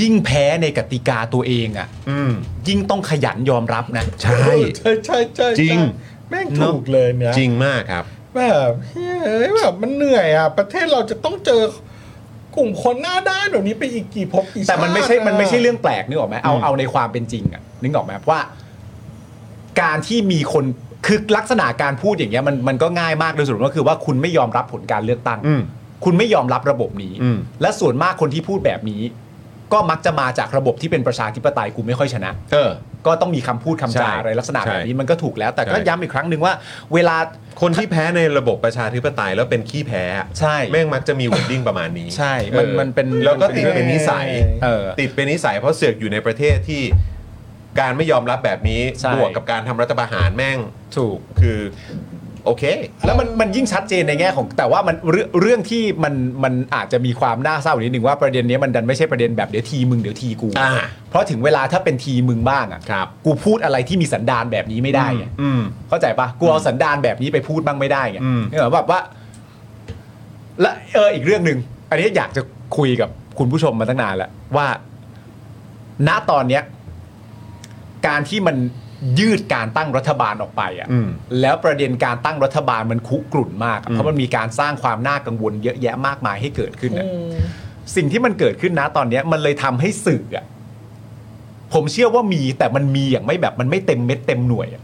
S3: ยิ่งแพ้ในกติกาตัวเองอะ่ะ
S1: อืม
S3: ยิ่งต้องขยันยอมรับนะ
S1: ใช่
S2: ใช่ใช่ใช่
S1: จริง
S2: ใช่
S8: แม่งถูกเลยเนี่ย
S1: จริงมากครับ
S8: แบบเฮ้ยแบบมันเหนื่อยอ่ะ ประเทศเราจะต้องเจอกลุ่มคนหน้าด้านแบบนี้ไปอีกกี่ภพกี่ชาติ
S3: แต่มันไม่ใช่
S8: ะ
S3: มันไม่ใช่เรื่องแปลกนึกออกไหมเอา เอาในความเป็นจริงอะนึกออกไหมว่า การที่มีคน คือลักษณะการพูดอย่างเงี้ย มัน มันก็ง่ายมากโดยสรุปก็คือว่าคุณไม่ยอมรับผลการเลือกตั้ง
S1: อืม
S3: คุณไม่ยอมรับระบบนี้
S1: อืม
S3: และส่วนมากคนที่พูดแบบนี้ ก็มักจะมาจากระบบที่เป็นประชาธิปไตยกูไม่ค่อยชนะ
S1: เออ
S3: ก็ต้องมีคำพูดคำ
S1: ใช่
S3: จาอะไรลักษณะแบบนี้
S1: ใช่
S3: มันก็ถูกแล้ว แต่ก็
S1: ใช่
S3: ย้ำอีกครั้งหนึ่งว่า เวลา
S1: คนที่แพ้ในระบบประชาธิปไตยแล้วเป็นขี้แพ้อะ
S3: ใช่
S1: แม่งมักจะมีวอดดิ้งประมาณนี้
S3: ใช่มัน
S1: ออ
S3: มันเป็น
S1: แล้วก็
S3: มันเป็
S1: ติด
S3: น
S1: เป็นนิสัย
S3: เออ
S1: ติดเป็นนิสัยเพราะเสือกอยู่ในประเทศที่การไม่ยอมรับแบบนี้
S3: ใช่
S1: บวกกับการทำรัฐประหารแม่ง
S3: ถูก
S1: คือโอเค
S3: แล้วมันมันยิ่งชัดเจนในแง่ของแต่ว่ามันเรื่องเรื่องที่มันมันอาจจะมีความน่าเศร้านิดนึงว่าประเด็นเนี้ยมันดันไม่ใช่ประเด็นแบบเดี๋ยวทีมึงเดี๋ยวทีกู
S1: อ่า
S3: เพราะถึงเวลาถ้าเป็นทีมึงบ้างอ่ะ
S1: ครับ
S3: กูพูดอะไรที่มีสันดานแบบนี้ไม่ได้ไง
S1: อืม
S3: เข้าใจปะกูเอาสันดานแบบนี้ไปพูดบ้างไม่ได้ไง
S1: อืม
S3: เนี่ยแบบว่า และเอออีกเรื่องหนึ่งอันนี้อยากจะคุยกับคุณผู้ชมมาตั้งนานแล้วว่า ณตอนเนี้ย การที่มันยืดการตั้งรัฐบาลออกไปอ่ะ
S1: อืม
S3: แล้วประเด็นการตั้งรัฐบาลมันคุกรุ่นมากอะเพราะมันมีการสร้างความน่ากังวลเยอะแยะมากมายให้เกิดขึ้นอะ
S8: อืม
S3: สิ่งที่มันเกิดขึ้นนะตอนเนี้ยมันเลยทำให้สื่ออะผมเชื่อว่ามีแต่มันมีอย่างไม่แบบมันไม่เต็มเม็ดเต็มหน่วยอะ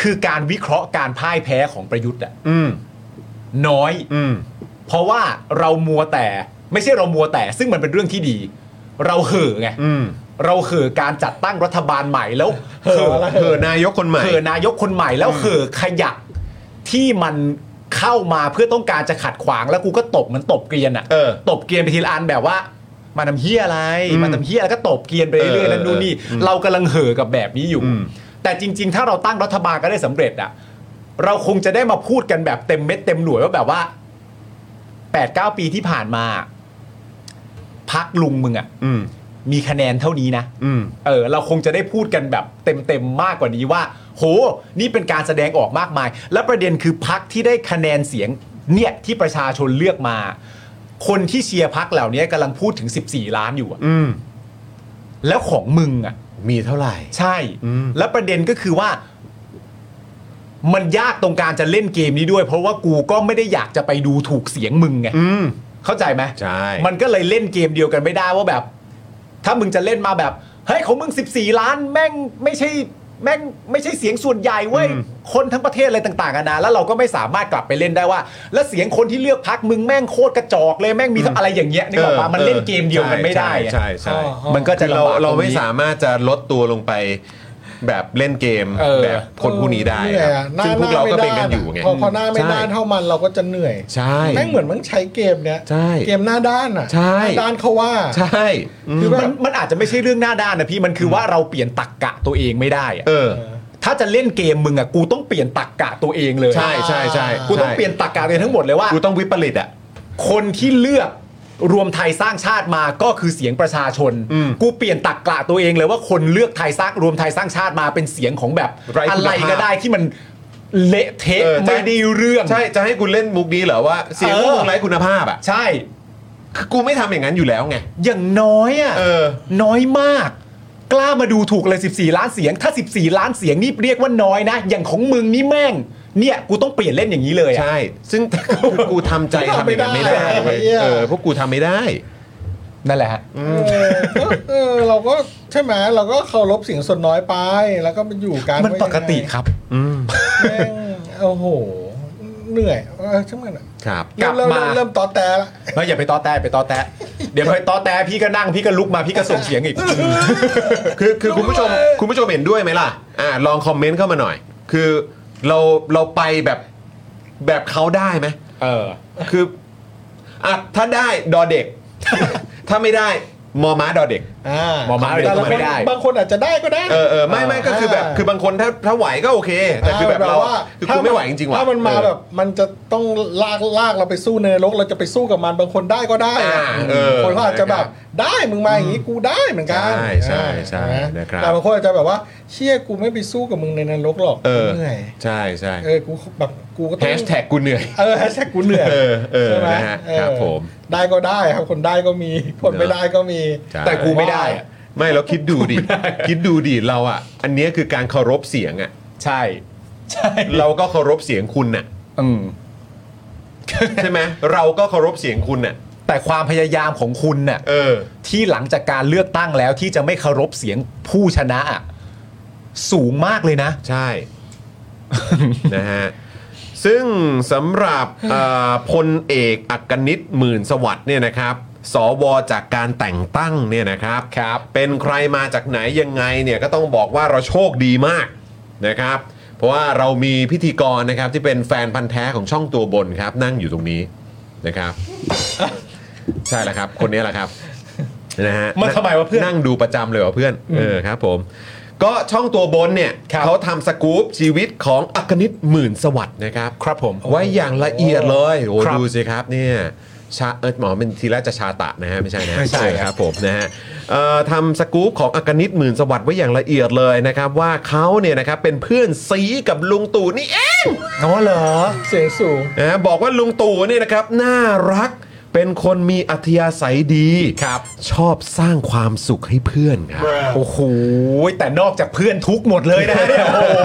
S3: คือการวิเคราะห์การพ่ายแพ้ของประยุทธ์อะ
S1: อืม
S3: น้อย
S1: อืม
S3: เพราะว่าเรามัวแต่ ไม่ใช่เรามัวแต่ ซึ่งมันเป็นเรื่องที่ดี เราเห่อไง
S1: อืม
S3: เราเห่อการจัดตั้งรัฐบาลใหม่แล้ว
S1: เผ
S3: เห่อ
S1: ลอนายกคนใหม่
S3: เผลอนายกคนใหม่แล้วเผลอขยะที่มันเข้ามาเพื่อต้องการจะขัดขวางแล้วกูก็ตบมันตบเกรียนอะ
S1: เออ
S3: ตบเกรียนไปทีละอันแบบว่า มาทำเฮียอะไร
S1: อืม
S3: มาทำเฮียแล้วก็ตบเกรียนไปเรื่อยๆนั่นนู่นนี่
S1: เออเออ
S3: เรากำลังเห่อกับแบบนี้อยู่
S1: อืม
S3: แต่จริง ๆ ถ้าเราตั้งรัฐบาลก็ได้สำเร็จอะเราคงจะได้มาพูดกันแบบเต็มเม็ดเต็มหน่วยว่าแบบว่าแปดเก้าปีที่ผ่านมาพักลุงมึงอะ
S1: อืม
S3: มีคะแนนเท่านี้นะ
S1: อืม
S3: เออเราคงจะได้พูดกันแบบเต็มๆมากกว่านี้ว่า โห นี่เป็นการแสดงออกมากมาย และประเด็นคือพักที่ได้คะแนนเสียงเนี่ยที่ประชาชนเลือกมา คนที่เชียร์พักเหล่านี้กำลังพูดถึง 14 ล้านอยู่อะ
S1: อืม
S3: แล้วของมึงอ่ะ
S1: มีเท่าไหร่
S3: ใช่
S1: อืม
S3: และประเด็นก็คือว่า มันยากตรงการจะเล่นเกมนี้ด้วย เพราะว่ากูก็ไม่ได้อยากจะไปดูถูกเสียงมึงไง
S1: อืม
S3: เข้าใจไหม
S1: ใช่
S3: มันก็เลยเล่นเกมเดียวกันไม่ได้ว่าแบบ ถ้ามึงจะเล่นมาแบบ เฮ้ยของมึง 14 ล้านแม่งไม่ใช่แม่งไม่ใช่เสียงส่วนใหญ่เว้ย คนทั้งประเทศอะไรต่างๆนานาแล้วเราก็ไม่สามารถกลับไปเล่นได้ว่า แล้วเสียงคนที่เลือกพักมึงแม่งโคตรกระจอกเลยแม่งมีเท่าอะไรอย่างเงี้ยนึกออกปะมันเล่นเกมเดียวกันไม่ได้อะ
S1: ใช่ใช่ใช่
S3: มันก็จะ
S1: คือเรา
S3: ลำบก
S1: เรา
S3: ตง
S1: ไม่
S3: นี้
S1: สามารถจะลดตัวลงไปแบบเล่นเกม
S3: เออ
S1: แบบคนผู้นี้ได้
S8: เหนื่อยอะหน้า
S1: ครับซึ่งพวกเราก็เป็นกันอยู่ไง
S8: พอพอหน้าไม่
S1: ใช่
S8: ด้านเท่ามันเราก็จะเหนื่อย
S1: ใช่
S8: แม่งเหมือนมันใช้เกมเนี้ย
S1: ใช่
S8: เกมหน้าด้านอ่ะ
S1: ใช่
S8: หน้าด้านเขาว่า
S1: ใช่อืม
S8: คือ
S3: มั
S8: แบ
S3: น
S8: บ
S3: มันอาจจะไม่ใช่เรื่องหน้าด้านนะพี่มันคือว่าเราเปลี่ยนตักกะตัวเองไม่ได้อะ
S1: เออ
S3: ถ้าจะเล่นเกมมึงอะกูต้องเปลี่ยนตักกะตัวเองเลย
S1: ใช่ใช่ใช่
S3: กูต้องเปลี่ยนตรกกะเองทั้งหมดเลยว่า
S1: กูต้องวิปริตอ่ะ
S3: คนที่เลือกรวมไทยสร้างชาติมาก็คือเสียงประชาชน
S1: อืม
S3: กูเปลี่ยนตรกกะตัวเองเลยว่าคนเลือกไทยสร้างรวมไทยสร้างชาติมาเป็นเสียงของแบบ
S1: ไร้คุ
S3: อะ
S1: ณ
S3: ไร
S1: ภาพ
S3: ก็ได้ที่มันเละเทะ
S1: เออใช่
S3: ไม่ได้เรื่อง
S1: ใช่จะให้กูเล่นมุกนี้เหรอว่าเสียง
S3: เอ
S1: พ
S3: อ
S1: วกมึงไร้คุณภาพอ่ะ
S3: ใช่
S1: คือกูไม่ทำอย่างนั้นอยู่แล้วไง
S3: อย่างน้อยอ่ะ
S1: เออ
S3: น้อยมาก กล้ามาดูถูกเลย 14 ล้านเสียง ถ้า 14 ล้านเสียงนี่เรียกว่าน้อยนะ อย่างของมึงนี่แม่ง เนี่ยกูต้องเปลี่ยนเล่นอย่างนี้เลยอะ
S1: ใช่ ซึ่ง กูทำใจทำอย่างนั้นไม่ได้เว้ย
S8: ไม่ได้
S1: เออพวกกูทำไม่ได้
S3: นั่นแหละฮะ
S8: เออก็เออเราก็ใช่ไหมเราก็เคารพเสียงส่วนน้อยไป แล้วก็มันอยู่กัน
S3: มัน
S8: ว่ายังไง
S3: ปกติครับ
S1: อืม
S8: แม่งโอ้โห เหนื่อยเออช่างมันอะ
S1: ครับ
S3: กลับ
S8: เริ่ม
S3: มา
S8: เริ่มเริ่มต่อแต่ละ
S3: เฮ้ยอย่าไปตอแตะไปตอแตะเดี๋ยวไปตอแตะพี่ก็นั่งพี่ก็ลุกมาพี่ก็ส่งเสียงอีก
S1: คือคือคุณผู้ชมคุณผู้ชมเห็นด้วยไหมล่ะ อ่าลองคอมเมนต์เข้ามาหน่อย คือเราเราไปแบบแบบเขาได้ไหม
S3: เออ
S1: คืออ่ะถ้าได้ดอเด็ก ถ้าไม่ได้มอม้าดอเด็ก
S8: อ่า
S3: หมอม้าเลย
S8: แต่ละ
S3: ทำไม
S8: ค
S3: ไม่
S8: น
S3: ได้
S8: บางคนอาจจะได้ก็ได้
S1: เออเออไม่ไม่ก็คือแบบคือบางคนถ้าถ้าไหวก็โอเค แต่คือแบบเราอะคือกูไม่ไหวจริงๆว่ะ
S8: ถ้ามันมา
S1: เออ
S8: แบบมันจะต้องลากลากเราไปสู้เนรกเราจะไปสู้กับมันบางคนได้ก็ได้
S1: อ่าเออ
S8: คนเขาอาจจะแบบ
S1: น
S8: ได้มึงมาอย่างนี้กูได้เหมือนกัน
S1: ใช่ใช่ใช่
S8: อ่า
S1: นะครับ
S8: แต่บางคนอาจจะแบบว่าเชี่ยกูไม่ไปสู้กับมึงในนรกหรอก
S1: เออ
S8: เหนื่อย
S1: ใช่ใช่
S8: เออกูแบบกูก็ต้
S1: แฮ
S8: อง
S1: ชแท็กกูเหนื่อย
S8: เออแฮชแท็กกูเหนื่อย
S1: เออเออ
S8: ใช่ไหม
S1: นะฮะ
S8: เออ
S1: ครับผม
S8: ได้ก็ได้ครับคนได้ก็มีคนไม่ได้ก็มี
S1: ใช่
S3: แต่กูไม่ได้อะ
S1: ไม่แล้วคิดดูดิ คิดดูดิเราอ่ะ อันเนี้ยคือการเคารพเสียงอ่ะ
S3: ใช่ ใช่
S1: เราก็เคารพเสียงคุณน่ะ
S3: อืม
S1: ใช่ไหมเราก็เคารพเสียงคุณน่ะ
S3: แต่ความพยายามของคุณน่ะ
S1: เออ
S3: ที่หลังจากการเลือกตั้งแล้วที่จะไม่เคารพเสียงผู้ชนะอะสูงมากเลยนะ
S1: ใช่ นะฮะ ซึ่งสำหรับเอ่อพลเอกอักนิตหมื่นสวัสด์เนี่ยนะครับสวจากการแต่งตั้งเนี่ยนะครับ
S3: ครับ
S1: เป็นใครมาจากไหนยังไงเนี่ยก็ต้องบอกว่าเราโชคดีมากนะครับ เพราะว่าเรามีพิธีกรนะครับที่เป็นแฟนพันธ์แท้ของช่องตัวบนครับ นั่งอยู่ตรงนี้นะครับ ใช่แล้วครับ คนนี้แหละครับนะฮะ
S3: มันทำไมวะเพื่อน
S1: นั่งดูประจำเลยวะเพื่อนเออครับผม ก็ช่องตัวบนเนี่ยเขาทำสกู๊ปชีวิตของอักนิตหมื่นสวัสด์นะครับ
S3: ครับผม
S1: ไว้อย่างละเอียดเลยโอ้
S3: ครับ
S1: ดูสิครับเนี่ยชาเออหมอเป็นทีแรกจะชาตะนะฮะไม่ใช่นะ
S3: ไม่ใช่
S1: เออครับผมนะฮะเอ่อทำสกู๊ปของอากนิตหมื่นสวัสดิ์ไว้อย่างละเอียดเลยนะครับ ว่าเขาเนี่ยนะครับเป็นเพื่อนซีกับลุงตู่นี่เอง
S3: ๋อเหรอ
S8: เสียงสูง
S1: นะบอกว่าลุงตู่เนี่ยนะครับน่ารักเป็นคนมีอัธยาศัยดี
S3: ครับ
S1: ชอบสร้างความสุขให้เพื่อนครับ
S3: โอ้โหแต่นอกจากเพื่อนทุกข์หมดเลยนะเนี่ยโอ้โห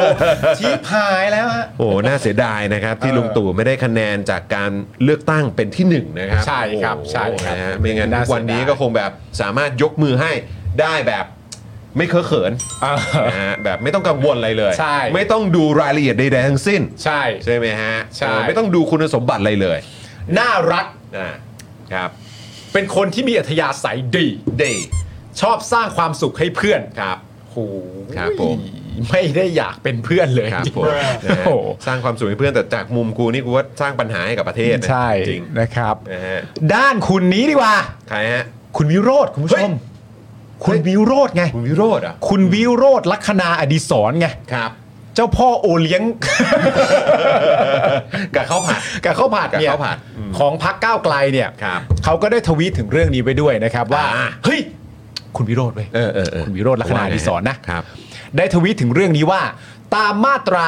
S3: ชี้พายแล้วฮะ
S1: โอ้ น่าเสียดายนะครับ ที่ลุงตู่ไม่ได้คะแนนจากการเลือกตั้งเป็นที่หนึ่งนะครับ
S3: ใช่ครับ
S1: โอ้โห
S3: ใช่ครับ
S1: นะฮะไม่งั้นทุ
S3: น่ากเสียดาย
S1: วันนี้ก็คงแบบสามารถยกมือให้ได้แบบไม่เคอะเขิน
S3: อ่า
S1: นะฮะแบบไม่ต้องกังวลอะไรเลย
S3: ใช่
S1: ไม่ต้องดูรายละเอียดใดๆทั้งสิ้น
S3: ใช่
S1: ใช่ไหมฮะ
S3: ใช่
S1: เออไม่ต้องดูคุณสมบัติอะไรเลย
S3: น่ารัก
S1: นะครับ
S3: เป็นคนที่มีอัธยาศัยดี
S1: เด
S3: ชอบสร้างความสุขให้เพื่อน
S1: ครับ
S3: โอ้โห
S1: ครับผม
S3: ไม่ได้อยากเป็นเพื่อนเลย
S1: ครับผมนะ
S3: โอ้
S1: ฮะ
S3: โห
S1: สร้างความสุขให้เพื่อนแต่จากมุมกูนี่กูว่าสร้างปัญหาให้กับประเทศนะ
S3: ใช่
S1: จริง
S3: นะครับ
S1: นะฮะ
S3: ด้านคุณนี้ดีกว่า
S1: ใครฮะ
S3: คุณวิโรธคุณผู้ชม
S1: เฮ้ย
S3: คุณวิโรธไง
S1: คุณวิโรธเหรอ่ะ
S3: คุณวิโรธลัคนาอดีศรไง
S1: ครับ
S3: เจ้าพ่อโอเลี้ยง
S1: กับข้าวผัด
S3: กับข้าวผัดเนี่
S1: กั
S3: ย
S1: บข้าวผัดอืม
S3: ของพักก้าวไกลเนี่ย
S1: ครับ
S3: เขาก็ได้ทวีตถึงเรื่องนี้ไปด้วยนะครับว่า
S1: อ่า
S3: เฮ้ยคุณวิโรธเว้ย
S1: เออเออเออ
S3: คุณวิโรธลักษณะอดิศรนะครับ ได้ทวีตถึงเรื่องนี้ว่า ตามมาตรา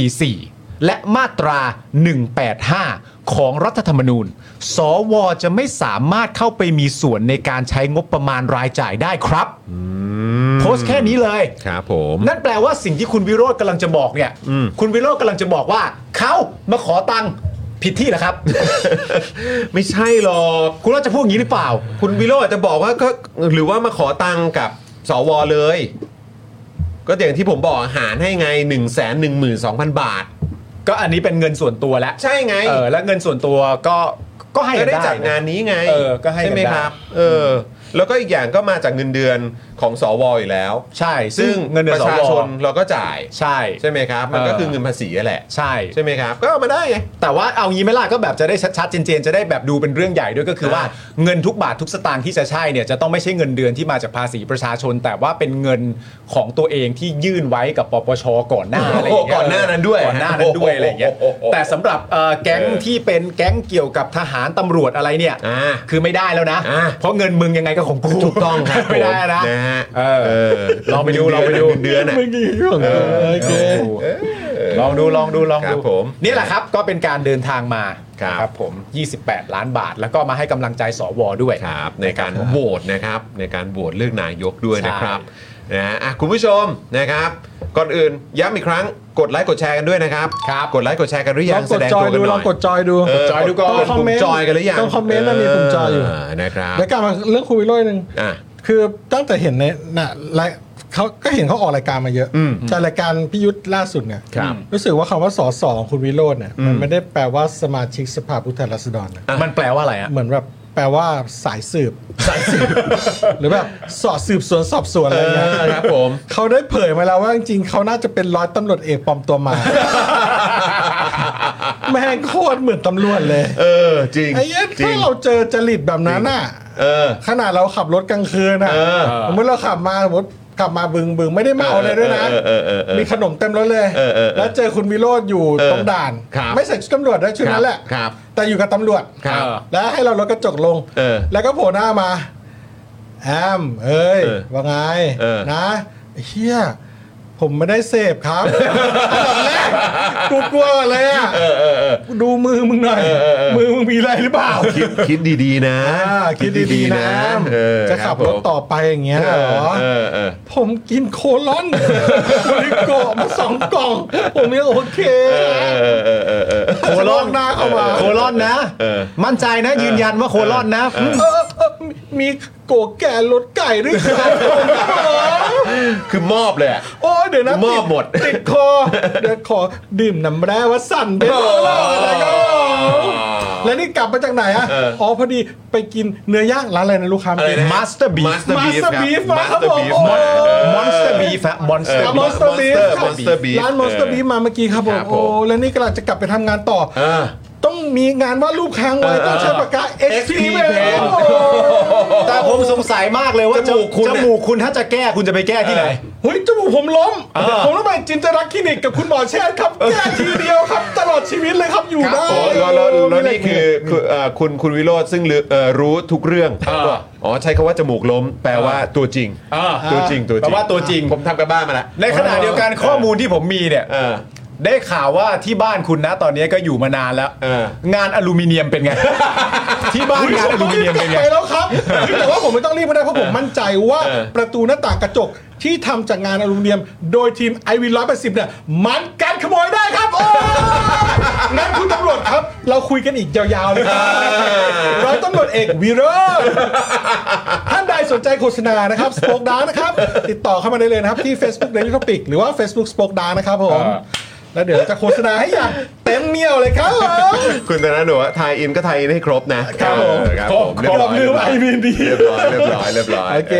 S3: 144 และมาตรา 185 ของรัฐธรรมนูญ สวจะไม่สามารถเข้าไปมีส่วนในการใช้งบประมาณรายจ่ายได้ครับโพสต์แค่นี้เลย
S1: ครับผม
S3: นั่นแปลว่าสิ่งที่คุณวิโรธกำลังจะบอกเนี่ย
S1: อืม
S3: คุณวิโรธกำลังจะบอกว่า เขามาขอตังค์ผิดที่เหรอครับ
S1: ไม่ใช่หรอก
S3: คุณวิโรธจะพูดอย่างนี้หรือเปล่า
S1: คุณวิโรจน์อาจจะบอกว่าก็หรือว่ามาขอตังค์กับสวเลย ก็อย่างที่ผมบอกหารให้ไง 1 1 2 0 0 0 บาท
S3: ก็อันนี้เป็นเงินส่วนตัวแล้ว
S1: ใช่ไง
S3: เออ แล้วเงินส่วนตัวก็ก็ให้
S1: ก็
S3: กัน
S1: ได้
S3: ได้
S1: จากงานนี้ไง
S3: เออก็ให้กัน
S1: ใช่ไหม
S3: ด้
S1: ครับ เออ แล้วก็อีกอย่างก็มาจากเงินเดือนของสวอยู่แล้ว
S3: ใช่ ซึ่
S1: ซึ่
S3: ง
S1: ง
S3: เงินเดือ
S1: ป
S3: นส
S1: ระชาว ชนเราก็จ่าย
S3: ใช่
S1: ใช่ไหมครับ มันก็
S3: เออ
S1: คือเงินภาษีแหละ
S3: ใช่
S1: ใช่ไหมครับ ก็เอามาได้ไง
S3: แต่ว่าเอางี้ไหม่ล่ะก็แบบจะได้ชัดๆเจนๆจะได้แบบดูเป็นเรื่องใหญ่ด้วยก็คือว่า
S1: อ่า
S3: เงินทุกบาททุกสตางค์ที่จะใช่เนี่ยจะต้องไม่ใช่เงินเดือนที่มาจากภาษีประชาชน แต่ว่าเป็นเงินของตัวเองที่ยื่นไว้กับปปชก่อนหน้าอะไรอย่างเงี้ย
S1: ก่อนหน้านั้นด้วย
S3: ก่อนหน้านั้นด้วยอะไรอย่างเงี้ยแต่สำหรับเอ่อแก๊งที่เป็นแก๊งเกี่ยวกับทหารตำรวจอะไรเนี่ย
S1: อ่า
S3: คือไม่ได้แล้วนะ
S1: อ่า
S3: เพราะเงินมึงยังไงก็ของกู
S1: ถูกต้องครับ
S3: ไม่ได้นะ
S1: นะฮะ
S3: เออลองไปดูลองไปดู
S1: เนเดือนน่ะ
S3: ลองดูลองดูลอง
S1: ครั
S3: ดู
S1: บผม
S3: นี่แหละครับก็เป็นการเดินทางมา
S1: ครับ
S3: นะผม 28 ล้านบาท แล้วก็มาให้กำลังใจสวด้วย
S1: ครับในการโหวตนะครับในการโหวตเลือกนายกด้วยนะครับ
S3: ใช่
S1: นะฮะอ่ะคุณผู้ชมนะครับ ก่อนอื่นย้ำอีกครั้งกดไลค์กดแชร์กันด้วยนะครับครับกดไลค์กดแชร์กันหรือ
S8: ล
S1: ยั
S8: อง ง
S1: แส
S8: กด
S1: ดง
S8: จอยว
S1: ตักัน
S8: ดูล
S1: หน่
S8: อง
S1: อย
S8: กดจอยดู
S1: เออ
S3: จอยดูก่อน
S1: เปิดปุ่มจอยกันหรือยัง
S8: ต้องคอมเมนต์นะมีปุ่มจอยอยู่
S1: เนะครับ
S8: แล้วกลับมาเรื่องคุยโรยหนึ่ง
S1: อ่ะ
S8: คือตั้งแต่เห็นในน่ะไลฟ์เขาก็เห็นเขาออกรายการมาเยอะ
S1: อืม
S8: จากรายการพิยุทธ์ล่าสุดเนี่ย
S1: ครับ
S8: รู้สึกว่าคำว่าสอสอของคุณวิโรจน์เนี่ย
S1: อืม
S8: มันไม่ได้แปลว่าสมาชิกสภาผู้แทนราษฎรนะ
S3: มันแปลว่าอะไรอ่ะ
S8: เหมือนแบบแปลว่าสายสืบสายสืบ หรือแบบสอดสืบสวนสอบสวนอะไรเงี้ย
S1: เออครับผม
S8: เขาได้เผยมาแล้วว่าจริงๆเขาน่าจะเป็นร้อยตำรวจเอกปลอมตัวมา แม่งโคตรเหมือนตำรวจเลย
S1: เออจริง
S8: ไอ้เนี้ย
S1: จริ
S8: ถ้าง เราเจอจริตแบบนั้นน่ะ
S1: เออ
S8: ขนาดเราขับรถกลางคืนอ่ะ
S1: เออ
S8: สมมติเราขับมาสมมติขับมาบึงบึงไม่ได้เมา
S1: เออ
S8: อะไรด้วยนะ
S1: เออเออเออเออ
S8: มีขนมเต็มรถเลย
S1: เออเออเออ
S8: แล้วเจอคุณวิโรธอยู่
S1: เออ
S8: ตรงด่าน
S1: ครับ
S8: ไม่ใส่ชุดตำรวจด้วยชุดนั้นแหละ
S1: ครับ
S8: แต่อยู่กับตำรวจ
S1: ครับ
S8: แล้วให้เราลดกระจกลง
S1: เออ
S8: แล้วก็โผล่หน้ามา แอม เอ้ย
S1: เออ
S8: ว่าไง
S1: เออ
S8: นะไอ้เฮีย
S2: ผมไม่ได้เสพครับ อันดับแรกกูกลัวเลยอ่ะ
S1: เออเออเออ
S2: ดูมือมึงหน่อย
S1: เออเออเออ
S2: มือมึงมีอะไรหรือเปล่า
S1: คิดคิดดีๆนะ
S2: อ่าคิดดีๆนะ
S1: เออ
S2: จะขับรถต่อไปอย่างเงี้ย
S1: เอ
S2: เหร
S1: อ
S2: อ
S1: เออเออ
S2: ผมกินโคลอนบริโกะมาสองกล่อง ผมยังโอเค
S3: โคลอน
S2: หน้าเข้ามา
S3: โคลอนนะ
S1: เออ
S3: มั่นใจนะยืนยันว่าโคลอนนะ
S2: เออเออมีโกะแก่รถไก่ด้วยครับผมก็บอก
S1: คือมอบเลยอะ
S2: โอ้ยเดี๋ยวนะ
S1: มอบหมด
S2: ติดคอ เดี๋ยวขอดื่มน้ำแร่ว่าสั่นไป
S1: อ๋อ
S2: แล้วอะไรก็แล้วนี่กลับมาจากไหนอ่ะ
S1: เออ
S2: อ๋
S1: อ๋
S2: อพอดีไปกินเนื้อย่างร้านอะไรนะลูกค้า
S1: อะไรนะ
S3: Master Beef
S1: Master Beef ค
S2: Master
S1: รับ
S2: Beef อะ
S1: Master
S2: ครับผม
S1: Beef
S2: โอ้
S3: มอนสเตอร์บีฟฮะมอนสเตอร์
S2: ร้าน
S3: บี
S2: มอน
S3: ฟ
S2: สเตอร์บีฟ
S1: Monster Beef
S2: ร้านมอนสเตอร์บีมาเมื่อกี้ครับผ
S1: ค
S2: ม
S1: รับผม
S2: โอ้แล้วนี่กำลังจะกลับไปทำงานต่อ
S1: เออ
S2: ต้องมีงานวาดรูปค้างไว้
S1: เออ
S2: ต้องใช้ปากกา XP
S1: XP Pen
S2: โอ้โห
S3: แต่ผมสงสัยมากเลยว่า
S1: จมูกคุณ
S3: จ
S1: เนี่ย
S3: มูกคุณถ้าจะแก้คุณจะไปแก้ที่ไหน
S2: เฮ้ยจมูกผมล้ม
S3: เออ
S2: ผมต้องไปจินตรักษณ์คลินิกกับคุณหมอแช่ครับแก้ทีเดียวครับ ตลอดชีวิตเลยครับอยู่ได้
S1: โอ้แล้วแล้วแล้วนี่คือคือเอ่อคุณคุณวิโรธซึ่งลือเอ่อรู้ทุกเรื่องก็อ๋อใช้คำว่าจมูกล้ม แปลว่าตัวจริง ตัวจริงตัวจริง
S3: แปลว่าตัวจริง
S1: ผมทำกันบ้านมาแล้ว
S3: ในขณะเดียวกันข้อมูลที่ผมมีเนี่ย
S1: เออ
S3: ได้ข่าวว่าที่บ้านคุณนะตอนนี้ก็อยู่มานานแล้ว
S1: เออ
S3: งานอลูมิเนียมเป็น ไง ที่บ้านงานอลูมิเนียม
S2: ก
S3: เป็
S2: ลับ
S3: นไง
S2: ไปแล้วครับแต่ว่าผมไม่ต้องรีบไม่ได้เพราะผมมั่นใจว่า
S1: เออ
S2: ประตูหน้าต่างกระจกที่ทำจากงานอลูมิเนียม โดยทีมไอวินร้อยแปดสิบเนี่ยมันกันขโมยได้ครับโอ้งั้นคุณตำรวจครับ เราคุยกันอีกยาวๆเลยครับร้อยตำรวจเอกวีโรจน์ ท่านใดสนใจโฆษณานะครับ Spoke Dark นะครับ ติดต่อเข้ามาได้เลยนะครับ ที่ Facebook Daily Topic หรือว่า Facebook Spoke Dark นะครับผม แล้วเดี๋ยวจะโฆษณาให้อย่างเต็มเหนียวเลยครับผม
S1: คุณธนาหนูว่าทายอินก็ทายอินให้ครบนะครับ
S2: ผม
S1: เออครับผม
S2: ครบคร
S1: เยบร้ย
S2: บลืม IBND
S1: เรียบร้อยเรียบร้อยเรียบร้อย
S2: โอเค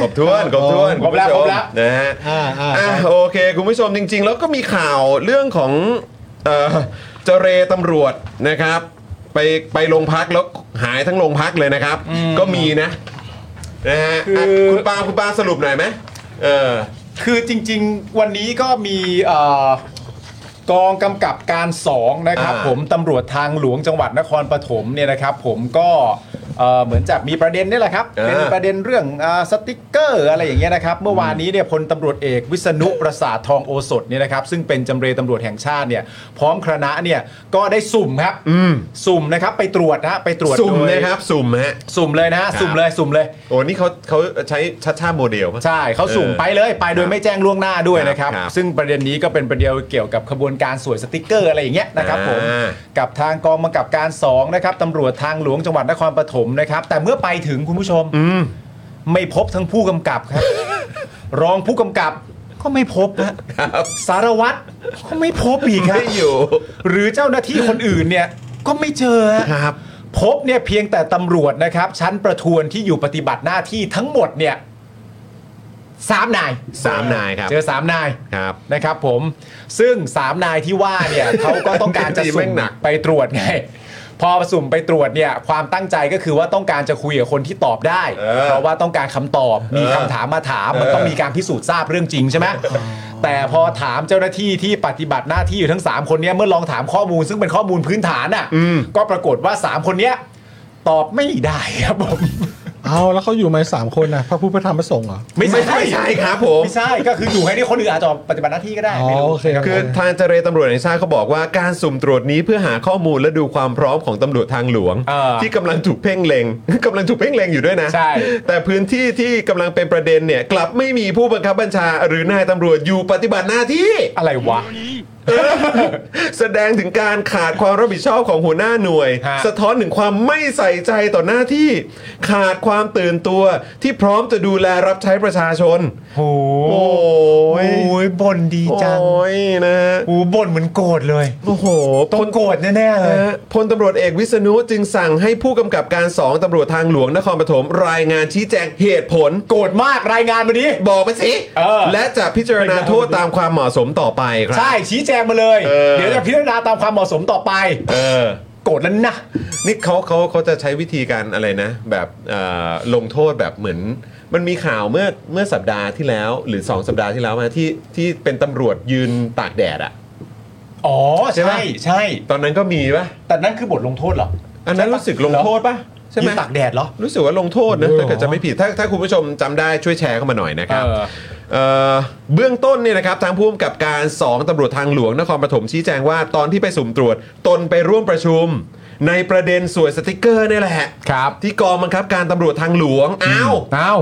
S1: ครบถ้วนครบถ้วน
S3: ครบแล้ว
S1: ณผู้ชม
S3: ครบแล้ว
S1: นะฮะ
S2: อ่าอ่า
S1: อ่ะโอเค คุณผู้ชมจริง ๆ แล้วก็มีข่าวเรื่องของเอ่อเจเรตำรวจนะครับ ไปไปโรงพักแล้วหายทั้งโรงพักเลยนะครับ ก็มีนะนะฮะอ่ะคุณปาล์มคุณปาล์มสรุปหน่อยไหมเออ
S3: คือจริงๆ วันนี้ก็มีเอ่อกองกำกับการสองนะครับ
S1: อ่า
S3: ผมตำรวจทางหลวงจังหวัดนครปฐมเนี่ยนะครับ ผมก็เอ่อเหมือนจะมีประเด็นนี่แหละครับ
S1: อ่า
S3: เป็นประเด็นเรื่องอาสติกเกอร์อะไรอย่างเงี้ยนะครับ เมื่อวานนี้เนี่ยพลตำรวจเอกวิษณุประสาททองโอสถเนี่ยนะครับ ซึ่งเป็นจำเรตำรวจแห่งชาติเนี่ยพร้อมคณะเนี่ยก็ได้สุ่มครับสุ่มนะครับไปตรวจนะฮะไปตรวจ
S1: สุ่ม
S3: โดย
S1: นะครับสุ่มฮะ
S3: สุ่มเลยนะฮะสุ่มเลยสุ่มเลย
S1: โอ้นี่เขาเขาใช้ชัดชาติโมเดลปะ
S3: ใช่เขาสุ่มไปเลยไปโดยไม่แจ้งล่วงหน้าด้วย
S1: ครับ
S3: นะครับ
S1: ครับ
S3: ซึ่งประเด็นนี้ก็เป็นประเด็นเกี่ยวกับขบวนการสวยสติกเกอร์อะไรอย่างเงี้ยนะครับผม
S1: อ่า
S3: กับทางกองบังคับการ2นะครับตำรวจทางหลวงจังหวัดนครปฐมนะครับ แต่เมื่อไปถึงคุณผู้ชมไม่พบทั้งผู้กำกับ ครับ รองผู้กำกับก็ไม่พบฮะสารวัตรก็ไม่พบอีกครับ
S1: ไม่อยู่
S3: หรือเจ้าหน้าที่คนอื่นเนี่ยก็ไม่เจอฮะ
S1: ครับ
S3: พบเนี่ยเพียงแต่ตำรวจนะครับ ชั้นประทวนที่อยู่ปฏิบัติหน้าที่ทั้งหมดเนี่ยสามนาย
S1: สามนายครับ
S3: เจอสามนาย
S1: ครับ
S3: นะครับผม ซึ่งสามนายที่ว่าเนี่ย เขาก็ต้องการจะ
S1: ดีแม่
S3: สุ่ม
S1: งหนัก
S3: ไปตรวจไง พอสุ่มไปตรวจเนี่ยความตั้งใจก็คือว่าต้องการจะคุยกับคนที่ตอบได้ เพราะว่าต้องการคำตอบมีคำถามมาถามมันต้องมีการพิสูจน์ทราบเรื่องจริงใช่ไหมแต่พอถามเจ้าหน้าที่ที่ปฏิบัติหน้าที่อยู่ทั้ง 3 คนเนี้ยเมื่อลองถามข้อมูลซึ่งเป็นข้อมูลพื้นฐานอ่ะก็ปรากฏว่า 3 คนเนี้ยตอบไม่ได้ครับผม
S2: เอาแล้วเขาอยู่ไหมสามคนนะพระผู้พระธรรมพระสงฆ์เหรอ
S3: ไม่ใช่
S1: ไม่ใช่ครับผม
S3: ไม่ใช่ก็คืออยู่ให้ที่คนอื่นอาจจะปฏิบัติหน้าที่ก็ได้
S2: อ๋อ
S3: ไม่รู้
S2: โอเคโอเค
S1: คือทางเจรตำรวจแห่งชาติเขาบอกว่าการสุ่มตรวจนี้เพื่อหาข้อมูลและดูความพร้อมของตำรวจทางหลวง
S3: เออ
S1: ที่กำลังถูกเพ่งเล็ง กำลังถูกเพ่งเล็งอยู่ด้วยนะ
S3: ใช่
S1: แต่พื้นที่ที่กำลังเป็นประเด็นเนี่ย กลับไม่มีผู้บังคับบัญชา หรือนายตำรวจอยู่ปฏิบัติหน้าที่
S3: อะไรวะ
S1: แสดงถึงการขาดความรับผิดชอบของหัวหน้าหน่วย
S3: ฮะ
S1: สะท้อนถึงความไม่ใส่ใจต่อหน้าที่ ขาดความตื่นตัวที่พร้อมจะดูแลรับใช้ประชาชน
S3: โอ้
S1: โอ้ย
S3: ยบ่นดีจัง
S1: โอ้ยนะฮะ
S3: โอ้บ่นเหมือนโกรธเลย
S1: โอ้โห
S3: ต้องโกรธแน่ๆเลย
S1: นะฮะพลตำรวจเอกวิษณุจึงสั่งให้ผู้กำกับการ 2ตำรวจทางหลวงนครปฐมรายงานชี้แจงเหตุผล
S3: โกรธมากรายงานมาดิ
S1: บอกมาสิ
S3: เออ
S1: และจะพิจารณาโทษตามความเหมาะสมต่อไปครั
S3: ใช่ชี้แจงมาเลย
S1: เออ
S3: เดี๋ยวจะพิจารณาตามความเหมาะสมต่อไป
S1: เออ
S3: โกรธแล้วนะ
S1: นี่เขาเขาเขาจะใช้วิธีการอะไรนะ แบบเอ่อลงโทษแบบเหมือน มันมีข่าวเมื่อเมื่อสัปดาห์ที่แล้ว หรือ 2 สัปดาห์ที่แล้วมาที่ที่เป็นตำรวจยืนตากแดดอะ
S3: อ๋อ ใช่ ใช่
S1: ตอนนั้นก็มีปะ
S3: แต่นั่นคือบทลงโทษเหรอ
S1: อันนั้นรู้สึกลงโทษปะใช่ไหม
S3: ยืนตากแดดเหรอ
S1: รู้สึกว่าลงโทษนะ
S2: เหรอ
S1: ถ้าเกิดจะไม่ผิดถ้าถ้าคุณผู้ชมจำได้ช่วยแชร์เข้ามาหน่อยนะครับ
S3: เออ
S1: เอ่อเบื้องต้นเนี่ยนะครับทางผู้กำกับการ 2ตำรวจทางหลวงนครปฐมชี้แจงว่าตอนที่ไปสุ่มตรวจ ตนไปร่วมประชุม ในประเด็นสวยสติกเกอร์เนี่ยแหละ
S3: ครับ
S1: ที่กองบังคับการตำรวจทางหลวงอ้าว
S3: เอ้า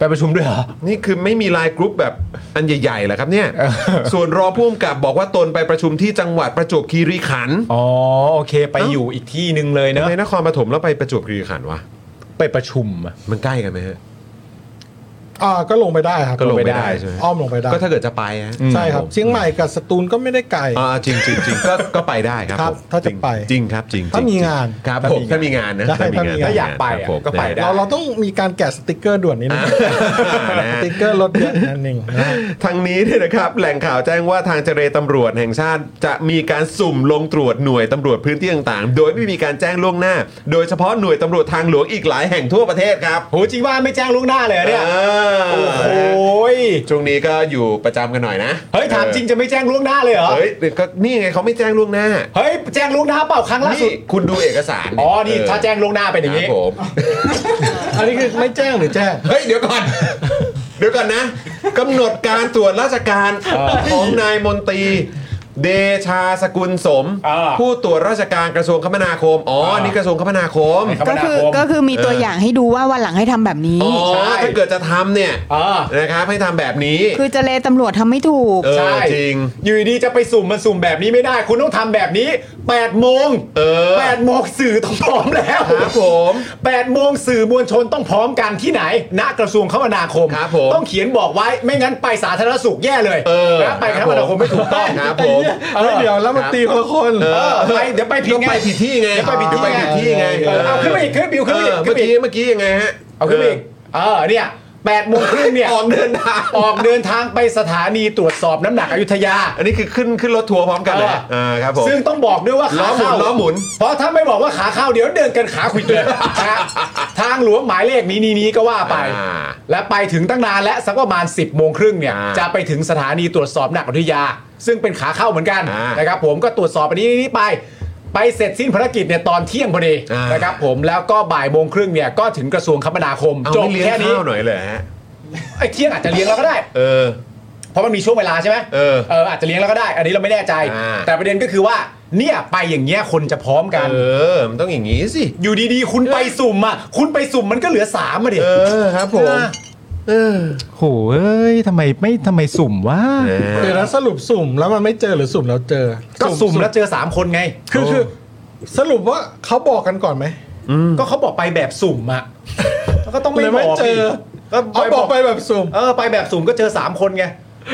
S3: ไปประชุมด้วยเหรอ
S1: นี่คือไม่มีไลน์กรุ๊ปแบบอันใหญ่ๆเหรอครับเนี่ย ส่วนรองผู้กำกับบอกว่าตนไปประชุมที่จังหวัดประจวบคีรีขันธ์
S3: อ๋อโอเค ไปอยู่อีกที่หนึ่งเลยเน
S1: ทำ
S3: อะ
S1: ไมนครปฐมแล้วไปประจวบคีรีขันธ์วะ
S3: ไปประชุมอะ
S1: มันใกล้กันไหมฮะ
S2: อ่าก็ลงไปได้ครับ
S1: ก็ลงไปได้ใช่ไหม
S2: อ้อมลงไปได้
S1: ก็ถ้าเกิดจะไปฮะ
S2: ใช่ครับเชียงใหม่กับสตูลก็ไม่ได้ไกล
S1: อ่าจริงจริงจริงก็ก็ไปได้ครับ
S2: ครับ
S1: ผม
S2: ถ้าจะไป
S1: จริงครับจริงจริ
S2: ถ้ามีงาน
S1: ครับผมถ้ามีงานนะ
S2: ได้ถ้ามีงาน
S3: ถ้าอยากไป
S1: ค
S3: อ่ะ
S1: รับผม
S3: ก็ไปได้
S2: เราเราต้องมีการแกะสติกเกอร์ด่วนนี้นะ
S1: นะ
S2: สติกเกอร์รถเยอะนั่นเองนะ
S1: ทางนี้เนี่ยนะครับแหล่งข่าวแจ้งว่าทางเจรตำรวจแห่งชาติจะมีการสุ่มลงตรวจหน่วยตำรวจพื้นที่ต่างๆ โดยไม่มีการแจ้งล่วงหน้า โดยเฉพาะหน่วยตำรวจทางหลวงอีกหลายแห่งทั่วประเทศครับ
S3: โหจริงว่าไม่แจ้งล่วงหน้าเลยเหรอเนี่ย
S1: เออ
S3: โอ้โหย
S1: ช่วงนี้ก็อยู่ประจำกันหน่อยนะ
S3: เฮ้ยถามจริงจะไม่แจ้งล่วงหน้าเลยเหรอ
S1: เฮ้ยก็นี่ไงเขาไม่แจ้งล่วงหน้า
S3: เฮ้ยแจ้งล่วงหน้าเปล่าครั้งล่าสุ
S1: นี่
S3: ด
S1: คุณดูเอกสาร
S3: อ๋อนี่
S1: เ
S3: ถ้าแจ้งล่วงหน้าเป็นอย่าง
S1: ครั
S3: นี้
S1: บผม
S2: อันนี้คือไม่แจ้งหรือแจ้ง
S1: เฮ้ยเดี๋ยวก่อน เดี๋ยวก่อนนะกำหนดการตรวจราชการของนายมนตรี เดชาสกุลสม
S3: อ่า
S1: ผู้ตรวจราชการกระทรวงคมนาคม อ๋ออนนี่กระทรวงคมนาคม
S3: คม
S6: ก็
S3: นา
S6: คือ
S3: ม
S6: ก็คือมีตัวอย่างให้ดูว่าวันหลังให้ทำแบบนี้
S1: อ๋อ
S3: ใช่
S1: ถ้าเกิดจะทำเนี่ย
S3: เออ
S1: นะครับให้ทำแบบนี้
S6: คือเจเลตำรวจทำไม่ถูก
S1: เออ
S3: ใช่
S1: จริง
S3: อยู่ดีๆจะไปสุ่มมันสุ่มแบบนี้ไม่ได้ คุณต้องทำแบบนี้8ปดโมง
S1: เออ
S3: แปดโมงสื่อต้องพร้อมแล้ว
S1: ครับผม
S3: 8โมงสื่อมวลชนต้องพร้อมกันที่ไหนณกระทรวงคมนาคม
S1: ครับผม
S3: ต้องเขียนบอกไว้ไม่งั้นไปสาธารณสุขแย่เลย
S1: เออ
S3: นะไปคมนาคมไม่ถูกต้อง
S1: ครับผม
S2: เฮ้ยเดี๋ยวแล้วมันตีคนละคน
S3: เออไปเดี๋ยวไปผิด
S1: ก็
S3: ไง
S1: ไปผิดที่ไง
S3: เดี๋ยวไปผิดที่
S1: เดี๋ยวไป
S3: ไง
S1: ผิดที่ไง
S3: เออเอาขึ้นมาอีกขึ้นบิวขึ้นมาอีก
S1: เออ
S3: ขึ้
S1: เมื่
S3: น
S1: อ
S3: มา
S1: กี้
S3: อี
S1: เมื่อกี้ยั
S3: ก
S1: งไงฮะ
S3: เอาขึ้นมาอีกเออเนี่ยแปดโมงครึ่งเนี่ย
S1: ออกเดินทาง
S3: ออกเดินทางไปสถานีตรวจสอบน้ำหนักอยุธยา
S1: อันนี้คือขึ้นขึ้นรถทัวร์พร้อมกันเลย
S3: เออ
S1: อ่าครับผม
S3: ซึ่งต้องบอกด้วยว่าขาเข้า
S1: ล้อหมุนล้อหมุน
S3: เพราะถ้าไม่บอกว่าขาเข้าเดี๋ยวเดินกันขาขวิดเลยนะ ทางหลวงหมายเลขนี้นี้นี้ก็ว่าไป
S1: อ่า
S3: และไปถึงตั้งนานและสักประมาณ 10บโมงครึ่งเนี่ย
S1: อ่า
S3: จะไปถึงสถานีตรวจสอบหนักอยุธยา ซึ่งเป็นขาเข้าเหมือนกัน
S1: อ่าน
S3: นะครับผมก็ตรวจสอบอันนี้นี่ไป ไปเสร็จสิ้นภารกิจเนี่ยตอนเที่ยงพอดี
S1: อ่าน
S3: นะครับผมแล้วก็บ่ายโมงครึ่งเนี่ยก็ถึงกระทรวงคมนาคม
S1: เอา
S3: จบ
S1: ไม่เลี้ยง
S3: แค่นี้
S1: ข้าวหน่อยเลยฮะ
S3: ไอ้เที่ยงอาจจะเลี้ยงแล้วก็ได้
S1: เออ
S3: เพราะมันมีช่วงเวลาใช่ไหม
S1: เออ
S3: เอออาจจะเลี้ยงแล้วก็ได้ อันนี้เราไม่แน่ใจ
S1: อ่า
S3: แต่ประเด็นก็คือว่าเนี่ยไปอย่างเงี้ยคนจะพร้อมกัน
S1: เออ มันต้องอย่างงี้สิ
S3: อยู่ดีๆ คุณไปสุ่มอ่ะคุณไปสุ่มมันก็เหลือสามมาดิ
S1: เออครับผมเออ
S3: โหเอ้ยทำไมไม่ทำไมสุ่มวะ
S2: เดี๋ยวนะสรุปสุ่มแล้วมันไม่เจอหรือสุ่มแล้วเจอ
S3: ก็สุ่มแล้วเจอสามคนไง
S2: คือคือสรุปว่าเขาบอกกันก่อนไหม
S3: ก็เขาบอกไปแบบสุ่มอ่ะแล้วก็ต้อง
S2: ห
S3: ไม่
S2: รือบ ไม่
S3: อก
S2: เจอ
S3: ก็
S2: เอา
S3: ไป
S2: บบ อ
S3: อก ก
S2: ไปแบบสุ่ม
S3: เออไปแบบสุ่มก็เจอสามคนไง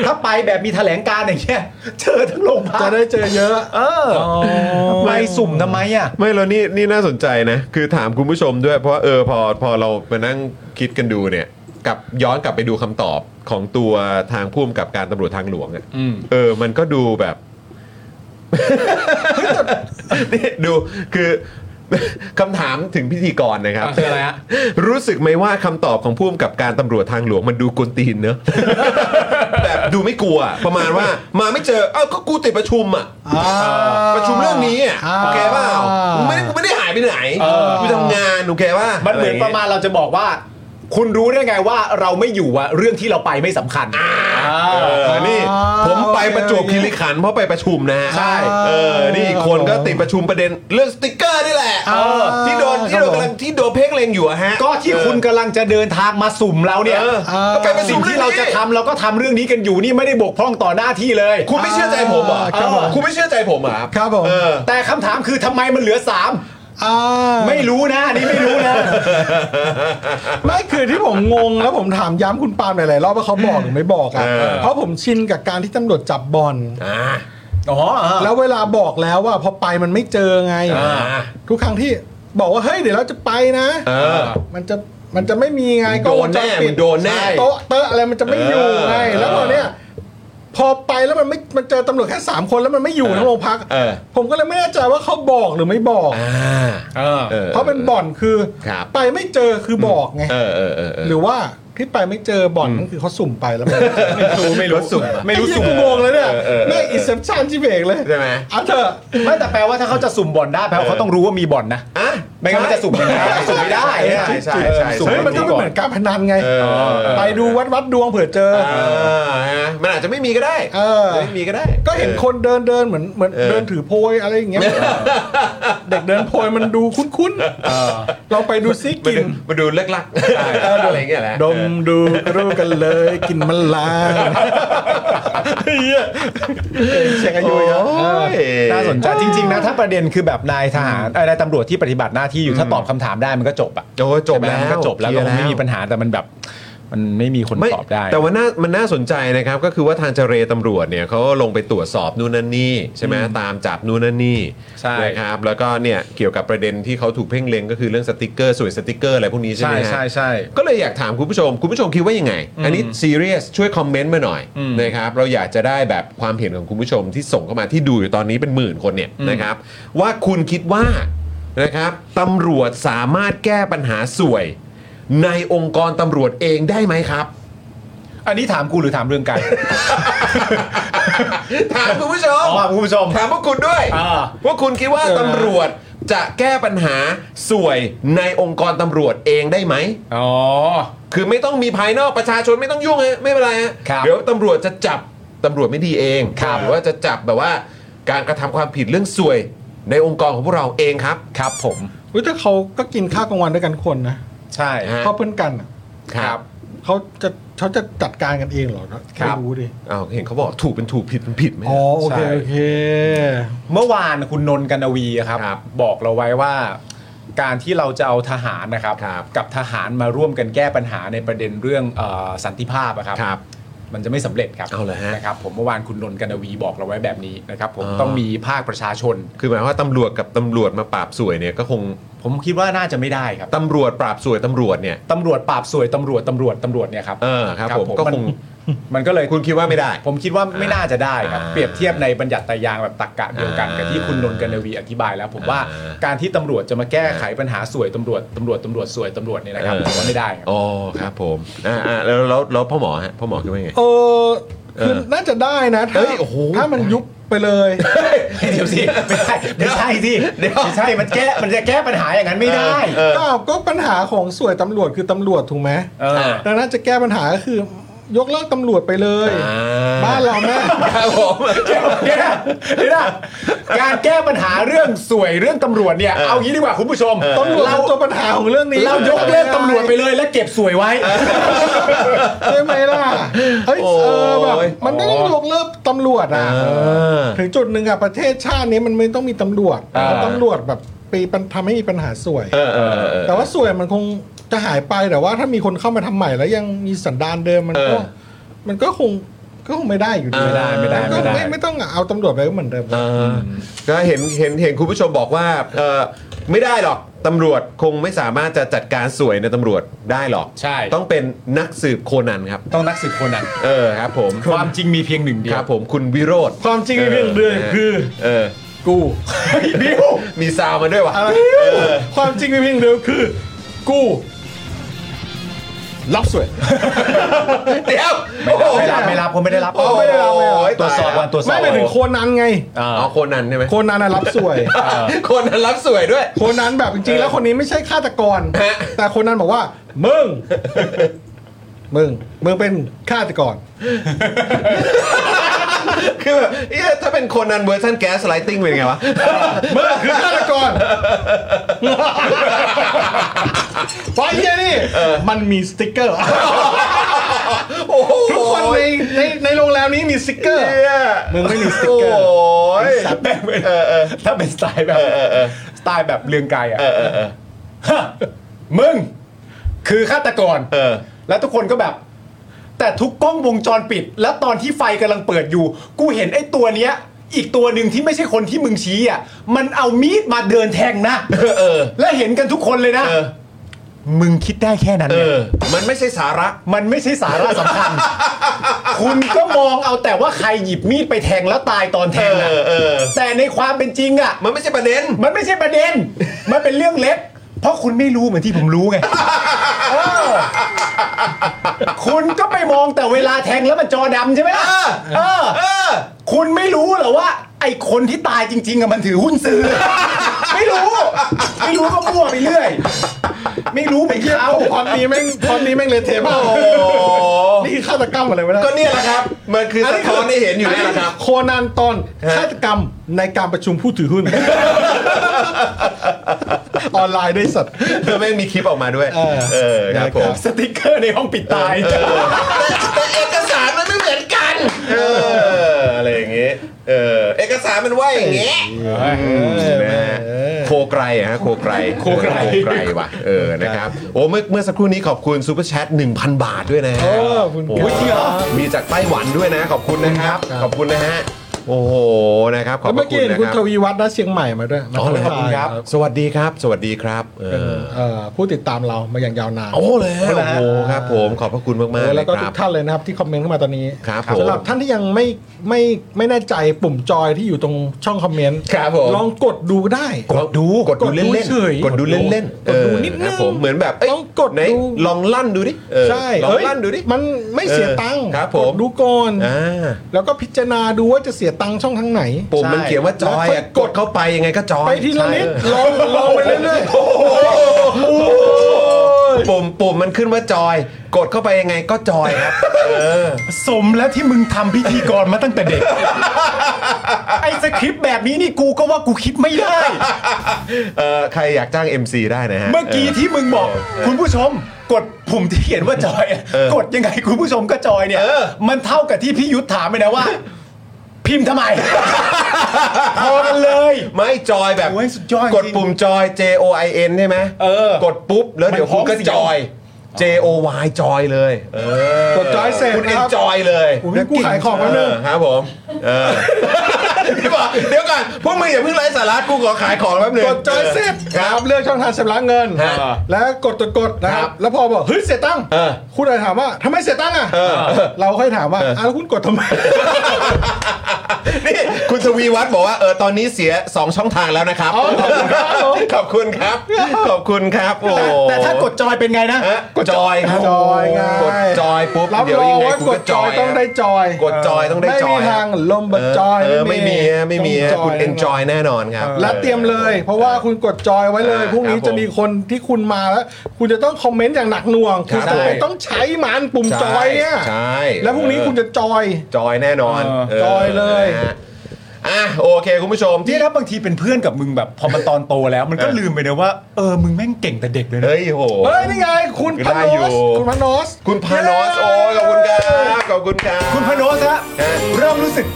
S3: ถ้าไปแบบมีแถลงการณ์อย่างเงี้ยเจอทั้งโรงพัก
S2: จะได้เจอเยอะ
S3: เออไปสุ่มทำไมอ่ะ
S1: ไม่แล้วนี่นี่น่าสนใจนะ คือถามคุณผู้ชมด้วยเพราะเออพอพอเรามานั่งคิดกันดูเนี่ยกลับย้อนกลับไปดูคำตอบของตัวทางผู้กำกับการตำรวจทางหลวงอะเออ มันก็ดูแบบ นี่ดูคือ คำถามถึงพิธีกรนะครับ
S3: คืออะไรฮะ
S1: รู้สึกไหมว่าคำตอบของผู้กำกับการตำรวจทางหลวงมันดูกวนตีนเนอะ แบบดูไม่กลัวอะประมาณว่ามาไม่เจอเอ้าก็กูติดประชุมอ่ะ ประชุมเรื่องนี้อ่ะ
S2: อ่า
S1: โอเคเปล่ากูไม่ได้กูไม่ได้หายไปไหน
S3: อ
S1: กูทำงานโอเคป่ะ
S3: มันเหมือนประมาณเราจะบอกว่า คุณรู้ได้ไงว่าเราไม่อยู่อะเรื่องที่เราไปไม่สำคัญ
S1: เออนี่
S2: อ๋อ
S1: ผมไป
S2: โอเค
S1: ประจวบคีรีขันธ์เพราะไปประชุมนะ
S3: ใช่
S1: เออ นี่อีกคนก็ติดประชุมประเด็นเรื่องสติกเกอร์นี่แหละ
S3: เออ
S1: ที่โดนที่โดนกำลังที่โดนเพ่งเลงอยู่อะฮะ
S3: ก็ที่คุณกำลังจะเดินทางมาสุ่มเราเนี่ย
S1: เออเออ
S3: ก็เป็นสิ่งที่เราจะทำเราก็ทำเรื่องนี้กันอยู่นี่ไม่ได้บกพร่องต่อหน้าที่เลย
S1: คุณไม่เชื่อใจผมเหรอ
S2: อ่าครับผม
S1: คุณไม่เชื่อใจผมเหรอครับ
S2: ครับผม
S1: เออ
S3: แต่คำถามคือทำไมมันเหลือสาม
S2: อ่า
S3: ไม่รู้นะอันนี่ไม่รู้ นะ
S2: ไม่คือที่ผมงงแล้วผมถามย้ำคุณปาล์มหลายๆรอบว่าเขาบอกหรือไม่บอกอ่ะ
S1: เออ
S2: เพราะผมชินกับการที่ตำรวจจับบอล
S1: อ่า
S3: อ๋อเออ
S2: แล้วเวลาบอกแล้วว่าพอไปมันไม่เจอไง
S1: อ่า
S2: ทุกครั้งที่บอกว่าเฮ้ยเดี๋ยวเราจะไปนะ
S1: เออ
S2: มันจะมันจะไม่มีไง
S1: โดนแน่
S2: ล้องวงจรปิ
S1: มึงโดนแน่
S2: ใช่โต๊ะเตอะอะไรมันจะไม่อยู่ไง
S1: เออ
S2: แล้วตอนเนี้ยพอไปแล้วมันไม่มันเจอตำรวจแค่สามคนแล้วมันไม่อยู่
S1: เออ
S2: ทั้งโรงพัก
S1: เออ
S2: ผมก็เลยไม่แน่ใจว่าเขาบอกหรือไม่บอก
S1: อ่า
S2: เพราะเป็นบ่อนคือ
S1: ครับ
S2: ไปไม่เจอคือบอกไง
S1: เออเออเออเออ
S2: หรือว่าที่ไปไม่เจอบ่อนนั่นคือเขาสุ่มไปแล้วมันไม่รู้
S1: ไม่รู้สุ่มอะ
S2: ไม่รู้สุ่มงงเลยเนี่ย
S1: เออเออเออ
S2: แม่อินเซปชั่นที่เบรกเลย
S1: ใช่ไหม
S2: เอาเถอะ
S3: ไม่แต่แปลว่าถ้าเขาจะสุ่มบ่อนได้แปลว่าเขาต้องรู้ว่ามีบ่อนนะ
S1: อ่ะ
S3: ไม่งั้นมันจะสุ่มไม่ได้สุ่มไม่ได้
S1: ใช่ใช่ใช่
S3: สุ่ม
S2: เฮ้ยมันก็
S3: ไม่
S2: ไม่
S3: ก่อ
S2: เหมือ
S3: น
S2: นการพนันไง
S1: เออ
S2: ไปดูวัดวัดดวงเผื่อเจอ
S1: เออฮะมันอาจจะไม่มีก็ได้
S2: เออ
S1: จะไม่มีก็ได้
S2: ก็เห็นคนเดินเดินเหมือนเหมือน
S1: เออ
S2: เดินถือโพยอะไรอย่างเงี้ยเด็กเดินโพยมันดูคุ้นๆเราไปดูซิ
S1: มา
S2: กิน
S1: ดูมาดูเลิกลักเอออะไรอย่างเงี้ยแหละ
S2: ดมดูก็รู้กันเลยกินมันลางเช็คอายุเยอะ
S1: โอ้ย
S3: น่าสนใจจริงๆนะถ้าประเด็นคือแบบนายทหารเอ่อนายตำรวจที่ปฏิบัติหน้าที่อยู่ถ้าตอบคำถามได้มันก็จบอ่ะ
S1: โอ้ยจบแล้ว
S3: ใช่ไหมมันก็จบแล้ว
S1: เคลี
S3: ก็
S1: ยร์
S3: คงไม่
S1: แล้ว
S3: มีปัญหาแต่มันแบบ มันไม่มีคน
S1: ไม่
S3: ตอบได้
S1: แต่ว่าน่ามันน่าสนใจนะครับก็คือว่าทางเจรตำรวจเนี่ยเขาลงไปตรวจสอบนู่นนั่นนี่ใช่ไหมตามจับนู่นนั่นนี่
S3: ใช่
S1: นะครับแล้วก็เนี่ยเกี่ยวกับประเด็นที่เขาถูกเพ่งเล็งก็คือเรื่องสติกเกอร์สวยสติกเกอร์อะไรพวกนี้ใช่ไหมฮะ
S3: ใช่ใช่ใช่
S1: ก็เลยอยากถามคุณผู้ชม คุณผู้ชมคิดว่ายังไง อันนี้ซีเรียสช่วยคอมเมนต์มาหน่อย
S3: อืม
S1: นะครับเราอยากจะได้แบบความเห็นของคุณผู้ชมที่ส่งเข้ามาที่ดูอยู่ตอนนี้เป็นหมื่นคนเนี่ยนะครับว่าคุณคิดว่านะครับตำรวจสามารถแก้ปัญหาสวย ในองค์กรตำรวจเองได้ไหมครับ
S3: อันนี้ถามกูหรือถามเรื่องไกล
S1: ถามคุณผู้ชม
S3: ถามคุณผู้ชม
S1: ถามพวกคุณด้วย
S3: อ่า
S1: ว่าคุณคิดว่าตำรวจจะแก้ปัญหาสวยในองค์กรตำรวจเองได้ไหม
S3: อ๋อ
S1: คือไม่ต้องมีภายนอกประชาชนไม่ต้องยุ่งฮะไม่เป็นไรฮะ
S3: ครับ
S1: เดี๋ยวตำรวจจะจับตำรวจไม่ดีเอง
S3: ครับ
S1: หรือว่าจะจับแบบว่าการกระทำความผิดเรื่องสวยในองค์กรของพวกเราเองครับ
S3: ครับผม
S2: อุ้ยแต่เขาก็กินข้าวกลางวันด้วยกันทุกคนนะ
S3: ใช่
S1: ฮะ
S2: เขาเพื่อนกันอะ
S1: ครับ
S2: เขาจะเขาจะจัดการกันเองเหรอนะไม่รู้ดิ
S1: อ้าวเห็นเขาบอกถูกเป็นถูกผิดเป็นผิดไหม
S2: อ๋อโอเคโอเค
S3: เมื่อวานคุณนนท์กันนวีอะครับ
S1: ครับ
S3: บอกเราไว้ว่า การที่เราจะเอาทหารนะครับ
S1: ครับ
S3: กับทหารมาร่วมกันแก้ปัญหาในประเด็นเรื่องเออสันติภาพอะครับ
S1: ครับ
S3: มันจะไม่สำเร็จครับ
S1: เอาเหรอฮะ
S3: นะครับผมเมื่อวานคุณนนท์กันนวีบอกเราไว้แบบนี้นะครับผม
S1: อ๋อ
S3: ต้องมีภาคประชาชน
S1: คือหมายความว่าตำรวจกับตำรวจมาปราบสวยเนี่ยก็คง
S3: ผมคิดว่าน่าจะไม่ได้ครับ
S1: ตำรวจปราบสวยตำรวจเนี่ย
S3: ตำรวจปราบสวยตำรวจตำรวจตำรวจเนี่ยครับ
S1: เออครับผมก็คง
S3: มันมันก็เลย
S1: คุณคิดว่าไม่ได้
S3: ผมคิดว่าไม่น่าจะได้ครับ
S1: อ่า
S3: เปรียบเทียบในบัญญัติตายางแบบตักกะเดียวกันกับที่คุณนนท์กนวีอธิบายแล้ว ผมว่า
S1: อ่า
S3: การที่ตำรวจจะมาแก้ไขปัญหาสวยตำรวจตำรวจตำรวจสวยตำรวจเนี่ยนะครับ
S1: เออ
S3: ผมว่าไม่ได้ครับ
S1: อ๋อครับผมอ่าอ่าแล้วแล้วแล้วพ่อหมอฮะพ่อหมอคิดว่าไง
S2: เออคือ
S1: เออ
S2: น่าจะได้นะถ้า
S1: เฮ้ยโอ้โห
S2: ถ้ามันยุบไปเลย
S3: เดี๋ยวสิไม่ใช่ไม่ใช่สิไม่ใช่มันแก้มันจะแก้ปัญหาอย่างนั้นไม่ได้
S1: เออ
S2: ก็ก็ปัญหาของสวยตำรวจคือตำรวจถูกไหม
S3: เออ
S2: ดังนั้นจะแก้ปัญหาก็คือยกเลิกตำรวจไปเลย
S1: อ่า
S2: บ้านเราแม่
S1: ครับผม
S3: เดี๋ยวนะเดี๋ยวนะการแก้ปัญหาเรื่องสวยเรื่องตำรวจเนี่ยเอางี้ดีกว่าคุณผู้ชม
S2: ตำรวจ
S3: เรา
S2: เป็นตัวปัญหาของเรื่องนี้
S3: เรายกเลิกตำรวจไปเลยและเก็บสวยไว้
S2: ใช่ไหมล่ะเฮ้ยเออแบบ
S1: โย
S2: มันไม่ต้องยกเลิกตำรวจ
S1: เอ
S2: อ่ะ
S1: อ
S2: ถึงจุดหนึ่งอ่ะประเทศชาตินี้มันไม่ต้องมีตำรวจเพ
S1: อ่า
S2: ราะตำรวจแบบไปปัญทำให้มีปัญหาสวย
S1: เออเออเออ
S2: แต่ว่าสวยมันคงจะหายไปแต่ว่าถ้ามีคนเข้ามาทำใหม่แล้วยังมีสันดานเดิมมันก็
S1: เออ
S2: มันก็คงก็คงไม่ได้อยู่ดี
S1: ไม่ได้ไม่ได้
S2: ก็
S1: ไม่ได้
S2: ไม่ไม่ต้องเอาตำรวจไปก็เหมือนเดิม
S1: เออก็เห็นเห็นเห็นคุณผู้ชมบอกว่าเออไม่ได้หรอกตำรวจคงไม่สามารถจะจัดการสวยในตำรวจได้หรอก
S3: ใช่
S1: ต้องเป็นนักสืบโคนันครับ
S3: ต้องนักสืบคนอ่ะ
S1: เออครับผม
S3: ความจริงมีเพียงหนึ่งเดี
S1: ค
S3: ย
S1: รั
S3: ว
S1: บผมคุณวิโรธ
S2: ความจริงเรื่องเดิมคือ
S1: เออ
S2: กู
S3: บิว
S1: มีซาวมาด้วยว่ะ
S2: อะไรความจริงเรื่องเดิมคือ กูรับสวย
S1: เดี๋ยว
S3: ไม่รับไม่รับผมไม่ได้รับ
S2: อ๋อไม่ได้รับไม่รับ
S1: โอ้ย
S3: ตรวจสอบ
S1: แล้
S3: วันตรวจสอบ
S2: ไม่ไปถึงโคนันไง
S3: อ่า
S1: อ๋อโคนันใช่ไหม
S2: โคนันน่ะรับสวย
S1: โคนันรับสวยด้วย
S2: โคนันแบบจริงๆแล้วคนนี้ไม่ใช่ฆาตกร
S1: ฮะ
S2: แต่โคนนั้นบอกว่า มึง มึง มึงเป็นฆาตกร
S1: คือแบบเอ๊ะถ้าเป็นโคนันเวอร์ชันแก๊สไลติงเป็นไงวะ
S2: มึงคือฆาตกรไฟเฮียนี่ มันมีสติกเกอร์
S1: โอ้โห
S2: ทุกคนในในในโรงแรมนี้มีสติกเกอร์
S1: เนี่ย
S2: มึงไม่มีสติกเกอร์
S1: โอ้ย
S3: เออเออถ้าเป็นสไตล์แบบสไตล์แบบเรืองไกลอ่ะฮะมึง คือฆาตกร
S1: เออ
S3: แล้วทุกคนก็แบบ แต่ทุกกล้องวงจรปิด แล้วตอนที่ไฟกำลังเปิดอยู่ กูเห็นไอ้ตัวเนี้ย อีกตัวหนึ่งที่ไม่ใช่คนที่มึงชี้อ่ะมันเอามีดมาเดินแทงนะและเห็นกันทุกคนเลยนะมึงคิดได้แค่นั้น
S1: เอ
S3: นี่ย
S1: อ มันไม่ใช่สาระ
S3: มันไม่ใช่สาระสำคัญ คุณก็มองเอาแต่ว่าใครหยิบมีดไปแทงแล้วตายตอนแทงนะ
S1: เออเออ
S3: แต่ในความเป็นจริงอ่ะ
S1: มันไม่ใช่ประเด็น
S3: มันไม่ใช่ประเด็น มันเป็นเรื่องเล็ก เพราะคุณไม่รู้เหมือนที่ผมรู้ไงเออคุณก็ไปมองแต่เวลาแทงแล้วมันจอดำใช่ไหมล่ะ
S1: เออ
S3: เออ
S1: เออ
S3: คุณไม่รู้เหรอว่า ไอ้คนที่ตายจริงๆอะมันถือหุ้นซื้อ ไม่รู้ ไม่รู้ก็มั่วไปเรื่อย ไม่รู้ไปเที่ยว
S2: พอดนี้แม่งพอดนี้แม่งเลยเทมาก
S1: โอ้
S2: นี่คือฆาตกรรมอะไรวะเนี่ย
S1: ก็เนี่ยแหละครับ มันคือสะท้อนให้เห็นอยู่เนี่ยแหละครับ
S2: โคนันตอน
S1: ฮะ
S2: ฆาตกรรมในการประชุมผู้ถือ หุ้น ออนไลน์ด้วยสัตว์
S1: แล้วแม่งมีคลิปออกมาด้วย
S2: เออ
S1: เออครับผม
S3: สติกเกอร์ในห้องปิดตาย
S1: แต่เอกสารมันไม่เหมือนกัน เอออะไรอย่างงี้ เออเอกสารมันว่าอย่างงี้ นะฮะโคไกรอะฮะโคไกร
S3: โคไกร
S1: โคไกรว่ะเออนะครับโอ้เมื่อเมื่อสักครู่นี้ขอบคุณซูเปอร์แชท1,000 บาทด้วยนะฮะ
S2: โอ้ขอบคุณครับ
S1: โอ้ยจริงเหรอมีจากไต้หวันด้วยนะ ขอบคุณนะครับ ขอบคุณนะฮะโอ้โหนะครับขอบ
S2: แล้ว
S1: พ
S2: เมื่อกี้
S1: ระคุณ
S2: เห็น
S1: นะ
S2: คุณ
S1: ครับ
S2: ทวีวัฒน์นะเชียงใหม่มาด้วย
S1: อ๋อเหรอครับ
S2: มาทักทาย
S1: สวัสดีครับ สวัสดีครับเอ
S2: เป็น
S1: อ
S2: เอ่อผู้ติดตามเรามาอย่างยาวนาน
S1: โอ้เลยโอ้โหครับผมขอบพระคุณมากๆเล
S2: แล้
S1: ยว
S2: ก็
S1: ค
S2: ทุ
S1: รับ
S2: กท่านเลยนะครับที่คอมเมนต์เข้ามาตอนนี้
S1: ครับผม
S2: สำหรับท่านที่ยังไม่ไม่ไม่แน่ใจปุ่มจอยที่อยู่ตรงช่องคอมเมนต์
S1: ครับผม
S2: ลองกดดูได้
S1: กดดูกดดูเล่น
S2: เฉย
S1: ๆกดดูเล่นๆเออ
S2: ด
S1: ก
S2: ดูนิดนึง
S1: ครับผมเหมือนแบบเย
S2: ต้องกด
S1: ไหน
S2: ดู
S1: ลองลั่นดูดิเออ
S2: ใช่
S1: ลอง
S2: เฮ้ย
S1: ลั่นดูดิ
S2: มันไม่เสียตังค์
S1: เออครับผม
S2: กดดูก่อน
S1: อ่า
S2: แล้วก็พิจารณาดูว่าจะเสียตังค์ช่องทางไหน
S1: ปุ่มมัน
S3: ใช่
S1: เขียนว่าจอย
S2: แล้วค่อย
S1: อะกดเข้าไปยังไงก็จอย
S2: ไปทีละนิดลองลองไปเรื่อยๆ
S1: ปุ่มปุ่มมันขึ้นว่าจอย กดเข้าไปยังไงก็จอยครับ เออ
S3: สมแล้วที่มึงทำพิธีกรมาตั้งแต่เด็ก ไอ้สคริปต์แบบนี้นี่กูก็ว่ากูคิดไม่ได้
S1: เออใครอยากจ้าง MC ได้นะฮะ
S3: เมื่อกี้ที่มึงบอก คุณผู้ชม กดปุ่มที่เขียนว่าจอยอะ
S1: เออก
S3: ดยังไงคุณผู้ชมก็จอยเนี่ย
S1: เออ
S3: มันเท่ากับที่พี่ยุทธถามไปนะว่า พิม พ์ทำไม พอกันเลย
S1: ไม่จอยแบบ
S3: โอ้ยสุดยอดจริง
S1: กดปุ่มจอย J O I N ใช่ไหม
S3: เออก
S1: ดปุ๊บ แล้วเดี๋ยวคุณก็
S3: มันพร้
S1: จอ
S3: อมเสียง
S1: ย J O Y จอยเลย เออก
S2: ดจอยเสร็จ
S1: คุณเอ็
S2: คนรับ
S1: จอยเลย
S2: โอ้ยกูขายของแล้วเนอะ
S1: เครับผม เออ เดี๋ยวก่อนเดี๋ยวก่อนพวกมึงอย่าเพิ่งไร้สาระกูขอขายของแป๊บนึง
S2: กดจอยเสร็จ
S1: ครับ
S2: เลือกช่องทางชำระเงิน
S1: ฮะ
S2: แล้วกดกดกดนะค
S1: ครั
S2: รั
S1: บบ
S2: แล้วพอบอกเฮ้ยเสียตังค์
S1: เออ
S2: คุณอาจถามว่าทำไมเสียตังค์อ่ะเราค่อยถามว่าอ่ะแล้วคุณกดทำไม
S1: นี่คุณทวีวัฒน์บอกว่าเออตอนนี้เสีย 2 ช่องทางแล้วนะครับ ขอบคุณครับ ขอบคุณครับโอ้
S3: แต่ถ้ากดจอยเป็นไงนะ
S1: ฮะกดจอยครับ
S2: จอยไง
S1: กดจอยปุ๊บ
S2: รับ
S1: เดี๋ยว
S2: รอ
S1: ยัง งไง
S2: ว่า
S1: กู
S2: ก
S1: ก็
S2: ดจอยต้องได้จอย
S1: กดจอยต้องได้จอย
S2: ไม่มีทางลมบัดจอย
S1: เออไม่มีฮะไม่มีฮะ
S2: ต้ง
S1: คุณเอนจอยแน่นอนครับ
S2: และเตรียมเลย เพราะว่าคุณกดจอยไว้เลย
S1: อ่า
S2: พรุ่งนี้
S1: ครับ
S2: จะมีคนที่คุณมาแล้ว คุณจะต้องคอมเมนต์อย่างหนักหน่วงคุณ
S1: ครับ
S2: จะ
S1: ใช่
S2: ต้องใช้มันปุ่มจอยเนี่ย
S1: ใช่
S2: แล้วพรุ่งนี้คุณจะจอย
S1: จอยแน่นอน
S2: เออจอยเลย
S1: นะฮะอ่ะโอเคคุณผู้ชมที่
S3: นี่นะบางทีเป็นเพื่อนกับมึงแบบ พอมันตอนโตแล้ว มันก็ลืมไปนะว่า เออ มึงแม่งเก่งแต่เด็กเลยนะ
S1: เฮ้ยโห
S2: เฮ้ยนี่ไงคุณพ
S1: ได้
S2: น
S1: อยู่
S2: อสคุณพนอส
S1: คุณพานอสโอ้ยขอบคุณครับขอบคุณครับ
S3: คุณพโนสฮะ
S1: ฮะ
S3: เริ่มรู้สึก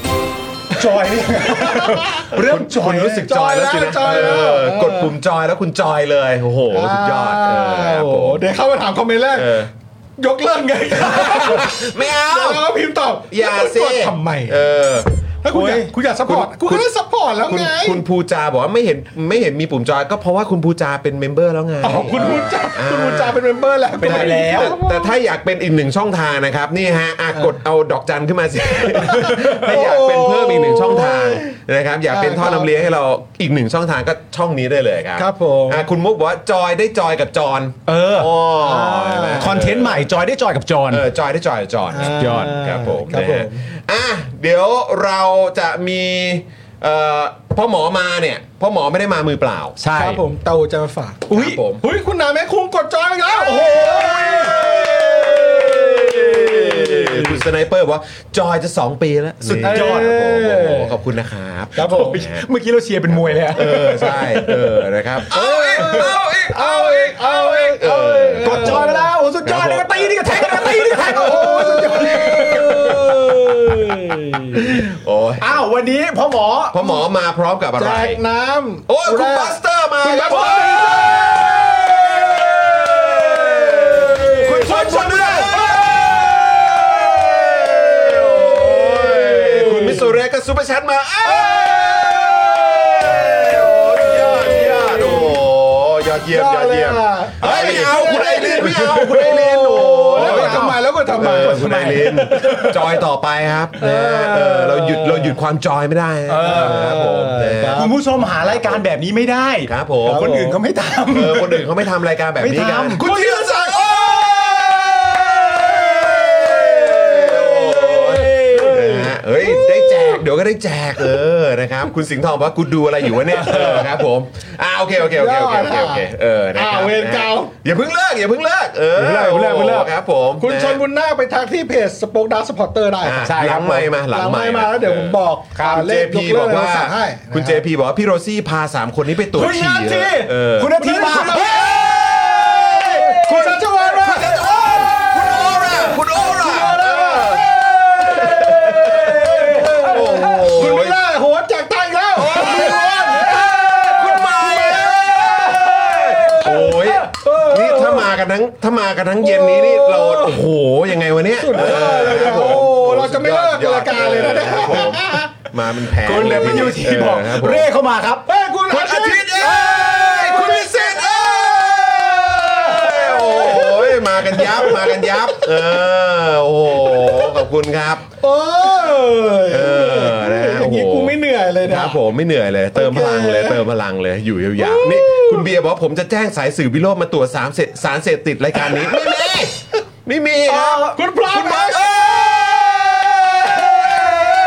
S3: จ อยนี่ เริ่มจอย
S1: รู้สึกจอยแล้วสินะ
S2: จอยแล้วจอยแล้ว
S1: เออกดปุ่มจอยแล้วคุณจอยเลย โอ้โห สุดยอดเออครับ
S2: โอ้
S1: ผ
S2: โห
S1: ม
S2: เดี๋ยวเข้ามาถามคอมเมนต์แรก
S1: เออย
S2: กเลิกไง
S1: ไม่เอา
S2: แล้วก็พิมพ์ตอบ
S1: อย่า
S2: แล้ว
S1: สิ
S2: คุณกดทำไม
S1: เออ
S2: ถ้าคุณอยาก
S1: โอ้ย
S2: คุณอยากซัพพอร์ต
S1: คุ
S2: คุณ ณก็ได้ซัพพอร์ตแล้ว
S1: คุณ
S2: ไง
S1: คุณภูจาบอกว่าไม่เห็นไม่เห็นมีปุ่มจอยก็เพราะว่าคุณภูจาเป็นเมมเบอร์แล้วไง
S2: อ๋อคุณมูจา
S1: อ่า
S2: คุณมูจาเป็นเมมเบอร์แล้ว
S3: เป็นไปแล้ว
S1: แต่แต่ถ้าอยากเป็นอีกหนึ่งช่องทางนะครับนี่ฮะอ่ะกดเอาดอกจันขึ้นมาสิ ถ้าอยากเป็นเพิ่มอีกหนึ่งช่องทางนะครับ อยากเป็นท่อนำเลี้ยงให้เราอีกหนึ่งช่องทางก็ช่องนี้ได้เลยครับ
S2: ครับผม
S1: อ่ะคุณมุกบอกว่าจอยได้จอยกับจอน
S3: เออ
S1: โอ้เห็นไหม
S3: คอนเทนต์ใหม่จอยได้จอยกับจอน
S1: เออจอยได้จอยกับจอน
S2: า
S3: จอน
S1: ครับผม
S2: ครับ
S1: นะ
S2: ผ
S1: ฮะ
S2: ม
S1: อ่ะเดี๋ยวเราจะมีเอ่อพ่อหมอมาเนี่ยพ่อหมอไม่ได้มามือเปล่า
S3: ใช่
S2: ครับผมเตาจะมาฝาก
S1: อุ๊ย
S2: อุ้ยคุณนาแม่คุงกดจอยอีกแล้วโอ้โห
S1: คุณสไนเปอร์บอกว่าจอยจะ 2 ปีแล้ว
S3: สุดยอด
S1: นี่ครับผมโอ้โหขอบคุณนะครับ
S2: ครับผม
S1: นะฮะ
S3: เมื่อกี้เราเชียร์เป็นมวยเลยอะ
S1: เออ ใช่เออนะครับเออ
S2: เอาอีกเอาอีกเอาอีก
S3: กดจอยไปแล้วโอ้โหสุดยอดนี่ก็ตีนี่ก็แทงนี่ก็ตีนี่ก็แทงโอ้โหสุดยอด
S1: โอ้ย
S3: อ้าววันนี้พ่อหมอ
S1: พ่อหมอมาพร้อมกับอะ
S2: แจ
S1: ไร
S2: กน้ำ
S1: โอ้ยคุ
S2: แร
S1: ณ
S2: ก
S1: บัสเตอร์มา
S2: คุณ
S1: ครับ
S2: Buster
S1: คุณชวนชวนด้วยคุณมิสโซเรก็ซูเปอร์แชทมาเอ้ยโอ้ยยอดเยี่ยมโอ้ยอดเยี่ยมยอดเยี่ยม
S2: ยอดเลยอะ
S1: เฮ้ยไม่เอาคุณไอรีนไม่เอาคุณไอรีนโอ้ย
S2: แล้วกดทำไมแล้วกดทำไม
S1: เออคุณไอรินจอยต่อไปครับนะฮะเออเราหยุดเราหยุดความจอยไม่ได้นะค
S2: ครั
S1: รับบ ผ
S2: ผม ม
S1: นะฮะ
S3: คุณผู้ชมหารายการแบบนี้ไม่ได้
S1: ครับผม
S3: ค
S1: คนน
S3: อื่
S1: อื่
S3: น
S1: น
S3: เขาไม่ท
S1: เออคนอื่นเขาไม่ทำรายการแบบ
S3: ำไม่
S1: นี้
S3: ท
S1: กัน
S3: ำ
S1: คุ
S3: คุณ ณธีรศักดิ์โอ้ย
S1: นะฮะเฮ้ยได้แจกเดี๋ยวก็ได้ ได้แจกเออนะครับคุณสิงห์ทองบอกว่ากูดูอะไรอยู่วะเนี่ยเออครับผมอ่าโอเคโอเคโอเคโอเคโอเคโอเคเออนะครั
S2: อ่า
S1: บ
S2: เวรกรรม
S1: อย่าเพิ่งเลิกอย่าเพิ่งเลิกเออ
S3: อย่าเพิ่งเลิกอย่าเพิ่งเลิก
S1: ครับผม
S2: คุณชนบุ
S1: ะ
S2: ญนาคไปทักที่เพจสป o อ e ดาร์สปอร์เตอร์ได้ค
S1: อ่า
S2: รับ
S3: ใช่
S1: ห
S3: ครั
S1: ลั
S3: บ
S1: งไม่มาหลัง
S2: หลังไม
S1: ไม่
S2: ค์มาแล้วเดี๋ยวผมบอก
S1: ครับ
S2: อ่า
S1: เจ
S2: เลข
S1: พี
S2: ยกเลิ
S1: บอก
S2: ก
S1: ว่า
S2: เราสั่งให้นะครับ
S1: คุณเจพีบอกว่าพี่โรซี่พาสามคนนี้ไปตรวจ
S2: คุณ
S1: ฉี่
S2: นาที
S1: เออ
S3: คุณนาทีมา
S2: คุณน
S3: เฮ้ย
S2: คุณชัชวานว่า
S1: คุณโอราคุณโอราโอ้โห
S2: คุณมิล่าโหนจากใต้อีกแล้ว
S1: คุณไม้โอ้ยนี่ถ้ามากันทั้งถ้ามากันทั้งเย็นนี้นี่เราโอ้โหยังไงวะเนี่ย
S2: สุดยอดเลยครับ
S1: ผม
S2: โอ้โหเราจะไม่เลิกรายการเลยนะเนี่ย
S1: ครับผมมาเป็นแผง
S3: คุณเลเป็นยูทีบอก
S1: เครับผม
S3: เร่เข้ามาครับ
S2: เฮ้ยคุณ
S1: คุณอาทิตย์เอ้ยคุณวิเศษเอ้ยโอ้โหมากันยับมากันยับ เออโอ้โหขอบคุณครับ
S2: โอ้ย
S1: เออนะฮะ
S2: อย่างนี้กูไม่เหนื่อยเลย
S1: ค
S2: นะ
S1: รับผมไม่เหนื่อยเลย เติมพลังเลยเติมพลังเลยอยู่ยาวๆนี่คุณเบียร์บอกว่าผมจะแจ้งสายสื่อวิโรจน์มาตรวจสารเสพสารเสพติดรายการนี้ ไม่มีไม่มีครับ
S2: คุณพร้อมไหม
S1: เอ้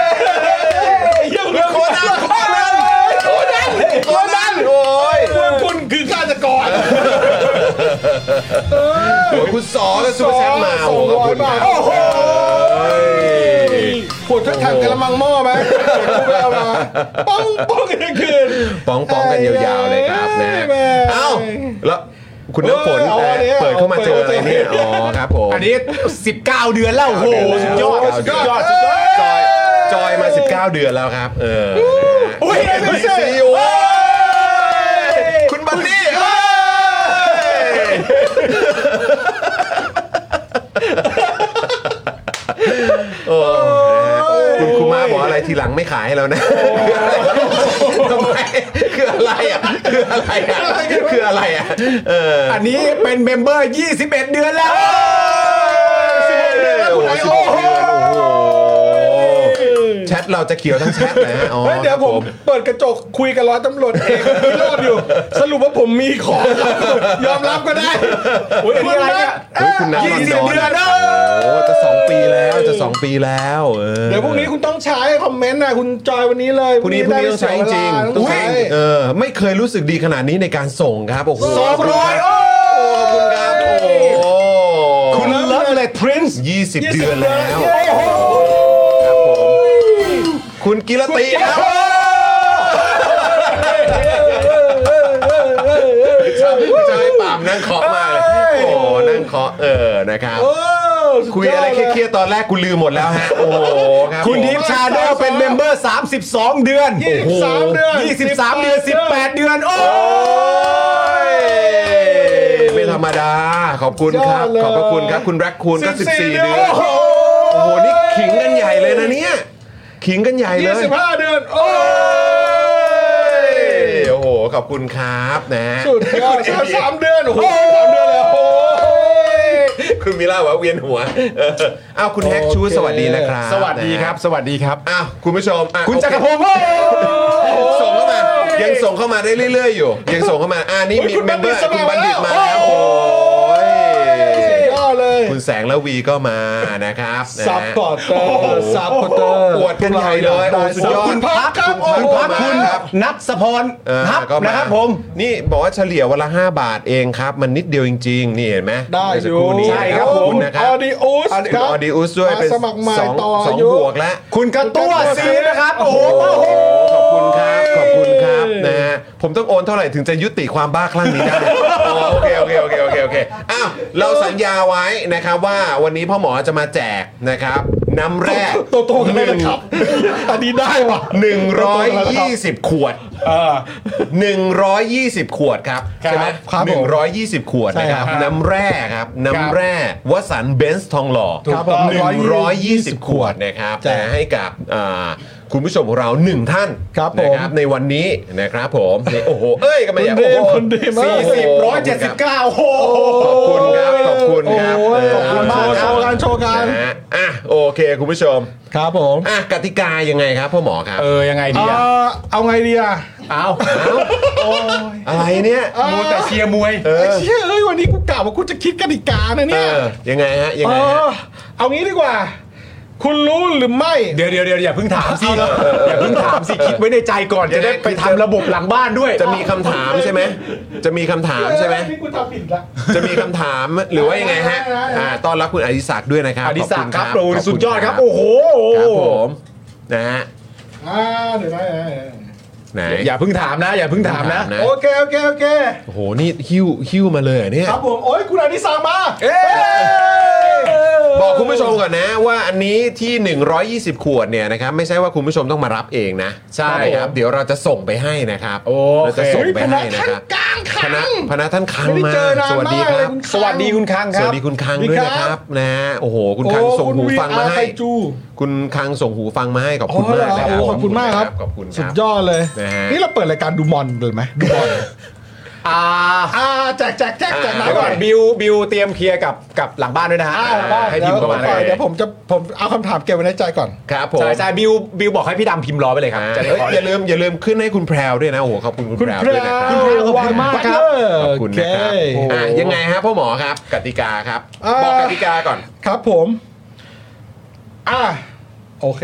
S1: ยยังเหลือโคนันโคนันโคนันโคนันโอ้ย
S2: คุณคือฆาตกร
S1: โอ้ยคุณสอกับซูเปอร์แซมมาโอ้ขอบคุณครับ
S2: โอ้โห
S1: เอ้ย
S2: ปวดทั้งถังกระมังหม้อไหมกูไปเอามาป้องป้องกันคืน
S1: ป้องป้องกันยาวๆเลยครับนะฮะ
S2: แม่
S1: เอ้าแล้วคุณน้ำฝน
S2: เออเอาอันนี้
S1: เปิดเข้ามาเจอ
S2: เอา
S1: อะ
S2: เปิ
S1: ไร
S2: ด
S1: เนี่ยอ๋อครับผม
S3: อันนี้ 19 เดือนแล้วโอ้โหสุดยอดสุดยอดสุดยอด
S1: จอยจอยมา 19 เดือนแล้วครับ เออ
S3: อุ๊ย
S1: ไม่ใช่คุณบันนี่เอ้ยโอ้นะฮะคุณคุมาบอกอะไรทีหลังไม่ขายให้แล้วนะ ทำไมคืออะไรอ่ะคืออะไรอ่ะคืออะไรอ่ะเออ
S3: อันนี้เป็นเมมเบอร์ 21 เดือนแล้ว
S1: โอ้โหสิบหกเดือนโอ้โหแชทเราจะเขียวทั้งแชทนะฮะอ๋อ
S2: เฮ้ยเดี๋ยวผมเปิดกระจกคุยกับร้อยตำรวจเอกวิโรอดอยู่ สรุปว่าผมมีของครับยอมรับก็ได้โอ้ยอันนี้อะไรเนี่ย
S1: เฮ้ยคุณนัท
S3: 20
S1: ดอน
S3: เดือนแล้ว
S1: โอ้โหจะสองปีแล้วจะสองปีแล้วออ
S2: เดี๋ยวพรุ่งนี้คุณต้องใช้คอมเมนต์นะคุณจอยวันนี้เลย
S1: พรุ่งนี้พรุ่งนี้ต้องใช้จริง
S2: ต้
S1: ๆต้
S2: อ
S1: อง งใช้
S2: ใช้
S1: เออไม่เคยรู้สึกดีขนาดนี้ในการส่งครับโอ้โห
S2: สองร้อย
S1: โอ้ขอบคุณครับโอ้โห
S3: คุณเลิฟเลยพรินซ์
S1: ยี่สิบ
S2: ยี่สิบ
S1: เดือน
S2: เดือ
S1: แล้ว
S2: นแล้ว
S1: โอ้โหครับผมคุณกิรติครับชอบชอบให้ปามนั่งเคาะมากเลยโอ้โหนั่งเคาะเออนะครับ คุยอะไรเครียดๆตอนแรกกูลืมหมดแล้วฮะโอ้โหรับ
S3: คุณ
S1: ผม
S3: ทิพย์ชาแนลเป็นเมมเบอร์ 32 เดือน
S2: ยี่สิบสามเดือน
S3: 23 เดือน 18 เดือน โอ้
S1: โอ้ยไม่ธรรมดา ขอบคุณครับ ขอบพระคุณครับ คุณแร็คคูณก็ 14 เดือน
S2: โอ้โห
S1: โอ้โห นี่ขิงกันใหญ่เลยนะเนี่ย ขิงกันใหญ่เล
S2: ยี่
S1: ย
S2: สิบห้าเดือนโอ้ย
S1: โอ้โห ขอบคุณครับนะ
S2: สุดยอดสามสามเดือนโอ้โหสามเดือนแล้วโอ้ย
S1: คุณมิล่าบอกว่าเวียนหัว เอออ้าวคุณแฮกชู
S2: โอเค
S1: สวัสดีนะครับ
S3: สวัสดีครับ สวัสดีครับ
S1: อ้าวคุณผู้ชมอ่ะ
S3: คุณ
S1: โอเ
S3: จักรพงศ์โอ้
S1: ส่งเข้ามา ยังส่งเข้ามาได้เรื่อย ๆ อยู่ ยังส่งเข้ามาอ่านี่
S2: โอ้ย
S1: มี
S2: คุณ
S1: เม
S2: บัณ
S1: ม
S2: ฑิ
S1: เบอ
S2: ต
S1: ร์
S2: สมั
S1: คุณ
S2: คร
S1: บัณฑิต
S2: แล้ว
S1: มาแล้วโอ้ย
S2: สุดยอดเลย
S1: คุณแสงและวีก็มานะครับนะฮะ
S2: ซับพอร์เตอร์ซับพอร์เตอร์
S1: ปวดกันใหญ่เลยโอ้สุดยอด
S3: คุณพักครับ
S1: คุ
S3: โอ้
S1: ณ
S3: คุณ
S1: พั
S3: พั
S1: ก
S3: ก
S1: มา
S3: คุณ
S1: ครับ
S3: นัทสพร
S1: เออ
S3: ครับ
S1: ก็
S3: นะครับผม
S1: นี่บอกว่าเฉลี่ยวันละ 5 บาทเองครับ มันนิดเดียวจริง ๆ นี่เห็นไหม
S2: ได้อยู่
S1: เมื่สักครู่นี้
S3: ใช่ครับผ
S1: ข
S3: ม
S1: อณนะครั
S2: ออดิอุส
S1: ออดิ
S2: ครับ
S1: ออดิอุสด้วย
S2: มา
S1: เป็น
S2: สมัครใหม่
S1: สอง
S2: ต่อ
S1: สอง
S2: อายุ
S1: บวกแล้ว
S3: คุณกระตัวซีนะครับ โอ้โห
S1: ขอบคุณครับ ขอบคุณครับนะฮะผมต้องโอนเท่าไหร่ถึงจะยุติความบ้าคลั่งนี้ได้อ๋อโอเค โอเค โอเค โอเค โอเค อ้าว เราสัญญาไว้นะครับว่าวันนี้พ่อหมอจะมาแจกนะครับ น้ำแร่
S2: โตโตกันเลยนะครับ อันนี้ได้ว่ะ
S1: 120 ขวด 120 ขวดครับ
S2: ครับ
S1: ใช่ไหม
S2: ครับผม
S1: 120 ขวดนะครับ
S2: ใช่ครับ
S1: น้ำแร่ครับ น้ำแร่วสันเบนซ์ทองหล่อ
S2: ครับผม
S1: 120 ขวดนะครับ
S2: จ้ะ
S1: แต่ให้กับอ่าคุณผู้ชมของเราหนึ่งท่าน
S2: ครับผม
S1: นะในวันนี้นะครับ ผมนี่โอ้โห เอ้ยก็ไม่
S2: คุณ
S1: อยาก
S2: เด
S1: โอ้
S2: ม
S1: โห
S2: คุณเดม
S3: สี่สิบร้อยเจ็ดสิบเก้าโอ้โห
S1: ขอบคุณครับ ขอบคุณครับ
S2: โอ้ย
S1: ขอบคุ
S2: มาม
S1: ณากค
S2: โช
S1: รับ
S2: ว์กันโชว์กัน
S1: นะฮะอ่ะโอเค คุณผู้ชม
S2: ครับผม
S1: อ่ะกติกายังไงครับพ่อหมอครับ
S3: เออ ยังไงดี
S2: เอ่
S3: อ่ะ
S2: อเอาไงดีอ่ะ
S3: เอา
S1: อะไรเนี่ย
S3: มูแต่เชียร์มวย
S1: เอ
S2: ไอ้
S1: อ
S2: เชี่ยเอ้ยวันนี้กูกล่าวว่ากูจะคิดกติกานะ
S1: เอ
S2: เนี่ย
S1: อยังไงฮะยัง
S2: เอ
S1: ไง
S2: อ
S1: ฮะ
S2: เอางี้ดีกว่า คุณรู้หรือไม่
S3: เดี๋ยวเดี๋ยวเดี๋ยวอย่าเพิ่งถามสิอย่าเพิ่งถามสิคิดไว้ในใจก่อนจะได้ไปทำระบบหลังบ้านด้วย
S1: จะมีคำถามใช่ไหม จะมีคำถามใช่ไหม
S2: นี่กูทำผิดละ
S1: จะมีคำถามหรือว่ายังไงฮะอ่าต้อนรับคุณอดิศักดิ์ด้วยนะครับ
S3: อดิศักดิ์ครับ
S1: ข
S3: โอ้
S1: อ
S3: โห
S1: ณ
S3: สุดยอดครับ โอ้โห
S1: ครับผมนะฮะ
S2: อ่าเดี๋ยวนะเดี๋ยวนะเดี๋ยวนะ
S1: ไหน
S3: อย่าเพิ่งถามนะ อย่าเพิ่งถามนะ
S2: โอเค โอเค โอเค
S1: โอ้โหนี่หิ้วหิ้วมาเลยเหรอเนี่ย
S2: ครับผม โอ้ยคุณอนิสามา
S3: เอ๊ะ
S1: บอกคุณผู้ชมก่อนนะว่าอันนี้ที่ 120 ขวดเนี่ยนะครับไม่ใช่ว่าคุณผู้ชมต้องมารับเองนะ
S3: ใช่
S1: ครับ เดี๋ยวเราจะส่งไปให้นะครับ
S3: โอเค
S1: เราจะส่งไปให้นะครับพนักพนักท่านคัง
S2: ไม่ได้
S1: มา
S2: เจอนาน
S1: สวัสดี
S2: มากเล
S1: ครั
S2: ย
S1: บ
S2: คุณ
S3: สวัสดีคุณคังค
S1: ส
S3: รั
S1: วั
S3: บ
S1: สดีคุณคัง
S2: สวัสดี
S1: ด้วย
S2: ครับ
S1: นะครับนะฮะโอ้โห คุณคังส่งหูฟังมา
S2: โอ้
S1: ให้
S2: คุณ VR ไคจู
S1: คุณคังส่งหูฟังมาให้ขอบ
S2: อ๋
S1: คุณ
S2: อเหรอก
S1: มานะรับ
S2: โอ้ขอบคุณมากครับ
S1: ขอบคุณค
S2: สุ
S1: รั
S2: ด
S1: บ
S2: ยอดเลย
S1: นะฮะ
S2: นี่เราเปิดรายการดูบอลเลยไหมดูบอล
S3: อ่า
S2: อ่าแจกแจกแจกแจก
S3: เดี๋ยว
S2: น้ำ
S3: ก่
S2: ก่
S3: อ
S2: อน
S3: นบิวบิวเตรียมเคลียร์กับกับหลังบ้านด้วยนะฮะ
S2: อ่าได้
S3: ให้
S2: เดี๋
S3: พิ
S2: ยว
S3: มพ์เข้ามา
S2: ปล่อย
S3: เลย
S2: เดี๋ยวผมจะผมเอาคำถามเก็บไว้ในใจก่อน
S1: ครับผม
S3: ใช่ใช่บิวบิวบอกให้พี่ดำพิมพ์รอไปเลยครับ
S1: อ่า
S3: จะได้
S1: เอ้ย
S3: ขอ
S1: อย่าลืมอย่าลืมขึ้นให้คุณแพรวด้วยนะโอ้โหขอบคุณคุณ
S2: คุณ
S1: แพรว
S2: แพร
S1: ด้วยนะครับ
S2: ววางมากครับ
S1: ขอบคุณนะครับอ่ะยังไงฮะพ่อหมอครับกติกาครับ
S2: อ่า
S1: บอกกติกาก่อน
S2: ครับผม อ่าโอเค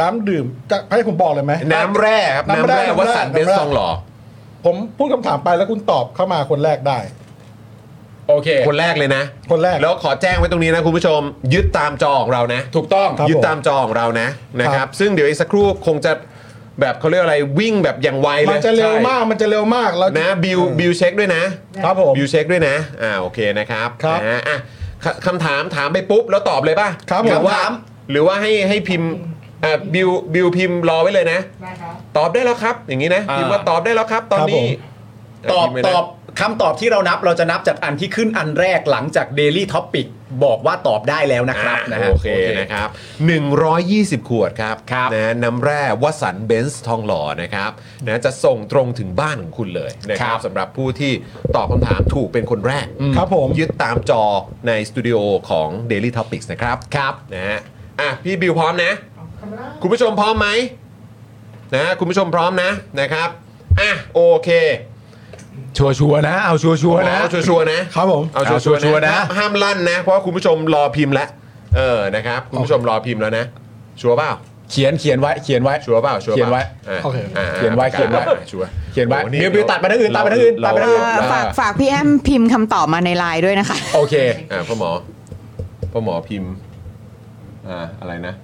S2: น้ำดื่มจะให้ผมบอกเลยไหม
S1: น้ำแร่ครับ น้ำ
S2: น้ำแร่
S1: แร่วัดสันเบนซ์
S2: น้ำแร่
S1: ทองหล่อ
S2: ผมพูดคำถามไปแล้วคุณตอบเข้ามาคนแรกได้
S3: โอเค
S1: คนแรกเลยนะ
S2: คนแรก
S1: แล้วขอแจ้งไว้ตรงนี้นะคุณผู้ชม ยึดตามจอของเรานะ
S3: ถูกต้อง
S2: ครับ
S1: ยึด
S2: ผม
S1: ตามจอของเรานะนะค
S2: ครั
S1: รับ
S2: บ
S1: ซึ่งเดี๋ยวอีกสักครู่คงจะแบบเขาเรียกอะไรวิ่งแบบอย่างไวเล
S2: มัน
S1: ย
S2: จะเร็ว
S1: ใช่
S2: มากมันจะเร็วมากเรา
S1: นะบิวบิวเช็คด้วยนะครับ
S2: ผม
S1: บิวเช็คด้วยนะอ่าโอเคนะครับ
S2: ครับ
S1: นะฮะอ่ะคคำถามถามไปปุ๊บแล้วตอบเลยป่ะ
S2: ครับผม
S1: หอว่า
S2: ถาม
S1: หรือว่าให้ให้พิมพ์อ่าบิวบิวพิมพ์รอไว้เลยนะ ตอบได้แล้วครับ อย่างนี้นะ
S3: อ่า
S1: พิมพ์ว่าตอบได้แล้วครับ ตอนนี้
S3: ตอบ
S1: พิมพ์ไม่ได้
S3: ตอบคำตอบที่เรานับเราจะนับจากอันที่ขึ้นอันแรกหลังจาก Daily Topic บอกว่าตอบได้แล้วนะครับ
S1: อ่า
S3: นะฮะ
S1: โอเคนะครับ 120 ขวดครับ
S3: ครับ
S1: นะฮะน้ำแร่วัสันเบนซ์ทองหล่อนะครับนะจะส่งตรงถึงบ้านของคุณเลยนะครับสำหรับผู้ที่ตอบคำถามถูกเป็นคนแรก
S2: ครับผม
S1: ยึดตามจอในสตูดิโอของ Daily Topics นะครับ
S3: ครับ
S1: นะฮะอ่ะพี่บิวพร้อมนะ คุณผู้ชมพร้อมไหมนะคุณผู้ชมพร้อมนะนะครับอ่ะโอเค
S3: ชัวชัวนะ เอาชัวชัวนะ
S1: เอาชัวร์ๆนะ
S2: ครับผม
S1: เอา
S3: เอาชั
S1: ชัว
S3: วร์
S1: ร์ๆ
S3: ๆ
S1: นะ
S3: นะ
S1: ห้ามลั่นนะ เพราะว่าคุณผู้ชมรอพิมพ์แล้วเออนะครับ คุณผู้ชมรอพิมพ์แล้วนะ ชัวร์เปล่า
S3: เขียนเขียนไว้เขียนไว้
S1: ชัวร์เปล่าชัวร์ปล่า
S3: เขียนไว้
S1: ะ
S2: โอเค
S1: ะ
S3: เขียนไว้
S1: ประกาศ
S3: เขียนไว้
S1: ชัวร์
S3: เขียนไว้
S1: โอ้โห
S3: บิวบิวตัดไปทางอื่นตัดไปทางอื่น
S1: เรา
S3: ตัดไปทางอื่น
S1: เร
S6: ฝากฝากพี่แอมพิมพ์คำตอบมาในไลน์ด้วยนะคะ
S3: โอเค
S1: อ่ะพ่อหมอพ่อหมอพิมพ์อ่าอะไรนะ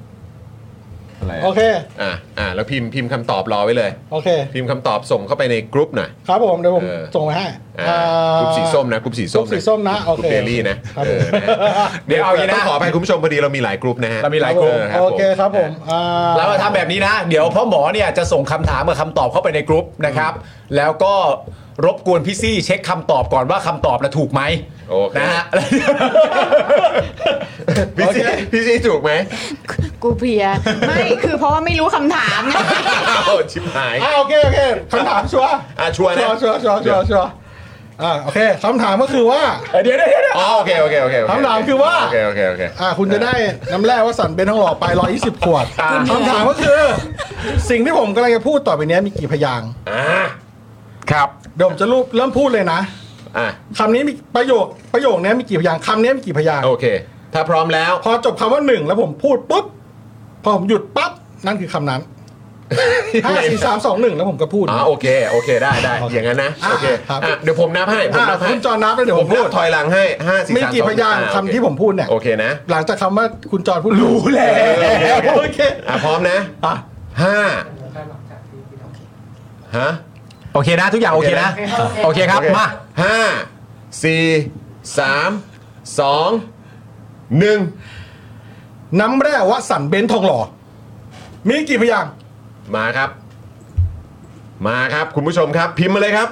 S1: อะไระ
S2: โอเค
S1: อ่าอ่าแล้วพิมพ์พิมพ์คำตอบรอไว้เลย
S2: โอเค
S1: พิมพ์คำตอบส่งเข้าไปในกรุ๊ปหน่อย
S2: ครับผมเดี๋ยวผม
S1: เออ
S2: ส่งไปให้
S1: อ่า
S2: อ่าก ก
S1: รุ๊ปสีส้มนะกรุ๊ปสีส้ม
S2: กรุ๊ปสีส้มนะโอเค
S1: กรุ๊ปเดลี่นะครับเอ
S2: ผม
S1: อนะเดี๋ยวเอาอย่างนี้
S3: ต้
S1: นะ
S3: อง
S1: ข
S3: ข
S1: อ
S3: อ
S1: ไป
S3: ไป
S1: คุณผู้ชมพอดีเรามีหลายกรุ๊ปนะฮะ
S3: เรามีหลายกรุ๊ป
S2: โอเคครับผมอ่า
S3: เราจะทำแบบนี้นะ เดี๋ยวพ่อหมอเนี่ยจะส่งคำถามกับคำตอบเข้าไปในกรุ๊ปนะครับ แล้วก็รบกวนพี่ซี่เช็คคำตอบก่อนว่าคำตอบน่ะถูกไหม
S1: โอเค
S3: นะฮะ
S1: พี่ซีพี่ซีถูกไหม
S6: กูเพลีย ไม่คือเพราะว่าไม่รู้คำถามไง
S1: อ้าวชิบหาย
S2: อ่าโอเคโอเคคำถามชัวร์
S1: อ่ะชัวร์นะ
S2: ชัวร์ชัวร์ชัวร์ชัวร์อ่าโอเคคำถามก็คือว่า
S3: เดี๋ยวเดี๋ยวเดี๋ยวเดี๋ยว
S1: อ๋อโอเคโอเคโอเคโเ
S2: คำถามคือว่า
S1: โอเคโอเคโอเค
S2: อ่าคุณจะได้น้ำแร่วัสสันเป็นทองหล่อไป 120 ขวดคำถามก็คือ สิ่งที่ผมกำลังจะพูดต่อไปเนี้ยมีกี่พยางค์
S1: อ่า
S3: ครับ
S2: เดี๋ยวผมจะรูปเริ่มพูดเลยนะ
S1: อ่ะ
S2: คำนี้มีประโยคประโยคเนี้ยมีกี่พยางค์คำเนี้ยมีกี่พยางค์
S1: โอเค ถ้าพร้อมแล้ว
S2: พอจบคำว่าหนึ่งแล้วผมพูดปุ๊บพอผมหยุดปั๊บนั่นคือคำนั้นห้าสี่สามสองหนึ่งแล้วผมก็พูด
S1: อ๋อโอเคโอเคได้ได้อย่างนั้นนะ
S2: อ่ะ
S1: โอเค
S2: ครับ
S1: อ่ะเดี๋ยวผมนับให้ผม
S2: อ่า
S1: นับให้
S2: คุณจอนับแล้วเดี๋ยว
S1: ผ
S2: ผม ม
S1: นั
S2: พู
S1: บ
S2: ด
S1: ถอยหลังให้ห้าสี่
S2: มี
S1: สาม
S2: กี่
S1: สอง
S2: พยางค์
S1: อ่ะโอ
S2: คำที่ผมพูดเนี่ย
S1: โอเคนะ
S2: หลังจากคำว่าคุณจอร์นพูดรู้แล้วโอเค
S1: อ่ะพร้อมนะ
S2: อ่ะ
S1: ห้าฮะ
S3: โอเคนะทุกอย่างโอเคนะโอเคครับ
S1: โอเค
S3: มา
S1: ห้าสี่สามสองหนึ่ง
S2: น้ำแร่วัดสันเบนซ์ทองหล่อ มีกี่พยางค์
S1: มาครับ มาครับ คุณผู้ชมครับ พิมพ์มาเลยครับ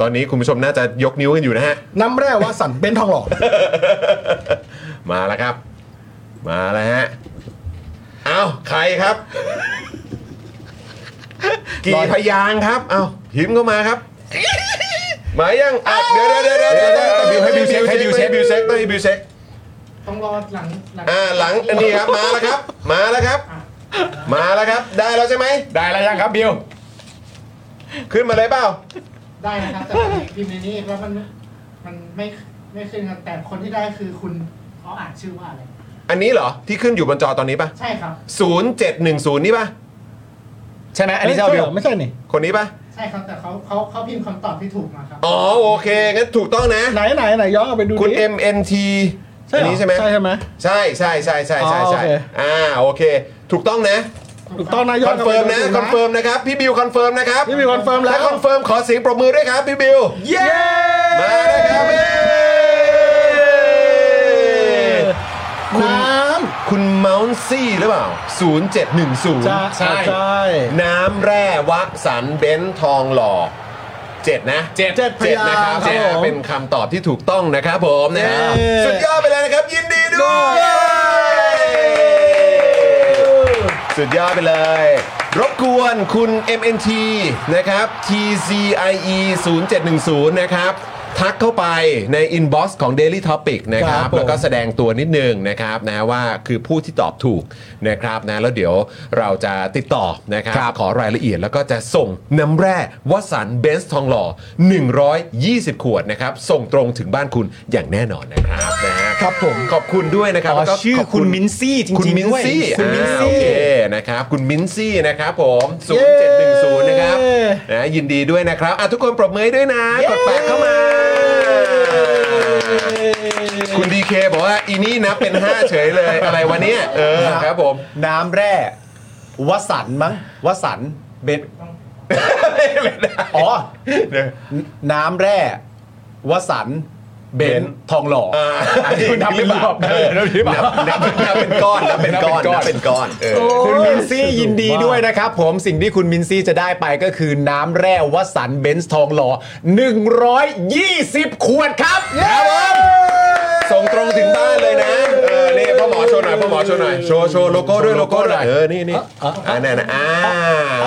S1: ตอนนี้คุณผู้ชมน่าจะยกนิ้วกันอยู่นะฮะ
S2: น้ำแร่วัดสันเบนซ์ทองหล่อ
S1: มาแล้วครับ มาแล้วฮะ เอาใครครับ กี่พยางค์ครับ เอาพิมพ์เข้ามาครับ มายังอ่ะเดี๋ยวเดี๋ยวเดี๋ยวเดี๋ยวเดี๋ยวเดี๋ยวให้บิวให้บิวเช็คให้บิวเช็คบิวเช็คต้องให้บิวเช็ค
S9: ต้องรอหลัง
S1: อ่าหลังอันนี้ ครับมาแล้วครับ มาแล้วครับ มาแล้วครับ ได้แล้วใช่ไหม
S3: ได้แล้วยังครับบิว
S1: ขึ้นมาเลยเปล่า
S9: ได้นะครับแต่พิมพ์ในนี้แล้วมันมันไม่ไม่ขึ้นครับแต่คนที่ได้คือคุณเขาอ่านชื่อว่าอะไร
S1: ไอ อันนี้เหรอ ที่ขึ้นอยู่บนจอตอนนี้ปะ
S9: ใช่ครับ
S1: 0710 นี่ปะ
S3: ใช่ไหมอันนี้ใช่ไหมบิว
S8: ไม่ใช่นี่
S1: คนนี้ปะ
S9: ใช่ครับแต่เขาเขาเขาพิมพ์คำตอบที่ถูกมาครับ
S1: อ๋อโอเคงั้นถูกต้องนะ
S8: ไหนไหนไหนย้อนกลับไปดู
S1: คุณ
S8: ดิ
S1: MNT
S8: ใช่
S1: อัน
S8: เรอ
S1: นี้ใช่ไหม
S8: ใช่ใช่ไหม
S1: ใช่ใช่ใช่ใช่ใช่ใช่
S8: อ๋อโอเค
S1: อ่าโอเค ถูกต้องนะ
S8: ถูกต้องนะย้
S1: ค
S8: อกลั
S1: อน น
S8: บ
S1: เฟิ
S8: ไป
S1: ร์ม
S8: ดู
S1: นะคอนเฟิร์มนะครับ พี่บิวคอนเฟิร์มนะครับ
S8: นี่มีคอนเฟิร์มแล้
S1: และ
S8: ว
S1: คอนเฟิร์มขอเสียงปรบมือด้วยครับพี่บิว
S8: เย้
S1: มาเลยครับเย้คุณ
S8: น้
S1: คุณเมาน์ซี่หรือเปล่า
S8: ำจะ
S1: 0710
S8: ใช่
S1: น้ำแร่วะสันเบนซ์ทองหล่อเจ็ดนะเจ็ด
S8: เจ็ดพยา
S1: นะ
S8: ง
S1: ครั
S8: ค์
S1: บ
S8: ครั
S1: เจ็
S8: บ
S1: ด
S8: ผม
S1: เป็นคำตอบที่ถูกต้องนะครับผมนะฮะ
S8: เย้
S1: สุดยอดไปเลยนะครับ ยินดีด้วยสุดยอดไปเลย รบกวนคุณ MNT นะครับ TCIE 0710 นะครับ ทักเข้าไปใน Inbox ของ Daily Topic นะครั
S8: ค
S1: บ
S8: รับผม
S1: แล้วก็ แสดงตัวนิดนึงนะครับนะว่าคือผู้ที่ตอบถูกนะครับนะแล้วเดี๋ยวเราจะติดต่อนะครับขอรายละเอียดแล้วก็จะส่งน้ำแร่วัสันเบนซ์ทองหล่อ 120 ขวดนะครับ ส่งตรงถึงบ้านคุณอย่างแน่นอนนะครับนะฮะ
S8: ครับผม
S1: ขอบคุณด้วยนะครับ
S3: อ๋อ
S1: แล้วก็
S3: ชื่อ
S1: ขบ
S3: คุณมินซี่จริงๆ
S1: คุณมิน
S3: ด้วย
S1: ซี่
S3: คุณมิน
S1: อ่าโอ
S3: ซี่
S1: เคนะครับคุณมินซี่นะครับผม
S8: เย้
S1: 0710นะครับนะยินดีด้วยนะครับอ่ะทุกคนปรบมือให้ด้วยนะกดแปะเข้ามา คุณดีเคบอกว่าอีนี่นับเป็น 5 เฉยเลย อะไรวะเนี่ยเออครับผม
S3: น้ำแร่วสันต์มั้งวสันต์เบ็ดอ๋อ น้ำแร่วสันต์เบนซ์ทองหล่ออันนี้คุณทำหรือเปล่า
S1: เออ
S3: นับหรือเปล่า
S1: นับนับเป็นก้อนนับเป็นก้อนนับเป็นก้อนเออ
S3: คุณมินซี่ยินดีด้วยนะครับ ผมสิ่งที่คุณมินซี่จะได้ไปก็คือน้ำแร่วสันต์เบนซ์ทองหล่อ 120 ขวดครับ
S1: ครับผม ส่งตรงถึงบ้านเลยนะเออนี่พ่อหมอโชว์หน่อยพ่อหมอโชว์หน่อยโชว์โชว์โลโก้ด้วยโลโก้หน่อยเออนี่นี่อ่านั่นนะอ่า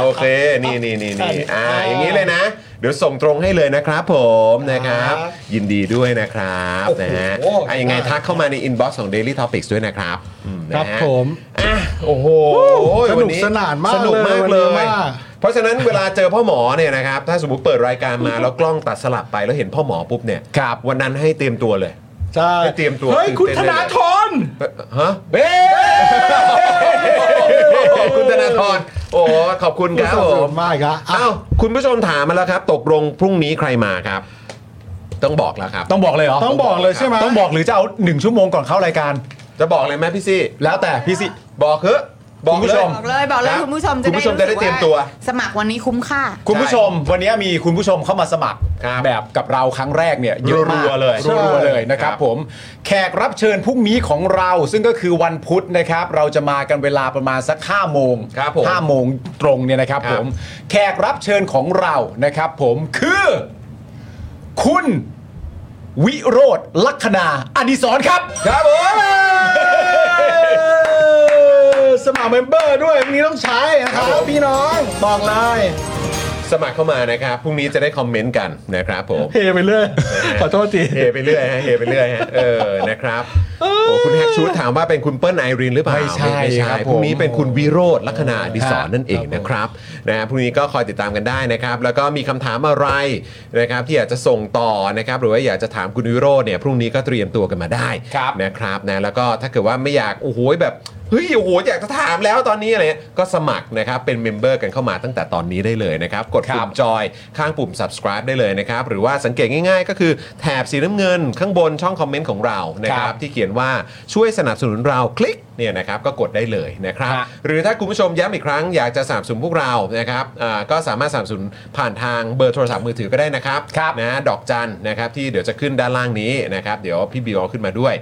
S1: โอเคนี่นี่นี่นี่อ่าอย่างนี้เลยนะ เดี๋ยวส่งตรงให้เลยนะครับผมนะครับ ยินดีด้วยนะครับนะฮะ
S8: โอ้โห
S1: อ่ะยังไงทักเข้ามาในอินบ็อกซ์ของ Daily Topics ด้วยนะครับอืมนะ
S8: ค
S1: ฮะ
S8: รับผม
S1: อ่ะโอ้โห
S8: สนุก
S1: วั
S8: สนานมาก
S1: สนุกมาก
S8: เลยวันนี้
S1: เลย
S8: มาก
S1: เพราะฉะนั้นเวลาเจอพ่อหมอเนี่ยนะครับ ถ้าสมมติเปิดรายการมาแล้วกล้องตัดสลับไปแล้วเห็นพ่อหมอปุ๊บเนี่ยครับวันนั้นให้เตรียมตัวเลย
S8: ใช่
S1: ให้เตรียมตัว
S8: เฮ้ย
S1: ตื่น
S8: คุณ
S1: เต้น
S8: ธนา
S1: เลย
S8: ธร
S1: เอ่อฮะเบ้คุณธนาธรโอ้ขอบคุณครับผ
S8: ผู้สนับสนุ
S1: ม
S8: นมากครับ
S1: อ้าวคุณผู้ชมถามมาแล้วครับ ตกลงพรุ่งนี้ใครมาครับ ต้องบอกแล้วครับ
S3: ต้องบอกเลยเหรอ
S8: ต้องบอกเลยใช่ไหม
S3: ต้องบอกหรือจะเอาหนึ่งชั่วโมงก่อนเข้ารายการ
S1: จะบอกเลยไหมพี่ซี่
S3: แล้วแต่พี่สิ
S1: บอกเถอะบอก
S3: คุณผู้
S1: เล
S3: ช
S1: ย
S3: ม
S6: บอกเลยบอกเล
S1: ค
S6: ย
S1: รับ
S6: คุณผู้ชม
S1: คุณผู้ชมจะได้
S6: รู้สึก
S1: เตรียมตัว
S6: าสมัครวันนี้คุ้มค่า
S3: คุณผู้ชมวันนี้มีคุณผู้ชมเข้ามาสมัคร
S1: ครับ
S3: แบบกับเราครั้งแรกเนี่ยเยอะมาก
S1: รัวๆเลย
S3: รัวๆเลยนะครั
S1: ค
S3: บ
S1: รับ
S3: ผมแขกรับเชิญพรุ่งนี้ของเราซึ่งก็คือวันพุธนะครับ เราจะมากันเวลาประมาณสัก5โมง
S1: ครับผม
S3: 5โมงตรงเนี่ยนะครับ
S1: ครับ
S3: ผมแขกรับเชิญของเรานะครับผมคือ คุณวิโรธลัคนาอดิศรครับ
S1: ครับผม
S8: สมัครเมมเบอร์ด้วยวันนี้ต้องใช้นะครับ
S1: ครับผม
S8: พี่น้องบอกเลย
S1: สมัครเข้ามานะครับพรุ่งนี้จะได้คอมเมนต์กันนะครับผม
S8: เฮไปเรื่อยขอโทษที
S1: เฮไปเรื่อยฮะเฮไปเรื่อยฮะเออนะครับโอ้คุณแฮกชูดถามว่าเป็นคุณเปิ้ลไอรินหรือเปล่า
S3: ไม่ใช่ครับผม
S1: พรุ่งนี้เป็นคุณวิโรธลักษณะดิศรนั่นเองนะครับนะพรุ่งนี้ก็คอยติดตามกันได้นะครับ แล้วก็มีคำถามอะไรนะครับที่อยากจะส่งต่อนะครับหรือว่าอยากจะถามคุณวิโรธเนี่ยพรุ่งนี้ก็เตรียมตัวกันมาได้
S3: ครับ
S1: นะครับนะแล้วก็ถ้าเกิดว่าไม่อยากโอ้โหแบบเฮ้ยโอ้โหอยากจะถามแล้วตอนนี้อะไรเงี้ยก็สมัครนะครับเป็นเมมเบอร์กันเข้ามาตั้งแต่ตอนนี้ได้เลยนะครับกด
S3: ครั
S1: ปุ่ม
S3: บ
S1: จอยข้างปุ่ม subscribe ได้เลยนะครับ หรือว่าสังเกตง่ายๆ ก็คือแถบสีน้ำเงินข้างบนช่องคอมเมนต์ของเรานะค
S3: ค
S1: รั
S3: รับ บ
S1: ที่เขียนว่าช่วยสนับสนุนเราคลิกเนี่ยนะครับก็กดได้เลยนะครับ
S3: ฮะ
S1: หรือถ้าคุณผู้ชมย้ำอีกครั้งอยากจะสนับสนุนพวกเรานะครับอ่าก็สามารถสนับสนุนผ่านทางเบอร์โทรศัพท์มือถือก็ได้นะครับ
S3: ครับ
S1: นะดอกจันนะครับที่เดี๋ยวจะขึ้นด้านล่างนี้นะครับเดี๋ยวพี่บิวเอาขึ้นมาด้วย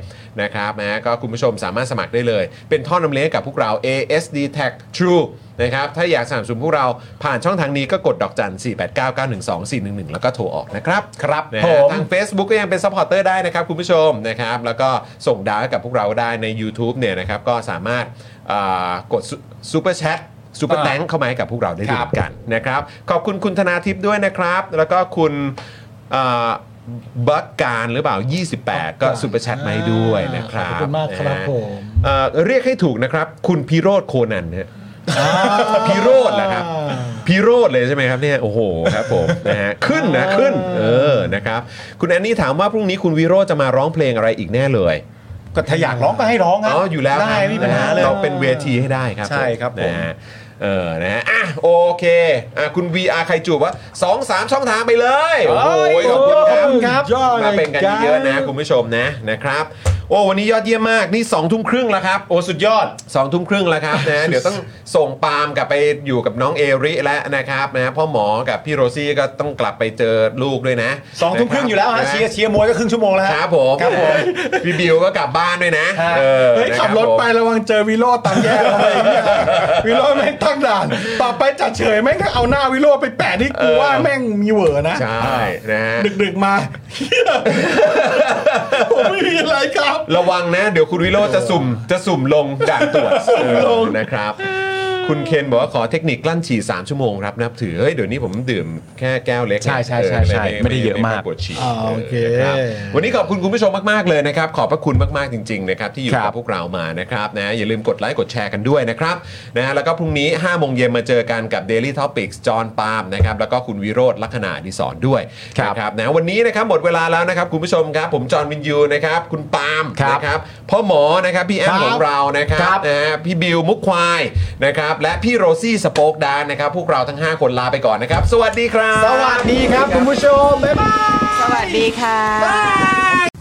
S1: นะครับนะก็คุณผู้ชมสามารถสมัครได้เลย เป็นท่อนำเลี้ยงให้กับพวกเรา ASD Tag True นะครับถ้าอยากสนับสนุนพวกเราผ่านช่องทางนี้ก็กดดอกจัน 4 8 9 9 1 2 4 1 1 แล้วก็โทรออกนะครับ
S3: ครับ
S1: นะ
S3: ผ
S1: ฮะ
S3: ม
S1: ทาง Facebook ก็ยังเป็นซัพพอร์เตอร์ได้นะครับ คุณผู้ชมนะครับแล้วก็ส่งดาวให้กับพวกเราได้ใน u t u b e เนี่ยนะครับก็สามารถอ่ากดซูเปอร์แชทซูเปอร์แตงเข้ามาให้กับพวกเราได้ด้วยเหมือนกันนะครับ ขอบคุณคุณธนาทิพย์ด้วยนะครับ แล้วก็คุณอ่าบักการหรือเปล่า 28 ก็ซูเปอร์แชทมาให้ด้วยนะครั
S8: ข
S1: บ
S8: อบคุณมากครับ
S1: นะฮะ
S8: ผม
S1: เอ่อเรียกให้ถูกนะครับ คุณพิโรธโคนันเนี่ย พิโรธเหรอครับพิโรธเลยใช่ไหมครับเนี่ยโอ้โหครับผม นะฮะขึ้นนะขึ้นเออนะครับ คุณแอนนี่ถามว่าพรุ่งนี้คุณวิโรธจะมาร้องเพลงอะไรอีกแน่เลย
S3: ก็ถ้าอยากร้องก็ให้ร้องฮะ
S1: อ๋ออยู่แล้ว
S3: ได้ไม่มีปัญหาเลย
S1: เราเป็นเวทีให้ได้ครับ
S3: ใช่ครับผม
S1: นะฮะเออนะฮะอ่ะโอเคอ่ะคุณ VR ใครจูบว่า2 3 ช่องทางไปเลย โอ้โหขอบคุณครับ
S8: ครับยอดเล
S1: มาย เป็นกันเยอะๆนะคุณผู้ชมนะนะครับ โอ้วันนี้ยอดเยี่ยมมากนี่2องทุ่มครึ่งแล้วครับ
S3: โอ้สุดยอด
S1: สองทุ่มครึ่งแล้วครับ นะ เดี๋ยวต้องส่งปาล์มกลับไปอยู่กับน้องเอริแล้วนะครับนะพ่อหมอกับพี่โรซี่ก็ต้องกลับไปเจอลูกด้วยนะ
S3: สองทุ่มครึ่งอยู่แล้วฮะ
S1: น
S3: เชียร์เชียร์มวยก็ครึ่งชั่วโมงแล้วฮะ
S1: ครับผม
S3: ครับผม
S1: พี่บิวก็กลับบ้านด้วยนะออ
S8: เฮ้ย
S1: นะค
S8: ขับรถไประวังเจอวิโรจน์ตามแยกอะไรอย่างเงี้ย วิโรจน์แม่งตั้งด่าน ต่อไปจัดเฉยแม่งก็เอาหน้าวิโรจน์ไปแปะที่กูว่าแม่งมีเหวอนะ
S1: ใช่นะฮะ
S8: ดึกๆมา เหี้ยผมไม่มีอะไรครับ
S1: ระวังนะ เดี๋ยวคุณวิโรจน์จะสุ่มจะสุ่มลงด่านตรวจ
S8: สุ่มลง
S1: เออนะครับ คุณเคนบอกว่าขอเทคนิคกลั้นฉี่ 3 ชั่วโมงครับนับถือ เฮ้ย เดี๋ยวนี้ผมดื่มแค่แก้วเล็กนะ
S3: ใช่ใช่ใช่ใช่ไม่ได้เยอะมาก
S1: ปวดฉี่
S8: อ่าโอเค
S1: นะครับวันนี้ขอบคุณคุณผู้ชมมาก ๆ เลยนะครับ ขอบพระคุณมาก ๆ จริง ๆ นะครับ ที่อยู่
S3: ครั
S1: กับบ พวกเรามานะครับนะอย่าลืมกดไลค์กดแชร์กันด้วยนะครับนะแล้วก็พรุ่งนี้5โมงเย็นมาเจอกันกับ Daily Topics จอห์นปาล์มนะครับแล้วก็คุณวิโรธลักษณะอดิสรด้วยนะครับนะวันนี้นะครับหมดเวลาแล้วนะครับคุณผู้ชมครับผมจอห์นวินยูนะครับคุณปาล์ม
S3: ครับ
S1: นะครับพ่อหมอนะครับพี่แอม
S8: ครับ
S1: ของเรานะครั
S3: ครับ บ
S1: นะฮะพี่บิวมุกควายนะครับและพี่โรซี่สโป๊กดาร์กนะครับพวกเราทั้ง 5 คนลาไปก่อนนะครับ สวัสดีครับ
S3: สวัสดีครับคุณผู้ชม บ๊ายบาย
S6: สวัสดีค่ะ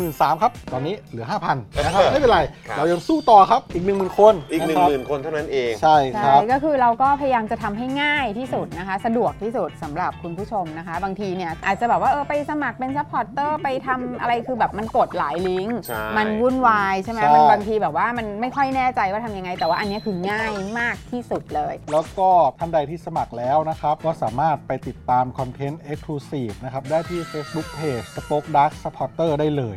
S2: มื่นสามครับ ตอนนี้เหลือ 5,000นะครับ ไม่เป็นไร
S1: ครับ
S2: เรายังสู้ต่อครับอีก 1 0,000 คน
S1: อีก1
S2: ะครับ
S1: 0,000 คนเท่านั้นเอง
S2: ใช่ค
S5: ใช่
S2: รับ
S5: ก็คือเราก็พยายามจะทำให้ง่ายที่สุดนะคะ สะดวกที่สุดสำหรับคุณผู้ชมนะคะ บางทีเนี่ยอาจจะแบบว่าเออไปสมัครเป็นซัพพอร์ตเตอร์ไปทำอะไรคือแบบมันกดหลายลิงก์
S1: ใช่
S5: มันวุ่นวายใช่ไหม
S2: ใช่
S5: มันบางทีแบบว่ามันไม่ค่อยแน่ใจว่าทำยังไง แต่ว่าอันเนี้ยคือง่ายมากที่สุดเลย
S2: แล้วก็ท่านใดที่สมัครแล้วนะครับ ก็สามารถไปติดตามคอนเทนต์ Exclusive นะครับ ได้ที่ Facebook Page Spoke Dark Supporter ได้เลย